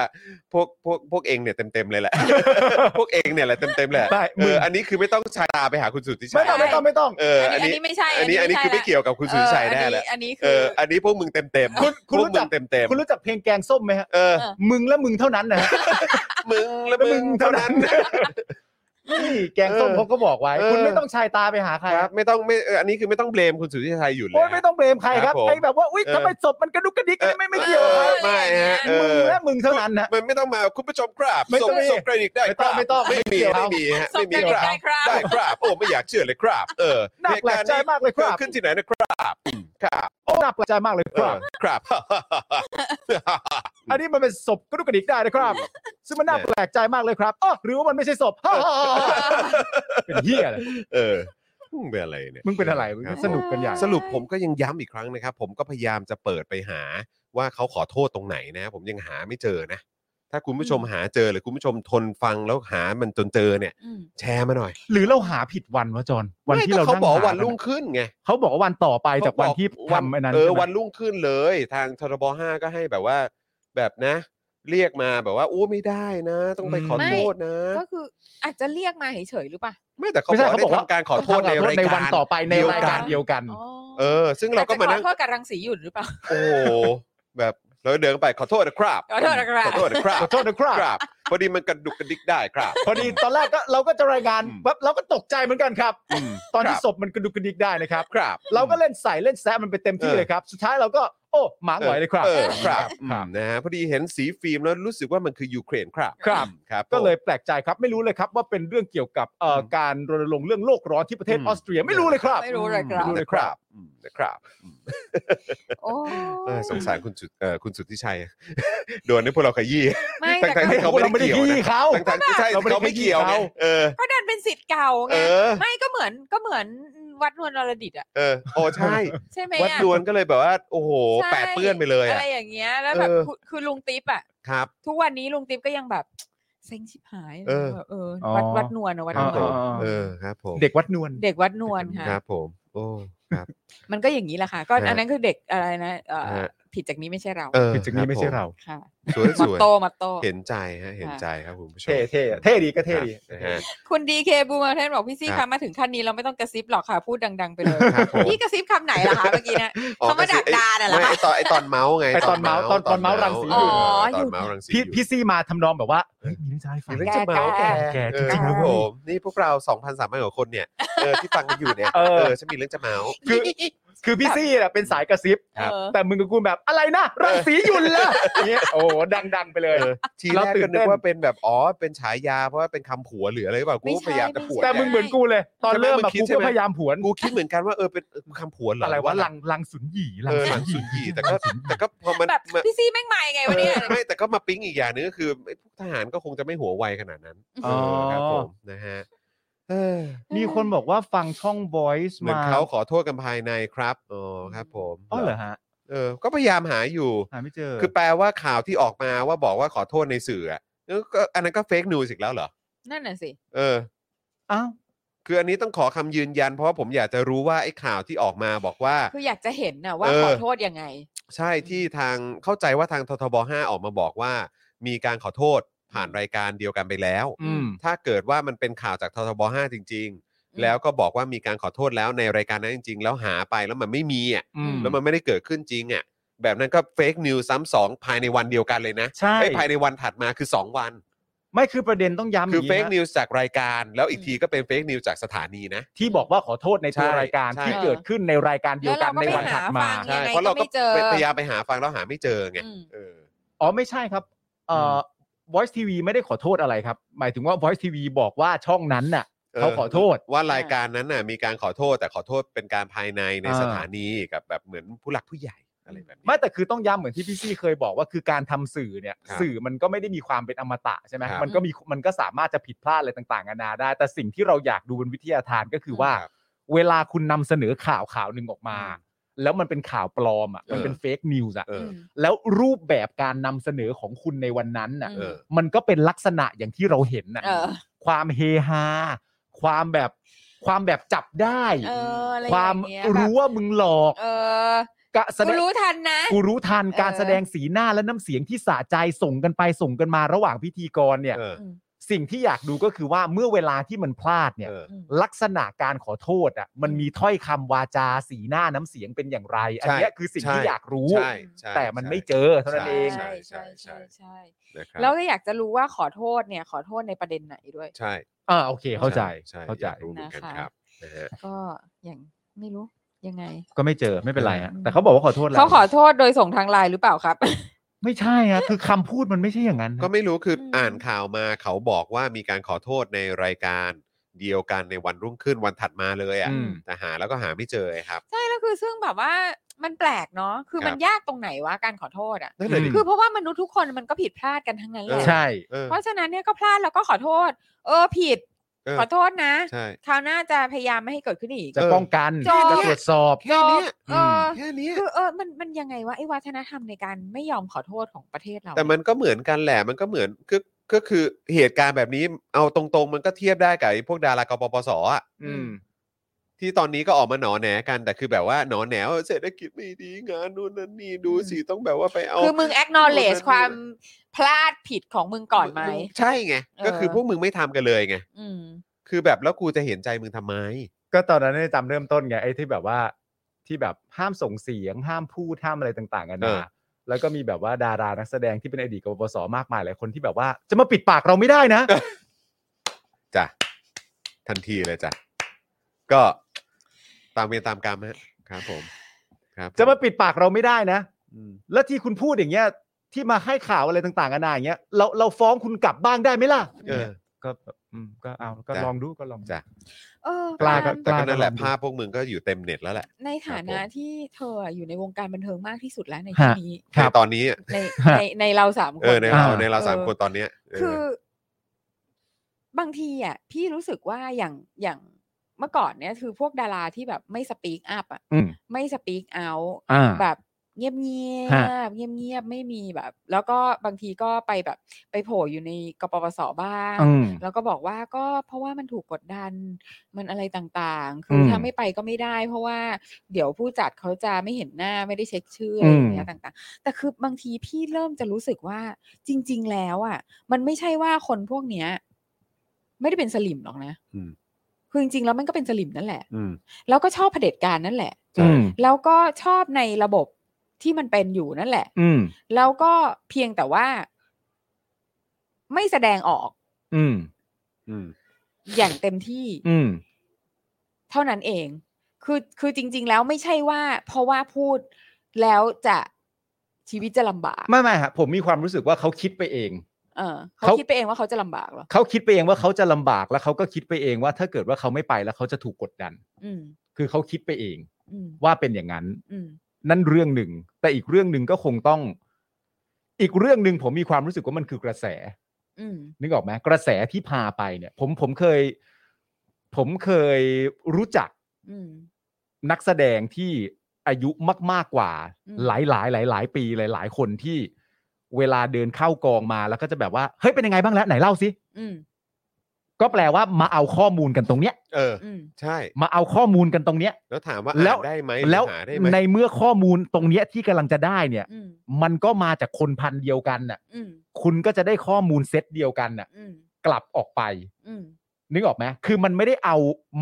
B: พวกพวกพวกเองเนี่ยเต็มเต็มๆเลยแหละ พวกเองเนี่ยแหละเต็มเต็มๆแหละ
C: ได้
B: เอ
C: มึง
B: ออันนี้คือไม่ต้องชายตาไปหาคุณสุทธิชั
C: ไม่
B: ย
C: ต้องไม่ต้องไม่ต้อง
B: เอออัน
D: อัน
B: นี้
D: นี้ไม่ใช่
B: อันนี้อันนี้คือไม่เกี่ยวกับคุณสุทธิชัยแน่แหละ
D: อันนี้
B: เอ
D: คือ
B: ออันนี้พวกมึงเต็มเต็ม
C: คุณคุณ
B: พว
C: รู้
B: กมึ
C: จัก
B: งเต็มเต็ม
C: คุณรู้จักเพลงแกงส้มไหมฮะ
B: ๆเออ
C: มึงและมึงเท่านั้นนะฮะ
B: มึงและมึงเท่านั้น
C: นี่แกงส้ม
B: เออ
C: เขาก็บอกไว้
B: เออ
C: คุณไม่ต้องชายตาไปหาใคร
B: ค
C: ค
B: รั
C: รั
B: บบ ไม่ต้องไม่เอออันนี้คือไม่ต้องเบลมคุณสุทธิชัยอยู่เลย
C: โอ้ยไม่ต้องเบลมใครค
B: ครั
C: รั
B: บบ ผม
C: ไอ้แบบว่าอุ้ย
B: เออ
C: ทำไมศพมันกระดุกกระดิกกันไม่ไม่เกี่ยว
B: อ
C: ครั
B: อบ ไม่ฮะเอ
C: มึง
B: อ
C: และมึงเท่านั้นนะ
B: มันไม่ต้องมาคุณผู้ชมครับ
C: ไม่
B: ส่
C: ต้องง
B: ส่งเครดิตได้
C: ไม่ต้อ
B: ค
C: ง
B: รับ
C: ไม่ต้อง
B: ไม่มี
C: ไม่เกี่ยว
B: ไม่มีฮะ
D: ส่
B: ไม่
D: ง
B: มี
D: เด็ก
B: ครับ
D: ได้ครับ
B: ได้ครับโอ้ไม่อยากเชื่อเลยครับ เออ
C: หนักแปลกใจมากเลยค
B: เกิด
C: รับ
B: ขึ้นที่ไหนนะครับอืมครับ
C: โอ้หนักแปลกใจมากเลย
B: เอ
C: ครับ
B: อครับ
C: อันนี้มันเป็นศพกระดุกกระดิกได้นะครับ ซึ่งมันน่าแปลกใจมากเลยครับอ๋อหรือว่ามันไม่ใช่ศพฮ่าๆๆเป็นเหี้ยอะไร
B: เออมึงเป็นอะไรเนี่ย
C: มึงเป็นอะไรมึง
B: คบ
C: สนุกกันใหญ่
B: สรุปผมก็ยังย้ำอีกครั้งนะครับ ผมก็พยายามจะเปิดไปหาว่าเขาขอโทษตรงไหนนะ ผมยังหาไม่เจอนะ ถ้าคุณผู้ชมหาเจอหรือคุณผู้ชมทนฟังแล้วหามันจนเจอเนี่ย
D: อืม
B: แชร์มาหน่อย
C: หรือเราหาผิดวันวะจอนวันที่เรา
B: ไม่ก็เขา
C: นั่
B: บอก
C: ห
B: วันรุ่งขึ้นไง
C: เขาบอกว่าวันต่อไปจากวันที่
B: เขาบอก
C: ทำอันนั้น
B: เออ
C: ใช่ไหม
B: วันรุ่งขึ้นเลย ทางทรบห้าก็ให้แบบว่า แบบนะ เรียกมาแบบว่าอู้ไม่ได้นะ ต้องไปขอ
D: ไม่
B: โทษนะ
D: ก็คืออาจจะเรียกมาเฉยๆหรือเปล่า
B: ไม่แต่เขา
C: ไม่
B: บ
C: ใช่
B: อก
C: เขา
B: ได้
C: บอกว่า
B: ทำการขอโทษในราย
C: ใน
B: กา
C: วัน
B: ร
C: ต่อไปใน
B: เดียวกัน
C: รายการเดียวกัน
B: เออ ซึ่งเราก็มานั่ง
D: อจจะขอโทษกับรังสีหยุดหรือเปล่า
B: โอ้โหแบบเราเดินไปขอโทษนะครับ
D: ขอโทษนะครับ
B: ขอโทษนะครับ
C: ขอโทษนะครับ
B: ครับพอดีมันกระดุกกระดิกได้ครับ
C: พอดี ตอนแรกก็เราก็จะรายงาน
B: อืม
C: ปั๊บเราก็ตกใจเหมือนกันครับ
B: อืม
C: ตอนที่
B: ครับ
C: ศพมันกระดุกกระดิกได้นะครับ
B: ครับ
C: เราก็เล่นใส่เล่นแซะมันไปเต็มที่
B: เออ
C: เลยครับ สุดท้ายเราก็ โอ้หมาหงอยเลยครับ
B: เออครับ
C: ครั
B: อื
C: บ
B: มนะฮะพอดีเห็นสีฟิล์มแล้วรู้สึกว่ามันคือยูเครนครับ
C: ครับ
B: ครับผม
C: ก็เลยแปลกใจครับ ไม่รู้เลยครับว่าเป็นเรื่องเกี่ยวกับเอ่ออ
B: ม
C: การรณรงค์เรื่องโลกร้อนที่ประเทศ
B: อืม
C: ออสเตรียไม่รู้เลยครับ
D: ไม่รู้เลยครั
C: ไม่
D: บ
C: รู้เลยครับ
B: อืมนะครับ
D: โอ้
B: เออสงสารคุณสุดเออคุณสุทธิชัย โดนในพวกเราขยี้
D: ไม่
B: ทั้
D: แต่
B: งๆที่
D: ก็
B: เขาไม่ได้
C: เราไม่ได้
B: เกี่ยวนะ
C: ยี่เขา
B: ทั้งทที่ใช่
C: เราไม่ได้
B: เขาไม่เกี่ยวไง
C: เขา
B: เออ
D: ก็ดันเป็นสิทธิ์เก่าไง
B: เออ
D: ไม่ก็เหมือนก็เหมือนวัดนวลนรดิตอ่ะ
B: เออโอ้ใช่
D: ใช่ไหม
B: วัด
D: อะ
B: ดวนก็เลยแบบว่า โอ้โห
D: ใช่
B: แปดเปื้อนไปเลย
D: อะ
B: อ่ะ
D: ไรอย่างเงี้ยแล้วแบบ
B: เออ
D: คือคือลุงติ๊บอ่ะ
B: ครับ
D: ทุกวันนี้ลุงติ๊บก็ยังแบบเซ็งชิบหาย
B: เออ
D: แบบเออ
C: อ๋อ
D: วัดวัดนวลนะวัด
B: ครั
D: น
B: บ
D: วล
B: ผม
C: อ๋อ
B: เออครับผม
C: เด็กวัดนวล
D: เด็กวัดนวลค่ะ
B: ครับผม โอ้ครับ
D: มันก็อย่างนี้แหละค่ะ ก็
B: ฮะ
D: อันนั้นคือเด็กอะไรนะเอ่อ
B: ฮะ
D: ผิดจากนี้ไม่ใช่เรา
B: เออ
C: คือจากนี้ไม่ใช่เรา
D: ค่ะ
B: สวย
D: มอ
B: สวย
D: ตโตมอตโต
B: เห็นใจฮะเห็นใจครับคุณผู้ชม
C: เท่เท่เท่ดีก็เท่ดี
B: ครับนะฮะ
D: คุณดีเคบูมเมอร์เทนบอกพี่ซี่
B: ครับ
D: คะมาถึงขั้นนี้เราไม่ต้องกระซิบหรอกค่ะ พูดดัง ๆ ไปเลย
B: ครับผม
D: พี่กระซิบคำไหนล่ะคะเมื่อกี้เนะ
B: อ๋อ
D: เขามาดักดานน่ะเหรอ
B: ไม่ไอตอนไอตอนเมาส์ไง
C: ไอ้ตอนเมาส์ตอนตอนเมาส์รังสีอยู่
B: เออ
D: อ๋
B: ต
D: ออ
B: อยู่ นเมาส์รังสีอ
C: พี่
B: ยู่
C: พี่ซี่มาทำนองแบบว่าเฮ้ยมีเรื่องจะให้ฟั
B: มีเรื่องจะเมา
C: ง
B: ส์แก
C: แก
B: เอ
C: จ
B: อ
C: ริ
B: ครับ
C: งๆนะ
B: ผ
C: เว้ย
B: ม นี่พวกเรา 2,300กว่าคนเนี่ย เออ ที่ฟังกันอยู่เนี่ย
C: เออ
B: เออฉันมีเรื่องจะเมาส์
C: คือคือพี่ซี่น่ะเป็นสายกระซิบ
D: เออ
C: แต่มึงกับกูแบบอะไรนะรังสีหยุ่น ละอย่างเงี้ยโอ้โหดัง ๆ ไปเลย
B: เออที
C: เรา
B: แรก
C: ตื่
B: ก็
C: นเต้
B: นึ
C: น
B: กว่าเป็นแบบ อ๋อ เป็นฉายา เพราะว่าเป็นคำผัวหรืออะไรหรือเปล่า กูก็พยายามจะปวด
C: แต่มึงเหมือนกูเลย ตอนเริ่ม
B: ใช่ไหมมึง
C: อะ
B: คิด
C: กู
B: ใช่
C: ก็
B: ไหม
C: พยายามผวน
B: กูคิดเหมือนกันว่า เออ เป็นคำผัวเหรอ
C: อะ
B: อะไร
C: วะลังลังสุนหยีลั
B: เอง อหลังสุนหยีแต่ก็ แต่ก็พอมัน
D: แบบ
B: มัน
D: พี่ซี่แม่งใหม่ไงวะเนี่ย
B: ไม่แต่ก็มาปิ๊งอีกอย่างนึงก็คือไอ้พวกทหารก็คงจะไม่หัวไวขนาดนั้นเออครับผมนะฮะ เออ
C: มีคนบอกว่าฟังช่อง voice
B: เหมือน
C: มา
B: เขาขอโทษกันภายในครับ อ๋อ ครับผม
C: อ๋อเหรอฮะ
B: เออ ก็พยายามหาอยู่
C: หาไม่เจอ
B: คือแปลว่าข่าวที่ออกมาว่าบอกว่าขอโทษในสื่ออะแล้วก็อันนั้นก็เฟกนิวส์อีกแล้วเหรอ
D: นั่นน่ะสิ
B: เออ
C: อ้าว
B: คืออันนี้ต้องขอคำยืนยัน เพราะว่าผมอยากจะรู้ว่าไอ้ข่าวที่ออกมาบอกว่า
D: คืออยากจะเห็นนะว่า
B: เออ
D: ขอโทษยังไง
B: ใช่ที่ทางเข้าใจว่าทางททบ5ออกมาบอกว่า มีการขอโทษผ่านรายการเดียวกันไปแล้ว
C: อืม
B: ถ้าเกิดว่ามันเป็นข่าวจากททบ5จริง
D: อื
B: ๆ
D: ม
B: แล้วก็บอกว่ามีการขอโทษแล้วในรายการนั้นจริง ๆ แล้วหาไปแล้วมันไม่มีอ่ะ
C: อืม
B: แล้วมันไม่ได้เกิดขึ้นจริงอ่ะแบบนั้นก็เฟกนิวส์ซ้ำสองภายในวันเดียวกันเลยนะ
C: ใช่
B: ไอ้ยภายในวันถัดมาคือ 2 วัน
C: ไม่คือประเด็นต้องย้ำ
B: คือ
C: อย่าง
B: เฟ
C: นี้
B: ก
C: นะ
B: นิวส์จากรายการ แล้วอีกทีก็เป็นเฟกนิวส์จากสถานีนะ
C: ที่บอกว่าขอโทษใน
B: ใช่
C: ตัวรายการ
B: ใช่
C: ที่เกิดขึ้นในรายการเดียวกันในวันถัดมา
D: แล้วเราก็ไม่หาฟัง ยังไง
B: เพราะเราก็
D: ก็ไม่เจอ
B: พยายามไปหาฟังแล้วหาไม่เจอไง
D: อืม
B: เออ
C: อ๋อไม่ใช่ครับเอ่ออ Voice TV ไม่ได้ขอโทษอะไรครับ หมายถึงว่า Voice TV บอกว่าช่องนั้นน่ะ
B: เออ
C: เขาขอโทษ
B: ว่ารายการนั้นน่ะมีการขอโทษแต่ขอโทษเป็นการภายในใน
C: อ่า
B: สถานีกับแบบเหมือนผู้หลักผู้ใหญ่อะไรแบบนี้
C: ไม่แต่คือต้องย้ำเหมือนที่พี่ซี่เคยบอกว่าคือการทำสื่อเนี่ย
B: ครับ
C: สื่อมันก็ไม่ได้มีความเป็นอมตะใช่ไหม
B: ครับ
C: มันก็มีมันก็สามารถจะผิดพลาดอะไรต่างๆนานาได้ แต่สิ่งที่เราอยากดูบนวิทยาทานก็คือว่า
B: ครับ
C: เวลาคุณนำเสนอข่าวข่าวหนึ่งออกมา
B: อืม
C: แล้วมันเป็นข่าวปลอมอ่ะมันเป็นเฟกนิวส์อ่ะ
B: เออ
C: แล้วรูปแบบการนำเสนอของคุณในวันนั้นน่ะ
B: เออ
C: มันก็เป็นลักษณะอย่างที่เราเห็นน่ะ
D: เออ
C: ความเฮฮาความแบบความแบบจับได้
D: เอออะไรอ
C: ค
D: ย่
C: วาม
D: งเงี้ย
C: รู้
D: แบบ
C: ว่ามึงหลอก
D: เออก
C: ะแสด
D: กู
C: ง
D: รู้ทันนะ
C: กูรู้ทันการ
D: เออ
C: แสดงสีหน้าและน้ำเสียงที่สะใจส่งกันไปส่งกันมาระหว่างพิธีกรเนี่ย
B: เออ
D: ม
C: สิ่งที่อยากดูก็คือว่าเมื่อเวลาที่มันพลาดเนี่ย
B: เออ
D: อืม
C: ลักษณะการขอโทษอ่ะมันมีถ้อยคำวาจาสีหน้าน้ำเสียงเป็นอย่างไร อันเนี้ยคือสิ่งที่
B: ใช่
C: อยากรู้
B: ใช่ใช่
C: แต่มันไม่เจอเท่านั้นเอง
B: ใช่
D: ใช่
B: ใช่
D: ใช่
B: ใช่
D: ใช่ใช่
B: นะครับ
D: แล้วก็อยากจะรู้ว่าขอโทษเนี่ย ขอโทษในประเด็นไหนด้วย
B: ใช่
C: อ่าโอเค เข้าใจ
B: ใช่
C: เข้าใจ
B: อยกรู้เหมือนกัน
D: นะคะ
B: ครับนะฮะ
D: ก็อย่างไม่รู้ยังไง
C: ก็ไม่เจอไม่เป็นไรฮะ
D: อืม
C: แต่เขาบอกว่าขอโทษแล้ว
D: เขาขอโทษโดยส่งทางไลน์หรือเปล่าครับ
C: ไม่ใช่ฮะคือคำพูดมันไม่ใช่อย่างนั้นฮะ
B: ก็ไม่รู้คืออ
D: ม
B: อ่านข่าวมาเขาบอกว่ามีการขอโทษในรายการเดียวกันในวันรุ่งขึ้นวันถัดมาเลย
C: อื
B: อะ่ะ
C: ม
B: แต่หาแล้วก็หาไม่เจอไงครับ
D: ใช่แล้วคือซึ่งแบบว่ามันแปลกเนาะคือมัน
B: ครับ
D: ยากตรงไหนวะการขอโทษอ่ะ
B: นั่นแหละดิ
D: คือเพราะว่ามนุษย์ทุกคนมันก็ผิดพลาดกันทั้งนั้นแหละ
C: ใช่
B: เออ
D: เพราะฉะนั้นเนี่ยก็พลาดแล้วก็ขอโทษ เออผิด
B: เออ
D: ขอโทษนะ
B: ใช่
D: คราวหน้าจะพยายามไม่ให้เกิดขึ้นอีก
C: จะป้องกัน
D: จบ
C: จะตรวจสอบ
B: แค่เนี้ย
D: เออ
B: แค่เนี้ย
D: คือเออมันมันยังไงวะไอ้วัฒนธรรมในการไม่ยอมขอโทษของประเทศเรา
B: แต่มันก็เหมือนกันแหละมันก็เหมือนก็ก็คือเหตุการณ์แบบนี้เอาตรงๆ มันก็เทียบได้กับไอ้พวกดารากปปสอ่ะ
C: อืม
B: ที่ตอนนี้ก็ออกมาหนอแหนกันแต่คือแบบว่าหนอแหนว่าเศรษฐกิจไม่ดีงานนู่นนั่นนี่ดูสิต้องแบบว่าไปเอา
D: คือมึง acknowledge
B: เอา
D: ความพลาดผิดของมึงก่อนไหม
B: ใช่ไงก็คือ
D: เออ
B: พวกมึงไม่ทำกันเลยไง
D: อืม
B: คือแบบแล้วกูจะเห็นใจมึงทำไม
C: ก็ตอนนั้นเนี่ยจำเริ่มต้นไงไอ้ที่แบบว่าที่แบบห้ามส่งเสียง ห้ามพูดห้ามอะไรต่างๆกัน
B: เอ
C: นะ
B: อ
C: แล้วก็มีแบบว่าดารานักแสดงที่เป็นอดีตกบปปสมากมายหลายคนที่แบบว่าจะมาปิดปากเราไม่ได้นะ
B: จ้ะทันทีเลยจ้ะก็ตามเวรตามกรรมฮะครับผม ครับ
C: จะมาปิดปากเราไม่ได้นะ
B: อืม
C: แล้วที่คุณพูดอย่างเงี้ยที่มาให้ข่าวอะไรต่างๆกันาอย่างเงี้ยเราเราฟ้องคุณกลับบ้างได้ไหมล่ะ
B: เออ
C: ก็แบบอืมก็เอาก็
B: จ้ะ
C: ลองดูก็ลองดู
B: จ้ะ
D: เออ
C: ปลาก็
D: ปา
B: แต่
D: ล์ม
B: ก็นั่นแหละ
C: กล้า
B: ภา
C: ก็ลองดู
B: พพวกมึงก็อยู่เต็มเน็ตแล้วแหละ
D: ในฐานะครับ
B: ผม
D: ที่เธออยู่ในวงการบันเทิงมากที่สุดแล้วในที่
C: ฮะ
D: นี้
C: ครับ
B: ในตอนนี้อะ
D: ในในในเราสามค
B: เอน อในเรา
C: อ่า
B: ในเราสาม
D: ออ
B: คนตอนเนี้ยเออ
D: คือ บางทีอ่ะ พี่รู้สึกว่าอย่างอย่างเมื่อก่อนเนี่ย คือพวกดาราที่แบบไม่สปีกอัพอ่ะ
C: อืม
D: ไม่สปีกเอา
C: อ่า
D: แบบเงียบเงีย
C: ฮะ
D: บเงียบเงียบๆไม่มีแบบ แล้วก็บางทีก็ไปแบบ ไปโผล่อยู่ในกปปสบ้าง
C: อืม
D: แล้วก็บอกว่าก็เพราะว่ามันถูกกดดันมันอะไรต่างๆ คืออ
C: ม
D: ถ้าไม่ไปก็ไม่ได้ เพราะว่าเดี๋ยวผู้จัดเขาจะไม่เห็นหน้าไม่ได้เช็คชื่ออะไรอย่างเงี้ย
C: อืม
D: ต่าง ๆ แต่คือบางทีพี่เริ่มจะรู้สึกว่าจริง ๆ แล้วอ่ะ มันไม่ใช่ว่าคนพวกเนี้ย ไม่ได้เป็นสลิมหรอกนะ
B: อืม
D: คือจริงๆแล้วมันก็เป็นสลิมนั่นแหละ
B: อืม
D: แล้วก็ชอบเผด็จการนั่นแหละ
B: ใช่
C: อืม
D: แล้วก็ชอบในระบบที่มันเป็นอยู่นั่นแหละ
C: อืม
D: แล้วก็เพียงแต่ว่า ไม่แสดงออก
C: อืม
B: อืม
D: อย่างเต็มที่
C: อืม
D: เท่านั้นเอง คือ คือจริง ๆ แล้วไม่ใช่ว่า เพราะว่าพูดแล้วจะชีวิตจะลำบาก
C: ไม่ไม่ฮะผมมีความรู้สึกว่าเขาคิดไปเอง
D: เออ เขา
C: เขา
D: คิดไปเองว่าเขาจะลำบากเหรอ
C: เขาคิดไปเองว่าเขาจะลำบากแล้วเขาก็คิดไปเองว่าถ้าเกิดว่าเขาไม่ไปแล้วเขาจะถูกกดดัน
D: อืม
C: คือเขาคิดไปเอง
D: อืม
C: ว่าเป็นอย่างนั้น
D: อืม
C: นั่นเรื่องหนึ่ง แต่อีกเรื่องหนึ่งก็คงต้อง อีกเรื่องหนึ่งผมมีความรู้สึกว่ามันคือกระแส
D: อืม
C: นึกออกไหมกระแสที่พาไปเนี่ย ผมผมเคย ผมเคยรู้จัก
D: อืม
C: นักแสดงที่อายุมาก ๆกว่า
D: อืม
C: หลายหลายหลายหลายๆปีหลาย ๆ คนที่เวลาเดินเข้ากองมาแล้วก็จะแบบว่าเฮ้ยเป็นยังไงบ้างแล้วไหนเล่าสิ
D: อืม
C: ก็แปลว่ามาเอาข้อมูลกันตรงเนี้ย
B: เออ
D: อืม
B: ใช่
C: มาเอาข้อมูลกันตรงเนี้ย
B: แล้วถามว่า
C: แล้ว
B: อ่านได้ไหมหรือ
C: แล้ว
B: หาได้ไหม
C: ในเมื่อข้อมูลตรงเนี้ยที่กำลังจะได้เนี่ย
D: อืม
C: มันก็มาจากคนพันเดียวกันน่ะ
D: อืม
C: คุณก็จะได้ข้อมูลเซตเดียวกันน่ะ
D: อืม
C: กลับออกไป
D: อืม
C: นึกออกไหมคือมันไม่ได้เอา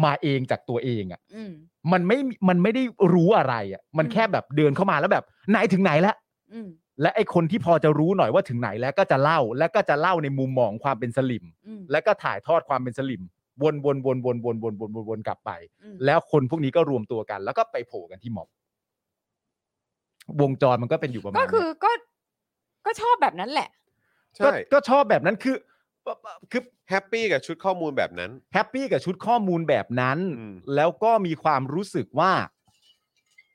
C: มาเองจากตัวเองอ่ะ
D: อืม
C: มันไม่มันไม่ได้รู้อะไรอ่ะ มัน
D: อืม
C: แค่แบบเดินเข้ามาแล้วแบบ ไหนถึงไหนแล้ว
D: อืม
C: และไอคนที่พอจะรู้หน่อยว่าถึงไหนแล้วก็จะเล่าแล้วก็จะเล่าในมุมมองความเป็นสลิม
D: อืม
C: แล้วก็ถ่ายทอดความเป็นสลิม วนวนวนวนวนวนวนวนวนกลับไป
D: อืม
C: แล้วคนพวกนี้ก็รวมตัวกัน แล้วก็ไปโผล่กันที่ม็อบวงจรมันก็เป็นอยู่ประมาณ
D: ก็
C: นี้
D: คือ ก็ ก็ชอบแบบนั้นแหละ
C: ก็
B: ใช่
C: ก็ชอบแบบนั้นคือคือ
B: แฮปปี้กับชุดข้อมูลแบบนั้น
C: แฮปปี้กับชุดข้อมูลแบบนั้น
B: อืม
C: แล้วก็มีความรู้สึกว่า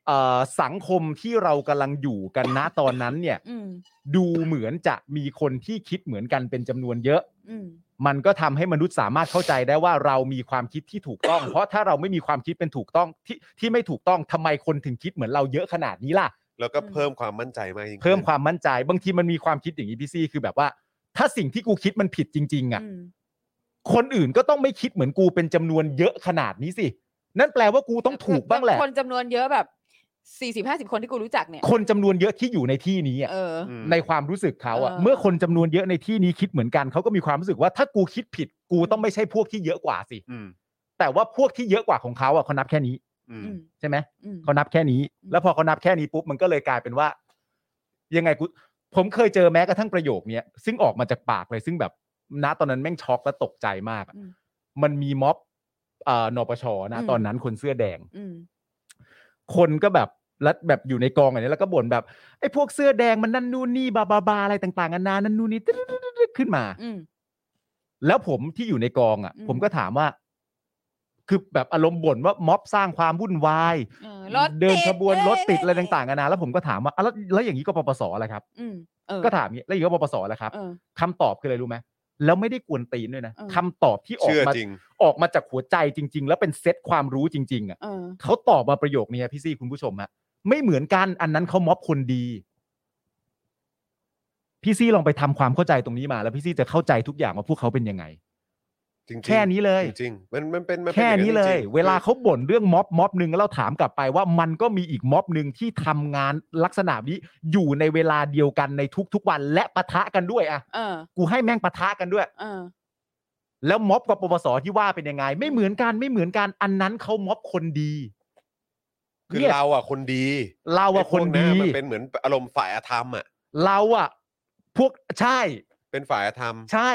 C: เอ่อสังคมที่เรากำลังอยู่กันนะตอนนั้นเนี่ย
D: อืม
C: ดูเหมือนจะมีคนที่คิดเหมือนกันเป็นจำนวนเยอะ
D: อืม
C: มันก็ทำให้มนุษย์สามารถเข้าใจได้ว่าเรามีความคิดที่ถูกต้อง เพราะถ้าเราไม่มีความคิดเป็นถูกต้องที่ที่ไม่ถูกต้องทำไมคนถึงคิดเหมือนเราเยอะขนาดนี้ล่ะ
B: แล้วก็เพิ่มความมั่นใจมากยิ่งขึ้น
C: เพิ่มความมั่นใจ บางทีมันมีความคิดอย่างนี้พี่ซี่คือแบบว่า ถ้าสิ่งที่กูคิดมันผิดจริง ๆ อ่ะ
D: อืม
C: คนอื่นก็ต้องไม่คิดเหมือนกูเป็นจำนวนเยอะขนาดนี้สิ นั่นแปลว่ากูต้องถูกบ้างแหละ
D: คนจำนวนเยอะแบบสี่สิบห้าสิบคนที่กูรู้จักเนี่ย
C: คนจำนวนเยอะที่อยู่ในที่นี้อะ
D: เออ
B: อืม
C: ในความรู้สึกเขาอะ
D: เออ
C: เมื่อคนจำนวนเยอะในที่นี้คิดเหมือนกันเขาก็มีความรู้สึกว่าถ้ากูคิดผิดกูต้องไม่ใช่พวกที่เยอะกว่าสิ
B: อืม
C: แต่ว่าพวกที่เยอะกว่าของเขาอะเขานับแค่นี้
B: อื
D: อ
B: ม
D: ม
C: ใช่ไหม
D: อืม
C: เขานับแค่นี้
D: อืม
C: แล้วพอเขานับแค่นี้ปุ๊บมันก็เลยกลายเป็นว่า ยังไงกูผมเคยเจอแม้กระทั่งประโยคเนี้ยซึ่งออกมาจากปากเลยซึ่งแบบณตอนนั้นแม่งช็อกและตกใจมากอะ
D: อืม
C: มันมีม็อบเอ่อนปชนะ
D: อืม
C: ตอนนั้นคนเสื้อแดง
D: อืม
C: คนก็แบบแล้วแบบอยู่ในกองอะไรเนี้ยแล้วก็บ่นแบบไอ้พวกเสื้อแดงมันนั่นนู่นนี่บาบาบาอะไรต่างๆนานานั่นนู่นนี่ตึ๊ดๆๆๆขึ้นมา
D: อืม
C: แล้วผมที่อยู่ในกองอ่ะ
D: อืม
C: ผมก็ถามว่า คือแบบอารมณ์บ่นว่าม็อบสร้างความวุ่นวาย
D: เออรถ
C: เดิน
D: ติ
C: ขบวนรถติดอะไร
D: เย
C: ต่างๆกันานะแล้วผมก็ถามว่าอ่ะแล้วแล้วอย่างนี้ก็ปปสอะไรครับ
D: อืมเออ
C: ก็ถามอย่างนี้แล้วอย่างนี้ก็ปปสอะไรครับ
D: เออ
C: คำตอบคืออะไรรู้ไหมแล้วไม่ได้กวนตีนด้วยนะ
D: เออ
C: คำตอบที่ออก
B: เชื่อ
C: มา
B: จริง
C: ออกมาจากหัวใจจริง ๆ แล้วเป็นเซตความรู้จริง ๆอ่ะ
D: เออ
C: เขาตอบมาประโยคนี้พี่ซี่คุณผู้ชมฮะไม่เหมือนกันอันนั้นเขาม็อบคนดี พี่ซี่ลองไปทำความเข้าใจตรงนี้มา แล้วพี่ซี่จะเข้าใจทุกอย่างว่าพวกเขาเป็นยังไง
B: จริงๆ
C: แค่นี้เลย
B: จริงๆมันมันเป็นมั
C: แค่นี้เล
B: ป็อา
C: ย
B: งจริงๆ
C: เวลาเขาบ่นเรื่องม็อบม็อบหนึ่งแล้วเราถามกลับไปว่ามันก็มีอีกม็อบหนึ่งที่ทำงานลักษณะนี้อยู่ในเวลาเดียวกันในทุกๆวันและปะทะกันด้วยอ่ะ
D: เออ
C: กูให้แม่งปะทะกันด้วย
D: เออ
C: แล้วม็อบกับปปสที่ว่าเป็นยังไง ไม่เหมือนกันไม่เหมือนกันอันนั้นเขาม็อบคนดี
B: คือ
C: เนี่ย
B: เราอ่ะคนดี
C: เราอะคนดี
B: ไอ้พวกหามันเป็นเหมือนอารมณ์ฝ่ายอาธรรมอ่ะ
C: เราอะพวกใช่
B: เป็นฝ่ายอาธรรม
C: ใช่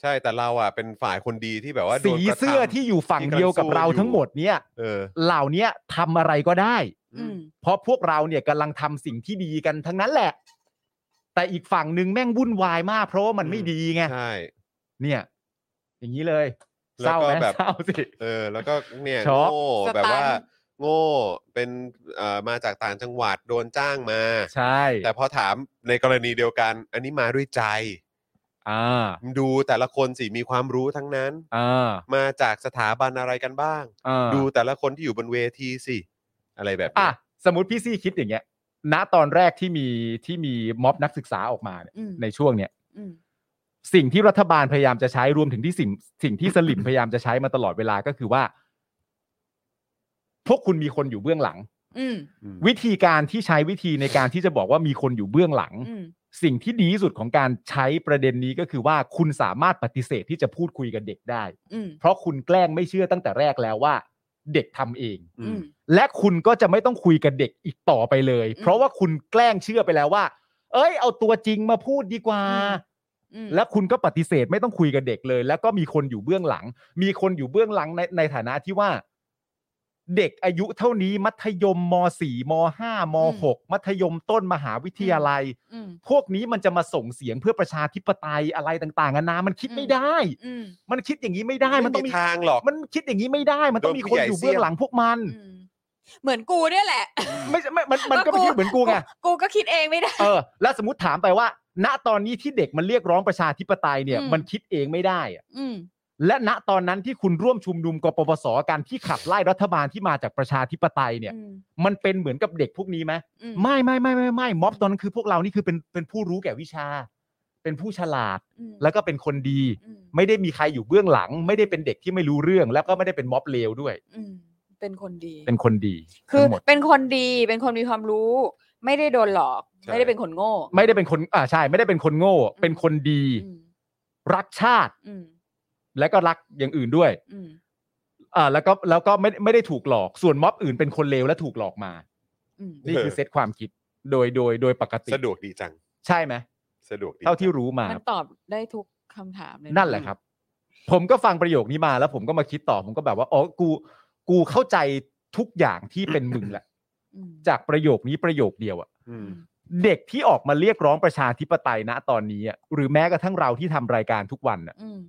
B: ใช่แต่เราอ่ะเป็นฝ่ายคนดีที่แบบว่าโด
C: สี
B: นกระทำ
C: เสื้อที่อยู่ฝั่งเดียวกับเราทั้งหมดเนี่ย
B: เออ
C: เหล่าเนี้ยทำอะไรก็ได้
D: อืม
C: เพราะพวกเราเนี่ยกำลังทำสิ่งที่ดีกันทั้งนั้นแหละ แต่อีกฝั่งหนึ่งแม่งวุ่นวายมาก เพราะว่ามันไม่
B: อืม
C: ดีไง
B: ใช่
C: เนี่ย อย่างนี้เลย
B: แล้
C: เศ
B: ว
C: ร้า
B: ก็
C: ไหม
B: แบบ
C: เศร้าสิ
B: เออ แล้วก็เนี่ย
C: ช็อก
B: โง่
D: สตัน
B: แบบว่า โง่เป็นเอ่อมาจากต่างจังหวัดโดนจ้างมา
C: ใช่
B: แต่พอถามในกรณีเดียวกัน อันนี้มาด้วยใจ
C: อ่า
B: ดูแต่ละคนสิมีความรู้ทั้งนั้น
C: อ่า
B: มาจากสถาบันอะไรกันบ้าง
C: อ่า
B: ดูแต่ละคนที่อยู่บนเวทีสิอะไรแบบ
C: อ่ะ
B: นี้
C: สมมติพี่ซี่คิดอย่างเงี้ย ณตอนแรกที่มีที่มีม็อบนักศึกษาออกมาเนี่ย
D: อืม
C: ในช่วงเนี้ย
D: อืม
C: สิ่งที่รัฐบาลพยายามจะใช้รวมถึงที่สิ่งสิ่งที่สลิมพยายามจะใช้มาตลอดเวลาก็คือว่า พวกคุณมีคนอยู่เบื้องหลัง
D: อืม
B: อืม
C: วิธีการที่ใช้วิธีในการที่จะบอกว่ามีคนอยู่เบื้องหลัง
D: อืม
C: สิ่งที่ดีที่สุดของการใช้ประเด็นนี้ก็คือว่าคุณสามารถปฏิเสธที่จะพูดคุยกับเด็กได้
D: อืม
C: เพราะคุณแกล้งไม่เชื่อตั้งแต่แรกแล้วว่า เด็กทำเอง
B: อื
D: อื
B: ม
D: ม
C: และคุณก็จะไม่ต้องคุยกับเด็กอีกต่อไปเลย
D: อืม
C: เพราะว่าคุณแกล้งเชื่อไปแล้วว่า เอ้ย เอาตัวจริงมาพูดดีกว่า
D: อืม อืม
C: และคุณก็ปฏิเสธไม่ต้องคุยกับเด็กเลย แล้วก็มีคนอยู่เบื้องหลัง มีคนอยู่เบื้องหลังในในฐานะที่ว่า เด็กอายุเท่านี้มัธยมม .4 ม .5 ม .6 มัธยมต้นมหาวิทยาลัย
D: อืม
C: พวกนี้มันจะมาส่งเสียงเพื่อประชาธิปไตยอะไรต่างๆนานามันคิด
D: อืม
C: ไม่ได้
D: อืม
C: มันคิดอย่างนี้ไม่ได้ มันต้องมี
B: ไทางหรอก
C: มันคิดอย่างนี้ไม่ได้ มันต้องมีคนอยู่เบื้องหลังพวกมัน
D: อืมเหมือนกูเนี่ยแหละ
C: ไม่ใช่ไม่มันมันก็ไม่คิดเหมือนกูไง
D: กูก็คิดเองไม่ได้
C: เออ แล้วสมมติถามไปว่า ณตอนนี้ที่เด็กมันเรียกร้องประชาธิปไตยเนี่ย
D: อืม
C: มันคิดเองไม่ได้อะ
D: อืม
C: และณตอนนั้นที่คุณร่วมชุมนุมกปปสกันที่ขับไล่รัฐบาลที่มาจากประชาธิปไตยเนี่ย
D: อืม
C: มันเป็นเหมือนกับเด็กพวกนี้ไหม
D: อืม
C: ไม่ไม่ไม่ไม่ไม่ม็อบตอนนั้นคือพวกเรานี่คือเป็นเป็นผู้รู้แก่วิชา เป็นผู้ฉลาด
D: อืม
C: แล้วก็เป็นคนดี
D: อืม
C: ไม่ได้มีใครอยู่เบื้องหลัง ไม่ได้เป็นเด็กที่ไม่รู้เรื่อง แล้วก็ไม่ได้เป็นม็อบเลวด้วย
D: อืมเป็นคนดี
C: เป็นคนดี
D: คือ
C: ทั้งหมด
D: เป็นคนดีเป็นคนมีความรู้ ไม่ได้โดนหลอก
B: ใช่
D: ไม่ได้เป็นคนโง่
C: ไม่ได้เป็นคนอ่าใช่ ไม่ได้เป็นคนโง่ เป็นคนดี
D: อืม
C: รักชาติ
D: อืม
C: และก็รักอย่างอื่นด้วย
D: อืม
C: อ่าแล้วก็แล้วก็ไม่ไม่ได้ถูกหลอก ส่วนม็อบอื่นเป็นคนเลวและถูกหลอกมา
D: อืม
C: นี่คือ
B: เออ
C: เซตความคิด โดยโดยโดยปกติ
B: สะดวกดีจัง
C: ใช่ไหม
B: สะดวกดี
C: เท่าที่รู้มา
D: มันตอบได้ทุกคำถามเลย
C: นั่นแหละครับ ผมก็ฟังประโยคนี้มาแล้วผมก็มาคิดต่อผมก็แบบว่าอ๋อกู กูเข้าใจทุกอย่างที่เป็นมึง แหละ
D: อืม
C: จากประโยคนี้ประโยคเดียวอะ
B: อื
D: อื
B: ม
D: ม
C: เด็กที่ออกมาเรียกร้องประชาธิปไตยณตอนนี้อะหรือแม้กระทั่งเราที่ทำรายการทุกวันน่ะ
D: อืม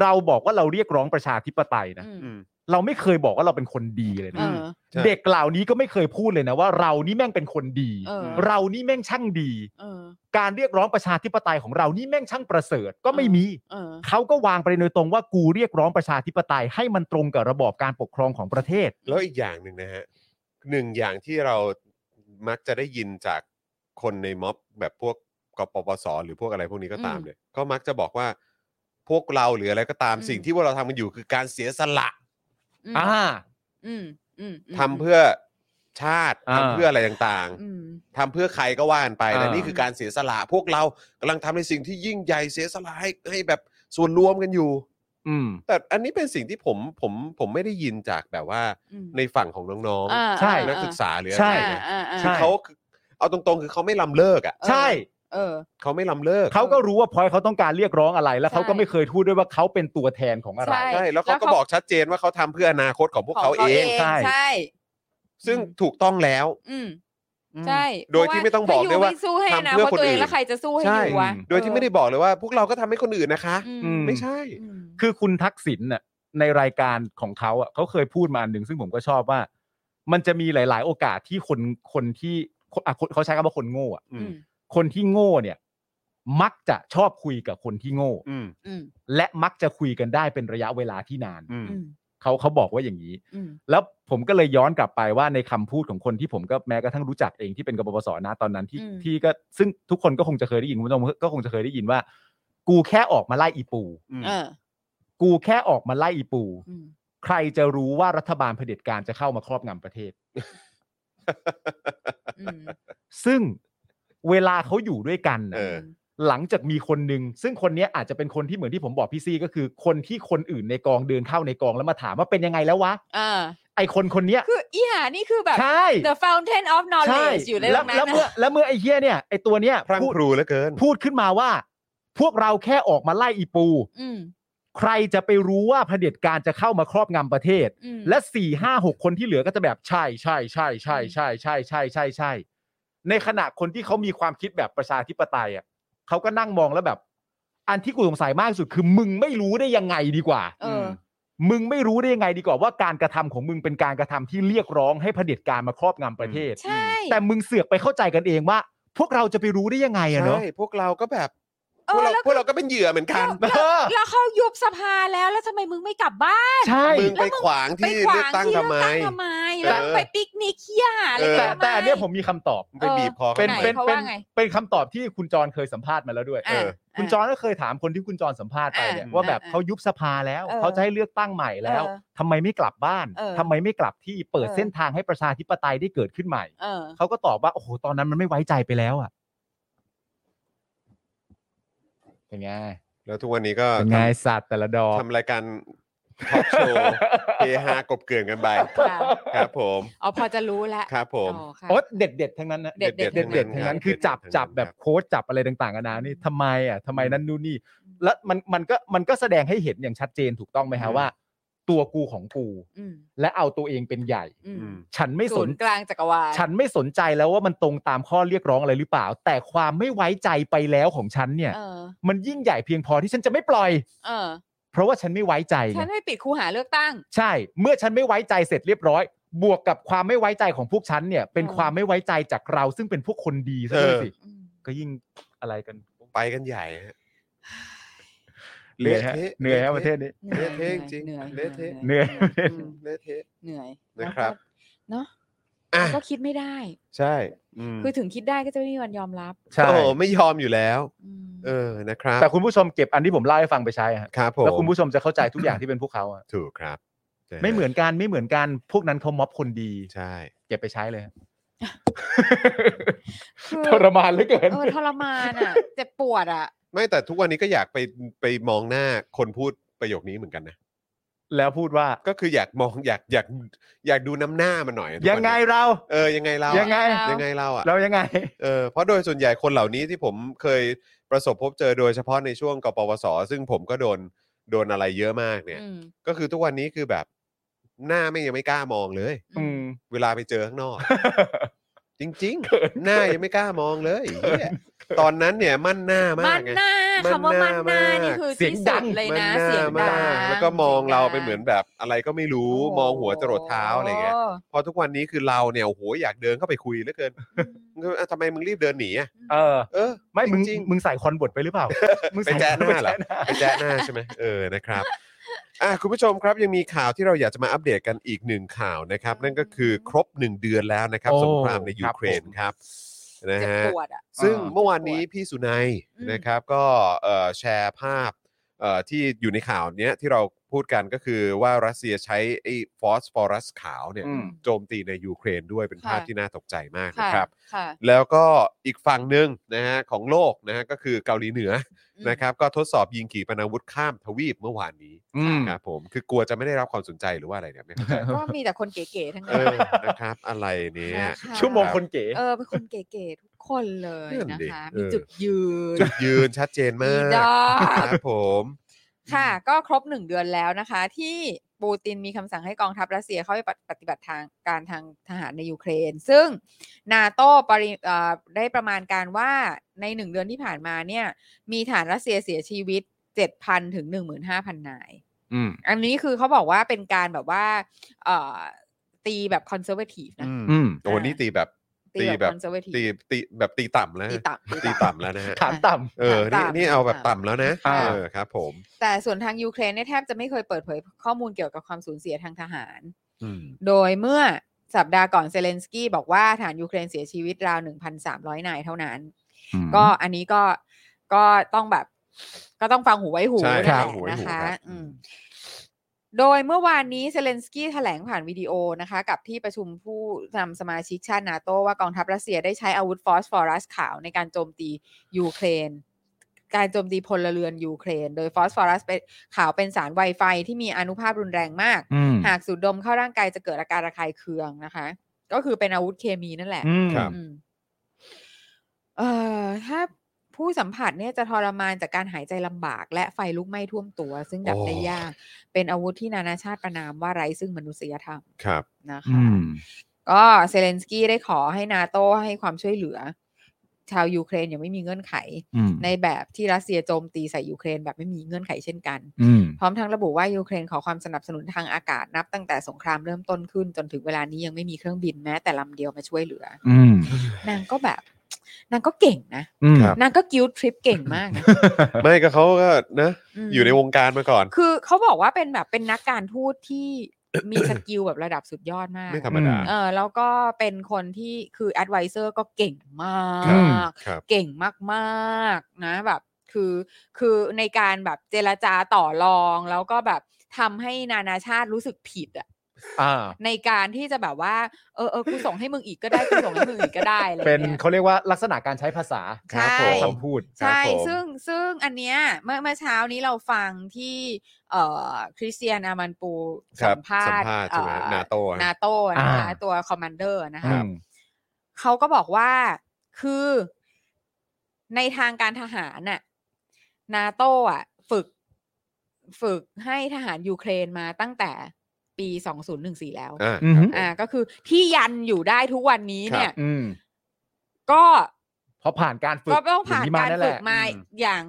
C: เราบอกว่าเราเรียกร้องประชาธิปไตยนะ
D: อืม
B: อืม
C: เราไม่เคยบอกว่าเราเป็นคนดีเลย
D: เอ
C: นะ
D: อ
B: ใช่
C: เด็กเหล่านี้ก็ไม่เคยพูดเลยนะว่าเรานี่แม่งเป็นคนดี
D: เออ
C: เรานี่แม่งช่างดี
D: เออ
C: การเรียกร้องประชาธิปไตยของเรานี่แม่งช่างประเสริฐก็ไม่มี
D: เออ
C: เขาก็วางไปโดยตรงว่ากูเรียกร้องประชาธิปไตยให้มันตรงกับระบอบการปกครองของประเทศ
B: แล้วอีกอย่างหนึ่งนะฮะหนึ่งอย่างที่เรามักจะได้ยินจากคนในม็อบแบบพวกกปปสหรือพวกอะไรพวกนี้ก็ตาม
D: อืม
B: เนี่ยก็มักจะบอกว่าพวกเราหรืออะไรก็ตาม
D: อืม
B: สิ่งที่พวกเราทำกันอยู่คือการเสียสละ
D: อืม
C: อ่า
D: อืมอืมม
B: ทำเพื่อชาติ
C: อ่า
B: ทำเพื่ออะไรต่าง
D: อืม
B: ๆทำเพื่อใครก็ว่ากันไป
C: อ่า
B: แต่นี่คือการเสียสละ พวกเรากำลังทำในสิ่งที่ยิ่งใหญ่เสียสละให้ให้แบบส่วนรวมกันอยู่
C: อืม
B: แต่อันนี้เป็นสิ่งที่ผมผมผมไม่ได้ยินจากแบบว่า
D: อืม
B: ในฝั่งของน้อง
D: อ่า
B: ๆ
C: ใช่
B: นักศึกษาหรืออะ
C: ใช่
B: ไร
D: อ่า
B: นะ
D: อ่าอ่า
C: ใช่
B: เขาคือเอาตรงๆ คือเขาไม่ลำเลิกอ่ะ
C: ใช่
D: เออ
B: เขาไม่ลำเลิก
C: เขาก็รู้ว่าพอยเขาต้องการเรียกร้องอะไร แล้วเขา
D: ใช่
C: ก็ไม่เคยพูดด้วยว่าเขาเป็นตัวแทนของอะไร
D: ใช่
B: ใช่แล้วเขา
D: แล้ว
B: ก็
D: เขา
B: บอกชัดเจนว่าเขาทำเพื่ออนาคตของพวกเขาเอง
C: ใช่
D: ใช่
B: ซึ่ง
D: อืม
B: ถูกต้องแล้ว
D: อืมใช่
B: โดยที่ไม่ต้องบอกด้วยว่า
D: ถ้สู้ให้
B: ทำ
D: นะ
B: เพื่อ
D: เพราะ
B: คน
D: ตัว
B: อื่
D: เอน งแล้วใครจะสู้ให้
B: ใช่
D: อยู่วะ
B: โดยที่ไม่ได้บอกเลยว่า พวกเราก็ทำให้คนอื่นนะคะ
D: อื
C: อื
D: ม
B: ไม่ใช่
D: อืม
C: คือคุณทักษิณน่ะในรายการของเขาอ่ะเขาเคยพูดมาอันหนึ่งซึ่งผมก็ชอบว่า มันจะมีหลาย ๆ โอกาสที่คนคนที่คนอ่ะคนเขาใช้คำว่าคนโง่อ่ะ
B: อืม
C: คนที่โง่เนี่ย มักจะชอบคุยกับคนที่โง่
B: อืม
D: อืม
C: และมักจะคุยกันได้เป็นระยะเวลาที่นาน
B: อืม
D: อืม
C: เขาเขาบอกว่าอย่างนี้
D: อืม
C: แล้วผมก็เลยย้อนกลับไปว่าในคำพูดของคนที่ผมก็แม้กระทั่งรู้จักเองที่เป็นกบพศนะตอนนั้นที่
D: อืม
C: ที่ก็ซึ่งทุกคนก็คงจะเคยได้ยินคุณผู้ชมก็คงจะเคยได้ยินว่า กูแค่ออกมาไล่อีปู
D: เออ
C: กูแค่ออกมาไล่อีปู
D: อืม
C: ใครจะรู้ว่ารัฐบาลเผด็จการจะเข้ามาครอบงำประเทศ
D: อืม
C: ซึ่งเวลาเขาอยู่ด้วยกันน่ะ
B: เออ
C: หลังจากมีคนหนึ่งซึ่งคนเนี้ยอาจจะเป็นคนที่เหมือนที่ผมบอกพี่ซี่ก็คือ คนที่คนอื่นในกองเดินเข้าในกองแล้วมาถามว่าเป็นยังไงแล้ววะ
D: อ่า
C: ไอคนคนเนี้ย
D: คืออีหานี่คือแบบ
C: ใช่
D: the fountain of
C: ใช่
D: knowledge อยู่ในต
C: แล้
D: ร
C: ว
D: งนั้น
C: แล้วเมื่อ
D: น่ะ
C: แล้วเมื่อไอ้เฮียเนี่ยไอ้ตัวเนี้ย
B: พรั่ง
C: พูด
B: พรูเหลือเกิน
C: พูดขึ้นมาว่า พวกเราแค่ออกมาไล่อีปู
D: อืม
C: ใครจะไปรู้ว่าเผด็จการจะเข้ามาครอบงำประเทศ
D: อืม
C: และสี่ห้าหกคนที่เหลือก็จะแบบใช่ใช่ใช่ใช่ใช่ใช่ใช่ใช่ใช่ในขณะคนที่เขามีความคิดแบบประชาธิปไตยอ่ะเขาก็นั่งมองแล้วแบบ อันที่กูสงสัยมากที่สุดคือมึงไม่รู้ได้ยังไงดีกว่า
D: เออ
C: มึงไม่รู้ได้ยังไงดีกว่าว่าการกระทำของมึงเป็นการกระทำที่เรียกร้องให้เผด็จการมาครอบงำประเทศ
D: ใช่
C: แต่มึงเสือกไปเข้าใจกันเองว่า พวกเราจะไปรู้ได้ยังไงอะเนาะ
B: ใช่ พวกเราก็แบบ
D: เอ
B: พวก
D: อ
B: เรา
D: แล้ว
B: พวกเราก็เป็นเหยื่อเหมือนกัน
C: เออ
D: แล้วเขายุบสภาแล้วแล้วทำไมมึงไม่กลับบ้าน
C: ใช่
B: มึง
D: แล้วมึง
B: ไปขวาง
D: ไป
B: ที่
D: ข
B: เลื
D: วา
B: อก
D: ง
B: ตั้ง
D: ที่
B: ทำไม
D: เลือกตั้งทำไม
B: เออ
D: แล้วมึงไปปิกนิกเขี้ยอะไร
B: เออ
C: แต่
D: ทำไม
C: แต่อันเนี้ยผมมีคำตอบ
B: มึงไปบีบคอ
D: เ
C: เป็น
B: ขา
C: เป็น
B: ทำไม
D: ขา
C: เป็น
D: ว่าไง
C: เป็นคำตอบที่คุณจรเคยสัมภาษณ์มาแล้วด้วย
D: อ่ะ
C: เออคุณ
D: อ่ะ
C: จรก็เคยถามคนที่คุณจรสัมภาษณ์ไปเนี่ย
B: อ่ะ
C: ว่าแบบ
D: อ่ะ
C: เขายุบสภาแล้ว
D: เออ
C: เขาจะให้เลือกตั้งใหม่แล้ว
D: เออ
C: ทำไมไม่กลับบ้าน
D: เออ
C: ทำไมไม่กลับที่เปิด
D: เออ
C: เส้นทางให้ประชาธิปไตยได้เกิดขึ้นใหม่
D: เออ
C: เขาก็ตอบว่าโอ้โหตอนนั้นมันไม่ไว้ใจไปแล้วอ่ะเป็นไง
B: แล้วทุกวันนี้ก็
C: เป็
B: ท
C: นไงสัตว์แต่ละดอ
B: ำ
C: ก
B: ทำรายการทอล์กโชว์ เฮฮากบเกลื่อนกันไป
D: ค่ะ
B: ครับผม
D: อ๋อพอจะรู้แล้ว
B: ครับผม
D: อ๋อค่ะ
C: โอ๊ตเด็ดเด็ดๆทั้งนั้นนะ
D: เด็ดๆ
C: เด็ด
D: ทั้
C: เด็ด
D: งนั้น
C: ทั้งนั้
B: ค
C: น
B: รับ
C: คือจับ
B: เด็ดๆทั้งนั้น
C: จับแบบ
B: ครับ
C: โค้ชจับอะไรต่างๆนานานี่ทำไมอ่ะทำไม
B: อืม
C: นั่นนู่นนี่ แล้วมันมันก็มันก็แสดงให้เห็นอย่างชัดเจนถูกต้องไหม
B: อื
C: ฮะ
B: ม
C: ว่า ตัวกูของกู
D: ืม
C: และเอาตัวเองเป็นใหญ่
D: อื
B: อื
D: ม
B: ม
C: ฉันไม่ส
D: ศู
C: น
D: นย์กลางจักรวาล
C: ฉันไม่สนใจแล้วว่ามันตรงตามข้อเรียกร้องอะไรหรือเปล่า แต่ความไม่ไว้ใจไปแล้วของฉันเนี่ย
D: เออ
C: มันยิ่งใหญ่เพียงพอที่ฉันจะไม่ปล่อย
D: เออ
C: เพราะว่าฉันไม่ไว้ใจไง
D: ฉันไม่ปิดคูหาเลือกตั้ง
C: ใช่ เมื่อฉันไม่ไว้ใจเสร็จเรียบร้อย บวกกับความไม่ไว้ใจของพวกฉันเนี่ย เป็น
D: เออ
C: ความไม่ไว้ใจจากเราซึ่งเป็นพวกคนดีซะ
B: เออ
C: ด้วยสิ
D: อืม
C: ก็ยิ่งอะไรกัน
B: ไปกันใหญ่ฮะ
C: เหนื่อยฮะ
B: เละเทะ
C: เหนื่อยฮะประเทศนี้
D: หนื่อย
B: เละเทะจริง
D: หนื่อย
B: เละเทะ
C: เหนื่อย
D: อืม
B: เละเทะ
D: เหนื่อย
B: นะครับ
D: แล้วก็เนาะ
B: อ่ะ
D: แล้วก็คิดไม่ได้
B: ใช่อืม
D: คือถึงคิดได้ก็จะไม่มีวันยอมรับ
C: ใช่
B: โอ้ไม่ยอมอยู่แล้ว
D: อืม
B: เออนะครับ
C: แต่คุณผู้ชมเก็บอันที่ผมเล่าให้ฟังไปใช้ฮะ
B: ครับผม
C: แล้วคุณผู้ชมจะเข้าใจทุกอย่างที่เป็นพวกเขาอะ
B: ถูกครับะฮะ
C: ไม่เหมือนกันไม่เหมือนกันพวกนั้นเขาม็อบคนดี
B: ใช่
C: เก็บไปใช้ เลยฮะ
D: คือ
C: ทรมานเหลือเกิน
D: เออทรมานอ่ะ เจ็บปวดอ่ะ
B: ไม่แต่ทุกวันนี้ก็อยากไปไปมองหน้าคนพูดประโยคนี้เหมือนกันนะ
C: แล้วพูดว่า
B: ก็คืออยากมองอยากอยากอยากดูน้ำหน้ามันหน่อยอะทุก
C: ยั
B: วั
C: ง
B: น
C: ไง
B: นี้
C: เรา
B: เออยังไงเรา
C: ยั
B: ยัง
C: ไง
B: ยังไงเราอ่ะ
C: เรายังไง
B: เออเพราะโดยส่วนใหญ่คนเหล่านี้ที่ผมเคยประสบพบเจอโดยเฉพาะในช่วงกปวส ซึ่งผมก็โดนโดนอะไรเยอะมากเนี่ย
D: อืม
B: ก็คือทุกวันนี้คือแบบหน้าไม่งยังไม่กล้ามองเลย
C: อืม
B: เวลาไปเจอข้างนอก จริง ๆ หน้ายังไม่กล้ามองเลยไอ้เหี้ยตอนนั้นเนี่ยมั่นหน้ามาก
D: มัน
B: ไง
D: หน้า
B: มัน
D: คำว่ามันห
B: ห
D: น้า
B: น้ามาก
D: นี่คือ
C: เสียง
D: ที่
C: ดั
D: สุด
C: ง
D: เลย
B: มัน
D: นะ
B: หน้า
D: เสียงดั
B: มาง กแล้วก็มองเรา
D: สียดั
B: ไปเหมือนแบบอะไรก็ไม่รู้
D: โโ
B: มองหัวจรดเท้าอะไรเงี้ยพอทุกวันนี้คือเราเนี่ยโอ้โหอยากเดินเข้าไปคุยเหลือเกิน
D: อืม
B: เออทำไมมึงรีบเดินหนีอะ
C: เออ
B: เออ
C: ไม่มึง
B: จริงๆ
C: มึงใส่คอนเวิร์ตไปหรือเปล่ า มึง
B: ไปแจ๊ะหน้าเหรอ
C: ไปแจ๊ะ
B: ไปแจ้หน้าใช่ไหมเออนะครับอ่ะคุณผู้ชมครับยังมีข่าวที่เราอยากจะมาอัปเดตกันอีกหนึ่งข่าวนะครับ นั่นก็คือครบ 1 เดือนแล้วนะครับสงครามในยูเครนครับนะ
D: เจ็บ
B: ฮะ
D: ปวดอ่ะ
B: ซึ่ง
D: อ่า
B: เมื่อวานนี้พี่สุนัย
D: อืม
B: นะครับก็เอ่อแชร์ภาพเอ่อที่อยู่ในข่าวเนี้ยที่เราพูดกันก็คือว่ารัสเซียใช้ไอ้ฟอสฟอรัสขาวเนี่ย
C: อืม
B: โจมตีในยูเครนด้วยเป็นภาพที่น่าตกใจมาก
D: ค่ะ
B: นะครับ
D: ค่ะ
B: แล้วก็อีกฝั่งหนึ่งนะฮะของโลกนะฮะก็คือเกาหลีเหนือ
D: อืม
B: นะครับก็ทดสอบยิงขีปนาวุธข้ามทวีปเมื่อวานนี้
C: อืม
B: ครับผมคือกลัวจะไม่ได้รับความสนใจหรือว่าอะไรเนี่ยไม่เข้าใจ
D: ก็มีแต่คนเก๋ๆทั้ง
B: เอ
D: นั้น
B: อนะครับอะไรเนี่ย
D: ค่ะ
C: ชั่วโมงคนเก๋
D: เออเป็นคนเก๋ๆทุกคนเลยนะคะ มีจุดยืน
B: จุดยืนชัดเจนมาก
D: อีดอก
B: ครับผม
D: ค่ะ ก็ครบหนึ่งเดือนแล้วนะคะ ที่ปูตินมีคำสั่งให้กองทัพรัสเซียเข้าไปปฏิบัติทางการทางทหารในยูเครน ซึ่งนาโต้ปริเอ่อได้ประมาณการว่าในหนึ่งเดือนที่ผ่านมาเนี่ย มีฐานรัสเซียเสียชีวิต 7,000 ถึง 15,000 นาย
C: อืม
D: อันนี้คือเขาบอกว่าเป็นการแบบว่าเอ่อตีแบบคอนเซอร์เวทีฟนะ
C: อืม
B: โอ้โหนี่ตีแบบ
D: ตี
B: ตี
D: แบ
B: แบ
D: บ
B: บ
D: conservative
B: ตีตีแบบตีต่ำแล้ว
D: ตี
B: นะ
D: ต่ำ
B: ตีต่ำแล้วนะฮะ
C: ถามต่ำ
B: เออนี่
D: ต่ำ
B: นี่เอาแบบ
D: ต่
B: ต่ำแล้วนะ
C: อ่า
B: เออครับ ผม
D: แต่ส่วนทางยูเครนเนี่ยแทบจะไม่เคยเปิดเผยข้อมูลเกี่ยวกับความสูญเสียทางทหาร
B: อืม
D: โดยเมื่อสัปดาห์ก่อนเซเลนสกี้บอกว่าทหารยูเครนเสียชีวิตราว 1,300 นายเท่านั้น ก็อันนี้ก็ก็ต้องแบบ ก็ต้องฟังหูไว้หู
B: ใช่
D: นั่น
B: ค
D: แห
B: รั
D: ละ
B: บหัว
D: นะ
B: หู
D: คะ
B: รับ
D: อืม โดยเมื่อวานนี้เซเลนสกี้แถลงผ่านวิดีโอนะคะ กับที่ประชุมผู้นำสมาชิกชาตินาโตว่ากองทัพรัสเซียได้ใช้อาวุธฟอสฟอรัสขาวในการโจมตียูเครน การโจมตีพลเรือนยูเครน โดยฟอสฟอรัสเป็นขาวเป็นสารไวไฟที่มีอนุภาพรุนแรงมาก
C: อืม
D: หากสูดดมเข้าร่างกายจะเกิดอาการระคายเคืองนะคะ ก็คือเป็นอาวุธเคมีนั่นแหละ
C: อืม
D: อืมเอ่อถ้าผู้สัมผัสเนี่ยจะทรมานจากการหายใจลำบาก และไฟลุกไหม้ท่วมตัว ซึ่งดับได้ยาก เป็นอาวุธที่นานาชาติประนามว่าไร้ซึ่งมนุษยธรรม
B: ครับ
D: นะคะ
C: อืม
D: ก็เซเลนสกี้ได้ขอให้นาโตให้ความช่วยเหลือ ชาวยูเครนยังไม่มีเงื่อนไข
C: อืม
D: ในแบบที่รัสเซียโจมตีใส่ยูเครนแบบไม่มีเงื่อนไขเช่นกัน
C: อืม
D: พร้อมทั้งระบุว่ายูเครนขอความสนับสนุนทางอากาศนับตั้งแต่สงครามเริ่มต้นขึ้น จนถึงเวลานี้ยังไม่มีเครื่องบินแม้แต่ลำเดียวมาช่วยเหลือ
C: อืม
D: นางก็แบบ นางก็เก่งนะ
C: อืม
B: ครับ
D: นางก็กิลทริปเก่งมาก นะ
B: ไม่ก็เขาก็นะ
D: ม
B: อยู่ในวงการมาก่อน
D: คือเขาบอกว่าเป็นแบบเป็นนักการทูตที่ มีสกิลแบบระดับสุดยอดมาก
B: ไม่ธรรมดา
D: เออแล้วก็เป็นคนที่คือแอดไวเซอร์ก็เก่งมาก
B: ครับ
D: เก่งมากๆนะแบบคือคือในการแบบเจรจาต่อรอง แล้วก็แบบทำให้นานาชาติรู้สึกผิดอะ
C: อ่า
D: ในการที่จะแบบว่าเออเออกูส่งให้มึงอีกก็ได้กูส่งให้มึงอีกก็ได้อะไรอย่าง
C: เป็น
D: งี้ย
C: เขาเรียกว่าลักษณะการใช้ภาษา
D: ใช่
C: คำพูด
D: ใช่
B: ครับผม
D: ซึ่งซึ่งอันเนี้ยเมื่อเมื่อเช้านี้เราฟังที่เอ่อคริสเตียนอามันปู
B: ครั
D: สั
B: บ
D: มภา
B: สัม
D: ษณ์
B: ภาษณ์ใช่ไหม
D: เอ่อ
B: นาโต้ฮะ
D: นาโต้นะคะ
C: อ่า
D: ตัวคอมมานเดอร์นะ
C: ครั
D: คะ
C: บ
D: เขาก็บอกว่าคือในทางการทหารน่ะนาโต้อะฝึกฝึกให้ทหารยูเครนมาตั้งแต่ปี 2014 แล้ว
B: อ่า
C: อืม
B: ค
D: อ่า
B: รับ
D: ก็คือที่ยันอยู่ได้ทุกวันนี้
B: ครับ
D: เนี่ย
C: อืม
D: ก็
C: เพราะผ่านการฝึก
D: ก็ต้องผ่าน
C: ย่
D: การ
C: นั่นแห
D: ฝึ
C: ละ
D: กมาอย่าง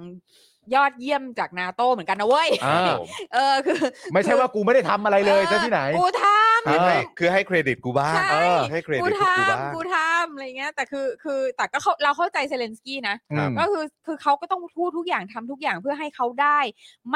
D: ยอดเยี่ยมจากนาโต้เหมือนกันนะเว้ย
C: อ่า
B: ครับผม
D: เออคือ
C: ไม่ใช่ว่ากูไม่ได้ทำอะไรเลยซะที่ไหน
D: กูท
C: เอ
B: คือ
C: อ
B: ให้คือให้เครดิตกูบ้าง
D: ำใช่
C: เออ
B: ให้เคร
D: กู
B: ดิตกูบ้าง
D: ทำกูทำอะไรเงี้ย แต่คือคือแต่ก็เขาเราเข้าใจเซเลนสกี้นะ
C: อืม
D: ก็คือคือเขาก็ต้องพูดทุกอย่างทำทุกอย่างเพื่อให้เขาได้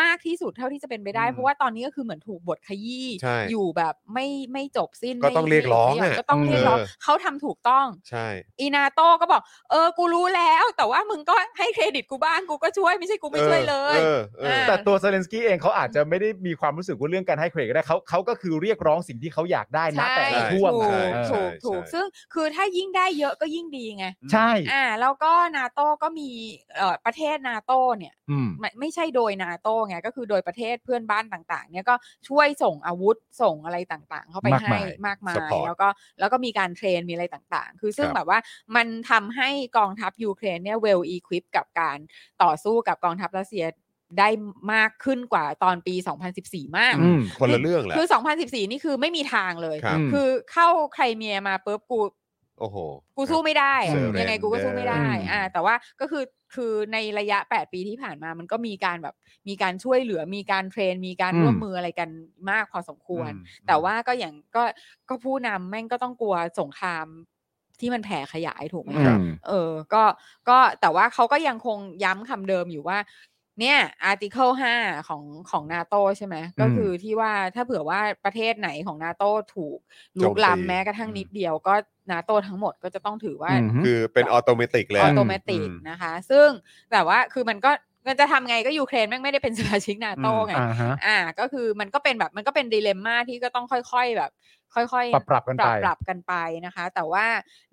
D: มากที่สุดเท่าที่จะเป็นไปได้
B: อืม
D: เพราะว่าตอนนี้ก็คือเหมือนถูกบทขยี้
B: ใช่
D: อยู่แบบไม่ไม่จบสิ้น
B: ก็ต้อง
D: ไม่
B: เรียกร้อง
D: ไม่
B: อะ
D: ก็ต้องเรียกร้อง
B: เออ
D: เขาทำถูกต้อง
B: ใช่
D: อีนาโต้ก็บอก เออ กูรู้แล้ว แต่ว่ามึงก็ให้เครดิตกูบ้าง กูก็ช่วย ไม่ใช่กูไม่ช่วยเลย
B: เออเออเออ
C: แต่ตัวเซเลนสกี้เองเขาอาจจะไม่ได้มีความรู้สึกว่าเรื่องการให้เครดิตก็ได้เขาเขาก็คือเรียกร้องสิ่งที่เขาอยากได้นะ
D: ใช่
C: แต่ละ
B: ใช่
C: ช่วง
D: ถู
C: อะ
D: ก
C: เออ
D: ถูก
B: ใช่
D: ถูก
B: ใช่
D: ซึ่งคือถ้ายิ่งได้เยอะก็ยิ่งดีไง
C: ใช่
D: อ่า แล้วก็นาโต้ก็มีเอ่อประเทศนาโต้เนี่ย
C: อืม
D: ไม่ไม่ใช่โดยนาโต้ไง ก็คือโดยประเทศเพื่อนบ้านต่าง ๆ เนี่ยก็ช่วยส่งอาวุธส่งอะไรต่างๆ เข้าไป
C: มาก
D: ให้
C: มาย
D: มากมาย
B: Support
D: แล้วก็แล้วก็มีการเทรนมีอะไรต่างๆ คือซึ่ง
B: ครับ
D: แบบว่ามันทำให้กองทัพยูเครนเนี่ยเวลอีควิปกับการต่อสู้กับกองทัพรัสเซียได้มากขึ้นกว่าตอนปี 2014 มาก
C: อืม
B: คนละเรื่องแหละ
D: คือ 2014 นี่คือไม่มีทางเลย
B: ครับ
C: อืม
D: คือเข้าไครเมียมาปุ๊บกู
B: โอ้โห
D: กูสู้ไม่ได้
B: เซอร์เรนเดอร์
D: ยังไงกูก็สู้ไม่ได้
C: อืม
D: อ่าแต่ว่าก็คือคือในระยะ 8 ปีที่ผ่านมามันก็มีการแบบมีการช่วยเหลือมีการเทรน มีการร่วมมืออะไรกันมากพอสมควร
B: อืม
D: แต่ว่าก็อย่างก็ก็ผู้นำแม่งก็ต้องกลัวสงครามที่มันแผ่ขยายถูกไหม
C: ครับ
D: เออ ก็ ก็ แต่ว่าเขาก็ยังคงย้ำคำเดิมอยู่ว่า เนี่ย article 5 ของของนาโตใช่ไหม ก็คือที่ว่าถ้าเผื่อว่าประเทศไหนของนาโตถูก
B: โจ
D: ลุก
B: มตี
D: ล้ำแม้กระทั่งนิดเดียวก็นาโตทั้งหมดก็จะต้องถือว่า
C: อืม
B: คือเป็นออโตเมติกเลย
D: อ
B: อะ
D: อโตเมติก
B: อืม
D: นะคะ ซึ่งแต่ว่าคือมันก็มันจะทำไงก็ยูเครนแม่งไม่ได้เป็น สมาชิกนาโตไง
C: อ่าฮะ
D: อ่าก็คือมันก็เป็นแบบมันก็เป็นดิเลมม่าที่ก็ต้องค่อยๆแบบ ค่อยๆ
C: ปรับปรับกันไป
D: ปรับกันไปนะคะ แต่ว่า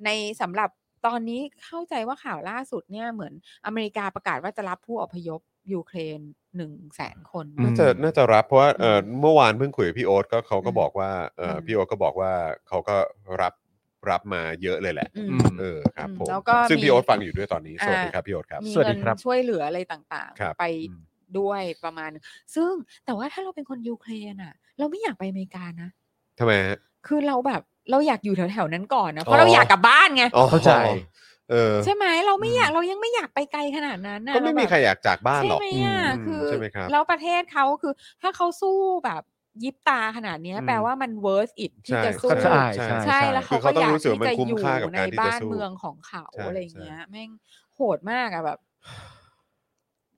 D: ในสำหรับตอนนี้เข้าใจว่าข่าวล่าสุดเนี่ยเหมือนอเมริกาประกาศว่าจะรับผู้อพยพยูเครนหนึ่งแสนคน
C: อืม
B: น่าจะน่าจะรับเพราะว่าเอออ
D: ม
B: เมื่อวานเพิ่งคุยกับพี่โอ๊ตก็เขาก็
D: อืม
B: บอกว่าเอออ
D: ม
B: พี่โอ๊ตก็บอกว่าเขาก็รับรับมาเยอะเลยแหละ
D: อื
C: อื
D: ม
C: ม
B: เออครับผม
D: แล้วก็
B: ซึ่ง
D: มี
B: พี่โอ๊ตฟังอยู่ด้วยตอนนี้ ส
D: อ่า
B: วัสดีครับพี่โอ๊ตครับ
D: มี
C: สวัสดี
D: เงิน
C: ครับ
D: ช่วยเหลืออะไรต่าง
B: ครับ
D: ๆ ไป
B: อืม
D: ด้วยประมาณ ซึ่งแต่ว่าถ้าเราเป็นคนยูเครนอ่ะ เราไม่อยากไปอเมริกานะ
B: ทำไมฮะ
D: คือเราแบบเราอยากอยู่แถวๆนั้นก่อนนะเพ
B: อ๋
D: ราะ
B: อ
D: เราอยากกลับบ้านไง
B: อ๋อ
C: เข้าใจ
B: เออ
D: ใช่ไหมเราไม่อยาก
B: อืม
D: เรายังไม่อยากไปไกลขนาดนั้นนะ
B: ก็ไม่
D: เแบบ
B: มีใครอยากจากบ้านหรอก
D: ใช่ไหมอ่ะ
B: อืม
D: คือ
B: ใช่ไหมครับ
D: แล้วประเทศเขาคือถ้าเขาสู้แบบยิบตาขนาดเนี้ย
B: อืม
D: แปลว่ามัน worth it ที่จะสู้
C: ใช่
D: ใช่
C: ใช่
D: แล้ว
B: คื
D: เขา
B: อ
D: ก็
B: เขาต้อง
D: อยาก
B: รู้สึกว่ามันคุ้มค่ากับการที่
D: ที่จะอยู่ใน
B: จะ
D: บ้าน
B: สู้
D: เมืองของเขา
B: ใช่
D: อะไรอย่าง
B: ใช่
D: เงี้ยแม่งโหดมากอะแบบ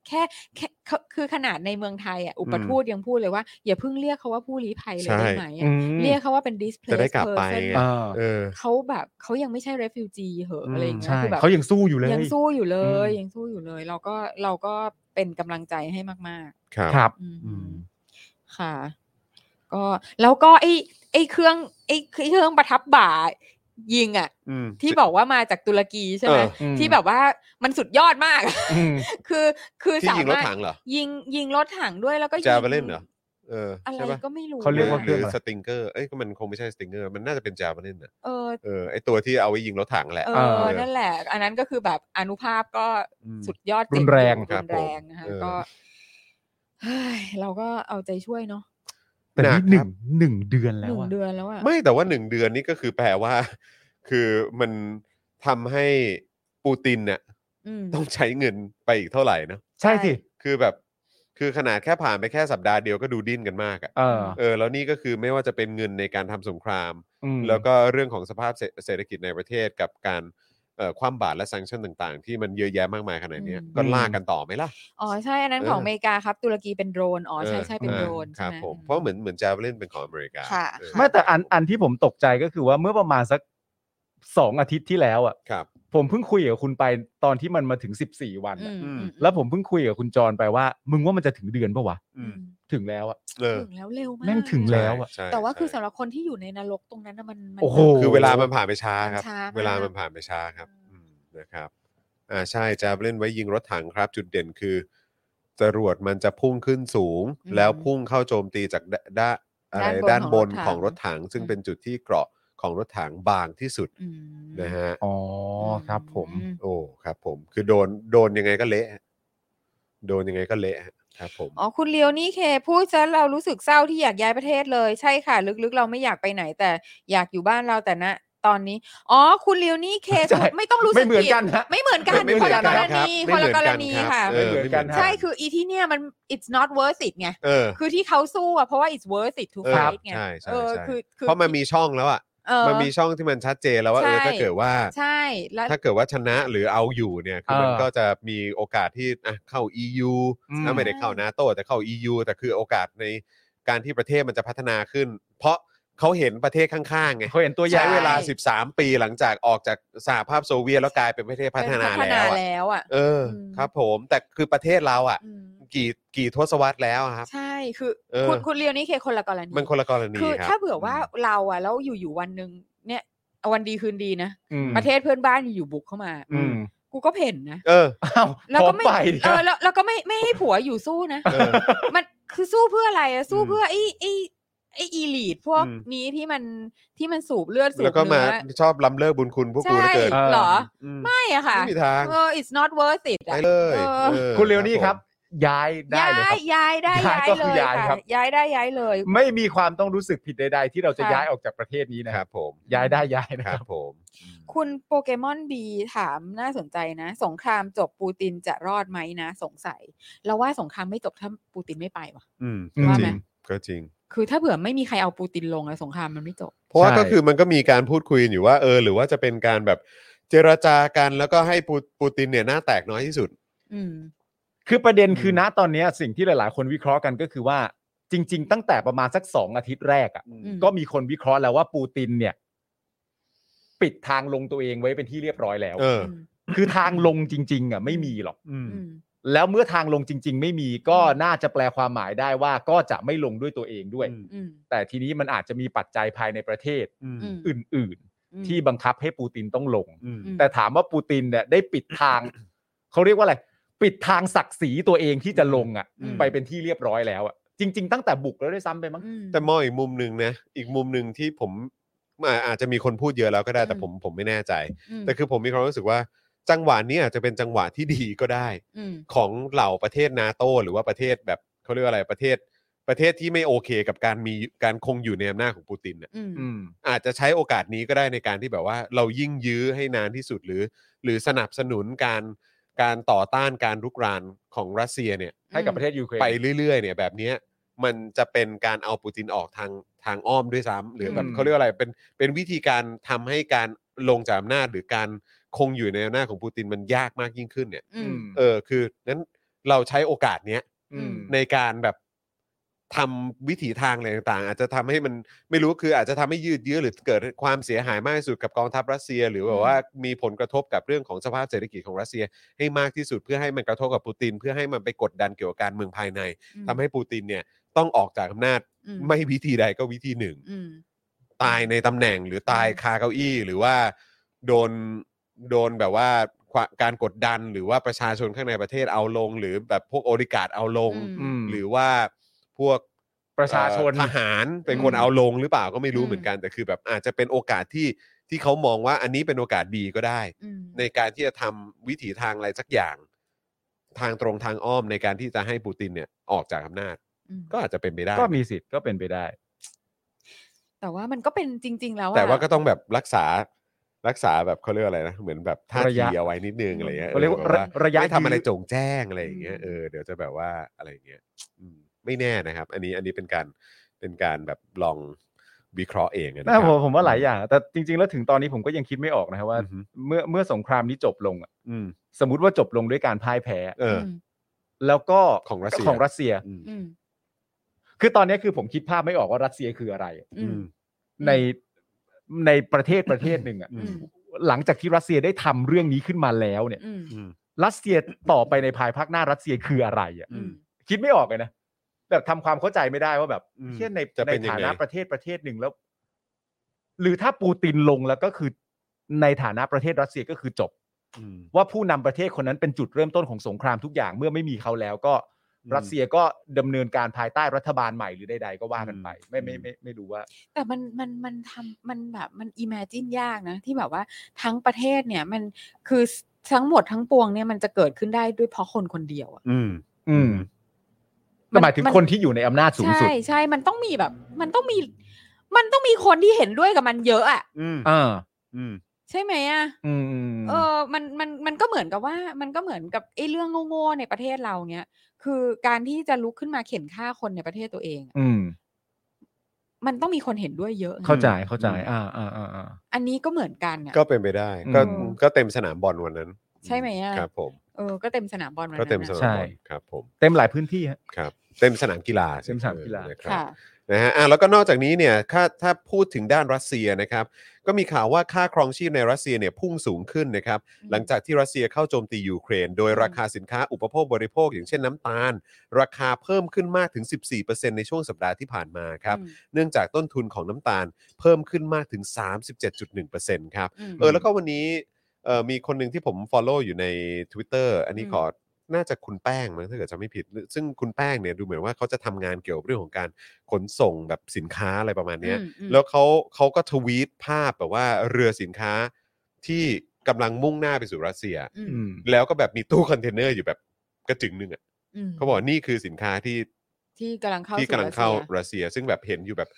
D: แค่แค่เขาคือขนาดในเมืองไทยอ่ะอุปทูตยังพูดเลยว่า อย่าเพิ่งเรียกเขาว่าผู้ลี้ภัยเลย
B: ใช่
D: ได้ไหม
C: อื
D: อะ
C: ม
D: เรียกเขาว่าเป็น
B: จะได้
D: displaced
B: กลับไป
D: person
B: ไง
C: อ่า
B: เออ
D: เขาแบบเขายังไม่ใช่ refugee เหอะอะไรอย่างเงี้ย
C: ใช่
D: คือแบบ
C: เขายังสู้อยู่เลย
D: ยังสู้อยู่เล
C: อืม
D: ย ยังสู้อยู่เลย เราก็เราก็เป็นกำลังใจให้มาก
B: ครับ
C: ครับ
D: ๆ อืม
C: อืม
D: ค่ะ ก็แล้วก็ไอ้ไอ้เครื่องไอ้ไอ้เครื่องประทับบ่ายิงอ่ะ
B: อืม
D: ที่บอกว่ามาจากตุรกีใช่ไหม
B: เออ
C: อืม
D: ที่แบบว่ามันสุดยอดมาก
C: อืม
D: คือคือ
B: ที่
D: สา
B: ยิงรถ
D: มารถ
B: ถังเหรอ
D: ยิงยิงรถถังด้วยแล้วก็ยิง
B: Javelin เหรอ เออ
D: อะไร
B: ใช่ปะ
D: ก็ไม่รู้
C: เขาเรียกว่า
B: ห
C: ค
B: รื
C: อง
B: อ
C: อะไร
B: สติงเกอร์ เอ้ยก็มันคงไม่ใช่สติงเกอร์ มันน่าจะเป็นจาบันเน่นะ
D: เออ
B: เออไอตัวที่เอาไว้ยิงรถถังแหละ
D: เอ
C: เอ
D: อ
C: อ
D: นั่นแหละ อันนั้นก็คือแบบอนุภาพก็
B: อืม
D: สุดยอด
C: รุ
D: เจ๋
C: นแรง
D: อยู่
B: ครั
D: รุ
B: บ
D: นแรงนะคะ
B: ผมเออ
D: ก็เฮ้ยเราก็เอาใจช่วยเนาะ
C: แต่
B: หนั
C: นี่ห
B: กค
C: นึ่ง
B: รับ
C: หนึ่งเดือน
D: ห
C: แล้ว
D: นึ่ง
C: อะ
D: เดือนแล้วอะ
B: ไม่แต่ว่าหนึ่งเดือนนี่ก็คือแปลว่า คือมันทำให้ปูตินเนี่ย
D: อืม
B: ต้องใช้เงินไปอีกเท่าไหร่นะ
C: ใช่สิ
B: คือแบบคือขนาดแค่ผ่านไปแค่สัปดาห์เดียวก็ดูดิ้นกันมากอะ
C: เออ
B: เออ แล้วนี่ก็คือไม่ว่าจะเป็นเงินในการทำสงคราม
C: อืม
B: แล้วก็เรื่องของสภาพเศรษเศรษฐกิจในประเทศกับการเอ่อความบาตรและซังชั่นต่างๆ ที่มันเยอะแยะมากมายขนาดเนี้ย
D: อืม
B: ก็ลากกันต่อไหมล่ะ
D: อ๋อใช่อันนั้น
B: เออ
D: ของอเมริกาครับ ตุรกีเป็นโดรน อ๋อใช่ใช่เป็น
B: ออ
D: โดรน
B: ค
D: ใช่
B: รับ
D: ไหม
B: ผมเพราะเหมือนเหมือนจาเล่นเป็นของอเมริกา
D: ค่ะ
B: เออ
D: ค่ะ
C: ไม่แต่อันอันที่ผมตกใจก็คือว่าเมื่อประมาณสักสองอาทิตย์ที่แล้วอ่ะ
B: ครับ
C: ผมเพิ่งคุยกับคุณไปตอนที่มันมาถึง 14 วัน
D: อื
C: อะ
D: มอืม
C: แล้วผมเพิ่งคุยกับคุณจรไปว่า มึงว่ามันจะถึงเดือนปะวะ
D: อืม
C: ถึงแล้วอ่ะ
B: เออ
D: ถึงแล้วเร็วมาก
C: แม่งถึง
D: เลยอะ
C: แล้วอะ
B: ใช่ใช่
D: แต่ว่าคือ
B: ใช่
D: สำหรับคนที่อยู่ในนรกตรงนั้นน่ะมันมัน
C: โอ้โห
B: คือเวลามันผ่านไปช้าครับ
D: มันช้ามาก
B: เวลามันผ่านไปช้าครับอืมนะครับอ่าใช่จาเล่นไว้ยิงรถถังครับ จุดเด่นคือจรวดมันจะพุ่งขึ้นสูง แล้วพุ่งเข้าโจมตีจากด้านอะไรด้า
D: ด้าน น
B: บบ น
D: น
B: ข
D: ข
B: อ
D: อง ง
B: ร
D: ร
B: ถ
D: ถถั
B: ถัง
D: ง
B: ซึ่งเป็นจุดที่เกราะของรถถังบางที่สุด
D: อืม
B: นะฮะ
C: อ๋อ
D: ม
C: ครับผม
D: อื
B: โอ้ครับผมคือโดนโดนยังไงก็เละฮะโดนยังไงก็เละฮะครับผม
D: อ๋อคุณเลียวนี่เคพูดซะเรารู้สึกเศร้าที่อยากย้ายประเทศเลย ใช่ค่ะ ลึกๆ เราไม่อยากไปไหนแต่อยากอยู่บ้านเราแต่ณตอนนี้ อ๋อ คุณเลียวนี่ เค
C: ใช่
D: ไม่ต้องรู้สึก
C: ไม่เหมือน
D: ผิด
C: กันฮะ
D: ไม่เหมือนกัน
B: ไม่เหมื
D: ค
B: อน นกั
D: ละก
B: น
D: ร
B: ครับ
D: ณี
B: ไม่
D: คน
B: เหมื
D: ละ
B: อน
D: ก
B: กัน
D: ร
B: ครับ
D: ณีค่ะ
B: เออไม่เหมือนกันครับ
D: ใช่คืออีที่เนี่ยมัน it's not worth it ไง
B: เออ
D: คือที่เขาสู้อะเพราะว่า it's worth it to
B: เออ
D: fight ไง
B: ใช่ใช่
D: เออ
B: ใช่
D: คือคือ
B: เพราะมันมีช่องแล้วอ่ะ
D: เออ
B: มันมีช่องที่มันชัดเจนแล้วว่าเออ
D: ใช่
B: ถ้าเกิดว่า
D: ใช่แล้ว
B: ถ้าเกิดว่าชนะหรือเอาอยู่เนี่ยคือ
C: เออ
B: มันก็จะมีโอกาสที่อ่ะเข้า EU
C: อืม
B: แล้วไม่ได้เข้านาโตแต่เข้า EU แต่คือโอกาสในการที่ประเทศมันจะพัฒนาขึ้น เพราะเขาเห็นประเทศข้างๆไง
C: เขาเห็นตัวอ
B: ใช้
C: ย่าง
B: เวลา
D: ใช่
B: 13 ปีหลังจากออกจากสหภาพโซเวียตแล้วกลายเป็นประเทศพัฒนา
D: พัฒนา
B: แล้วอะ
D: แล้วอะ
B: เอออ
D: ม
B: ครับผมแต่คือประเทศเราอ่ะ
D: อืม
B: กี่กี่ทศวรรษแล้วอะครับ
D: ใช่คือ
B: เออ
D: คุณคุณเลียวนี่เคคนละกรณี
B: มันคนละกรณี
D: คือ
B: ครับ
D: ถ้าเผื่อว่าเราอะแล้วอยู่ๆวันหนึ่งเนี่ยเอาวันดีคืนดีนะ
C: อืม
D: ประเทศเพื่อนบ้านอยู่ๆบุกเข้ามา
C: อืม
D: กูก็เพ่นนะ
B: เออ
C: อ้าว
D: แล้ว
C: พร้อ
D: ก็
C: ม
D: ไม่
C: ไป
D: เอ
C: เนี่ย
D: อแล้วแล้วก็ไม่ไม่ให้ผัวอยู่สู้นะ
B: เออ
D: มันคือสู้เพื่ออะไรอะสู้
B: อืม
D: เพื่อไอ้ไอ้ไอ้อีลีดพวก
B: อืม นี้
D: ที่มันที่มันสูบเลือดสูบ
B: แล้วก็มา
D: เนื้อ
B: ชอบล้ำเลิกบุญคุณพวกกูเหลือเกิน
D: ใช่เหรอ
B: อืม
D: ไม่อะค่ะ
B: ไม่มีทาง
D: เออ it's not worth it
B: ไป
D: อะ
B: เลย
D: เออ
B: เออ
C: คุณเร็วนี่ครับ ย้ายได้
D: ย้า
C: เลยค
D: ย
C: รับ
D: ย้ายได้ย้า
C: ย้าย
D: ย
C: ก็
D: เล
C: คือยย้ายครั
D: ค่ะ
C: บ
D: ย้ายได้ย้ายเลย
C: ไม่มีความต้องรู้สึกผิดใด ๆ ที่เราจะ
D: ค่ะ
C: ย้ายออกจากประเทศนี้นะ
B: ค
C: ค
B: รั
C: รั
B: บบ ผม
C: ย้ายได้ย้ายนะ
B: ค
C: ค
B: รั
C: รั
B: บบ ผม
D: คุณโปเกมอนบีถามน่าสนใจนะ สงครามจบปูตินจะรอดไหมนะ สงสัย เราว่าสงครามไม่จบถ้าปูตินไม่ไปว่ะ
B: อืม
C: อืม
B: ก็
D: ว่า
B: จ
D: ไหม
B: ริงก็จริง
D: คือถ้าเผื่อไม่มีใครเอาปูตินลงอะสงครามมันไม่จบ
B: เพราะว่า
C: ใช่
B: ก็คือมันก็มีการพูดคุยกันอยู่ว่าเออหรือว่าจะเป็นการแบบเจรจากันแล้วก็ให้ปูปูตินเนี่ยหน้าแตกน้อยที่สุด
D: อืม
C: คือประเด็นคือณตอนเนี้ยสิ่งที่หลาย ๆ คนวิเคราะห์กันก็คือว่าจริง ๆ ตั้งแต่ประมาณสักสองอาทิตย์แรกอ่ะ
D: อืม
C: ก็มีคนวิเคราะห์แล้วว่าปูตินเนี่ย ปิดทางลงตัวเองไว้เป็นที่เรียบร้อยแล้ว
B: เออ
D: ม
C: คือทางลงจริง ๆ อ่ะ ไม่มีหรอก
B: อืม
D: อืม
C: แล้วเมื่อทางลงจริง ๆ ไม่มีก็
D: อืม
C: น่าจะแปลความหมายได้ว่าก็จะไม่ลงด้วยตัวเองด้วย
D: อืม
C: แต่ทีนี้มันอาจจะมีปัจจัยภายในประเทศ
D: อืม
C: อื่น
D: อืม
C: ๆ ที่บังคับให้ปูตินต้องลง
D: อืม
C: แต่ถามว่าปูตินเนี่ยได้ปิดทาง เขาเรียกว่าอะไร ปิดทางศักดิ์ศรีตัวเองที่จะลงอ่ะ
B: อืม
C: ไปเป็นที่เรียบร้อยแล้วอ่ะจริง ๆ ตั้งแต่บุกแล้วด้วยซ้ำไปมั้ง
D: อืม
B: แต่มองอีกมุมหนึ่งนะอีกมุมหนึ่งที่ผมอ่าอาจจะมีคนพูดเยอะแล้วก็ได้แต่
D: อืม
B: ผมผมไม่แน่ใจ
D: อืม
B: แต่คือผมมีความรู้สึกว่าจังหวะนี้อาจจะเป็นจังหวะที่ดีก็ได้
D: อืม
B: ของเหล่าประเทศนาโตหรือว่าประเทศแบบเขาเรียกว่าอะไรประเทศ ประเทศที่ไม่โอเคกับการมีการคงอยู่ในอำนาจของปูตินน่ะ
D: อืม
C: อืม
B: อาจจะใช้โอกาสนี้ก็ได้ในการที่แบบว่า เรายิ่งยื้อให้นานที่สุดหรือ หรือสนับสนุนการการต่อต้านการรุกรานของรัสเซียเนี่ย
C: ให้กับประเทศยูเครน
B: ไปเรื่อยๆเนี่ยแบบเนี้ยมันจะเป็นการเอาปูตินออกทางทางอ้อมด้วยซ้ำหรือแบบ
C: อืม
B: เขาเรียกว่าอะไรเป็นเป็นวิธีการทำให้การลงจากอำนาจหรือการคงอยู่ในอำนาจของปูตินมันยากมากยิ่งขึ้นเนี่ย
D: อืม
B: เออคือนั้นเราใช้โอกาสเนี้ย
C: อืม
B: ในการแบบทำวิถีทางอะไรต่างๆ อาจจะทำให้มันไม่รู้คืออาจจะทำให้ยืดเยื้อหรือเกิดความเสียหายมากที่สุดกับกองทัพรัสเซีย หรือแบบว่ามีผลกระทบกับเรื่องของสภาพเศรษฐกิจของรัสเซีย ให้มากที่สุดเพื่อให้มันกระทบกับปูติน เพื่อให้มันไปกดดันเกี่ยวกับการเมืองภายในทำให้ปูตินเนี่ยต้องออกจากอำนาจ
D: อืม
B: ไม่วิธีใดก็วิธีหนึ่ง
D: อืม
B: ตายในตำแหน่งหรือตาย
D: อืม
B: คาเก้าอี้ หรือว่าโดนโดนแบบว่าควะการกดดันหรือว่าประชาชนข้างในประเทศเอาลง หรือแบบพวกโอริการดเอาลง
D: อืม
B: หรือว่าพวก
C: ประชาชน
B: เอ่อทหารเป็น
D: อืม
B: คนเอาลงหรือเปล่าก็ไม่รู้
D: อืม
B: เหมือนกันแต่คือแบบอาจจะเป็นโอกาสที่ที่เขามองว่าอันนี้เป็นโอกาสดีก็ได้
D: อืม
B: ในการที่จะทำวิถีทางอะไรสักอย่าง ทางตรงทางอ้อมในการที่จะให้ปูตินเนี่ยออกจากอำนาจ
D: อืม
B: ก็อาจจะเป็นไปได้
C: ก็มีสิทธิ์ก็เป็นไปได้
D: แต่ว่ามันก็เป็นจริง ๆ แล้วอะ
B: แต่ว่าก็ต้องแบบรักษารักษาแบบเขาเรียกอะไรนะ เหมือนแบบท่า
C: ระ
B: ที
C: ยะ
B: เอาไว้นิดนึงอะไรเงี้ย
C: เขาเรียกว่า
B: ออแบบ
C: ระยะ
B: ไม่ทำอะไร
C: ยืด
B: โจงแจ้งอะไรอย่างเงี้ย
D: อืม
B: เออเดี๋ยวจะแบบว่าอะไรอย่างเงี้ยอืมไม่แน่นะครับ อันนี้อันนี้เป็นการเป็นการแบบลองวิเคราะห์เองอะนะค
C: นะ
B: รับ
C: ผมผมว่าหลายอย่าง แต่จริง ๆ แล้วถึงตอนนี้ผมก็ยังคิดไม่ออกนะครับว่า
B: อืม
C: เมื่อเมื่อสงครามนี้จบลงอะ
B: อืม
C: สมมติว่าจบลงด้วยการพ่ายแพ้
B: เออ
D: ม
C: แล้วก็
B: ของรัสเซีย
C: ของรัสเซีย
B: อืม
D: อืม
C: คือตอนนี้คือผมคิดภาพไม่ออกว่ารัสเซียคืออะไร
D: อืม ม
C: ในในประเทศประเทศหนึ่งอ่ะ
D: อืม
C: หลังจากที่รัสเซียได้ทำเรื่องนี้ขึ้นมาแล้วเนี่ย
D: อืม
B: อืม
C: รัสเซียต่อไปในภายภาคหน้ารัสเซียคืออะไรอ่ะ
D: อืม
C: คิดไม่ออกเลยนะแบบทำความเข้าใจไม่ได้ว่าแบบ
B: อืม
C: เช่นใน
B: จะ
C: ใน
B: เป็นยัง
C: ฐา
B: ไง
C: นะประเทศประเทศหนึ่งแล้ว หรือถ้าปูตินลงแล้วก็คือในฐานะประเทศรัสเซียก็คือจบ
B: อืม
C: ว่าผู้นำประเทศคนนั้นเป็นจุดเริ่มต้นของสงครามทุกอย่างเมื่อไม่มีเขาแล้วก็
B: อืม
C: รัสเซียก็ดำเนินการภายใต้รัฐบาลใหม่หรือใดๆก็ว่ากันไป
B: อืม
C: ไม่ไม่
B: อืม
C: ไม่ไม่รู้ว่า
D: แต่มันมันมันทำมันแบบมันอิมเมจินยากนะ ที่แบบว่าทั้งประเทศเนี่ยมันคือทั้งหมดทั้งปวงเนี่ยมันจะเกิดขึ้นได้ด้วยเพราะคนคนเดียวอะ
B: อืม
C: อืม
D: มัน
C: หมายถึงคนที่อยู่ในอำนาจสูงสุด
D: ใช่ใช่มันต้องมีแบบ มันต้องมี มันต้องมีคนที่เห็นด้วยกับมันเยอะอะ
B: อืม
C: อ่า
B: อืม
D: ใช่ไหมอะ
C: อืมอืม
D: เออ มัน มัน มันก็เหมือนกับว่า มันก็เหมือนกับไอ้เรื่องโง่ๆในประเทศเราเนี้ย คือการที่จะลุกขึ้นมาเข็นฆ่าคนในประเทศตัวเองอะ
C: อืม
D: มันต้องมีคนเห็นด้วยเยอะไง
C: เข้าใจเข้าใจ
B: อืม
C: อ่าอ่าอ่าอ่า
D: อันนี้ก็เหมือนกันอะ
B: ก็เป็นไปได้ ก็
D: อืม
B: ก็เต็มสนามบอลวันนั้น
D: ใช่ไหมอะ
B: ครับผม
D: เออ ก็เต็มสนามบอลวัน
B: ก็
D: นั้น
B: เต็มส
D: อะ
B: นาม
C: ใช่
B: บอลครับผม
C: เต็มหลายพื้นที่ฮะ
B: ครับ เต็มสนามกีฬาใช่ไห
C: เต็มสนามกีฬา
B: นะครับ
D: ค่ะ
B: นะฮะอ่ะแล้วก็นอกจากนี้เนี่ยค่าถ้าพูดถึงด้านรัสเซียนะครับ ก็มีข่าวว่าค่าครองชีพในรัสเซียเนี่ยพุ่งสูงขึ้นนะครับ หลังจากที่รัสเซียเข้าโจมตียูเครน โดย
D: อืม
B: ราคาสินค้าอุปโภคบริโภค อย่างเช่นน้ำตาล ราคาเพิ่มขึ้นมากถึง 14%ในช่วงสัปดาห์ที่ผ่านมาครับ
D: อืม
B: เนื่องจากต้นทุนของน้ำตาลเพิ่มขึ้นมากถึง 37.1%ครับ
D: อืม
B: เออแล้วก็วันนี้เออมีคนหนึ่งที่ผม follow อยู่ใน Twitter อันนี้
D: อืม
B: ขอน่าจะคุณแป้งมั้งถ้าเกิดจะไม่ผิด ซึ่งคุณแป้งเนี่ยดูเหมือนว่าเขาจะทำงานเกี่ยวกับเรื่องของการขนส่งแบบสินค้าอะไรประมาณเนี้ย
D: อืมอืม
B: แล้วเขาเขาก็ทวีตภาพแบบว่าเรือสินค้าที่กำลังมุ่งหน้าไปสู่รัสเซีย
D: อืม
C: อืม
B: แล้วก็แบบมีตู้คอนเทนเนอร์อยู่แบบกระจึงหนึ่งอะ
D: อืม
B: เขาบอกนี่คือสินค้าที่
D: ที่กำลังเข้า
B: ที่กำลังเข้า
D: สู่รัสเซีย
B: รัสเซีย ซึ่งแบบเห็นอยู่แบบ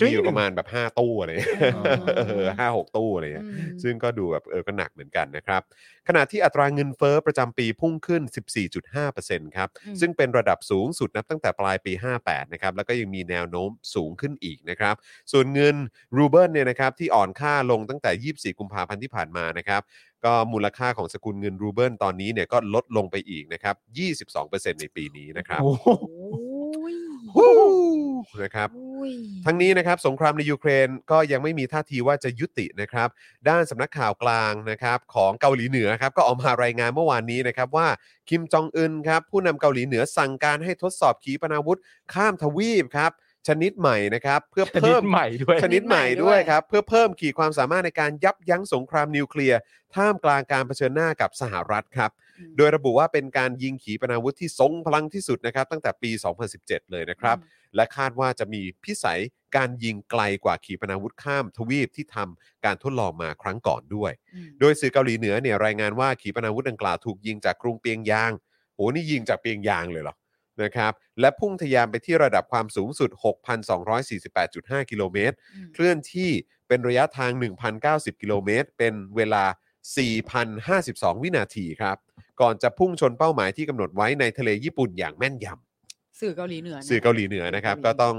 C: จริง
B: มีอยู่ประมาณแบบห้าตู้อะไรเงี้ย
D: อ๋อ
B: เออห้าหกตู้อะไรเงี้ย
D: อืม
B: ซึ่งก็ดูแบบเออก็หนักเหมือนกันนะครับ ขณะที่อัตราเงินเฟ้อประจำปีพุ่งขึ้น 14.5%ครับ
D: อืม
B: ซึ่งเป็นระดับสูงสุดนับตั้งแต่ปลายปี 58 นะครับ แล้วก็ยังมีแนวโน้มสูงขึ้นอีกนะครับ ส่วนเงินรูเบิลเนี่ยนะครับที่อ่อนค่าลงตั้งแต่ 24 กุมภาพันธ์ที่ผ่านมานะครับ ก็มูลค่าของสกุลเงินรูเบิลตอนนี้เนี่ยก็ลดลงไปอีกนะครับ 22%ในปีนี้นะครับ
C: โอ้โห
D: โอ้ย
B: ฮู้นะครับ
D: โอ้ย
B: ทั้งนี้นะครับสงครามในยูเครนก็ยังไม่มีท่าทีว่าจะยุตินะครับ ด้านสำนักข่าวกลางนะครับของเกาหลีเหนือครับก็ออกมารายงานเมื่อวานนี้นะครับว่าคิมจองอึนครับผู้นำเกาหลีเหนือสั่งการให้ทดสอบขีปนาวุธ ข้ามทวีปครับชนิดใหม่นะครับเพื่อ
C: ชนิ
B: เพิ่
C: ด
B: ม
C: ใหม่ด้วย
B: ชนิดใหม่ด้วย
D: ชนิดใหม่ด้วย
B: ครับเพื่อเพิ่มขีดความสามารถในการยับยั้งสงครามนิวเคลียร์ท่ามกลางการเผชิญหน้ากับสหรัฐครับ โดยระบุว่าเป็นการยิงขีปนาวุธที่ทรงพลังที่สุดนะครับตั้งแต่ปี 2017 เลยนะครับ และคาดว่าจะมีพิสัยการยิงไกลกว่าขีปนาวุธข้ามทวีปที่ทำการทดลองมาครั้งก่อนด้วย
D: อืม
B: โดยสื่อเกาหลีเหนือเนี่ยรายงานว่าขีปนาวุธดังกล่าวถูกยิงจากกรุงเปียงยางโอ้นี่ยิงจากเปียงยางเลยเหรอนะครับ และพุ่งทะยานไปที่ระดับความสูงสุด 6,248.5 กิโลเมตร
D: อืม
B: เคลื่อนที่เป็นระยะทาง 1,090 กิโลเมตร เป็นเวลา 4,052 วินาทีครับ ก่อนจะพุ่งชนเป้าหมายที่กำหนดไว้ในทะเลญี่ปุ่นอย่างแม่นยำ
D: สื่อเกาหลีเหนือนะ
B: สื่อเกาหลีเหนือนะครับ
D: สื่
B: ก็ต้อง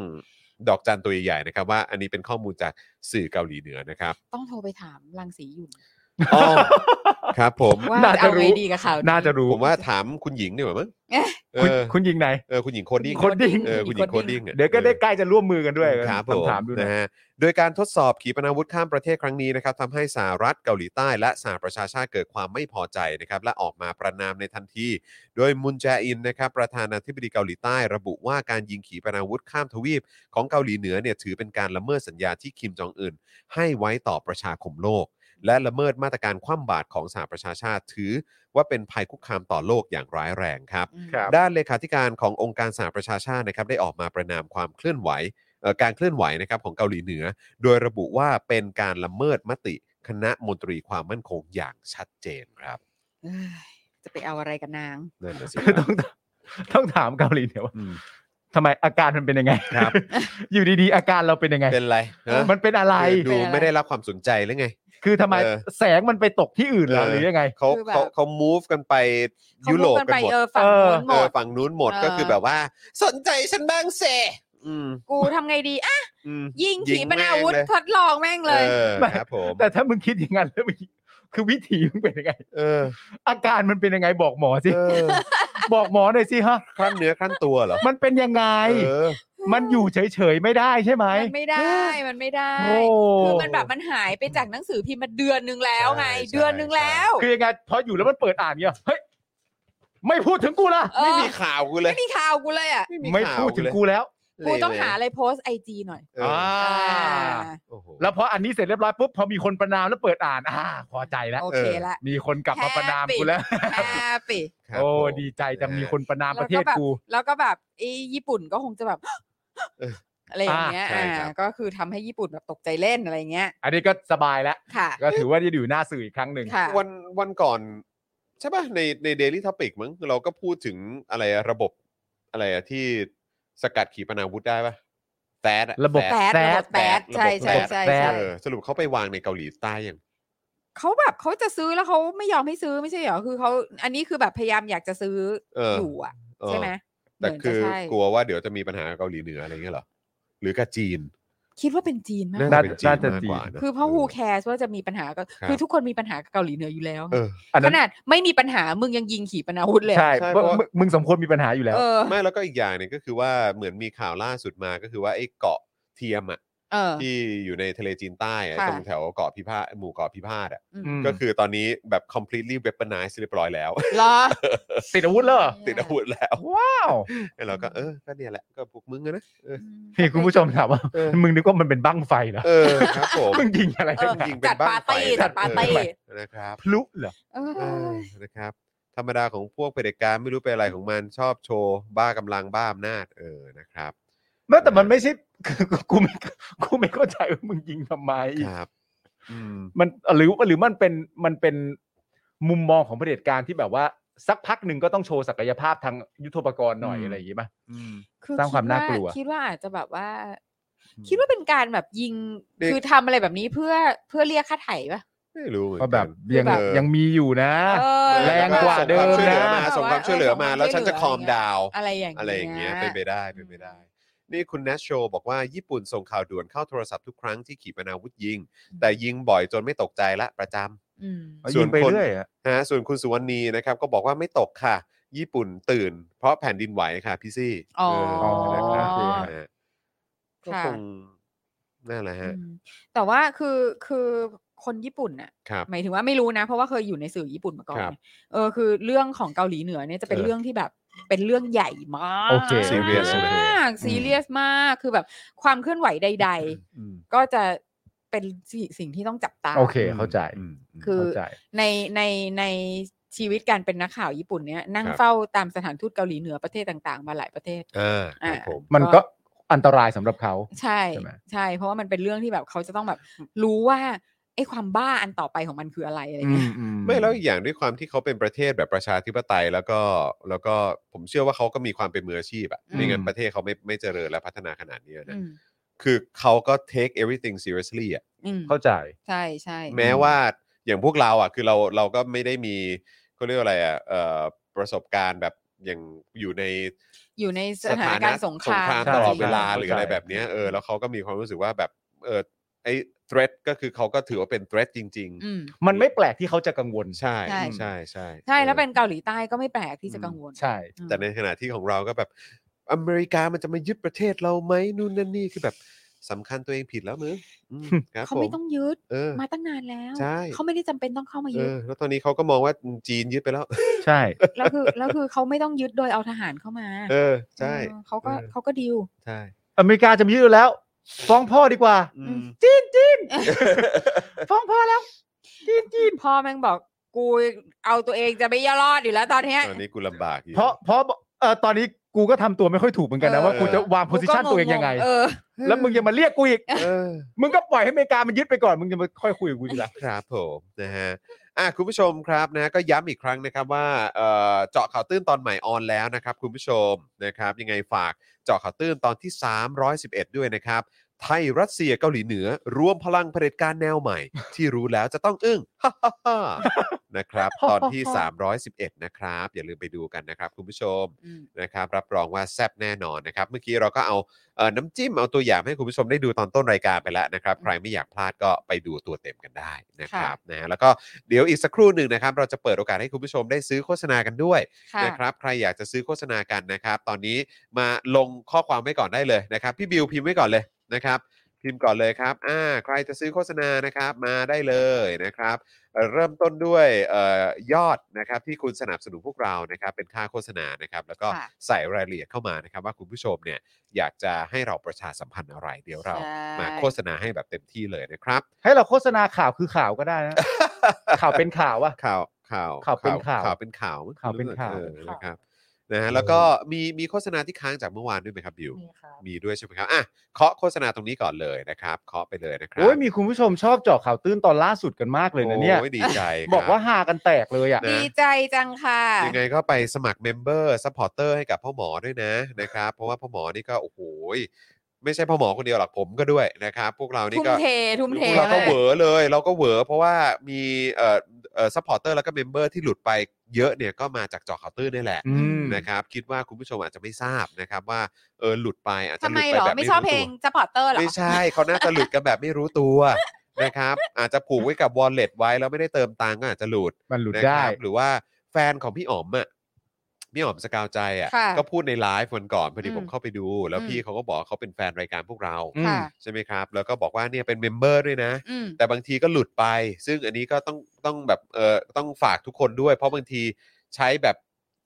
B: ดอกจันตัวใหญ่ๆนะครับ ว่าอันนี้เป็นข้อมูลจากสื่อเกาหลีเหนือนะครับ
D: ต้องโทรไปถามรังสีหยุ่น
B: อ้อครับผม
D: ว่า
C: น่า
D: จะ
C: จะ
D: เอา
C: รู้
D: ไงดีกับข่าว
C: น่าจะรู้
B: ผมว่าถามคุณหญิงดีกว่ามั้ง
D: เอ๊ะ
B: เอ
C: คุณ
B: อ
C: คุณยิงไหน
B: เออคุณหญิงโคดดิ้ง
C: คนดิ้ง
B: เออคุณหญิงโคดดิ้งอะ
C: เดี๋ยวก็ได้
B: ออ
C: ใกล้จะร่วมมือกันด้วย
B: ครับผ
C: ต้อง
B: ม
C: ถามดูนะ
B: นะฮะโดยการทดสอบขีปนาวุธข้ามประเทศครั้งนี้นะครับทำให้สหรัฐเกาหลีใต้และสหประชาชาติเกิดความไม่พอใจนะครับและออกมาประนามในทันที โดยมุนแจอินนะครับประธานาธิบดีเกาหลีใต้ระบุว่าการยิงขีปนาวุธข้ามทวีป ของเกาหลีเหนือเนี่ยถือเป็นการละเมิดสัญญาที่คิมจองอึนให้ไว้ต่อประชาคมโลก และละเมิดมาตรการคว่ำบาตรของสหประชาชาติถือ ว่าเป็นภัยคุกคามต่อโลกอย่างร้ายแรงครับ
C: ครับ
B: ด้านเลขาธิการขององค์การสหประชาชาตินะครับได้ออกมาประนามความเคลื่อนไหวเอ่อการเคลื่อนไหวนะครับของเกาหลีเหนือ โดยระบุว่าเป็นการละเมิดมติคณะมนตรีความมั่นคงอย่างชัดเจนครับ
D: เอ้ยจะไปเอาอะไรกับนาง
B: นั่นนะสิครับ
C: ต้องต้องถามเกาหลีเหนือว่า
B: อืม
C: ทำไมอาการมันเป็นยังไง
B: ครับ
C: อยู่ดีๆ อาการเราเป็นยังไง
B: เป็นไรฮะ
C: มันเป็นอะไร
B: ดูไม่ได้รับความสนใจหรือไง
C: คือทำไม
B: เออ
C: แสงมันไปตกที่อื่นเหรอหรือยังไง
B: เขา
D: คือแบบ
B: เขาเขา move กันไปยุโรปกันหมด
D: เออฝั่งโน้นหม
B: เออ
D: ด
B: ฝั่งนู้นหมด
D: เออ
B: ก็คือแบบว่า สนใจฉันบ้างเซอืม
D: กูทำไงดีอ่ะ
B: อืม
D: ยิงขีปนาวุธ
B: ยิงแม่งเลย
D: ทดลองแม่งเลย
B: เออครับผม
C: แต่ถ้ามึงคิดอย่างนั้นแล้วมึงคือวิถีมึงเป็นยังไง
B: เออ
C: อาการมันเป็นยังไงบอกหมอสิ
B: เออ
C: บอกหมอหน่อยสิฮะ
B: คลั่นเนื้อคลั่นตัวเหรอ
C: มันเป็นยังไง
B: เออ
C: มันอยู่เฉยๆไม่ได้ใช่ไหม
D: มันไม่ได้ มันไม่ได้
C: โอ้
D: คือมันแบบมันหายไปจากหนังสือพิมพ์มาเดือนนึงแล้วไง
B: ใช่ใช่
D: เดือนนึงแล้ว
C: คือยังไงพออยู่แล้วมันเปิดอ่านเงี้ยเฮ้ยไม่พูดถึงกูละ
D: เอ
B: ไม่
D: อ
B: มีข่าวกูเลย
D: ไม่มีข่าวกูเลยอ่ะ
C: ไม่พูดถึงกูแล้ว
D: กูต้องหาอะไรโพสไอจีหน่อย
B: เอออ่
D: อ่า
B: โอ้โห
C: แล้วพออันนี้เสร็จเรียบร้อยปุ๊บพอมีคนประนามแล้วเปิดอ่านอ่าพอใจแล้ว
D: โอเคละ
C: มีคนกลับมาประนามกูแล้ว
D: แฮปปี้
B: ครับ
C: โอ้
B: ผม
C: ดีใจจะมีคนประนามประเทศกู
D: แล้วก็แบบไอ้ญี่ปุ่นก็คงจะแบบ
B: เออ
D: อะไรอย่างเงี้ย
B: อ่าใช่ครับ
D: อ่าก็คือทำให้ญี่ปุ่นแบบตกใจเล่นอะไรเงี้ย
C: อันนี้ก็สบายแล้ว
D: ค่ะ
C: ก็ถือว่าได้อยู่หน้าสื่ออีกครั้งหนึ่ง
D: ค่ะ
B: วันวันก่อนใช่ป่ะในในเดลี่ท็อปิกมั้งเราก็พูดถึงอะไรอะระบบอะไรอะที่สกัดขีปนาวุธได้ป่ะแซดอ
C: ระบบ
B: แซด
C: แซ
D: แปดระบ
C: ด
D: บแปด
B: ระบบ
D: ใช่
B: แป
D: ใช่
B: ด
D: ใช่
C: ระบบแปด
D: ใช่
B: เออสรุปเขาไปวางในเกาหลีใต้ยัง
D: เขาแบบเขาจะซื้อแล้วเขาไม่ยอมให้ซื้อไม่ใช่เหรอคือเขาอันนี้คือแบบพยายามอยากจะซื้อ
B: เอออ
D: ยู่อ่ะ
B: เออ
D: ใช่ไหม
B: แต่
D: เหมืน
B: คื
D: จะ
B: อ
D: ใช่
B: กลัวว่าเดี๋ยวจะมีปัญหากับเกาหลีเหนืออะไรเงี้ยเหรอหรือกับจีน
D: คิดว่าเป็นจีนมาก
C: น่า
B: จะเป็นจีน
C: น่าจะ
B: มากกว่านะ
D: คือเพราะ who cares ว่าจะมีปัญหาก็
B: ครับ
D: คือทุกคนมีปัญหากับเกาหลีเหนืออยู่แล้ว
B: เออ
C: อัน
D: ข
C: นั้น
D: นาดไม่มีปัญหามึงยังยิงขีปนาวุธเลย
C: ใช่
B: ใช่
C: เพราะ
B: เพราะ
C: มึงมึงสมควรมีปัญหาอยู่แล้ว
D: เออ
B: ไม่แล้วก็อีกอย่างหนึ่งก็คือว่าเหมือนมีข่าวล่าสุดมาก็คือว่าไอ้เกาะเทียมอ่ะ
D: เออ
B: ที่อยู่ในทะเลจีนใต้อะ
D: ค่ะ
B: ตรงแถวเกาะพิพาทหมู่เกาะพิพาทอ่ะ
C: อืม
B: ก็คือตอนนี้แบบ completely weaponized เรียบร้อยแล้ว
D: เหรอ
C: ติดอาวุธเลย
B: ติดอาวุธแล้ว
C: ว้าว
B: แล้วเราก็เออ ก็เนี่ยแหละ ก็พวกมึงอะ นะ เออ
C: นี่คุณผู้ชมถามว่า
B: เออ
C: มึงนึกว่ามันเป็นบั้งไฟเหรอ
B: เออครับผม
C: มึงยิงอะไร
D: เอ
C: กั
D: อ
C: น
B: ยิง
D: จั
B: เป็น
D: ด
B: บ้าง
D: ปาร์ตี้
B: ไฟ
D: จัดปาร์ตี้
B: นะครับ
C: พลุเหรอ
D: เออ
B: เออ นะครับ ธรรมดาของพวกเผด็จการไม่รู้เป็นอะไรของมันชอบโชว์ บ้ากำลังบ้าอำนาจ เออ นะครับ
C: ไม่แต่มันไม่ใช่ คือกูกูไม่กูไม่เข้าใจว่ามึงยิงทำไม
B: ครับอืม
C: มันหรือหรือมันเป็นมันเป็นมุมมองของเผด็จการที่แบบว่า สักพักหนึ่งก็ต้องโชว์ศักยภาพทางยุทโธปกรณ์หน่อย
F: อืม
C: อะไรอย่างงี้ป่ะ
F: อืม
D: คือ
C: สร้างความน่ากลัว
D: คิดว่าอาจจะแบบว่า
F: อืม
D: คิดว่าเป็นการแบบยิง
B: เด็ก
D: คือทำอะไรแบบนี้เพื่อเพื่อเรียกค่าไถ่ปะ
B: ไม่รู้เหมือน
C: ก็แบ
B: กับ น
C: ยัง
D: แบบ
C: ยังมีอยู่นะ
D: เออ
C: แรงกว่าเดิมนะ
B: ส่งความช่วยเหลือมาแล้วฉันจะ calm down
D: อะไรอย่าง
B: อะไรอย่างเงี้ยเป็นไปได้เป็นไปได้ นี่คุณแนชโชบอกว่าญี่ปุ่นส่งข่าวด่วนเข้าโทรศัพท์ทุกครั้งที่ขีปนาวุธยิง แต่ยิงบ่อยจนไม่ตกใจละประจ
D: อืม
C: เอายิงไปเรื่อยอะ
B: ำนะฮะส่วนคุณสุวรรณีนะครับก็บอกว่าไม่ตกค่ะ ญี่ปุ่นตื่น เพราะแผ่นดินไหวค่ะพี่ซี่
D: อ๋อ
B: เออนะครับ
C: โอเค
B: นะฮะก็
D: ค่ะ
B: คงนั่นแหละฮะ
D: อืมแต่ว่าคือคือคนญี่ปุ่นน่ะ
B: ครับ
D: หมายถึงว่าไม่รู้นะ เพราะว่าเคยอยู่ในสื่อญี่ปุ่นมาก่อน
B: ครับ
D: ไงเออคือเรื่องของเกาหลีเหนือเนี่ยจะเป็น
B: เออ
D: เรื่องที่แบบเป็นเรื่องใหญ่มาก
C: โอเค
B: serious ใช่ไหม
D: มากซีเรียสมากคือแบบความเคลื่อนไหวใด ๆ ก็จะเป็นสิสิ่งที่ต้องจับตา
C: โอเคเข้าใจ
B: อืม
D: คือ
C: เข้าใจ
D: ในในในชีวิตการเป็นนักข่าวญี่ปุ่นเนี่ยนั่ง
B: ครับ
D: เฝ้าตามสถานทูตเกาหลีเหนือประเทศต่างๆ มาหลายประเทศ
B: อ่าค
D: อ่า
B: รับผม
C: มันก็อันตรายสำหรับเขา
D: ใช่
C: ใช่ไหม
D: ใช่ เพราะว่ามันเป็นเรื่องที่แบบเขาจะต้องแบบรู้ว่าไอ้ความบ้าอันต่อไปของมันคืออะไรอะไรเงี้ย
B: ไม่แล้วอีกอย่างด้วยความที่เขาเป็นประเทศแบบประชาธิปไตยแล้วก็แล้วก็ผมเชื่อว่าเขาก็มีความเป็นมืออาชีพอะ
D: อืม
B: ไม่งั้นประเทศเขาไม่ไม่เจริญและพัฒนาขนาดเนี้ยนะ
D: อืม
B: คือเขาก็ take everything seriously อะ
D: อืม
C: เข้าใจ
D: ใช่ใช่
B: แม้ว่าอย่างพวกเราอะคือเราเราก็ไม่ได้มีเขาเรียกว่าอะไรอะเอ่อประสบการณ์แบบอย่างอยู่ใน
D: อยู่ในสถานการณ์สงคราม
B: สถนกณ์ตลอด
D: ใช่
B: เวลา
C: ใช่
B: หรืออะไรแบบเนี้ยเออแล้วเขาก็มีความรู้สึกว่าแบบเออไอ้ threat ก็คือเขาก็ถือว่าเป็น threat จริง
D: อืม
C: มันไม่แปลกที่เขาจะกังวล
B: ๆ ใช่
D: ใช่
B: ใช่ใช่
D: ใช่แล้
B: อ
D: ว
B: อ
D: เป็นเกาหลีใต้ก็ไม่แปลกที่จะกังวล
C: ใช่
D: อืม
B: แต่ในขณะที่ของเราก็แบบ อเมริกามันจะมายึดประเทศเราไหมนู่นนั่นนี่คือแบบสำคัญตัวเองผิดแล้วมึงอืมครับ
D: เขา
B: ผ
D: ไม่
B: ม
D: ต้องยึด
B: เออ
D: มาตั้งนานแล้ว
B: ใช่
D: เขาไม่ได้จำเป็นต้องเข้ามา
B: เอ
D: ยึด
B: อ แล้วตอนนี้เขาก็มองว่าจีนยึดไปแล้ว
C: ใช่
D: แล้วคือแล้วคือเขาไม่ต้องยึดโดยเอาทหารเข้ามา
B: เออ ใช่
D: เออเขาก็
B: เออ
D: เขาก็ดีล
B: ใช่
C: อเมริกาจะมีอยู่แล้ว ฟ้องพ่อดีกว่า
B: อื
D: อื
B: ม
D: ม
C: จีนจีนฟ้องพ่อแล้ว จีนจีน
D: พ่อแม่งบอกกูเอาตัวเองจะไม่รอดอยู่แล้วตอนเนี้ย
B: ตอนนี้กูลำบากอยู่
C: เพราะเพราะเออตอนนี้กูก็ทำตัวไม่ค่อยถูกเหมือนกันนะ
D: เออ
C: ว่ากูจะวางโพสิชัน
D: กูก็
C: ตัวเองยังไง
D: เออ
C: แล้วมึงยังมาเรียกกูอีก
B: เออ
C: มึงก็ปล่อยให้อเมริกามันยึดไปก่อน มึงจะมาค่อยคุยกับกูทีหลัง
B: ครับผมนะฮะอ่ะคุณผู้ชมครับนะก็ย้ำอีกครั้งนะครับว่าเอ่อเจาะข่าวตื้นตอนใหม่ออนแล้วนะครับคุณผู้ชมนะครับยังไงฝากเจาะข่าวตื้นตอนที่ 311 ด้วยนะครับ ไทยรัสเซียเกาหลีเหนือ รวมพลังเผด็จการแนวใหม่ ที่รู้แล้วจะต้อง อึ้ง นะครับ ตอนที่ 311 นะครับ อย่าลืมไปดูกันนะครับคุณผู้ชม
D: อืม
B: นะครับรับรองว่าแซบแน่นอนนะครับ เมื่อกี้เราก็เอาเอ่อน้ำจิ้มเอาตัวอย่างให้คุณผู้ชมได้ดูตอนต้นรายการไปแล้วนะครับ ใครไม่อยากพลาดก็ไปดูตัวเต็มกันได้นะครับนะฮะแล้วก็เดี๋ยวอีกสักครู่หนึ่งนะครับ เราจะเปิดโอกาสให้คุณผู้ชมได้ซื้อโฆษณากันด้วย
D: ค่ะ
B: นะครับ ใครอยากจะซื้อโฆษณากันนะครับ ตอนนี้มาลงข้อความไว้ก่อนได้เลยนะครับ พี่บิวพิมพ์ไว้ก่อนเลยนะครับ พิมพ์ก่อนเลยครับอ่าใครจะซื้อโฆษณานะครับมาได้เลยนะครับ เอ่อเริ่มต้นด้วยเออยอดนะครับที่คุณสนับสนุนพวกเรานะครับเป็นค่าโฆษณานะครับแล้วก็
D: ค่ะ
B: ใส่รายละเอียดเข้ามานะครับว่าคุณผู้ชมเนี่ยอยากจะให้เราประชาสัมพันธ์อะไร เดี๋ยวเรา
D: ใช่
B: มาโฆษณาให้แบบเต็มที่เลยนะครับ
C: ให้เราโฆษณาข่าวคือข่าวก็ได้นะ ข่าวเป็นข่าวอะ
B: ข่าวข่าว
C: ข่าวเป็นข่าว
B: ข่าวเป็นข่าวมั้ง
C: ข่าวเป็นข่าว
B: ออนะครับนะฮะแล้วก็มีมีโฆษณาที่ค้างจากเมื่อวานด้วยไหมครับบิว
D: นี่ครับ
B: มีด้วยใช่ไหมครับอ่ะเคาะโฆษณาตรงนี้ก่อนเลยนะครับเคาะไปเลยนะครับ
C: โอ้ยมีคุณผู้ชมชอบเจาะข่าวตื้นตอนล่าสุดกันมากเลยนะเนี่ย
B: โอ้ดีใจครับ
C: บอกว่าหากันแตกเลยอะ
B: นะ
D: ดีใจจังค่ะ
B: ยังไงก็ไปสมัครเมมเบอร์ซัพพอร์เตอร์ให้กับพ่อหมอด้วยนะนะครับ เพราะว่าพ่อหมอนี่ก็โอ้โหยไม่ใช่พ่อหมอคนเดียวหรอกผมก็ด้วยนะครับ พวกเรานี่
D: ทุ่ม
B: ก็
D: เททุ่มเท
B: เราก็
D: มาก
B: เหวอเลย เราก็เหวอเพราะว่ามีเอ่อเอ่อซัพพอร์เตอร์แล้วก็เมมเบอร์ที่หลุดไปเยอะเนี่ยก็มาจากเจอข่าวตื้นนี่แหละ
C: อืม
B: นะครับ คิดว่าคุณผู้ชมอาจจะไม่ทราบนะครับว่าเออหลุดไปอาจจะ
D: ทำ
B: ห
D: ไม
B: ลุด
D: เห
B: ไป
D: รอ
B: แบบ
D: ไม่
B: รู้
D: ชอบเพล
B: ตัว
D: งสปอร์เตอร์หรอ
B: ไม่ใช่เขาน่าจะหลุดกันแบบไม่รู้ตัว นะครับ อาจจะผูกไว้กับวอลเล็ตไว้แล้วไม่ได้เติมตังค์ก็อาจจะหลุด
C: มันหลุด
B: นะ
C: ได้
B: ครับหรือว่าแฟนของพี่อ๋อมอ่ะพี่อ๋อมสกาวใจอ่ะ
D: ค่ะ
B: ก็พูดในไลฟ์วันก่อนพอดี
D: อืม
B: ผมเข้าไปดู แล้ว
D: อืม
B: พี่เขาก็บอกเขาเป็นแฟนรายการพวกเรา
C: อืม
D: ค่ะ
B: ใช่ไหมครับ แล้วก็บอกว่าเนี่ยเป็นเมมเบอร์ด้วยนะ
D: อืม
B: แต่บางทีก็หลุดไป ซึ่งอันนี้ก็ต้องต้องแบบเออต้องฝากทุกคนด้วย เพราะบางทีใช้แบบ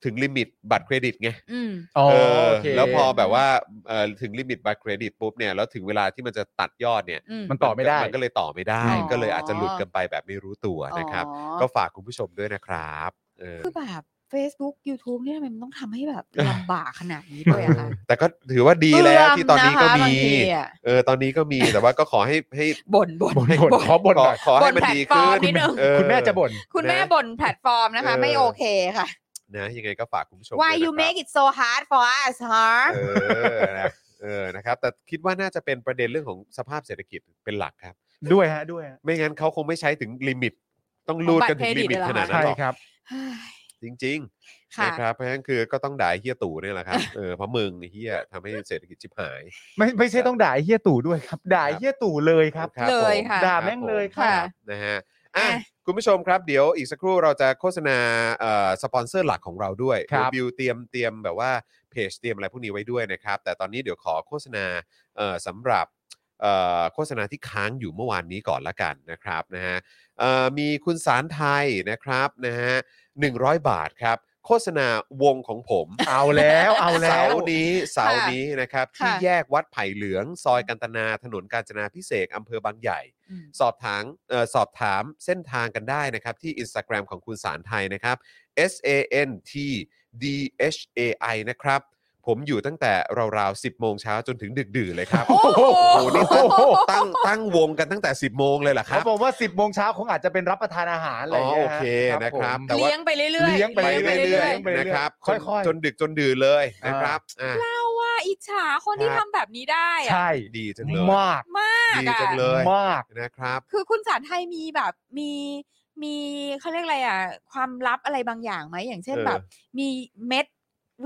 B: ถึงลิมิตบัตรเครดิตไง
D: อืม
C: อ๋อ
B: เออ
C: โอเค
B: แล้วพอแบบว่าเออถึงลิมิตบัตรเครดิตปุ๊บเนี่ยแล้วถึงเวลาที่มันจะตัดยอดเนี่ย
D: อืม
C: มันต่อไม่ได้
B: มันก็เลยต่อไม่ได้
C: อ๋อ
B: ก็เลยอาจจะหลุดกันไปแบบไม่รู้ตัวนะครับ
D: อ๋อ
B: ก็ฝากคุณผู้ชมด้วยนะครับเออ
D: คือแบบ Facebook YouTube เนี่ยทำไมมันต้องทำให้แบบลำบากขนาดนี้ด้วยอะคะ
B: แต่ก็ถือว่าดีแล้วที่ตอนนี้ก็
D: เบื่ะคะบา
B: มี
D: งทีอะ
B: เออ ตอนนี้ก็มี แต่ว่าก็ขอให้ให้
D: บ่นบ่น
C: บ่นบ่นขอบ่นหน่อย
B: ขอขอให้มันดีขึ้น
D: บ่นแพลตฟอร์มนิดนึง
B: เออ
C: คุณแม่จะบ่น
D: คุณแม่บ่นแพลตฟอร์มนะคะ
B: เออ
D: ไม่โอเคค่ะ
B: นะยังไงก็ฝากคุณผู้ชมด้ว
D: Why
B: ยนะค
D: you
B: รับ
D: make it so hard for us huh
B: เออนะเออนะครับ แต่คิดว่าน่าจะเป็นประเด็นเรื่องของสภาพเศรษฐกิจเป็นหลักครับ
C: ด้วยฮะด้วยฮะ
B: ไม่งั้นเขาคงไม่ใช้ถึงลิมิต ต้องรูดกันถึงลิมิตขนาดนั้
C: ใช่
B: นหรอก
C: ครับ
B: จริงๆ
D: ค่ะ
B: นะครับเพราะฉะนั้นคือก็ต้องด่าไอ้เฮียตู่เนี่ยแหละครับเออเพราะมึงไอ้เฮียทำให้เศรษฐกิจชิบหาย
C: ไม่ไม่ใช่ต้องด่าไอ้เฮียตู่ด้วยครับ ด่าไอ้เฮียตู่เลยครับ
D: เลย
B: ผม
D: ค่ะ
C: ด่าแม่งเลย
B: รับ
D: ค่ะ
B: ผมนะฮะอ่ะ
D: อ่ะ
B: คุณผู้ชมครับเดี๋ยวอีกสักครู่เราจะโฆษณาเอ่อสปอนเซอร์หลักของเราด้วย
C: ครับ
B: เดี๋ยวบิวเตรียมเตรียมแบบว่าเพจเตรียมอะไรพวกนี้ไว้ด้วยนะครับ แต่ตอนนี้เดี๋ยวขอโฆษณาเอ่อสำหรับเอ่อโฆษณาที่ค้างอยู่เมื่อวานนี้ก่อนละกันนะครับนะฮะเอ่อมีคุณสารไทยนะครับนะฮะ100 บาทครับ โฆษณาวงของผม
C: เอาแล้วเอาแล้
B: เสาว ร์นี้เสาร์นี้นะครับ
D: ค่ะ
B: ที่แยกวัดไผ่เหลือง ซอยกันตนาถนนกาญจนาพิเศษกอำเภอบางใหญ่
D: อืม
B: สอบถามเอ่อสอบถามเส้นทางกันได้นะครับ ที่ Instagram ของคุณสารไทยนะครับ S A N T D H A I นะครับ ผมอยู่ตั้งแต่ราวๆ 10 โมงเช้าจนถึงดึกดื่นเลยครับ
D: โอ้โห
B: โอ้โหนี่ตั้งตั้งตั้งวงกันตั้งแต่ 10 โมงเลยเหรอค
C: เขา
B: รับ
C: บอกว่า 10บโมงเช้าคงอาจจะเป็นรับประทานอาหารอะไร
B: อ๋อ
C: เงี้
B: โอย
C: ฮะ
B: เคนะครับ
C: ผม
B: แต่ว่า
D: เลี้ยงไปเรื่อยๆ
C: เลี้ยง
B: ไป
C: ไปเรื่
B: เรื่อ
C: อย ย
B: ๆ
C: ๆ
B: นะครับ
C: ค่อยๆ
B: จนดึกจนดื่นเลยนะครับอ่ะ
D: เราว่าอิจฉาคนที่
B: ครับ
D: ทำแบบนี้ได้อะ
C: ใช่
B: ดีจังเลย
C: มาก
D: มาก
B: ดี
D: อะ
B: จังเลย
C: มาก
B: นะครับ
D: คือคุณสารไทยมีแบบมีมีเขาเรียกอะไรอ่ะ ความลับอะไรบางอย่างไหมอย่างเช่น
B: เออ
D: แบบ มีเม็ด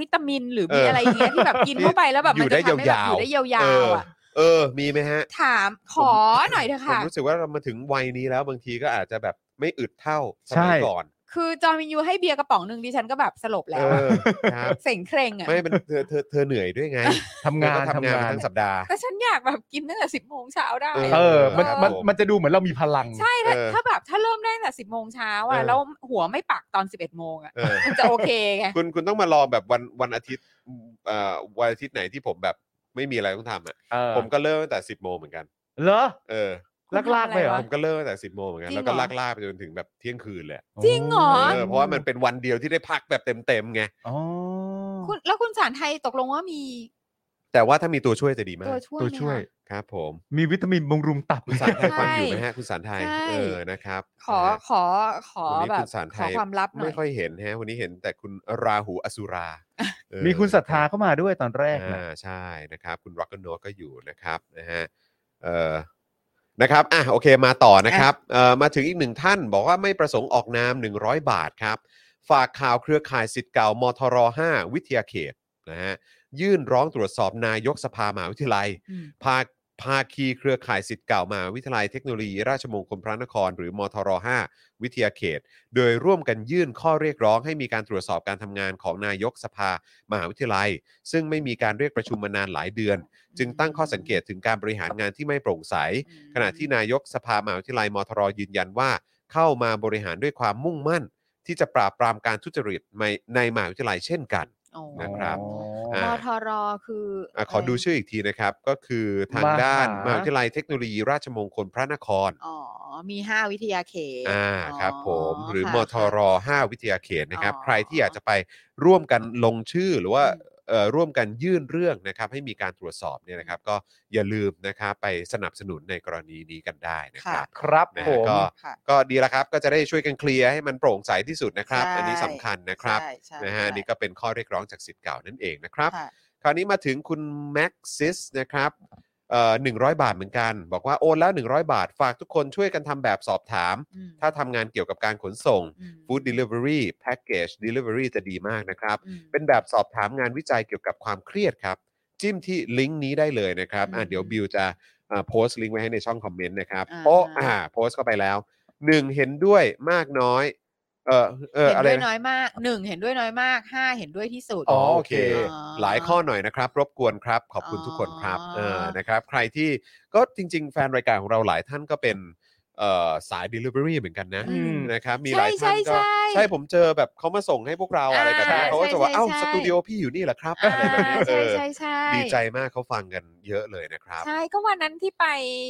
D: วิตามินหรือ
B: เออ
D: มีอะไรอย่างเงี้ยที่แบบกินเข้าไปแล้วแบบ
B: อยู่
D: มันจะ
B: ได้
D: ทำให้แบบ
B: ยาวๆ
D: อยู่ได้ยา
B: เอ
D: ว
B: อ
D: ๆอ่ะ
B: เออ มีไหมฮะ
D: ถามขอหน่อยเถอะ
B: ผม
D: ค่ะ
B: รู้สึกว่าเรามาถึงวัยนี้แล้วบางทีก็อาจจะแบบไม่อึดเท่าสมัยก่อน
D: คือจอมินยูให้เบียร์กระป๋องหนึ่งดิฉันก็แบบสลบ
B: เอ
D: แล้วอะ
B: อ ครับ
D: เสงเคร่งอ่ะ
B: ไม่เป็นเธอเธอเธอเหนื่อยด้วยไง
C: ทำงาน
B: เธอก็ทำ
C: ทำ
B: งา
C: งาม
B: นาน ทั้งสัปดาห์
D: แต่ฉันอยากแบบกินตั้งแต่สิบโมงเช้าได้อะ
C: เออมัน
D: เออ
C: มันมันจะดูเหมือนเรามีพลัง
D: ใช่ถ้า
B: เออ
D: ถ้าแบบถ้าเริ่มได้ตั้งแต่สิบโมงเช้า
B: เอ
D: อ่ะ
B: อ
D: แล้วหัวไม่ปักตอนสิบเอ็ดโมงอ่ะ
B: เออ
D: มันจะโอเคไง
B: คุณคุณต้องมาลองแบบวันวันอาทิตย์เอ่อวันอาทิตย์ไหนที่ผมแบบไม่มีอะไรต้องทำอ่ะ
C: เออ
B: ผมก็เริ่มตั้งแต่สิบโมงเหมือนกัน
C: เหรอ
B: เออ
C: ลากลากๆเลยเหรอ
B: ผมก็เริ่มตั้งแต่สิบโมงเหมือนกันแล้วก็ลากลากๆไปจนถึงแบบเที่ยงคืนเลย
D: จริงเหรอ
B: เออเพราะว่ามันเป็นวันเดียวที่ได้พักแบบเต็มๆไง
C: อ๋อ
D: คุณแล้วคุณสารไทยตกลงว่ามี
B: แต่ว่าถ้ามีตัวช่วยจะดีมาก
D: ตัวช่วย
C: ตัว
D: ไหม
C: ช่วย
D: คะ
B: ครับผม
C: มีวิตามินบำรุงตับ
B: คุณสารไทยฟังอยู่ไหมฮะคุณสารไทย
D: ใช่
B: เออนะครับ
D: ขอ
B: นะฮะ
D: ขอขอ
B: วันนี้
D: แบ
B: คุ
D: บ
B: ณสารไท
D: ขอยความลับหน่อ
B: ไม่
D: ย
B: ค่อยเห็นฮะวันนี้เห็นแต่คุณราหูอสุราเออ
C: มีคุณศรัทธาเข้ามาด้วยตอนแรกนะ
B: อ่าใช่นะครับคุณร็อกเกอร์โนก็อยู่นะครับนะฮะเออนะครับอ่ะโอเคมาต่อนะครับเอ่อมาถึงอีกหนึ่งท่าน บอกว่าไม่ประสงค์ออกนาม 100 บาทครับ ฝากข่าวเครือข่ายสิทธิ์เก่ามทร5วิทยาเขตนะฮะยื่นร้องตรวจสอบนายกสภามหาวิทยาลัย
D: อืม
B: ภาภาคีเครือข่ายสิทธิ์เก่ามหาวิทยาลัยเทคโนโลยีราชมงคลพระนคร หรือมทร5วิทยาเขต โดยร่วมกันยื่นข้อเรียกร้องให้มีการตรวจสอบการทำงานของนายกสภามหาวิทยาลัย ซึ่งไม่มีการเรียกประชุมมานานหลายเดือน จึงตั้งข้อสังเกตถึงการบริหารงานที่ไม่โปร่งใส ขณะที่นายกสภามหาวิทยาลัยมทรยืนยันว่า เข้ามาบริหารด้วยความมุ่งมั่น ที่จะปราบปรามการทุจริตในในมหาวิทยาลัยเช่นกัน
D: โอ้
B: นะครับ
D: ม
B: อ่า
D: ทรคือ
B: อ่ะขอดูชื่ออีกทีนะครับ ก็คือทาง
C: มหา
B: ด้านมหาวิทยาลัยเทคโนโลยีราชมงคลพระนคร
D: อ๋อ มีห้าวิทยาเขต
B: อ่าครับผมหรือ
D: ค่ะ
B: มทร
D: ค่ะ
B: 5วิทยาเขตนะครับ
D: อ๋อ
B: ใครที่อยากจะไปร่วมกันลงชื่อหรือว่า
D: อืม
B: เอ่อร่วมกันยื่นเรื่องนะครับ ให้มีการตรวจสอบเนี่ยนะครับ ก็อย่าลืมนะครับไปสนับสนุนในกรณีนี้กันได้นะครับ
C: ครับ
B: นะ
C: ผ
B: ฮะ
C: ม
B: ก็
D: ค่ะ
B: ก็ดีละครับก็จะได้ช่วยกันเคลียร์ให้มันโปร่งใสที่สุดนะครับ
D: ใช่
B: อันนี้สำคัญนะครับ
D: ใช่ใช่
B: นะฮะ
D: ใช่
B: อันนี่ก็เป็นข้อเรียกร้องจากสิทธิ์เก่านั่นเองนะครับ
D: ค่ะ
B: คราวนี้มาถึงคุณแม็กซิสนะครับเอ่อหนึ่งร้อยบาทเหมือนกัน บอกว่าโอนแล้ว 100 บาท ฝากทุกคนช่วยกันทำแบบสอบถาม
D: อืม
B: ถ้าทำงานเกี่ยวกับการขนส่ง
D: อืม
B: Food Delivery Package Delivery จะดีมากนะครับ
D: อืม
B: เป็นแบบสอบถามงานวิจัยเกี่ยวกับความเครียดครับ จิ้มที่ลิงก์นี้ได้เลยนะครับอ่ะ
D: อืม
B: เดี๋ยวบิวจะโพสต์ลิงก์ไว้ให้ในช่องคอมเมนต์นะครับ
D: อ่า
B: โอ้อ่าโพสต์เข้าไปแล้ว 1 เห็นด้วยมากน้อย เออเออ
D: เห็น
B: อะไร
D: ด้วย
B: นะ
D: น้อยมากหนึ่งเห็นด้วยน้อยมากห้าเห็นด้วยที่สุด
C: อ๋อ
B: โอเค
C: โอเค
B: หลายข้อหน่อยนะครับ รบกวนครับ ขอบคุณทุกคนครับเออนะครับ ใครที่ก็จริง ๆ แฟนรายการของเราหลายท่านก็เป็นเอ่อสาย Delivery เหมือนกันนะ
C: อืม
B: นะครับมีห
D: ใช่
B: ลายท่านก็
D: ใช่ใช่
B: ใช่ผมเจอแบบเขามาส่งให้พวกเราอะไรแบบนี้
D: อ่า
B: เขาก็จะว่า
D: ใช่
B: เอ้า
D: ใช่
B: สตูดิโอพี่อยู่นี่เหรอครับ
D: อ่า
B: อะไรแบบนี้เอ
D: ใช่
B: อ
D: ใช่ใช่
B: ดีใจมากเขาฟังกันเยอะเลยนะครับ
D: ใช่ก็วันนั้นที่ไป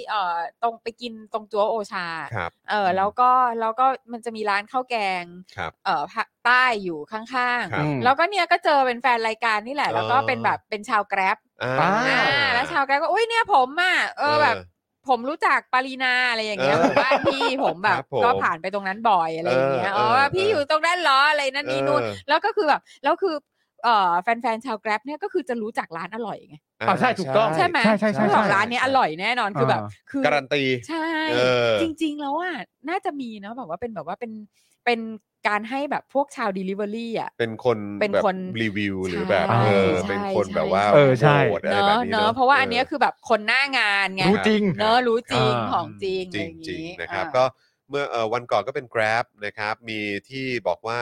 D: เอ่อตรงไปกินตรงจัวโอชา
B: ครับ
D: เออแล้วก็แล้วก็มันจะมีร้านข้าวแกง
B: ครับ
D: เอ่อภาคใต้อยู่ข้าง
B: ครับ
D: ๆ แล้วก็เนี่ยก็เจอเป็นแฟนรายการนี่แหละ แล้วก็เป็นแบบเป็นชาวแกร็บ
B: อ่า
C: อ่า
D: อ่าแล้วชาวแกร็บก็อุ้ยเนี่ยผมอ่ะเออแบบ ผมรู้จักปารีนาอะไรอย่างเงี้ย
B: เออ
D: แบบว่าพี่ผมแบบ
B: ครับผม
D: ก็ผ่านไปตรงนั้นบ่อยอะไรอย่างเงี้ย
B: เออ
D: อ๋อ
B: เออ
D: ว่าพี่
B: เอออ
D: อยู่ตรงนั้นเหรออะไรนั่นนี่นู่น
B: เออ
D: แล้วก็คือแบบแล้วคือเอ่อแฟนๆชาวแกร็บเนี่ยก็คือจะรู้จักร้านอร่อยไง
B: อ่า
C: อ่าใช่ถูกต้อง
D: ใช่ไหม
C: ใช่ใช่ใช่
D: เจ้าของร้านเนี้ยอร่อยแน่นอนคือแบบ คือ
B: การันตี
D: ใช่
B: เออ
D: จริง ๆ แล้วอ่ะน่าจะมีเนาะแบบว่าเป็นแบบว่าเป็นเป็นการให้แบบพวกชาว Delivery อ่ะ
B: เป็นคน
D: เป็น
B: แบบ
D: คน
B: รีวิว
D: ใช่
B: หรือแบบเออ
D: ใช่
B: เป็นคน
D: ใช่
B: แบบว่า
C: เออใช่
B: โหวตอะไร
D: เนาะ
B: แบบนี้
D: เนาะ
B: อ
D: เพราะว่าอันเนี้ยคือแบบคนหน้างานไง
C: รู้จริง
D: เนาะรู้จริง
C: อ่า
D: ของจริง
B: จริง
D: อะไอ
B: จริ
D: ย่าง นี้
B: นะครับก็เมื่อเอ่อวันก่อนก็เป็น Grab นะครับมีที่บอกว่า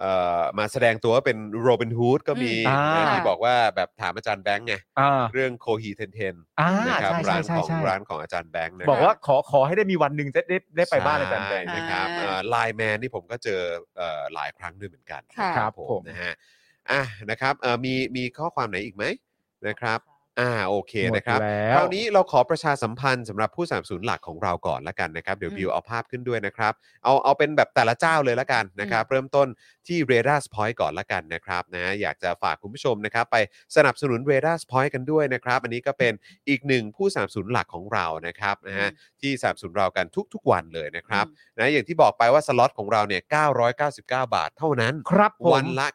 B: เอ่อมาแสดงตัวว่าเป็นโรบินฮูดก็มี
C: อืม
B: นะ
C: อ่า
B: ที่บอกว่าแบบถามอาจารย์แบงค์ไง
C: อ่า
B: เรื่องโคฮีเทนเทน
C: อ่า
B: นะครับ
C: ใช่
B: ร้าน
C: ใช่ใช่
B: ของ
C: ใช่
B: ร้านของอาจารย์แบงค์นะค
C: บ
B: รั
C: อกว่าขอขอให้ได้มีวันหนึ่งจะได้ได้ไปบ้านอาจารย์แบงค์
B: ใช่
D: อ่า
B: นะครับไลน์แมนที่ผมก็เจอเอ่อหลายครั้งด้วยเหมือนกัน
D: ค่ะ
C: ครับผม
B: นะฮะอ่ะนะครับเอ่อมีมีข้อความไหนอีกไหมนะครับ อ่าโอเค
C: หมด
B: นะครับค
C: แล้ว
B: ราวนี้เราขอประชาสัมพันธ์สำหรับผู้สนับสนุนหลักของเราก่อนละกันนะครับ เดี๋ยว
D: อืม
B: บิวเอาภาพขึ้นด้วยนะครับ เอาเอาเป็นแบบแต่ละเจ้าเลยละกันนะครับ เริ่มต้นที่ r a d a r Point ก่อนละกันนะครับนะอยากจะฝากคุณผู้ชมนะครับ ไปสนับสนุน r a d a r Point กันด้วยนะครับ อันนี้ก็เป็นอีกหนึ่งผู้สนับสนุนหลักของเรานะครับนะฮะ
D: อื
B: ที่สนับสนุนเรากันทุก ๆ วันเลยนะครับ
D: อืม
B: นะอย่างที่บอกไปว่าสล็อตของเราเนี่ย999 บาทเท่านั้น
C: ครับผม
B: วันละ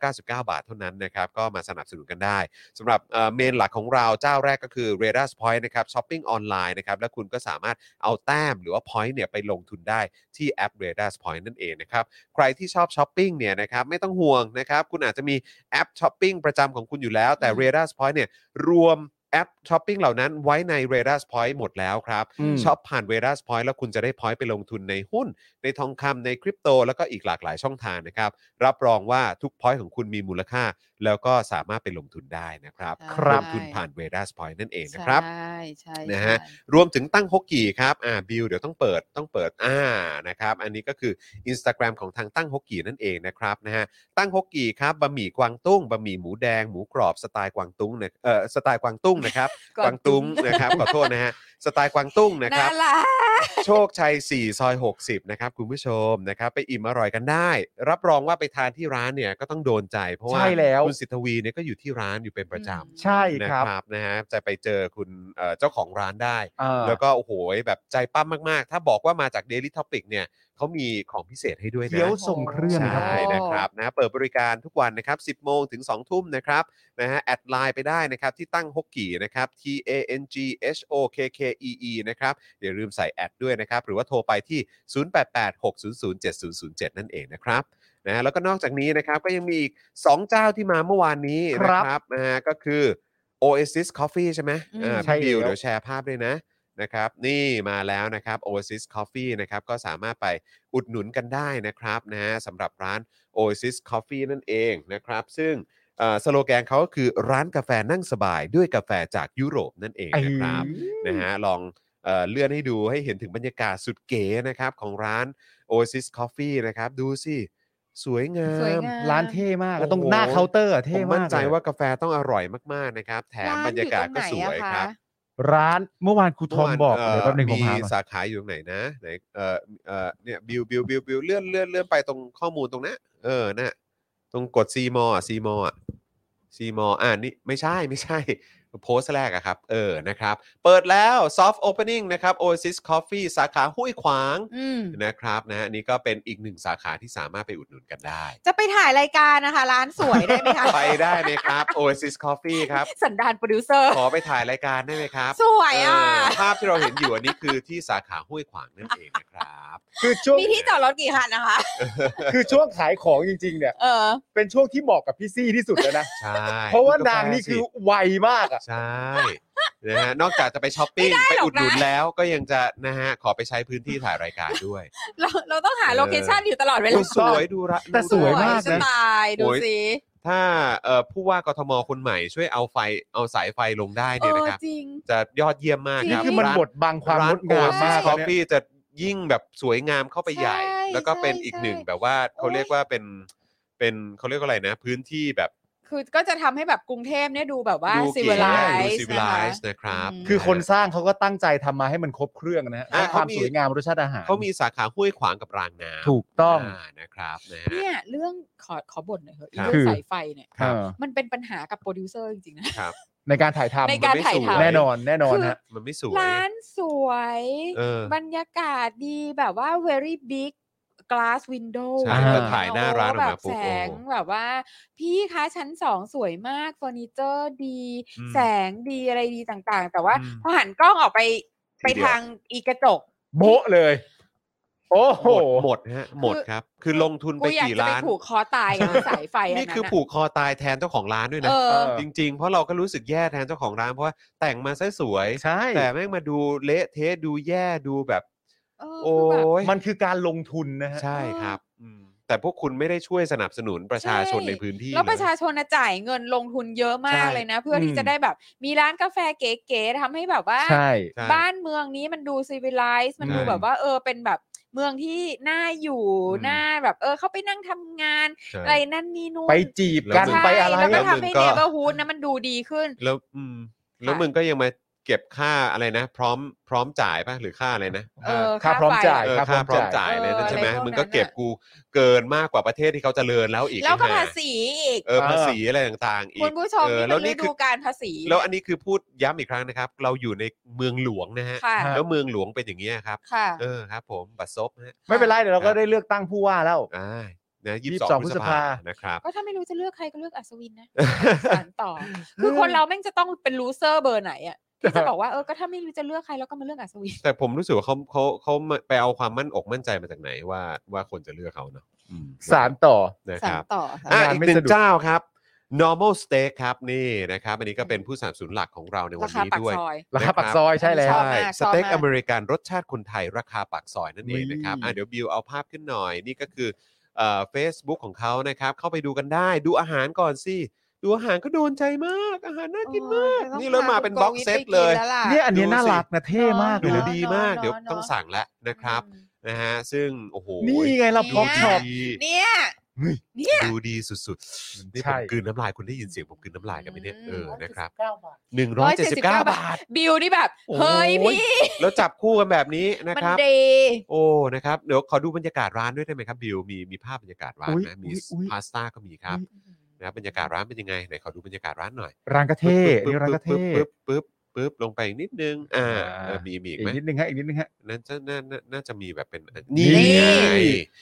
B: 999 บาทเท่านั้นนะครับ ก็มาสนับสนุนกันได้สำหรับเอ่อเมนหลักของเราเจ้าแรกก็คือ r a d a r Point นะครับช้อปปิ้งออนไลน์นะครับ และคุณก็สามารถเอาแต้มหรือว่า Point เนี่ยไปลงทุนได้ที่แอป r a d a r Point นั่นเองนะครับ ใครที่ชอบช้อปปิ้งเนี่ยนะครับไม่ต้องห่วงนะครับ คุณอาจจะมีแอปช้อปปิ้งประจำของคุณอยู่แล้ว แต่
D: อืม
B: r a d a r Point เนี่ยรวมแอปช้อปปิ้งเหล่านั้นไว้ใน r a d a r Point หมดแล้วครับ
C: อืม
B: ช็อปผ่านเว d a s Point แล้วคุณจะได้พอยต์ไปลงทุนในหุ้น ในทองคำในคริปโต แล้วก็อีกหลากหลายช่องทางนะครับ รับรองว่าทุกพอยต์ของคุณมีมูลค่า แล้วก็สามารถไปลงทุนได้นะครับ
D: ใช่
C: ครั
B: ล
C: บ
B: งทุนผ่านเว d a s Point นั่นเองนะครับ
D: ใช่ใช่
B: นะฮะ
D: ใช่
B: รวมถึงตั้งฮกกี่ครับอ่าบิวเดี๋ยวต้องเปิดต้องเปิดอ่านะครับ อันนี้ก็คือ Instagram ของทางตั้งฮกกี่นั่นเองนะครับนะฮะตั้งฮกกี่ครับบะหมี่กวางตุ้งบะหมี่หมูแดงหมูกรอบสไตล์กวางตุ้งนะเออสไตล์กวางตุ้งนะครับ กวางตุ้ง นะครับขอโทษนะฮะสไตล์กวางตุ้งนะครับ
D: น่ารัก
B: โชคชัย 4 ซอย 60 นะครับ คุณผู้ชมนะครับ ไปอิ่มอร่อยกันได้ รับรองว่าไปทานที่ร้านเนี่ยก็ต้องโดนใจ เพราะว่า
C: ใช่แล้ว
B: คุณสิทธวีเนี่ยก็อยู่ที่ร้านอยู่เป็นประจำ
C: ใช่ครับ
B: นะครับนะฮะจะไปเจอคุณเอ่อเจ้าของร้านได้
C: เออ
B: แล้วก็โอ้โหแบบใจปั้มมากๆ ถ้าบอกว่ามาจาก Daily Topic เนี่ยเขามีของพิเศษให้ด้วยนะ
C: เกี๊ยวส่งเครื่องครับ
B: ใช่นะครับนะเปิดบริการทุกวันนะครับ 10 โมงถึง 2 ทุ่มนะครับนะฮะแอดไลน์ไปได้นะครับที่ตั้งฮกกี่นะครับ T A N G H O K K E E นะครับอย่าลืมใส่แอดด้วยนะครับ หรือว่าโทรไปที่ 0886007007 นั่นเองนะครับนะฮะแล้วก็นอกจากนี้นะครับก็ยังมีอีก 2 เจ้าที่มาเมื่อวานนี้
C: ค
B: นะ
C: รับ
B: ครับนะฮะก็คือ Oasis Coffee ใช่ไหม
D: อืม
B: อ่า
C: ใช่
B: พี่บิว
C: แล้ว
B: เดี๋ยวแชร์ภาพด้วยนะนะครับนี่มาแล้วนะครับ Oasis Coffee นะครับก็สามารถไป อุดหนุนกันได้นะครับนะฮะสำหรับร้าน Oasis Coffee นั่นเองนะครับ ซึ่งเอ่อสโลแกนเขาก็คือร้านกาแฟนั่งสบายด้วยกาแฟจากยุโรปนั่นเองนะครับนะฮะลองเอ่อเลื่อนให้ดูให้เห็นถึงบรรยากาศสุดเก๋นะครับของร้าน Oasis Coffee นะครับ ดูสิ สวยงาม
D: สวยงาม
C: ร้านเท่มากแล้วตรง
B: โอ้โห
C: หน้าเคาน์เตอร์อะ
B: ผ
C: เท่
B: ม
C: มาก
B: มั่นใจ
C: เลย
B: ว่ากาแฟต้องอร่อยมาก ๆ นะครับ แถมบรรยากาศก็สวยครับ
C: ร้านเมื่อวานครูทอมบอก
B: เ
C: เดี๋ยวแป๊บนึงผม
B: มี
C: หาก่อน
B: สาขาอยู่ตรงไหนนะไหนเออเออเนี่ยบิวบิวบิวบิวเลื่อนเลื่อนเลื่อนไปตรงข้อมูลตรงนั้นเออน่ะตรงกดซีมอซีมอ่ะซีมอ่ะนี่ไม่ใช่ไม่ใช่ โพสต์แรกอะครับ เออนะครับ เปิดแล้ว soft opening นะครับ Oasis Coffee สาขาห้วยขวาง
D: อืม
B: นะครับนะฮะอันนี่ก็เป็นอีกหนึ่งสาขาที่สามารถไปอุดหนุนกัน ได้
D: จะไปถ่ายรายการนะคะ ร้านสวยได้ไหมคะ
B: ไปได้ไหมครับ Oasis Coffee ครับ
D: สันดานโปรดิวเซอร์
B: ขอไปถ่ายรายการได้ไหมครับ
D: สวยอ่ะ
B: เออภาพที่เราเห็นอยู่อันนี้คือที่สาขาห้วยขวางนั่นเองนะครับ
C: คือช่วง
D: มีที่จอดรถกี่คันนะคะ
C: คือช่วงขายของจริง ๆ เนี่ย
D: เออ
C: เป็นช่วงที่เหมาะกับพี่ซี่ที่สุดแล้วนะ
B: ใช่
C: เพราะว่านางนี่คือไวมากอ่ะ
B: ใช่นะ ฮะนอกจากจะไปช้อปปิ้งไปอุดหนุนแล้วก็ยังจะนะฮะขอไปใช้พื้นที่ถ่ายรายการด้วย
D: เราเราต้องหาโลเคชั่นอยู่ตลอดเวลา
B: ดูสวยดูระ
C: แต่สวยมากนะ
D: จะตายดูสิ
B: ถ้าเอ่อผู้ว่ากทมคนใหม่ช่วยเอาไฟเอาสายไฟลงได้
D: เอ
B: เนี่ย
D: อ
B: นะครับ
D: จริง
B: จะยอดเยี่ยมมาก
C: นี่
B: รับ
C: คือมัน
B: ร้า
C: บดบังความ
B: ร้าง น
C: ดงาม
B: มาม
C: ากก
B: คอ
C: เลยเนี่ย
B: ฟี่จะยิ่งแบบสวยงามเข้าไปใหญ่
D: ใช่
B: แล้วก็เป็นอีก
D: ใช่
B: หนึ่งแบบว่าเขา
D: โอ๊ย
B: เรียกว่าเป็นเป็นเขาเรียกว่าอะไรนะ พื้นที่แบบ
D: คือก็จะทำให้แบบกรุงเทพเนี่ยดูแบบว่า
B: ดู
D: ซี
B: เก๋
D: เวลไล
B: ดู
D: ซ์
B: civilized นะครับ
C: คือคนสร้างเขาก็ตั้งใจทำมาให้มันครบเครื่องนะฮะ
B: อ่ะ
C: ทั้งความสวยงามรสชาติอาหาร
B: เขามีสาขาห้วยขวางกับรางน้ำ
C: ถูกต้อง
B: านะครับนะ
D: เนี่
B: ฮะ
D: ยเรื่องขอขอบ่นหน่อยเถอะ
B: ครับ
D: เรื่องสายไฟเนี่ย
B: ครับ
C: เออ
D: มันเป็นปัญหากับโปรดิวเซอร์จริงๆนะ
B: ครับ
C: ในการถ่ายทำ
D: ในการถ่ายทำ
C: แน่นอนแน่นอนฮะ
B: มันไม่สวย
D: ร้านสวย
B: เออบ
D: รรยากาศดีแบบว่า very big glass window
B: ใช่
D: อะไร
B: แล้วถ่ายหน้าร้านออกมา
D: โโหแบบ
B: ปุ๊บ
D: แส
B: โอ้โห
D: งแบบว่า พี่คะชั้นสองสวยมากเฟอร์นิเจอร์ดี
B: อืม
D: แสงดีอะไรดีต่างๆ แต่ว่า
B: อืม
D: พอหันกล้องออกไปไป
B: ทีเดียว
D: ทางอีกระจก
C: โบะเลย โอ้โห
B: หมดหมดฮะหมดครับ คือลงทุนไป
D: กูอยาก
B: กี่
D: จะไป
B: ล้าน
D: ผูกคอตายกับ สายไฟอันนั้
B: นี่
D: น
B: คือ
D: อะ
B: ผูกคอตายแทนเจ้าของร้านด้วย
D: เอ
B: นะ
D: อ
C: เออ
B: จริง ๆ เพราะเราก็รู้สึกแย่แทนเจ้าของร้านเพราะว่าแต่งมาซะสวย
C: ใช่
B: แต่แม่งมาดูเละเทะดูแย่ดูแบบ
D: เออ
B: โอ้
D: คือแบบ
B: ย
C: มันคือการลงทุนนะฮะ
B: ใช่ครับอืมแต่พวกคุณไม่ได้ช่วยสนับสนุนประชาชน
D: ใช่
B: ในพื้นที่
D: แล้วประ
B: เย
D: ชาชนน่ะจ่ายเงินลงทุนเยอะมา
B: ใช่
D: กเลยนะ เพื่ออ
C: ม
D: ที่จะได้แบบ มีร้านกาแฟเก๋ๆทำให้แบบว่า
C: ใช่
B: ใช่
D: บ้านเมืองนี้มันดูซีวิไลซ์มัน
B: ใช่
D: ดูแบบว่า เออเป็นแบบเมืองที่น่าอยู่
B: อืม
D: น่าแบบเออเขาไปนั่งทำงาน
B: ใช่
D: อะไรนั่นนี่นู่น
C: ไปจีบกัน
B: แล้วมึ
D: ใช่
B: ง
C: ไปอะไร
D: แล้วก็
B: แล้วมึง
D: ทำให้
B: ก็
D: เนเบอร์ฮูดนะมันดูดีขึ้น
B: แล้วอืมแล้ว
D: ค่ะ
B: มึงก็ยังมาเก็บค่าอะไรนะ พร้อมพร้อมจ่ายป่ะหรือค่าอะไรนะ
D: เออ
C: ค่าพร้อม
D: ไฟ
C: จ่าย
B: เออค่าพร้อมจ่ายเลยนั่น
D: เออ
B: ใช่ไหม
D: อะไรพวกนั้น
B: มึงก็เก็บกูเกินมากกว่าประเทศที่เขาเจริญแล้วอีก
D: แล้วก็
B: ไอ้ห่
D: ภาษีอีก
B: เออภาษีอะไรต่างๆอี
D: คุ
B: ก
D: ณผู้ชม
B: เออ
D: นี่
B: แล้
D: มั
B: วน
D: ฤ
B: นี่คื
D: ดู
B: อ
D: การภาษี
B: แล้วอันนี้คือพูดย้ำอีกครั้งนะครับ เราอยู่ในเมืองหลวงนะฮะ
D: ค่ะ
C: ฮะ
B: แล้วเมืองหลวงเป็นอย่างนี้ยครับ
D: ค่ะ
B: เออครับ ผมบัตรซบนะฮะ
C: ไม่เป็นไรเดี๋ยวเราก็ได้เลือกตั้งผู้ว่าแล้ว
B: อ่านะยี่สิบสอง
C: 22
B: พฤษ
C: พฤษ
B: ภา
C: ภา
B: นะครับ
D: ก็ถ้าไม่รู้จะเลือกใครก็เลือกอัศวิน นะ สานต่อ คือคนเราแม่งจะต้องเป็นลูเซอร์เบอร์ไหนอะที่จะบอกว่าเออก็ถ้าไม่รู้จะเลือกใครแล้วก็มาเลือกอัศวิน
B: แต่ผมรู้สึกว่าเขาเขาเขาไปเอาความมั่นอกมั่นใจมาจากไหนว่าว่าคนจะเลือกเขาเนาะอืม
C: สารต่อ
B: นะค
D: สาม
B: รับ
D: ต่อค่ะ
B: อ่ะ
C: งาน
B: อีก
C: ไม่
B: หนึ่
C: สะ
B: ง
C: ดุด
B: เจ้าครับ normal steak ครับนี่นะครับ อันนี้ก็เป็นผู้สนับสนุนหลักของเราในวั
D: ราน คา
B: นี้
D: ปาก
B: ด้วย
D: ซอย
C: ราคาปักซอยใช่แล้ว
D: ชอบ
B: ใช่
D: มาก
B: สเต็ก
D: ชอบมาก
B: อเมริกันรสชาติคนไทยราคาปากซอยนั่นเองนะครับ
C: นี่
B: อ่ะเดี๋ยวบิวเอาภาพขึ้นหน่อย นี่ก็คือเฟซบุ๊กของเขานะครับ เข้าไปดูกันได้ดูอาหารก่อนสิ ดูอาหารก็โดนใจมาก อาหารน่ากินมาก
D: โอ้ย
B: นี่เริ่มมาเป็นบ็อกเซตเลย
D: ดี๋วต้องพาคุณโกวิทไปกิแวะ
C: เนี่ยอันเนี้ยน่ารักนะเท่มาก
B: เดี๋
C: เลย ยว นะ
B: ดีมาก
D: เนอะ
B: เดี๋ยว
D: เนอะ
B: ต้องสั่งแล้วนะครับ
D: อืม
B: นะฮะซึ่งโอ้โห
C: นี่ไงเราพ
B: ดู
C: ร้อมช็
D: เนี่ย
C: อป
B: ดี
D: เนี่ย
B: ดูดีสุดๆนี่
C: ใช่
B: ผมกลืนน้ำลายคุณได้ยินเสียงผมกลืนน้ำลายกันไหมเนี่ยเออนะครับหนึ่งร้อยเจ็ดสิบ
D: 179
B: เก้าบาท
D: บิวนี่แบบ
B: โอ้ย
D: เฮ้ยพี่
B: แล้วจับคู่กันแบบนี้นะ
D: มัน
B: ครับ
D: ดี
B: โอ้ นะครับ เดี๋ยวขอดูบรรยากาศร้านด้วยได้ไหมครับบิว มีมีภาพบรรยากาศร้าน
C: อุ๊ย
B: นะมี
C: อุ๊ยอุ๊ย
B: พาสต้าก็มีครับ
C: อุ๊
B: นะครับบรรยากาศร้านเป็นยังไงไหนขอดูบรรยากาศร้านหน่อย
C: ร้านกระเท่
B: ปึ๊
C: นี่ร้านกระเท่
B: ปึ๊บปึ๊บปึ๊บลงไปอีกนิดนึง อ่า
C: อ่า
B: เออมีมีอีก
C: อี
B: ไหม
C: กนิดนึงฮะอีกนิดนึงฮะ
B: นั่นจะน่าน่าน่าจะมีแบบเป็น
C: นี่
B: นี่ไง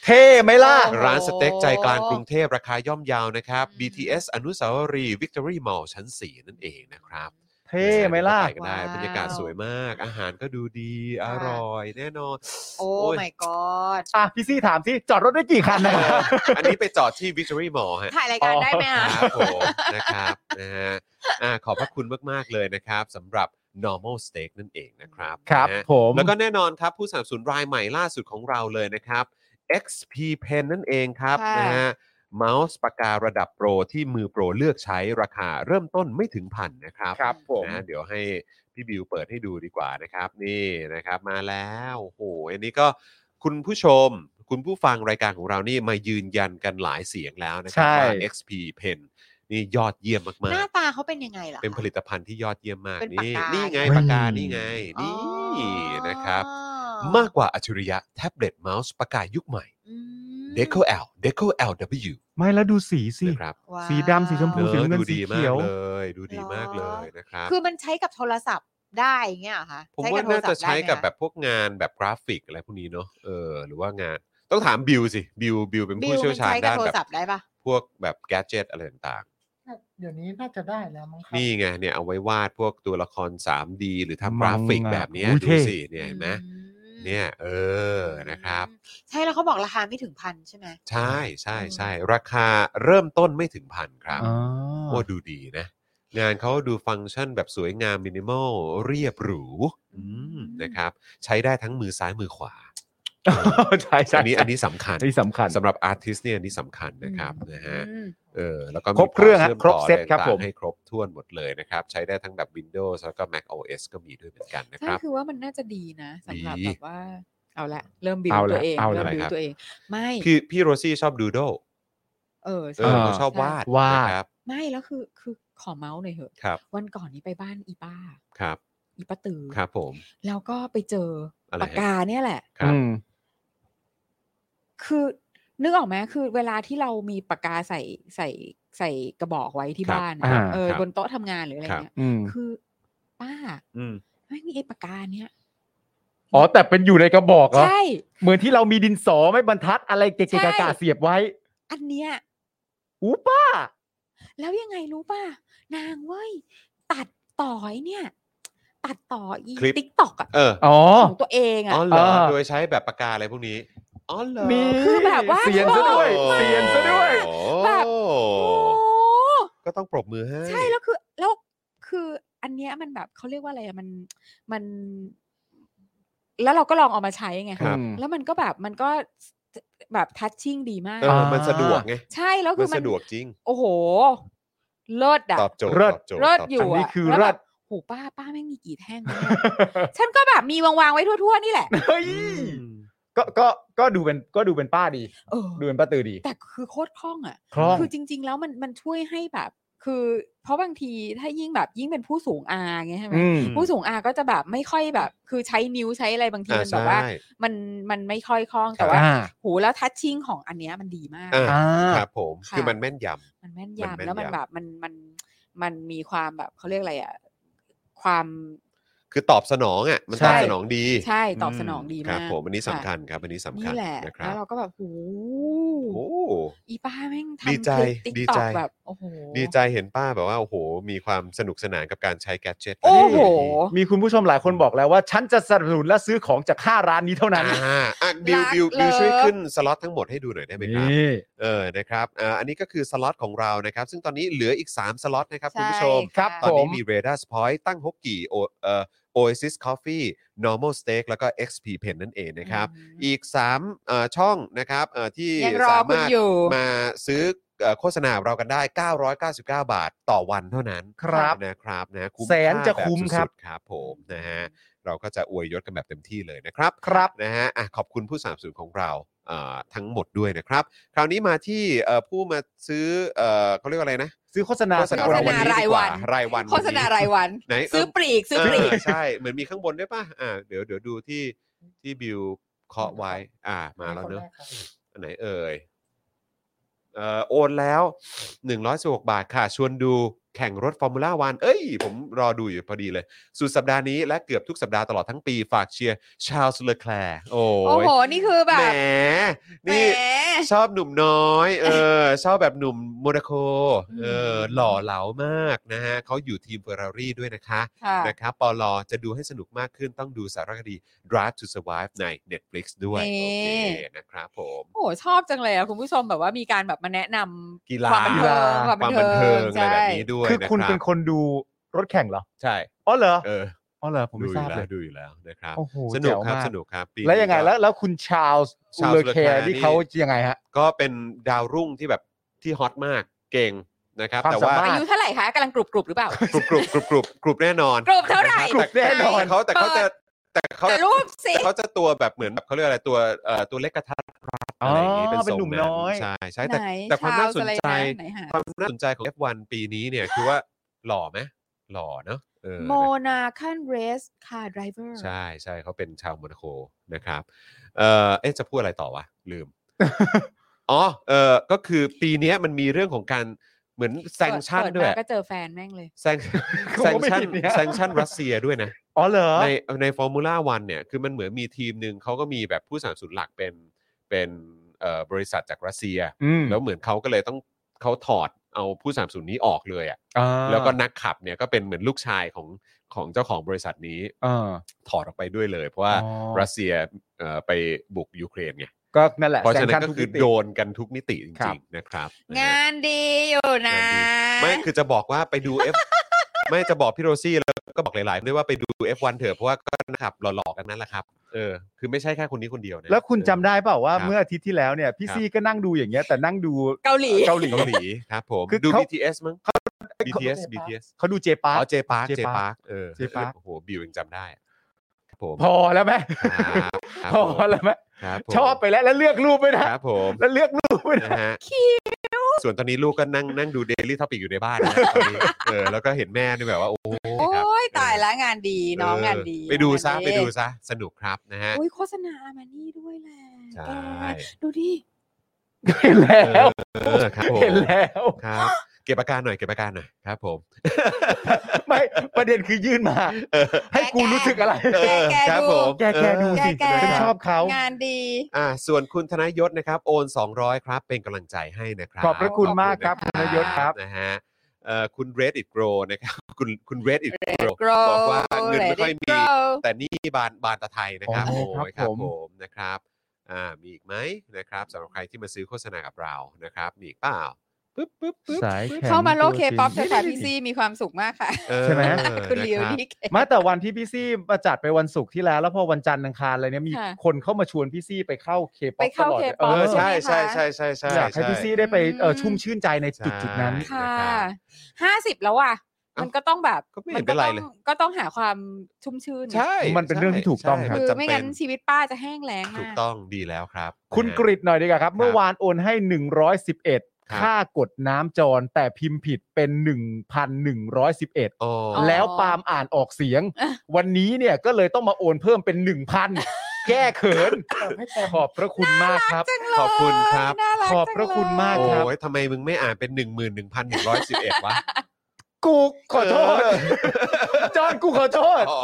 C: เท่ไหมล่ะ
B: ร้านสเต็กใจกลางกรุงเทพราคาย่อมเยาวนะครับ BTS อนุสาวรีย์ Victory Mall ชั้น 4 นั่นเองนะครับ
C: เท่ไหมล่ะ
B: ปกันได้บรรยากาศสวยมาก อาหารก็ดูดีอร่อยแน่น อน
D: โอ้ my god
C: อ่ะพี่ซี่ถามสิจอดรถได้กี่คันนะ
B: อันนี้ไปจอดที่ Victory Mall ฮะ
D: ถ่ายรายการได้ไหม
B: ค
D: อ่ะ
B: รับผมนะครับนะฮะอ่าขอบพระคุณมาก ๆ เลยนะครับสำหรับ normal steak นั่นเองนะครับ
C: ครับ
B: นะฮะ
C: ผม
B: แล้วก็แน่นอนครับ ผู้สนับสนุนรายใหม่ล่าสุดของเราเลยนะครับ XP Pen นั่นเองครับ
D: ค่ะ
B: นะฮะเมาส์ปากการะดับโปรที่มือโปรเลือกใช้ราคาเริ่มต้นไม่ถึงพันนะครับ
C: ครับผม
B: นะเดี๋ยวให้พี่บิวเปิดให้ดูดีกว่านะครับ นี่นะครับมาแล้วโอ้โหอันนี้ก็คุณผู้ชม คุณผู้ฟังรายการของเรานี่มายืนยันกันหลายเสียงแล้วนะครั
C: ใช่
B: ว่า XP Pen นี่ยอดเยี่ยมมา
D: หน้าก ตาเขาเป็นยังไงล่ะ
B: ๆ เป็นผลิตภัณฑ์ที่ยอดเยี่ยมมาก
D: เป็นปาก
B: นี่
D: กานี่
B: นี่ไง
C: เว้ย
B: ปากกานี่ไง
D: อ๋อ
B: นี่นะครับ
D: อ๋อ
B: มากกว่าอัจฉริยะแท็บเล็ตเมาส์ปากกายุคใหม่
D: อืม
B: Deco L Deco LW
C: ไม่แล้วดูสีสิ
B: นะครับ
D: ว้าว
C: สีดำสีชมพู
B: อะ
C: เงิน
B: ดูดี
C: สีเขี
B: มาก
C: ยว
B: เลย ดูดีมากเลยนะครับ
D: คือมันใช้กับโทรศัพท์ได้อย่างเงี้ยเหรอคะ
B: ผม
D: ใช้
B: ว่า
D: กับโทร
B: น่า
D: ศัพ
B: จะ
D: ท์ได้
B: ใช้
D: ไหม
B: กับ
D: คะ
B: แบบพวกงานแบบกราฟิกอะไรพวกนี้เนาะเออหรือว่างานต้องถามบิวสิบิวบิวเป็นผู้เชี่ยวชาญ
D: บิวมันใช้กับ
B: ด้าน
D: โทร
B: แบบ
D: ศัพท์ได้ปะ
B: พวกแบบแกดเจิตอะไรต่าง
F: เดี๋ยวนี้น่าจะได้แล้วมั้งค
B: ๆ
F: รับ
B: นี่ไงเนี่ยเอาไว้วาดพวกตัวละคร 3D หรือทำก
C: มัง
B: ราฟิก
C: อะ
B: แบบเนี้ย
C: อุ้ย
B: ดู
C: เท่
B: สิเนี่ยเห็นไหม
D: อืม
B: เนี่ยเออนะครับ
D: ใช่แล้วเขาบอกราคาไม่ถึงพันใช่ไหม
B: ใช่ใช่ใช่
D: อืม
B: ราคาเริ่มต้นไม่ถึงพันครับ
C: อ๋อ
B: โอ้ดูดีนะ งานเขาดูฟังก์ชันแบบสวยงามมินิมอลเรียบหรูอืมนะครับ ใช้ได้ทั้งมือซ้ายมือขวา
C: ใช่ใช่
B: อันนี้อันนี้สำคัญ
C: อันนี้สำคัญ
B: สำหรับอาร์ติสเนี่ยอันนี่สำคัญนะครับนะฮะ
D: อืม
B: เออแล้วก็มี
C: ครบเครื่องฮะ
B: วามชื่ม
C: ครบเซต
B: ต่อ
C: ครับผม
B: ต่างๆให้ครบถ้วนหมดเลยนะครับ ใช้ได้ทั้งแบบ Windows แล้วก็ Mac OS ก็มีด้วยเหมือนกันนะ
D: ใช่
B: ครับ
D: คือว่ามันน่าจะดีนะสำหรับ
B: ดี
D: แบบว่า เอาละ เริ่มบิว
C: เอา
D: ตั
C: ละ
D: วเอง
C: เอาละ
D: เริ่มบิ
B: ครั
D: ว
B: บ
D: ตัวเอง ไม่
B: พี่พี่โรซี่ชอบดูโด
D: เออ
B: เอ
D: ใช่
B: อเขาชอบวาด
C: วาด
B: นะครับ
D: ไม่แล้วคือคือขอเมาส์หน่อยเหอะ
B: ครับ
D: วันก่อนนี้ไปบ้านอีป้า
B: ครับ
D: อีป้าตือ
B: ครับผม
D: แล้วก็ไปเจอ
B: อะไรฮะ
D: ปากกาเนี่ยแหละ
B: ครับ
C: อืม
D: คือนึกออกไหมคือเวลาที่เรามีปากกาใส่ใส่ ใส่กระบอกไว้ที่
B: ครับ
D: บ้าน
C: อ่า
D: เออ
B: ครับ
D: บนโต๊ะทำงานหรืออะไร
B: ครับ
D: เงี้ย
C: อืม
D: คือป้า
B: อืม
D: ไม่มีไอ้ปากกาเนี้ย
C: อ๋อแต่เป็นอยู่ในกระบอกเหรอ
D: ใช่
C: เหมือนที่เรามีดินสอไม่บรรทัดอะไรเกะ
D: ใช่
C: กะกะเสียบไว้
D: อันเนี้ย
C: อู้ป้า
D: แล้วยังไงรู้ป่ะ นางเว้ย ตัดต่อไอ้เนี่ย ตัดต่ออี
B: คลิป
D: ติ๊กตอกอะ
B: เออ
C: อ๋อ
D: ของตัวเองอะ
B: อ๋อเหรอ
C: เออ
B: โดยใช้แบบปากกาอะไรพวกนี้อ๋อเหรอ
C: นี่
D: คือแบบว่า
C: เสียนซะด้วย
B: โอ้
C: เสียนซะด้วย
B: โอ้
D: แบบ โอ้
B: ก็ต้องปรบมือให้
D: ใช่แล้วคือแล้วคืออันเนี้ยมันแบบเขาเรียกว่าอะไรอะมันมัน แล้วเราก็ลองเอามาใช้ไง
C: ครับ
D: แล้วมันก็แบบมันก็แบบทัชชิ่งดีมาก
B: เออมันสะดวกไง
D: ใช่แล้ว
B: มั
D: คื
B: น
D: อมัน
B: สะดวกจริง
D: โอ้โห เลิศอะ
B: ตอบโจทย์
C: เลิศ
B: ตอบโจทย์
D: เลิศ
B: ตบ
D: อ
B: โจท
D: ยู่
C: อันนี้
D: อะ
C: คือ
D: แล้ว
C: เลิศ
D: แบบโหป้าป้าไม่งมีกี่แท่งวะเนี่ย ฉันก็แบบมีวางๆไว้ทั่วๆนี่แหละ
C: เฮ้ยก็ก็ก็ดูเป็นก็ดูเป็นป้าดี
D: เออ
C: ดูเป็นป้าตือดี
D: แต่คือโคตรคล่องอะ่ะ
C: คล่อง
D: คือจริง ๆ แล้วมันมันช่วยให้แบบ คือ เพราะบางทีถ้ายิ่งแบบยิ่งเป็นผู้สูงอาไงใช่ไหม
C: อืม
D: ผู้สูงอาก็จะแบบไม่ค่อยแบบ คือใช้นิ้วใช้อะไรบางที
B: อ่า
D: มันแบ
B: ใช่
D: บว่า มันมันไม่ค่อยคล่องแต่ว่า
C: อ่า
D: หูแล้วทัชชิ่งของอันเนี้ยมันดีมาก
B: อ่า
C: อ่า
B: ครับผม
D: ค่ะ
B: คือมันแม่นย
D: มันแม่น
B: มันแม่น
D: ยำแล้วมัน
B: ยำ
D: แบบมันมันมันมีความแบบเขาเรียกอะไรอะ่ะความ
B: ำคือตอบสนองอ่ะมันตอบ
D: ใช่
B: สนองดี
D: ใช่ตอบสนอง
C: อืม
D: ดี
B: ค
D: มา
B: รั
D: ก
B: บผมอันนี้สำ
D: ะ
B: คัญครับอันนี้สำคั
D: นี่
B: ญ
D: แหละ
B: นะครับ
D: แล้วเราก็แบบหู
B: โอ้
D: อีป้าแม่ง
B: ดี
D: ทำ
B: ใจ
D: คลิปติ๊ก
B: ดี
D: ตอ
B: ใจ
D: กแบบโอ้โห
B: ดีใจเห็นป้าแบบว่า โอ้โห มีความสนุกสนานกับการใช้แกดเจิต
D: โอ้โห
C: มีคุณผู้ชมหลายคนบอกแล้วว่า ฉันจะสนับสนุนและซื้อของจากห้าร้านนี้เท่านั้น
B: อ่าอ่ะบิว
D: รัก
B: บิวบิว
D: เลิฟ
B: ช่วยขึ้นสล็อตทั้งหมดให้ดูหน่อยได้ไหมครับ
C: นี่
B: เออนะครับอ่าอันนี้ก็คือสล็อตของเรานะครับ ซึ่งตอนนี้เหลืออีก 3 สล็อตนะครับ คุณผู้ชม
D: ใ
C: ครับ
B: ตอน
D: ค่ะ
B: นี้
C: ผม
B: มี r a d a r s Point ตั้งฮกกี่โอเอ่อ Oasis Coffee Normal Steak แล้วก็ XP Pen นั่นเองนะครับ อีก3เอ่อช่องนะครับเอ่อที่
D: ยังรอ
B: สา
D: คุณ
B: มารถ
D: อยู่
B: มาซื้อเอ่อโฆษณาของเรากันได้ 999 บาทต่อวันเท่านั้น
C: ครับ
B: นะครับนะ
C: แสนจะ
B: า
C: คุ้มครับ
B: แสุดๆครับผมนะฮะเราก็จะอวยยศกันแบบเต็มที่เลยนะครับ
C: ครับ
B: นะฮะอ่ะขอบคุณผู้สนับสนุนของเราเอ่อทั้งหมดด้วยนะครับ คราวนี้มาที่เอ่อผู้มาซื้อเอ่อเขาเรียกว่าอะไรนะ
C: ซื้อโฆษณา
B: โฆษณา
D: โฆษณา
B: เรา
D: ราย
B: วั
D: วัน น
B: นี้ดีกว่ารายวัน
D: โฆษณารายวัน
B: ไหน
D: ซื้อปลีกซื้อปลีก
B: เออใช่ เหมือนมีข้างบนด้วยป่ะอ่าเดี๋ยวเดี๋ยวดูที่ที่บิวเคาะไว้ อ่ามาแล้วเนอะ
F: คนรกครับ
B: อันไหนเอ่ยเอ่อโอนแล้ว 116 บาทค่ะ ชวนดูแข่งรถฟอร์มูล่าวันเอ้ย ผมรอดูอยู่พอดีเลย สุดสัปดาห์นี้และเกือบทุกสัปดาห์ตลอดทั้งปีฝากเชียร์ชาลส์เลอแคลร์โอ้
D: โอ้
B: ย
D: โห นี่คือแบ
B: แหม
D: บแหม
B: นี่ ชอบหนุ่มน้อย เอ อ ชอบแบบหนุ่มโมนาโกเออ
D: อืม
B: หล่อเหลามากนะฮะเขาอยู่ทีมเฟอร์รารี่ด้วยนะคะ
D: ค่ะ
B: นะครับปอลอจะดูให้สนุกมากขึ้นต้องดูสารคดี Drive to Survive ใน Netflix ด้วย
D: นี่
B: โอเคนะครับผม
D: โอ้โหชอบจังเลยอะคุณผู้ชมแบบว่ามีการแบบมาแนะนำ
B: กีฬา
D: ความบัน
B: ความ
C: กีฬา
D: เทิงความบั
B: บั
D: น
B: นเทิ
D: เทิง
B: งอะไรแบบนี้ด้วย
C: คือคุณ
B: นะ
C: เป็น
B: รับ
C: คนดูรถแข่งเหรอ
B: ใช่
C: อ๋อเหรอ
B: เออ
C: อ๋อเหรอ ผม
B: ดูอ
C: ไม่ทราบ
B: ยู่แล้ว
C: เลย
B: ดูอยู่แล้วนะครับ
C: โอ้โห
B: สนุก
C: แจ๋ว
B: ครับ
C: มา
B: สนุกครับปี
C: แล้วยังไง
B: นี้ก็
C: แล้วแล้วคุณชาลส์
B: Charles
C: เลอแค
B: Leclerc
C: ร์ที่
B: นี่
C: เขายังไงฮะ
B: ก็เป็นดาวรุ่งที่แบบที่ฮอตมากเก่งนะครับ
C: ความ
B: แต่ว่า
C: สาม
D: อา
C: ถ
D: ยุเท่าไหร่คะกำลังกรุบกรุบหรือเปล่า
B: กรุบกรุบกรุบกรุบกรุบแน่นอน
D: กรุบเท่าไหร่
B: ะคบ
C: กรุบแน่นอน
B: เขาแต่เขาจะแต่เขา
D: แต่รูปสิ
B: แต่เขาจะตัวแบบเหมือนแบบเขาเรียกอะไรตัวเอ่อตัวเล็กกระทัดรัดอะไรอย่างงี้
C: อ๋อเป็นหนุ่ม
B: ทรง
C: น้อย
B: ใช่ใช่แต่
D: ไหน
B: แต่ความน่าสนใจ
D: ชาวอะไระไหนหา
B: ความน่าสนใจของ F1 ปีนี้เนี่ยคือว่าหล่อไหมหล่อเนอะเออ
D: โมนาคันเรสคาร์ไดเวอร์
B: ใช่ใช่เขาเป็นชาวโมนาโกนะครับเอ่อเอ๊ะจะพูดอะไรต่อวะ ลืม อ๋อเออก็คือปีเนี้ยมันมีเรื่องของการเหมือนแซงชั่นด้วย
D: ก็เจอแฟนแม่งเลย
B: แซงแซงชั่น
C: ผมก็ไม่ผิดเนี่ย
B: แซงชั่นรัสเซียด้วยนะ
C: อ๋อเหรอ
B: ในในฟอร์มูล่าวันเนี่ยคือมันเหมือนมีทีมหนึ่งเขาก็มีแบบผู้สนับสนุนหลักเป็นเป็นเอ่อบริษัทจากรัสเซีย
C: อืม
B: แล้วเหมือนเขาก็เลยต้องเขาถอดเอาผู้สนับสนุนนี้ออกเลยอ่ะ
C: อ่า
B: แล้วก็นักขับเนี่ยก็เป็นเหมือนลูกชายของของเจ้าของบริษัทนี้
C: อ่า
B: ถอดออกไปด้วยเลย เพราะว่า
C: อ๋อ
B: รัสเซียเอ่อไปบุกยูเครนไง
C: ก็นั่นแหละ
B: เพราะฉะ
C: แซง
B: นั้น
C: ชั่
B: ก็
C: ทุ
B: คือ
C: มิติ
B: โดนกันทุกมิติจ
C: ครั
B: ริ
C: บ
B: งๆนะครับ
D: งานดีอยู่นะ
B: ไม่คือจะบอกว่าไปดู F ไม่จะบอกพี่โรซี่แล้วก็บอกหลายๆด้วยว่าไปดู F1 เถอะเพราะว่าก็นักขับหล่อๆกันนั่นแหละครับเออคือไม่ใช่แค่คนนี้คนเดียวนะ
C: แล้วคุณจำได้เปล่าว่า
B: ครับ
C: เมื่ออาทิตย์ที่แล้วเนี่ยพี่
B: ครับ
C: ซี่ก็นั่งดูอย่างเงี้ยแต่นั่งดู
D: เกาหลี
C: เกาหลี
B: เกาหลีครับผม
C: คือ
B: ดู
C: เขา
B: BTS มั้ง BTS
F: เขา
B: BTS
C: เขาดูเจปา
B: อ๋อเจปาร์คเจ
C: J-Park
B: ปาร์คเออ
C: J Park
B: โอ้โห บิวยังจำได้ครับผม
C: พอแล้วไหม
B: ครับครับ
C: พอ
B: ผม
C: แล้วไหม
B: ครับผม
C: ชอบไปแล้วแล้วเลือกรูปไม่ได้
B: ครับผม
C: แล้วเลือกรูปไม่ได้
B: นะฮะส่วนตอนนี้ลูกก็นั่งนั่งดู Daily Topic อยู่ในบ้านนะตอนนี้เออแล้วก็เห็นแม่ด้วยแบบว่า โอ้
D: โอ้ยตายละงานดีน้องงานดี
B: เออไปดูซะ
D: งาน
B: ไปดูซะ สนุกครับนะฮะ
D: อุ้ยโฆษณาอามานี่ด้วยแหละ
B: ใช่
D: แกดูดิ
C: เห็นแล้ว
B: เออครับผม
C: เห็นแล้ว
B: ครับ เก็บอาการหน่อยเก็บอาการหน่อยครับผม
C: ไม่ประเด็นคือยื่นมา
B: เออ
C: ให้กูรู้สึกอะไร
B: เออ
D: แก
B: ครับ
D: ดู
B: ผม
C: แกแกดูสิ
D: แกๆ
C: ฉันชอบเขา
D: งานดี
B: อ่า ส่วนคุณธนยศนะครับโอน 200 ครับ เป็นกำลังใจให้นะครับ
C: ขอบพระคุณมากครับ
B: ขอณ
C: คุณธนยศครับ
B: นะฮะเอ่อคุณ Reddit Grow นะครับ คุณคุณ Reddit
D: เรด
B: Grow
D: โกร
B: บอกว่าเงินไม่ค่อยมี
D: เรดโกร
B: แต่นี่บานบานตะไทยนะครับ
C: อ๋อ
B: โอ้ยค
C: ครั
B: รับบ ผ
C: ผม
B: มนะครับอ่ามีอีกไหมนะครับสำหรับใครที่มาซื้อโฆษณากับเรานะครับมีอีกเปล่าปึ๊บปึ๊บปึ๊บ
C: สายแข็ง
D: เข้ามาโลกเคป๊อป
C: ตัวจริง
D: เถอะค่ะพี่ซี่มีความสุขมากค่ะ
B: เออ
C: ใช่ไหม
B: เออ
D: คุณลิว
B: นะครับ
D: นี่เก่ง
C: ไมาแต่วันที่พี่ซี่มาจัดไปวันศุกร์ที่แล้ว แล้วพอวันจันทร์อังคารอะไรเนี่ยมี
D: ค่ะ
C: คนเข้ามาชวนพี่ซี่ไปเข้าเคป๊อ
D: ไป
C: ปต
D: เข้า
C: ลอด
D: เค
C: เลย
D: ป๊อป
B: เออ
D: ใช่
B: ใช่
D: ไหม
B: ใช่
D: คะ
B: ใช่ใช่ใช่
C: อยากให้พี่ซี่ได้ไปเออชุ่มชื่นใจใน
B: ใช่
C: จุดจุดๆนั้น
B: นะ
D: ค่ะ
B: รับ
D: ห้าสิบแล้วอ่ะ มันก็ต้องแบบ
B: ก็ไม่เห็นเป็นไรเลย
D: มัก็ต้องก็ต้องหาความชุ่มชื่น
B: ใช่
C: มันเป็นเรื่องที่ถูกต้องครับ
B: ใช่
D: คื
B: น
D: อ
B: จำ
D: ไม่
B: เป็
D: งั้นชีวิตป้าจะแห้งแล้ง
B: ถู
D: มาก ก
B: ต้องดีแล้วครับ
C: คุณ
B: นะฮะ
C: กริดหน่อยดีกว่าครับ
B: ครับ
C: เมื่อวานโอนให้
B: ครับ
C: 111 ค่ากดน้ำจร แต่พิมพ์ผิดเป็น 1,111
B: อ๋อ
D: อ
C: แล้วปาล์มอ่านออกเสียง วันนี้เนี่ยก็เลยต้องมาโอนเพิ่มเป็น 1,000 แก้เขิน
F: เติมให้เต็ม
C: ขอบพระคุณมากครับ
D: จังเลย
B: ขอบคุณครับ
D: น่ารัก
C: ขอบ
D: จัง
C: พระคุณมาก
D: เลย
C: ครับ
B: โอ้ยทำไมมึงไม่อ่านเป็น 11,111 วะ
C: กูขอโทษ
B: เออ
C: จอนกูขอโทษ
B: อ๋อ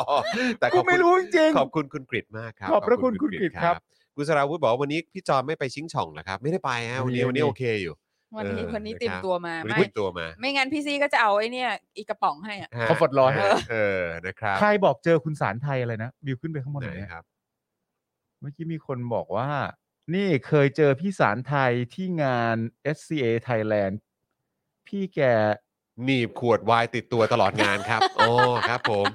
B: แต่ข
C: กู
B: อบ
C: ไม่
B: คุณ
C: รู้จริง
B: ขอบคุณคุณกริดมากครับ
C: ขอบพระคุณคุณกริตครับ
B: คุณสราวุธบอกว่าวันนี้พี่จอมไม่ไปชิงช่องเหรอครับ ไม่ได้ไปฮะวันนี้
C: ไม่
B: วัน
C: ได้
B: นี้โอเคอยู่
D: วันนี้
B: เออ
D: วันนี้
B: นะครับ
D: เตรียมตัวมา
B: วันนี้เต
D: ไม่
B: รียมตัวมา
D: ไม่งั้นพี่ซี่ก็จะเอาไอ้เนี่ย อีกกระป๋องให้อ่ะ
B: ฮะ
C: เขาปลดร้อย
B: เเออนะครับ
C: ใครบอกเจอคุณสารไทยอะไรนะบิวขึ้นไปข้างบนหน่อย
B: ไหน
C: นะครับ เมื่อกี้มีคนบอกว่า นี่เคยเจอพี่สารไทยที่งาน SCA Thailand พี่แก
B: หนีบขวดไวน์ติดตัวตลอดงานครับ โอ้ครับผม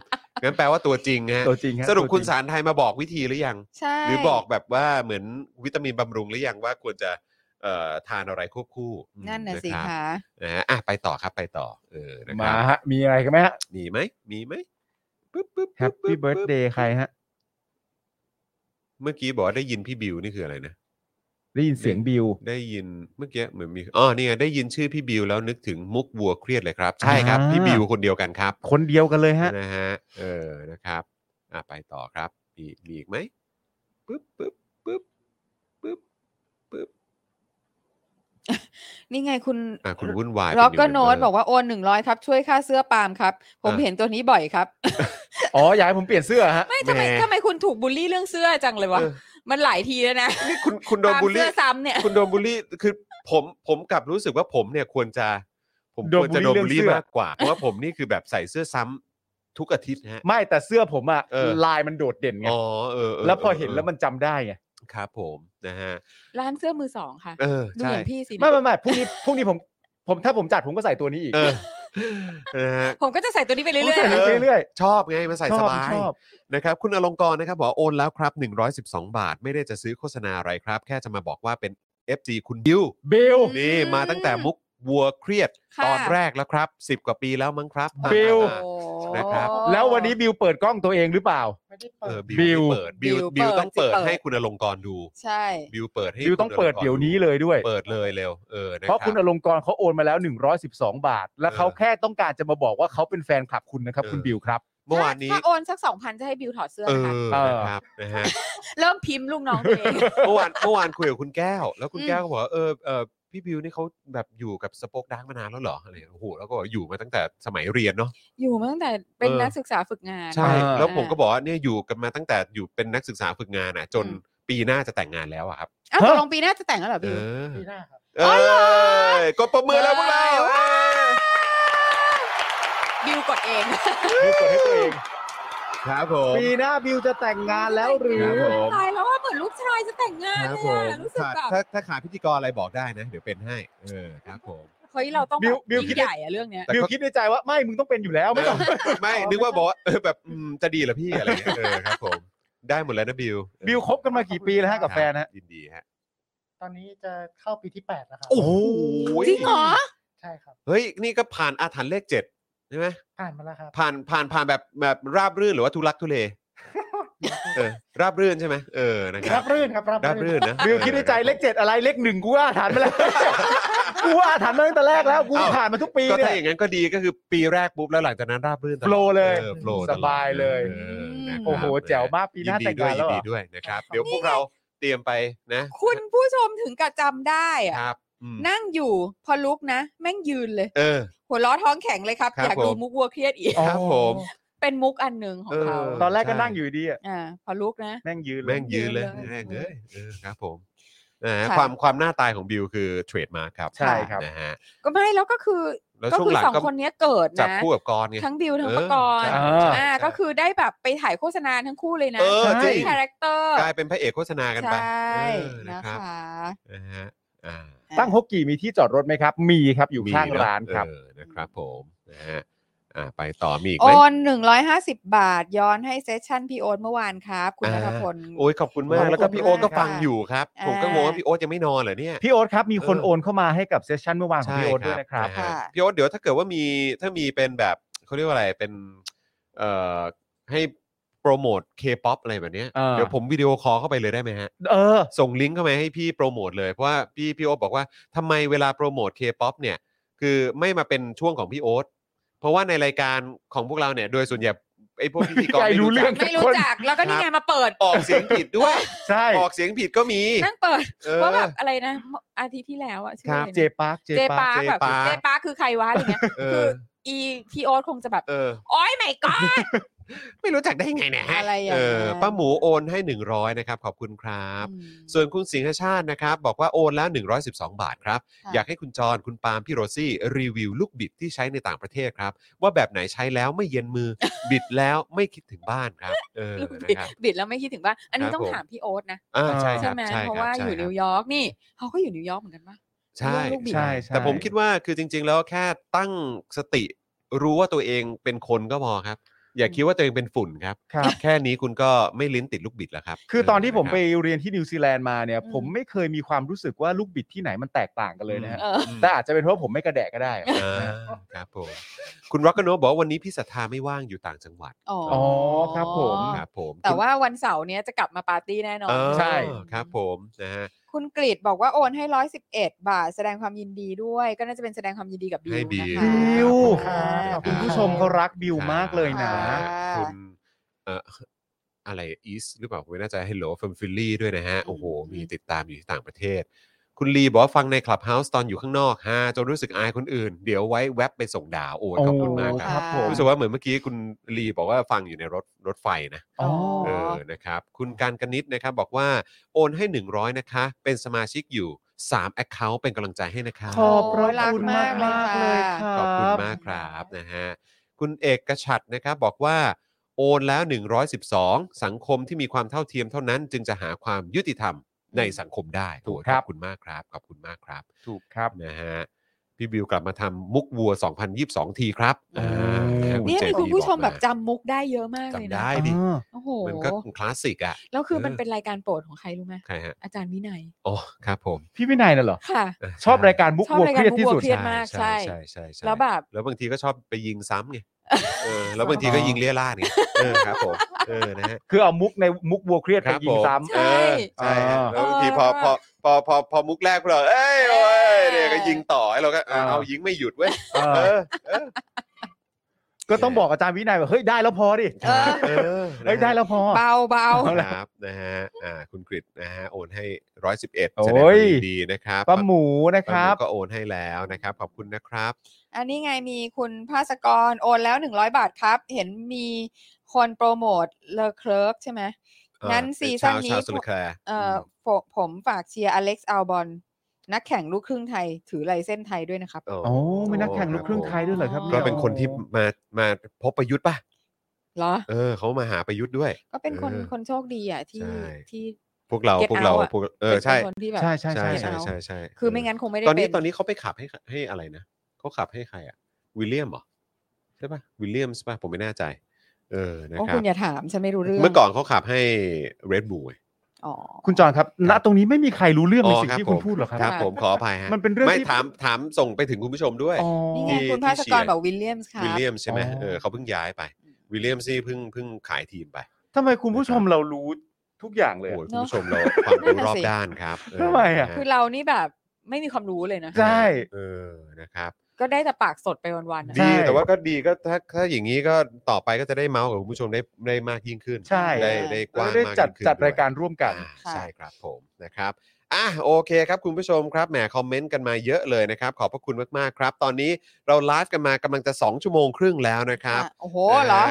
B: งั้นแปลว่าตัวจริงฮะ
C: ตัวจริงฮะ
B: สรุปคุณ
C: ตัวจง
B: สารไทยมาบอกวิธีหรือยัง
D: ใช่
B: หรือบอกแบบว่าเหมือนวิตามินบำรุงหรือยังว่าควรจะเอ่อทานอะไรควบคู่อืม
D: นั่นน่ะสิ
B: รับ
D: คะ
B: นะฮะอ่ะไปต่อครับไปต่อเออนะค
C: มา
B: รับ
C: ฮะมีอะไรกันไหมฮะ
B: มีไหมมีไหมปึ๊บปึ๊บ
C: แฮปปี้เบิร์ a เดย์ใครฮะ
B: เมื่อกี้บอกว่าได้ยินพี่บิวนี่คืออะไรนะ
C: ได้ยินเสียงบิว
B: ได้ยินเมื่อกี้เหมือนมีอ๋อนี่ไงได้ยินชื่อพี่บิวแล้วนึกถึงมุกวัวเครียดเลยครับ ใช่ครับ
C: อ่า
B: พี่บิวคนเดียวกันครับ
C: คนเดียวกันเลยฮะ
B: นะฮะเออนะครับอ่ะไปต่อครับ มีมีอีกไหมปึ๊บปึ๊บปึ๊บปึ๊บปึ๊บ
D: นี่ไงคุณ
B: อ่ะคุณวุ่นวาย
D: ร็อกเกอร์
B: เป็
D: โน้ตบอกว่าโอนหนึ่งร้อยครับ ช่วยค่าเสื้อปาล์มครับ ผม
B: อ่ะ
D: เห็นตัวนี้บ่อยครับ
C: อ๋อ อยากให้ผมเปลี่ยนเสื้อฮะ
D: ไม่ทำไม
B: แหม
D: ทำไมคุณถูกบูลลี่เรื่องเสื้อจังเลยวะ
B: เออ
D: มันหลายทีแล้วนะ
B: นี่คุณคุณโดน
D: ปาล์ม
B: บูล
D: เสื้
B: ลี่
D: อซ้ำเนี่ย
B: คุณโดนบูลลี่คือผมผมกลับรู้สึกว่าผมเนี่ยควรจะ ผม
C: โด
B: คน วรจะโด
C: บู
B: น
C: ลลี่
B: บูลลี่
C: เรื่องเสื้อ
B: มากกว่า เพราะว่าผมนี่คือแบบใส่เสื้อซ้ำทุกอาทิตย์นะฮะ
C: ไม่แต่เสื้อผมอะ
B: เออ
C: ลายมันโดดเด่นไง
B: อ๋อเออเ
C: แล้วพอเห็นแล้วมันจำได้ไง
B: ครับผมนะฮะ
D: ร้านเสื้อมือสองค่ะ
B: เออ
D: ดู
B: ใช่
D: อย่างพี่สิ
C: ไม่ไม่ไม่พรุ่งนี้พรุ่งนี้ผมผมถ้าผมจัดผมก็ใส่ตัวนี้อีก
B: เออนะฮะ
D: ผมก็จะใส่ตัวนี้ไป
C: ผม
D: เรื่อย
C: ใส่
D: ๆ
B: เออ
D: นะ
C: เรื่อย
B: ชอบไงมัน
C: ๆ
B: ใส่
C: ชอบบ
B: สาย
C: ชอบ
B: นะครับ คุณอลงกรนะครับบอกว่าโอนแล้วครับ 112 บาท ไม่ได้จะซื้อโฆษณาอะไรครับ แค่จะมาบอกว่าเป็น FG คุณบิว
C: บิล
B: นี่มาตั้งแต่มุกวัวเครียด
D: ค่ะ
B: ตอนแรกแล้วครับ 10 กว่าปีแล้วมั้งครับ
C: บิว
B: อ่า
D: โอ้
B: นะครับ
C: แล้ววันนี้บิลเปิดกล้องตัวเองหรือเปล่า
F: ไม่ได้
B: เอ
F: เปิ
B: อ
F: ด
B: บิวไม่เปิดบิวบิวต้องเปิด
D: สิ
B: ให้คุณอลงกรดู
D: ใช่
B: บิวเปิดให้
C: บิลต้องเปิด
B: คุณลกร
C: เดี๋ยวนี้เลยด้วย
B: เปิดเลยเร็วเออนะ
C: เพราะคุณ
B: ค
C: อ
B: รับ
C: ลงกรณ์เขาโอนมาแล้ว 112 บาท แล้วเขา
B: เออ
C: แค่ต้องการจะมาบอกว่าเขาเป็นแฟนคลับคุณนะครับ คุณ
B: เออ
C: บิลครับ
B: เมื่อวานนี้
D: ถ้าโอนสักสองพันจะให้บิวถอดเสื้อ
B: เอ
D: นะคะ
B: อ
C: เออ
B: นะครับนะฮะ
D: เริ่มพิมพ์ลูกน้องตัวเอง
B: เมื่อวานเมื่อวานคุยกับคุณแก้ว แล้วคุณ
D: อืม
B: แก้วก็บอกว่าเออเออพี่บิวนี่เขาแบบอยู่กับสป็อกดังมานานแล้วเหรออะไรโอ้โหแล้วก็บอกอยู่มาตั้งแต่สมัยเรียนเนาะ
D: อยู่มาตั้งแต่เป็น
B: เออ
D: นักศึกษาฝึกงาน
B: ใช่
C: อ่า
B: แล้วผมก็บอกว่าเนี่ยอยู่กันมาตั้งแต่อยู่เป็นนักศึกษาฝึกงานอ่ะ จน
D: อืม
B: ปีหน้าจะแต่งงานแล้วอะครับ
D: อ้าว
C: ฮะ
D: ตกลงปีหน้าจะแต่งแล้วเหรอ
B: เอ
D: บิว
B: อ
F: ปีหน้าครับ
B: เอ้ยกดประมือแล้วพวกเรา
D: เออ
B: เอ้ย
D: บิวกดเอง
C: บิลเปิดให้ตัวเอง
B: ครับผม
C: ปีหน้าบิลจะแต่งงานแล้วหรื
B: ค
C: อ
B: รับผม
D: ตายแล้วว่าเหมือนลูกชายจะแต่งงาน
B: ครับ
D: เล
B: ผ
D: ย
B: ม
D: อะรู้สึก
B: ขาด
D: แบบ
B: ถ้าถ้าขาดพิธีกรอะไรบอกได้นะ เดี๋ยวเป็นให้ เออครับผม
D: เฮ้ยเราต้อง
C: บิว
D: แบบ
C: บิว
D: ยิ่
C: คิด
D: งใหญ่อะเรื่องเนี้ย
B: แต่ก็
C: บิลคิดในใจว่าไม่มึงต้องเป็นอยู่แล้วไม่ต้อง
B: ไม่นึกว่าบอกว่าเออแบบอืมจะดีเหรอพี่อะไรอย่างเงี้ยเออครับผม ได้หมดแล้วนะบิว
C: บิลคบกันมากี่ปีแล้วฮะกับแฟนฮะ
B: ยินดีฮะ
F: ตอนนี้จะเข้าปีที่แปดแล้วครับ
B: โอ้โห
D: จริงเหรอ
F: ใช่ครับ
B: เฮ้ย นี่ก็ผ่านอาถรรพ์เลขเจ็ดใช่ไหม
F: ผ่านมาแล้วครับ
B: ผ่านผ่านผ่านแบบแบบราบรื่นหรือว่าทุลักทุเลเออราบรื่นใช่ไหมเออนะครั
F: รั
B: บบ
F: รื่นครับ
B: รา
F: รั
B: บบ รื่
F: รื่
B: น
F: น
B: นะ
C: บิลคิดในใจเลขเจ็ดอะไรเลขหนึ่งกูว่าอาถานไปแล้ว กูว่าอาถานมาตั้งแต่แรกแล้วกูผ่านมาทุกปี
B: ก็
C: เนี่
B: ถ้าย อย่างนั้นก็ดีก็คือปีแรกปุ๊บแล้วหลังจากนั้นราบรื่นตอด
C: Flow เลย
B: ออ flow ตอด
C: สบายเลย
B: ออนะครับ
C: โอ้โหแจ๋วมากปีหน้าแต่งงานแล้
B: ยิน
C: วเหร
B: ดี
C: อ
B: ด้วยยินดีด้วยนะครับ เดี๋ยวพวกเรา เตรียมไปนะ
D: คุณผู้ชมถึงกับจำได้อะ
B: ครับอืม
D: นั่งอยู่พอลุกนะ แม่งยืนเลย
B: เออ
D: หัวล้อท้องแข็งเลยครับ
B: ครับ
D: อยากดู
B: ผม
D: มุกวัวเครียดอีก
B: ครับผม
D: เป็นมุกอันหนึ่งของเขา
B: เอ
C: ตอนแรกก็นั่งอยู่ดีอ่ะ
D: อ่าพอลุกนะ
C: แม่งยืนเลย
B: แม่งยืนเลย
D: ยืนเลย
B: แม่งเอ้ยเออครับผมนะฮะ
D: ค่ะ
B: ความความหน้าตายของบิวคือเทรดมาครับ
D: ใช่ครับ
B: นะฮะ
D: ก็ไม่แล้วก็คือ
B: แล้ว
D: ก็
B: ช่วง
D: คือ
B: หลัง
D: สอง
B: ก็
D: คนเนี้ยเกิด
B: จับ
D: นะ
B: คู่กับกรณ์ไง
D: ทั้งบิวทั้ง
B: เออ
D: ประกรณ์
B: ใช่ใช่
D: อ่าก็คือได้แบบไปถ่ายโฆษณาทั้งคู่เลยนะ
B: เออจริ
D: เล่
B: ง
D: นคาแรคเตอร์
B: กลายเป็นพระเอกโฆษณากัน
D: ใช
B: ไป่ เออนะ
D: นะ
B: ค
D: ครับ ะ
B: นะฮะอ่า
C: ตั้งฮกกี่มีที่จอดรถไหมครับ มีครับอยู่
B: มี
C: ข้าง
B: เอะ
C: ร้านครับ
B: เออนะครับผมนะฮะอ่าไปต่อมีอีก
D: โอ
B: ไหม
D: นหนึ่งร้อยห้าสิบบาท ย้อนให้เซสชั่นพี่โอนเมื่อวานครับ คุณ
B: อ่า
D: นัทพล
B: โอ้ยขอบคุณมากแล้วก็พี่
D: ขอบ
B: โอ๊
D: คุ
B: ต
D: ณ
B: ก็ฟัง
D: มาก
B: อยู่ครับ
D: อ่า
B: ผมก็งงว่าพี่โอ๊ตยังไม่นอนเหรอเนี่ย
C: พี่โอ๊ตครับมีคน
B: เออ
C: โอนเข้ามาให้กับเซสชันเมื่อวานของ
B: ใช่
C: พี่โอ๊ตด้วยนะครับ
B: ฮ
D: ค่ะ
B: พี่โอ๊ตเดี๋ยวถ้าเกิดว่ามีถ้ามีเป็นแบบเขาเรียกว่าอะไรเป็นเอ่อให้โปรโมท K-POP อะไรแบบเนี้ย
C: เออ
B: เดี๋ยวผมวิดีโอคอลเข้าไปเลยได้ไหมฮะ
C: เออ
B: ส่งลิงก์เข้ามาให้พี่โปรโมทเลยเพราะว่าพี่พี่โอ๊ตบอกว่าทำไมเวลาโปรโมท K-POP เนี่ย คือไม่มาเป็นช่วงของพี่โอ๊ตเพราะว่าในรายการของพวกเราเนี่ย โดยส่วนใหญ่ไอ้พวกพิธีกร
C: ไม่รู้เรื่อง
D: ไม่รู้จักแล้วก็นี่ไงมาเปิด
B: ออกเสียงผิดด้วย
C: ใช่
B: ออกเสียงผิดก็มี
D: นั่งเปิด
B: เออ
D: ว่าแบบอะไรนะ อาทิตย์ที่แล้วอะชื่อ
B: ครับ
D: อะไรนะ
C: เจปาร์คเจ
D: เจ
C: ปา
D: ปา
C: ร์ค
D: ร์คแบบ
B: เจปาร์ค
D: เจปาร์คคือใครวะอะไรเงี้ย
B: เอ
D: คือ
B: อ
D: อีพี่โอ๊ตคงจะแบบ
B: เออ
D: โอ้ยไม่ก็
B: ไม่รู้จักได้ไงเนี่ยฮ
D: อะไรอย่าง
B: เออ
D: นั้น
B: ป้าหมูโอนให้ 100 นะครับ ขอบคุณครับ ส่วนคุณสิงหชาตินะครับ บอกว่าโอนแล้ว 112 บาทครับ อยากให้คุณจรคุณปาล์มพี่โรซี่ รีวิวลูกบิดที่ใช้ในต่างประเทศครับ ว่าแบบไหนใช้แล้วไม่เย็นมือ บิดแล้วไม่คิดถึงบ้านครับ เออนะครับ
D: บิดแล้วไม่คิดถึงว่า อัน
B: ค
D: นี้
B: รับ
D: ต้อง
B: ผม
D: ถามพี่โอ๊ตนะ
B: อ่าใช่ค
D: ใช่
B: รับ
D: ไหม
B: ใช่ค
D: เพราะ
B: รับ
D: ว่า
B: ใช่
D: อ
B: ค
D: ยู่นิ
B: รับ
D: วยอร์กนี่เขาก็อยู่นิวยอร์กเหมือนกันปะ
B: ใช่
D: เรื่องลูกบิด
B: ใช่
C: ใช่ใช่
B: แต่ผมคิดว่าคือจริง ๆ แล้วแค่ตั้งสติรู้ว่าตัวเองเป็นคนก็พอครับ อย่าคิดว่าตัวเองเป็นฝุ่นครับ
C: ครับ
B: แค่นี้คุณก็ไม่ลิ้นติดลูกบิดแล้วครับ
C: คือตอนที่ผม
B: เะครับ
C: ไปเรียนที่นิวซีแลนด์มาเนี่ย
D: อืม
C: ผมไม่เคยมีความรู้สึกว่าลูกบิดที่ไหนมันแตกต่างกันเลยนะฮะ
D: เออ
C: แต่อาจจะเป็นเพราะผมไม่กระแดกก็ได้
B: อ่าครับผมคุณร็อกกโนบอกว่าวันนี้พี่ศรัทธาไม่ว่างอยู่ต่างจังหวัด
D: อ๋อ
C: อ๋อครับผม
B: ครับผม
D: แต่ว่าวันเสาร์เนี้ยจะกลับมาปาร์ตี้แน่นอน
B: เออ
C: ใช่
B: ครับผมนะฮะ
D: คุณกรีดบอกว่าโอนให้ร้อยสิบเอ็ดบาท แสดงความยินดีด้วย ก็น่าจะเป็นแสดงความยินดีกับบิว
B: ให้บิว
D: นะคะ
C: บิว
F: ครับ
C: คุณผู้ชมเขารักบิวมากเลยนะ
D: ค่ะ
B: คุณเอ่ออะไรอีสหรือเปล่าผมไม่แน่าจะฮัลโหลฟิมฟิลลี่ด้วยนะฮะ โอ้โห มีติดตามอยู่ที่ต่างประเทศ คุณลีบอกว่าฟังในคลับเฮาส์ตอนอยู่ข้างนอกฮะจนรู้สึกอายคนอื่น เดี๋ยวไว้แว็บไปส่งดาวโอ้ยขอบคุณมาก
C: โอ้
B: ค
C: ครับ รับผม
B: รู้สึกว่าเหมือนเมื่อกี้คุณลีบอกว่าฟังอยู่ในรถรถไฟนะ
C: อ๋อ
B: เออ นะครับ คุณการกนิษฐ์นะครับบอกว่าโอนให้ 100 นะคะ เป็นสมาชิกอยู่ 3 Account เป็นกำลังใจให้นะคะ
C: ขอบพระ
D: โอ้ยรัก
C: คุณ
D: มาม
C: าก ก
D: เลย
C: มากเลยครับ
B: ขอบคุณมากครับนะฮะ คุณเอกชัดนะครับบอกว่าโอนแล้ว 112 สังคมที่มีความเท่าเทียมเท่านั้น จึงจะหาความยุติธรรมในสังคมได้
C: ถูก
B: โอ้ย
C: ครั
B: ข
C: บ
B: อบคุณมากครับ ขอบคุณมากครับ
C: ถูกครับ
B: นะฮะ พี่บิวกลับมาทำมุกวัว 2022 ทีครับอ่าะฮะ
D: เนี่ย
B: เจ
D: มีคุณ
B: ดี
D: ผู้ชม
B: อกา
D: แบบจำมุกได้เยอะมากเลย
B: จำ
D: นะ
B: ได้ดิ
D: โอ้โห
B: มันก็คลาสสิกอ่ะ
D: แล้วคือมัน
B: เออ
D: เป็นรายการโปรดของใครรู้ไหม
B: ใครฮะ
D: อาจารย์วินัย
B: อ๋อครับผม
C: พี่วินัยน่ะเหรอ
D: ค่ะ
B: ะ
C: ชอบรายการมุก
D: ชอบ
C: วัว
D: ราย
C: เค
D: การ
C: รียด
D: มุก
C: ที่
D: วั
C: สุ
D: ว
C: ด
D: เครียดมากใช่
B: ใช่ใช่ใช่
D: แล้วแบบ
B: แล้วบางทีก็ชอบไปยิงซ้ำไงเอ อแล้วบางทีก็ยิงเลี่ยล่าดไงเออครับผมเออนะ ฮะ
C: คือเอามุกในมุกวัวเครียด
B: ค
C: ไป
B: รับ
C: ยิ
B: ผ
C: ง
B: ม
C: ซ้
B: เออ
C: ใช่
B: ใช่ฮะแล้วบางทีพอพ
D: เออ
B: อพอพอพอมุกแรกพวกเราเอ้ยโอ้ยเนี่ยก็ยิงต่อไอ้เราก็เออ
C: เออ
B: เอายิงไม่หยุดเว้ย
C: ำเอ
B: เออ
C: อ
B: เออ
C: ก็ต้องบอกอาจารย์วินัยว่าเฮ้ยได้แล้วพอดิ
D: เออ
B: เออ
C: เฮ้ยได้แล้วพอ
D: เบาเบา
B: ครับนะฮะอ่าคุณกริตนะฮะโอนให้ร้อยสิบเอ็ด
C: โอ้ย
B: แสดงความยินดีนะครับ
C: ป้าหมูนะค
B: ป้าห
C: รับ
B: มูก็โอนให้แล้วนะครับ ขอบคุณนะครับ
D: อันนี้ไงมีคุณภาสกรโอนแล้ว 100 บาทครับ เห็นมีคนโปรโมทเลอเคลิร์กใช่ไหม
B: เอ่อ
D: งั้น
B: เป็
D: ซี
B: น
D: ซั่
B: ชา
D: น
B: ว
D: นี้
B: ชาวสโลแคร์
D: เอ่
B: ม
D: ออผมผมฝากเชียร์อเล็กซ์อัลบอนนักแข่งลูกครึ่งไทย ถือลายเส้นไทยด้วยนะครับ
C: โอ้ไม่นักแข่งลูกครึ่งไทยด้วยเหรอครับ
D: อ๋อ
B: ก็เป็นคนที่มามาพบประยุทธ์ป่ะ
D: เหรอ
B: เออเขามาหาประยุทธ์ด้วย
D: ก็เป็นคน
B: เออ
D: คนโชคดีอ่ะที่
B: ใช่
D: ที่
B: พวกเรา
D: Get
B: พวกเรา
D: out อะ
B: พวกเออ
D: เป็น
B: ใช่
D: คนที่แบบ
C: ใช่ใช่ใช่
B: ใช่
D: out
B: ใช่ใช่
D: คือไม่งั้นคงไม่ได้
B: ตอนนี้
D: เป็
B: ตอนนี้เขาไปขับให้ให้อะไรนะเขาขับให้ใครอ่ะวิลเลียมเหรอใช่ป่ะวิลเลียมใช่ป่ะผมไม่แน่ใจ เออนะ
D: โอ้
B: ครั
D: คุ
B: บ
D: ณอย่าถาม ฉันไม่รู้เรื่อง
B: เมื่อก่อนเขาขับให้เรดบูล
D: อ๋อ
C: คุณจอนครับณตรงนี้ไม่มีใครรู้เรื่องในสิ่งที่คุณพูดหรอค
B: ครั
C: รับ
B: บ ผมขออภัยฮะ
C: มันเป็นเรื่อง
B: ไม่
C: ที่
B: ถามถามส่งไปถึงคุณผู้ชมด้วย
C: อ๋อ
D: นี่ไง
B: ที่
D: คุณภาส
B: ที่
D: กร
B: เชียร์
D: บอกวิลเลียมส์ครั
B: วิล
D: บ
B: เลียมใช่ไหม
C: อ๋อ
B: เออเขาเพิ่งย้ายไปวิลเลียมซี่เพิ่งเพิ่งขายทีมไป
C: ทำไมคุณผู้ชมเรารู้ทุกอย่างเลย
B: โอ้ย
C: อะ
B: คุณผู้ชมเราความรู้รอบด้านครับเ
C: ทำไมอะ
B: นฮ
D: คือเรานี่แบบไม่มีความรู้เลยนะ
C: ใช่
B: เออ นะครับ
D: ก็ได้แต่ปากสดไปวันๆอะ
C: ใช่
B: ดีแต่ว่าก็ดีก็ถ้าถ้าอย่างนี้ก็ต่อไปก็จะได้เมาส์กับคุณผู้ชมได้ได้มากยิ่งขึ้น
C: ใช่
B: ได้ได้กว้าง
C: ได้
B: มาก
C: จัด
B: ยิ่งขึ้น
C: จัด
B: ว
C: รายการร่วมกัน
B: อ่าใช่ครับผมนะครับอ่ะโอเคครับคุณผู้ชมครับแหมคอมเมนต์กันมาเยอะเลยนะครับ ขอบพระคุณมากๆครับ ตอนนี้เราไลฟ์กันมากำลังจะ 2 ชั่วโมงครึ่งแล้วนะครับ
D: อ่ะโอ้โห
B: นะฮะ
D: เหรอ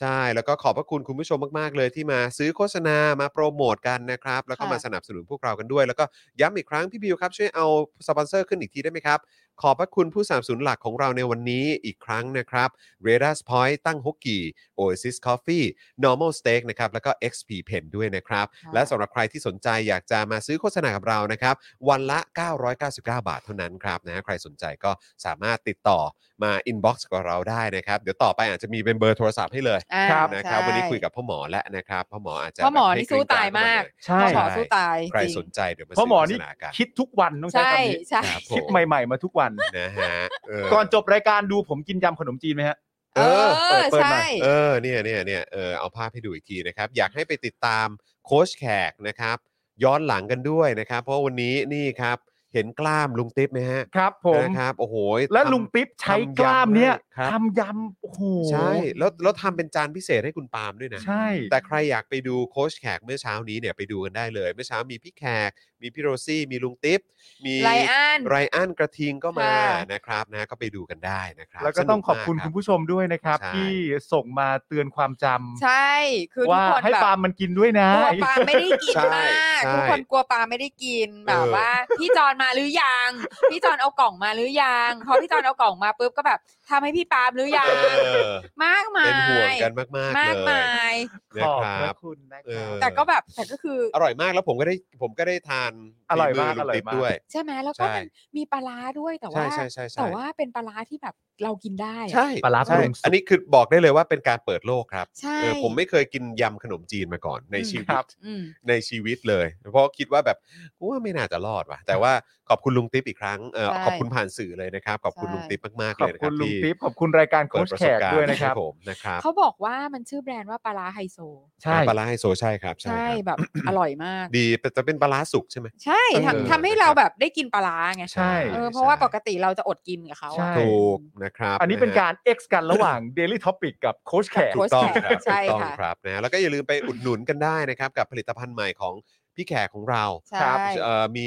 B: ใช่แล้วก็ขอบพระคุณคุณผู้ชมมากๆเลยที่มาซื้อโฆษณามาโปรโมทกันนะครับ แล้วก็
D: ค่ะ
B: มาสนับสนุนพวกเรากันด้วย แล้วก็ย้ำอีกครั้งพี่บิวครับช่วยเอาสปอนเซอร์ขึ้นอีกทีได้ไหมครับ ขอบพระคุณผู้สนับสนุนหลักของเราในวันนี้อีกครั้งนะครับ r a d a r s Point ตั้งฮกกี้ Oasis Coffee Normal Steak นะครับ แล้วก็ XP Pen ด้วยนะครับ
D: ค่ะ
B: และสำหรับใครที่สนใจอยากจะมาซื้อโฆษณากับเรานะครับ วันละ 999 บาทเท่านั้นครับนะใครสนใจก็สามารถติดต่อมา inbox กับเราได้นะครับ เดี๋ยวต่อไปอาจจะมีเป็นเบอร์โทรศัพท์ให้เลย
D: อ่า
C: ครับ
B: นะครับ
D: ใช่
B: วันนี้คุยกับพ่อหมอแล้วนะครับพ่อหมออาจจะ
D: พ่อหมอ
B: แบบให้
D: นี่สู้ตายมาก
C: ใช่
D: พ่อหมอ
B: ใช่
D: สู้ตาย
B: ใคร
D: จริง
B: สนใจเดี๋ยวมา
C: เพราะ
B: ซื้อ
C: หมอ
B: โฆษ
C: นี่
B: ณากัน
C: คิดทุกวันต้องใช้
D: ใช่
C: คำนี้
D: ใช่
B: ครับ
C: คิดใหม่ๆมาทุกวัน
B: นะฮะเ
C: ก่อนจบรายการดูผมกินยำขนมจีนไหมฮะ
D: เออ
C: เปิดเปิดมา
D: ใช่
B: เออเนี่ยเนี่ยเนี่ยเออเอาภาพให้ดูอีกทีนะครับ อยากให้ไปติดตามโค้ชแขกนะครับ ย้อนหลังกันด้วยนะครับ เพราะวันนี้นี่ครับเห็นกล้ามลุงติ๊บไหมฮะ
C: ครับ ผม
B: นะครับโอ้โห
C: และ
B: ทำ
C: ลุงปิ๊บใช้กล้ามเนี้ย
B: ครับ
C: ทำยำโอ้โห
B: ใช่แล้วแล้วทำเป็นจานพิเศษให้คุณปาล์มด้วยนะ
C: ใช่
B: แต่ใครอยากไปดูโค้ชแขกเมื่อเช้านี้เนี่ยไปดูกันได้เลยเมื่อเช้ามีพี่แขก มีพี่โรซี่ มีลุงติ๊บมี
D: ไลออน
B: ไรอันกระทิงก็มา
D: ค่ะ
B: นะครับนะก็ไปดูกันได้นะครับ
C: แล้วก็ต้องขอบคุณ
B: ส
C: คุ
B: นุมา
C: ณ
B: รั
C: ผู้ชมด้วยนะครับ
B: ใช่
C: ที่ส่งมาเตือนความจ
D: ใช่คือ
C: ำ
D: ทุก
C: ว่า
D: คน
C: ให้
D: แบบ
C: ปาล์มมันกินด้วยนะ
D: กลัวปลาไม่ได้กิน
B: ใช่
D: มาก
B: ใช่
D: ทุกคนกลัวปลาไม่ได้กินแบ
B: เอบ อ
D: ว่าพี่จอนมาหรือยังพี่จอนเอากล่องมาหรือยังพอพี่จอนเอากล่องมาปุ๊บก็แบบทำให้พี่ปาล์มหรือยัง
B: เออ
D: มากมาย
B: เป็นห่วงกันมากๆ
D: มาก
B: เลย
D: มาย
B: นะ
C: ขอบ
B: ค
C: พ
B: รั
C: ระ
B: บ
C: คุณนะ
B: เอ
C: ครั
B: อ
C: บ
D: แต่ก็แบบแต่ก็คือ
B: อร่อยมากแล้วผมก็ได้ผมก็ได้ทาน
C: อร่อยมาก
B: ฝีลุง
C: อร่อย
B: ติ๊บ
C: มาก
B: ด้วย
D: ใช่ไหมแล้วก็
B: ใช่
D: มันมีปลาร้าด้วยแต่
B: ใช่
D: ว่า
B: ใช่ใช่ใช่
D: แต่ว่าเป็นปลาร้าที่แบบเรากินได้อะ
B: ใช่
C: ปลาร้า
B: ใช่
C: ปรุงสุก
B: อันนี้คือบอกได้เลยว่าเป็นการเปิดโลกครับ
D: ใช่
B: เออผมไม่เคยกินยำขนมจีนมาก่อนใน
D: อืม
B: ชีวิ
C: ค
B: ต
C: รับ
D: อืม
B: ในชีวิตเลย เพราะคิดว่าแบบกูว่าไม่น่าจะรอดว่ะแต่ว่าขอบคุณลุงติ๊บอีกครั้งเออ
D: ใช่
B: ขอบคุณผ่านสื่อเลยนะครับขอบคุณ
D: ใช่
B: ลุงติ๊บมากๆ
C: ข
B: เล
C: อบ
B: ยนะค
C: คุ
B: รับ
C: ณลุง
B: ที่
C: ติ๊บขอบคุณรายการ
B: เปิ
C: โค้
B: ด
C: ช
B: ประ
C: แข
B: สบ
C: ก
B: การณ์
C: ด้วยนะครับ
B: ให้ผมนะครับ
D: เขาบอกว่ามันชื่อแบรนด์ว่าปลาร้าไฮโซ
C: ใช่
B: ปลาร้าไฮโซใช่ครับใช่
D: ใช่
B: ครับ
D: แบบ อร่อยมาก
B: ดีแต่จะเป็นปลาร้าสุกใช่ไหม
D: ใช่
B: เออ
D: ทำทำให้เราแบบได้กินปลาร้าไง
C: ใช่
D: เออเพราะว่าปกติเราจะอดกินกับเขา
C: ใช่
D: อะ
B: ถูกนะครับ
C: อันนี้เป็น
B: ะฮะ
C: การ X กันระหว่าง Daily Topic กับโค้ชแขก
B: ถูกต้องครับ
D: ใช่
B: ถูกต้อง
D: ค่ะ
B: ครับนะฮะแล้วก็อย่าลืมไปอุดหนุนกันได้นะครับ กับผลิตภัณฑ์ใหม่ของพี่แขกของเรา
D: ใช่
B: ครับเอ่อมี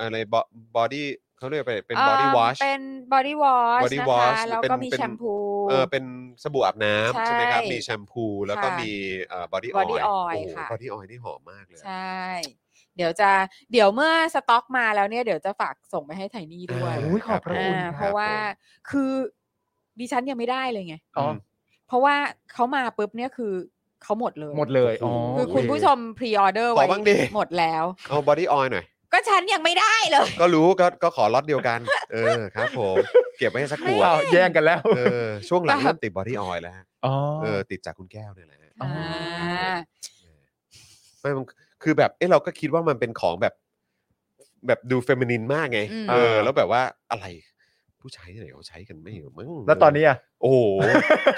B: อะไรบอดี้เขาเรียกไปเป็นบอดี้วอช
D: เเป็น body wash
B: body
D: นะคะ
B: wash
D: แล้ว
B: เป็น
D: ก็มี
B: เป็น
D: แชมพู
B: เออเป็นสบู่อาบน้ำ
D: ใช่
B: ใช่ไหมครับ มีแชมพูแล้วก็
D: ค่ะ
B: มีบอดี้ออย
D: body
B: ล์
D: oil ค่ะ
B: บอดี้ออยล์นี่หอมมากเลย
D: ใช่ เดี๋ยวจะเดี๋ยวเมื่อสต็อกมาแล้วเนี่ยเดี๋ยวจะฝากส่งไปให้ไทนี่ด้วย
C: อุ๊ยขอบพระคุ
D: อ่า
C: ณครับ
D: เพราะว่าคือดิฉันยังไม่ได้เลยไง
C: อ๋อ
D: เพราะว่าเขามาปุ๊บเนี่ยคือเขาหมดเลย
C: หมดเลยอ๋อ
D: คือคุณผู้ชมพรีออเดอร์
B: ขอ
D: ไว้
B: บ้างดิ
D: หมดแล้ว
B: เอาบอดี้ออยล์หน่อย
D: ก็ฉันยังไม่ได้เลย
B: ก็รู้ก็ก็ขอล็อตเดียวกัน เออครับผม เก็บไว้ให้สักขวด
C: อ้าวแย่งกันแล้ว
B: เออช่วงหลังเริ่มติดบอดี้ออยล์แล้วฮะ
C: อ๋อ
B: เออติดจากคุณแก้วเนี่ยแหละฮะ
C: อ๋อ
B: ไม่มันคือแบบ เอ้เราก็คิดว่ามันเป็นของแบบ แบบดูเฟมินินมากไง
D: อืม
B: เออ แล้วแบบว่าอะไร ผู้ชายที่ไหนเขาใช้กันไม่เหรอมึง
C: แล้วตอนนี้อ่ะ
B: โอ้โห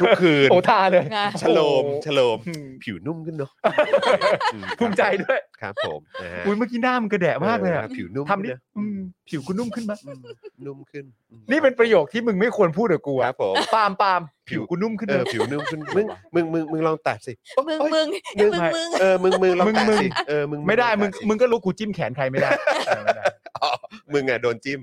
B: ทุกคืน
C: โอทาเลย
D: นะ
B: ชโลมชโลม
C: อืม
B: ผิวนุ่มขึ้น เนาะอืม
C: ภูมิใจด้วย
B: ครับผมนะฮะ
C: อุ้ยเมื่อกี้หน้ามันกระแดะมากเลยอะ
B: ออผิวนุ่ม
C: ทำนี่
B: ขึ้ะ
C: อืมผิวกูนุ่มขึ้นมา
B: อืมนุ่มขึ้นอืม
C: นี่เป็นประโยคที่มึงไม่ควรพูดกับกู
B: ค
C: อะ
B: รับผม
C: ปาล์มปาล์ม
B: ผิ
C: ผิ
B: ว
C: วกูนุ่มขึ้น
B: เอ
C: เล
B: อย ผิวนุ่มขึ้น มึง มึง มึง มึงลองแตะสิ
D: มึง
B: โอ๊ย
D: มึง
C: ลืม
D: มึง
C: ไป
D: มึง
B: เออ มึง มึงลอง
C: มึง
B: แตะ
C: มึง
B: สิ เออ มึง
C: ไม่ได้มึง
B: ลอแตะสิ
C: มึงก็รู้กูจิ้มแขนใครไม่ได้เออไม่ได้
B: อ๋อมึงอะโดนจิ้ม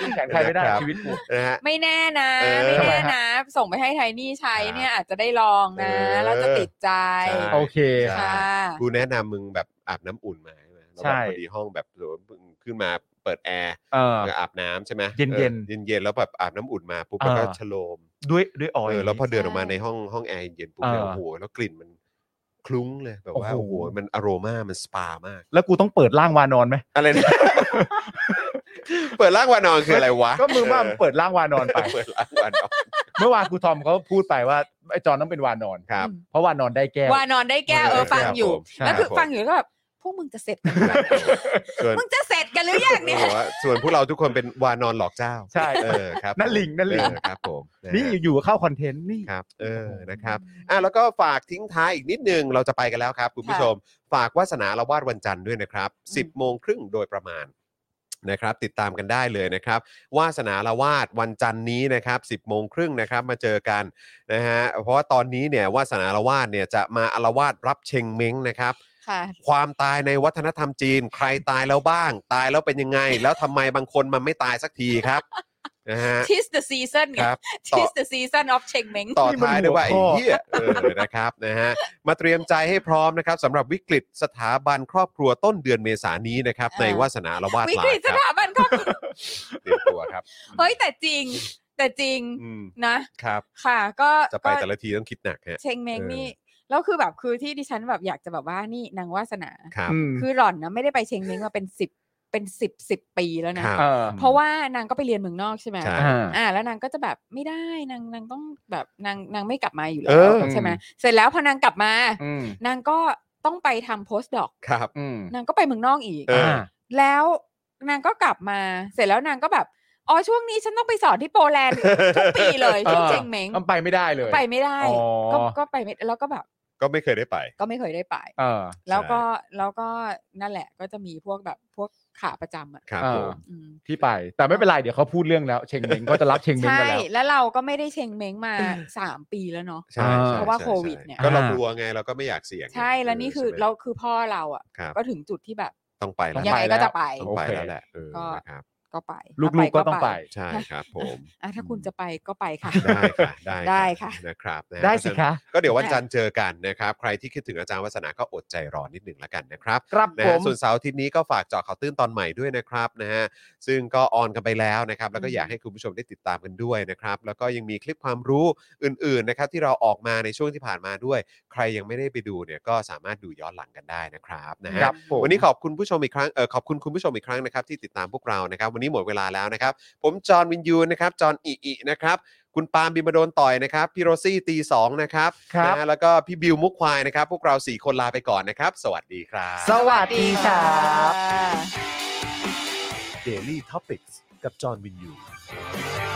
C: จิ้มแขนใครไม่ได้
B: ครับ
C: ชีวิตกู
B: นะฮะ
D: ไม่แน่นะ
B: เออ
D: ไม่แน่นะ ส่งไปให้ไทนี่ใช้เนี่ยอาจจะได้ลองนะ
B: เออ
D: เราจะติดใจ
B: ใช่
C: โอเค
B: ใช่
D: ค่ะ
B: กูแนะนำมึงแบบอาบน้ำอุ่นมาใช่ไหมแล้ว
C: ใช่
B: แบบพอดีห้องแบบหรือว่ามึงขึ้นมาเปิดแอร์
C: เออ
B: แล้วอาบน้ำใช่ไหม
C: เย็นๆ
B: เย็นเย็นๆแล้วแบบอาบน้ำอุ่นมาปุ๊บ
C: เออ
B: แล้วก็ชโลม
C: ด้วยด้วยอ
B: เอ
C: อย
B: อแล้วพอเดินออกมา
D: ใช่
B: ในห้องห้องแอร์เย็นๆปุ๊บ
C: เออ
B: เนี่ยโอ้โหแล้วกลิ่นมันคลุ้งเลยแบบว่า
C: โอ้
B: โอ้โห
C: โห
B: มันอโรมามันสปามาก
C: แล้วกูต้องเปิดร่างวานอนไหม
B: อะไรนะ เปิดร่างวานอนคืออะไรวะ
C: ก็มึงว่า
B: เ
C: เปิดร่างวานอนไป
B: เปิดร่างวานอน
C: เมื่อวานครูทอมเขาพูดไปว่าไอ้จอนต้องเป็นวานอน
B: ครับ
C: เพราะวานอนได้แก้ว
D: ว่านอนได้แก้วเออฟังอยู่
C: ครับ
D: แล้วคือ
B: ผม
D: ฟังอยู่แล้วก็แบบพวกมึงจะเสร็จกันหรือยัง
B: ส่วน
D: มึงจะเสร็จกันหรือยังเนี่ย
B: บอกว่าส่วนพวกเราทุกคนเป็นวานอนหลอกเจ้า
C: ใช่
B: เออครับ
C: นั่นลิงนั่นลิง
B: เออครับผมะฮะ
C: นี่อยู่ๆก็เข้าคอนเทนต์นี่
B: ครับ เออ
C: โอ้โห
B: นะครับ อ่ะ แล้วก็ฝากทิ้งท้ายอีกนิดนึง เราจะไปกันแล้วครับ คุณผู้ชม ฝากวาสนาละวาดวันจันทร์ด้วยนะครับ 10โมงครึ่งโดยประมาณ นะครับติดตามกันได้เลยนะครับ วาสนาละวาดวันจันนี้นะครับ 10โมงครึ่งนะครับมาเจอกันนะฮะเพราะว่าตอนนี้เนี่ยวาสนาละวาดเนี่ยจะมาอารวาดรับเชงเม้งนะครับ
D: ค่ะ
B: ความตายในวัฒนธรรมจีน ใครตายแล้วบ้าง ตายแล้วเป็นยังไง แล้วทำไมบางคนมันไม่ตายสักทีครับนะฮะ
D: tis the season ไง
B: ครับ ต่อ
D: tis the season of เชงเม้ง
B: ต่อท้ายด้วยว่า
C: นี่
B: ไอ้
C: มัน
B: เหี้ยเอ
C: หัวข้อ
B: อนะครับนะฮะมาเตรียมใจให้พร้อมนะครับสำหรับวิกฤตสถาบันครอบครัวต้นเดือนเมษายนนี้นะครับ
D: เออ
B: ในวาสนาละวาด
D: วิ
B: ลาก
D: ฤต
B: ค
D: ส
B: รับ
D: ถาบันก็
B: เตรียมตัวครับ
D: เฮ้ยแต่จริง แต่จริง
B: อืม
D: นะ
B: ครับ
D: ค่ะ ก็
B: จะไป
D: ก็
B: แต่ละทีต้องคิดหนักฮะ
D: เชงเมง
B: เออ
D: นี่แล้วคือแบบคือที่ดิฉันแบบอยากจะแบบว่านี่นางวาสนา
B: ครับ
C: อืม
D: คือหล่อนนะไม่ได้ไปเชงเมงมาเป็นสิบเป็นสิบสิบปีแล้วนะ
B: ครับ
C: เออ
D: เพราะว่านางก็ไปเรียนเมืองนอกใช่ไหม
B: ใช่
C: อ่า
D: อ่าแล้วนางก็จะแบบไม่ได้นางนางต้องแบบนางนางไม่กลับมาอยู่แล้
B: เอ
D: ว
B: อ
D: ใช่ไหมเสร็จแล้วพอนางกลับมา
C: อืม
D: นางก็ต้องไปทำโพสต์ดอก
B: ครับ
C: อืม
D: นางก็ไปเมืองนอกอีก
B: เออ
C: อ่า
D: แล้วนางก็กลับมาเสร็จแล้วนางก็แบบอ๋อช่วงนี้ฉันต้องไปสอนที่โปแลนด์ทุกปีเลย
C: เออ
D: ช่วงเชงเมง
C: มันไปไม่ได้เลย
D: ไปไม่ได้
C: อ๋อ
D: ก็ก็ไปไม่แล้วก็แบบ
B: ก็ไม่เคยได้ไป
D: ก็ไม่เคยได้ไป
C: เออ
D: แล้วก็แล้วก็นั่นแหละก็จะมีพวกแบบพวกขาประจำอ่ะ
B: ครับ
C: เอ
B: ผ
C: อ
B: ม
D: อืม
C: ที่ไป แต่ไม่เป็นไร เดี๋ยวเขาพูดเรื่องแล้ว เชงเม้งก็จะรับเชงเม้ง
D: ใช่
C: กันแล้ว
D: แล้วเราก็ไม่ได้เชงเม้งมา สามปีแล้วเนาะ
B: ใช่ใช่
D: เพราะว่า
B: ใช่
D: โควิดเนี่ย
B: ก็เรา
C: อ่า
B: กลัวไงเราก็ไม่อยากเสี่ยง
D: ใช่แล้วนี่คือ
B: ใช่ไหม
D: เราคือพ่อเราอ่ะ
B: ครับ
D: ก็ถึงจุดที่แบบ
B: ต้องไปแล้ว
D: ยังไงก็จะไป
B: ต้องไปแล้วแหละเออ
D: ก็
B: นะครับ
D: ก็ไป
C: ลูก
D: ถ้า
C: ๆก็ต้องไป
B: ใช่ครับผม
D: อ่ะถ้าคุณจะไปก็ไปค่ะ
B: ได้ค่ะได้
D: ได้ค่ะ
B: นะครับนฮ
C: ได้สิคะ
B: ก็เดี๋ยววันจันทร์เจอกันนะครับ ใครที่คิดถึงอาจารย์วัฒนาก็อดใจรอนิดหนึ่งแล้วกันนะครับ
C: ครับ
B: นะ
C: ผ
B: ฮะ
C: ม
B: ส่วนเสาร์อาทิตย์นี้ก็ฝากเจาะข่าวตื้นตอนใหม่ด้วยนะครับนะฮะซึ่งก็ออนกันไปแล้วนะครับ แล้วก็
D: อืม
B: อยากให้คุณผู้ชมได้ติดตามกันด้วยนะครับ แล้วก็ยังมีคลิปความรู้อื่นๆนะครับที่เราออกมาในช่วงที่ผ่านมาด้วย ใครยังไม่ได้ไปดูเนี่ยก็สามารถดูย้อนหลังกันได้นะครับนะฮะ
C: ครับผม
B: วันนี้ขอบคุณผู้ชมอีกครั้งเออขอบคุณคุณผู้ชมอีกครั้งนะครับที่ติดตามพวกเรานะครับ วันนี้หมดเวลาแล้วนะครับ ผมจอห์นวินยูนะครับจอห์นอิอินะครับคุณปาล์มบิมบโดนต่อยนะครับพี่โรซี่ตีสองนะครับ
C: ครับ
B: นะฮะแล้วก็พี่บิวมุกควายนะครับ พวกเรา 4 คนลาไปก่อนนะครับ สวัสดีครับ
C: สวัสดีครับ
B: Daily Topics กับจอห์นวินยู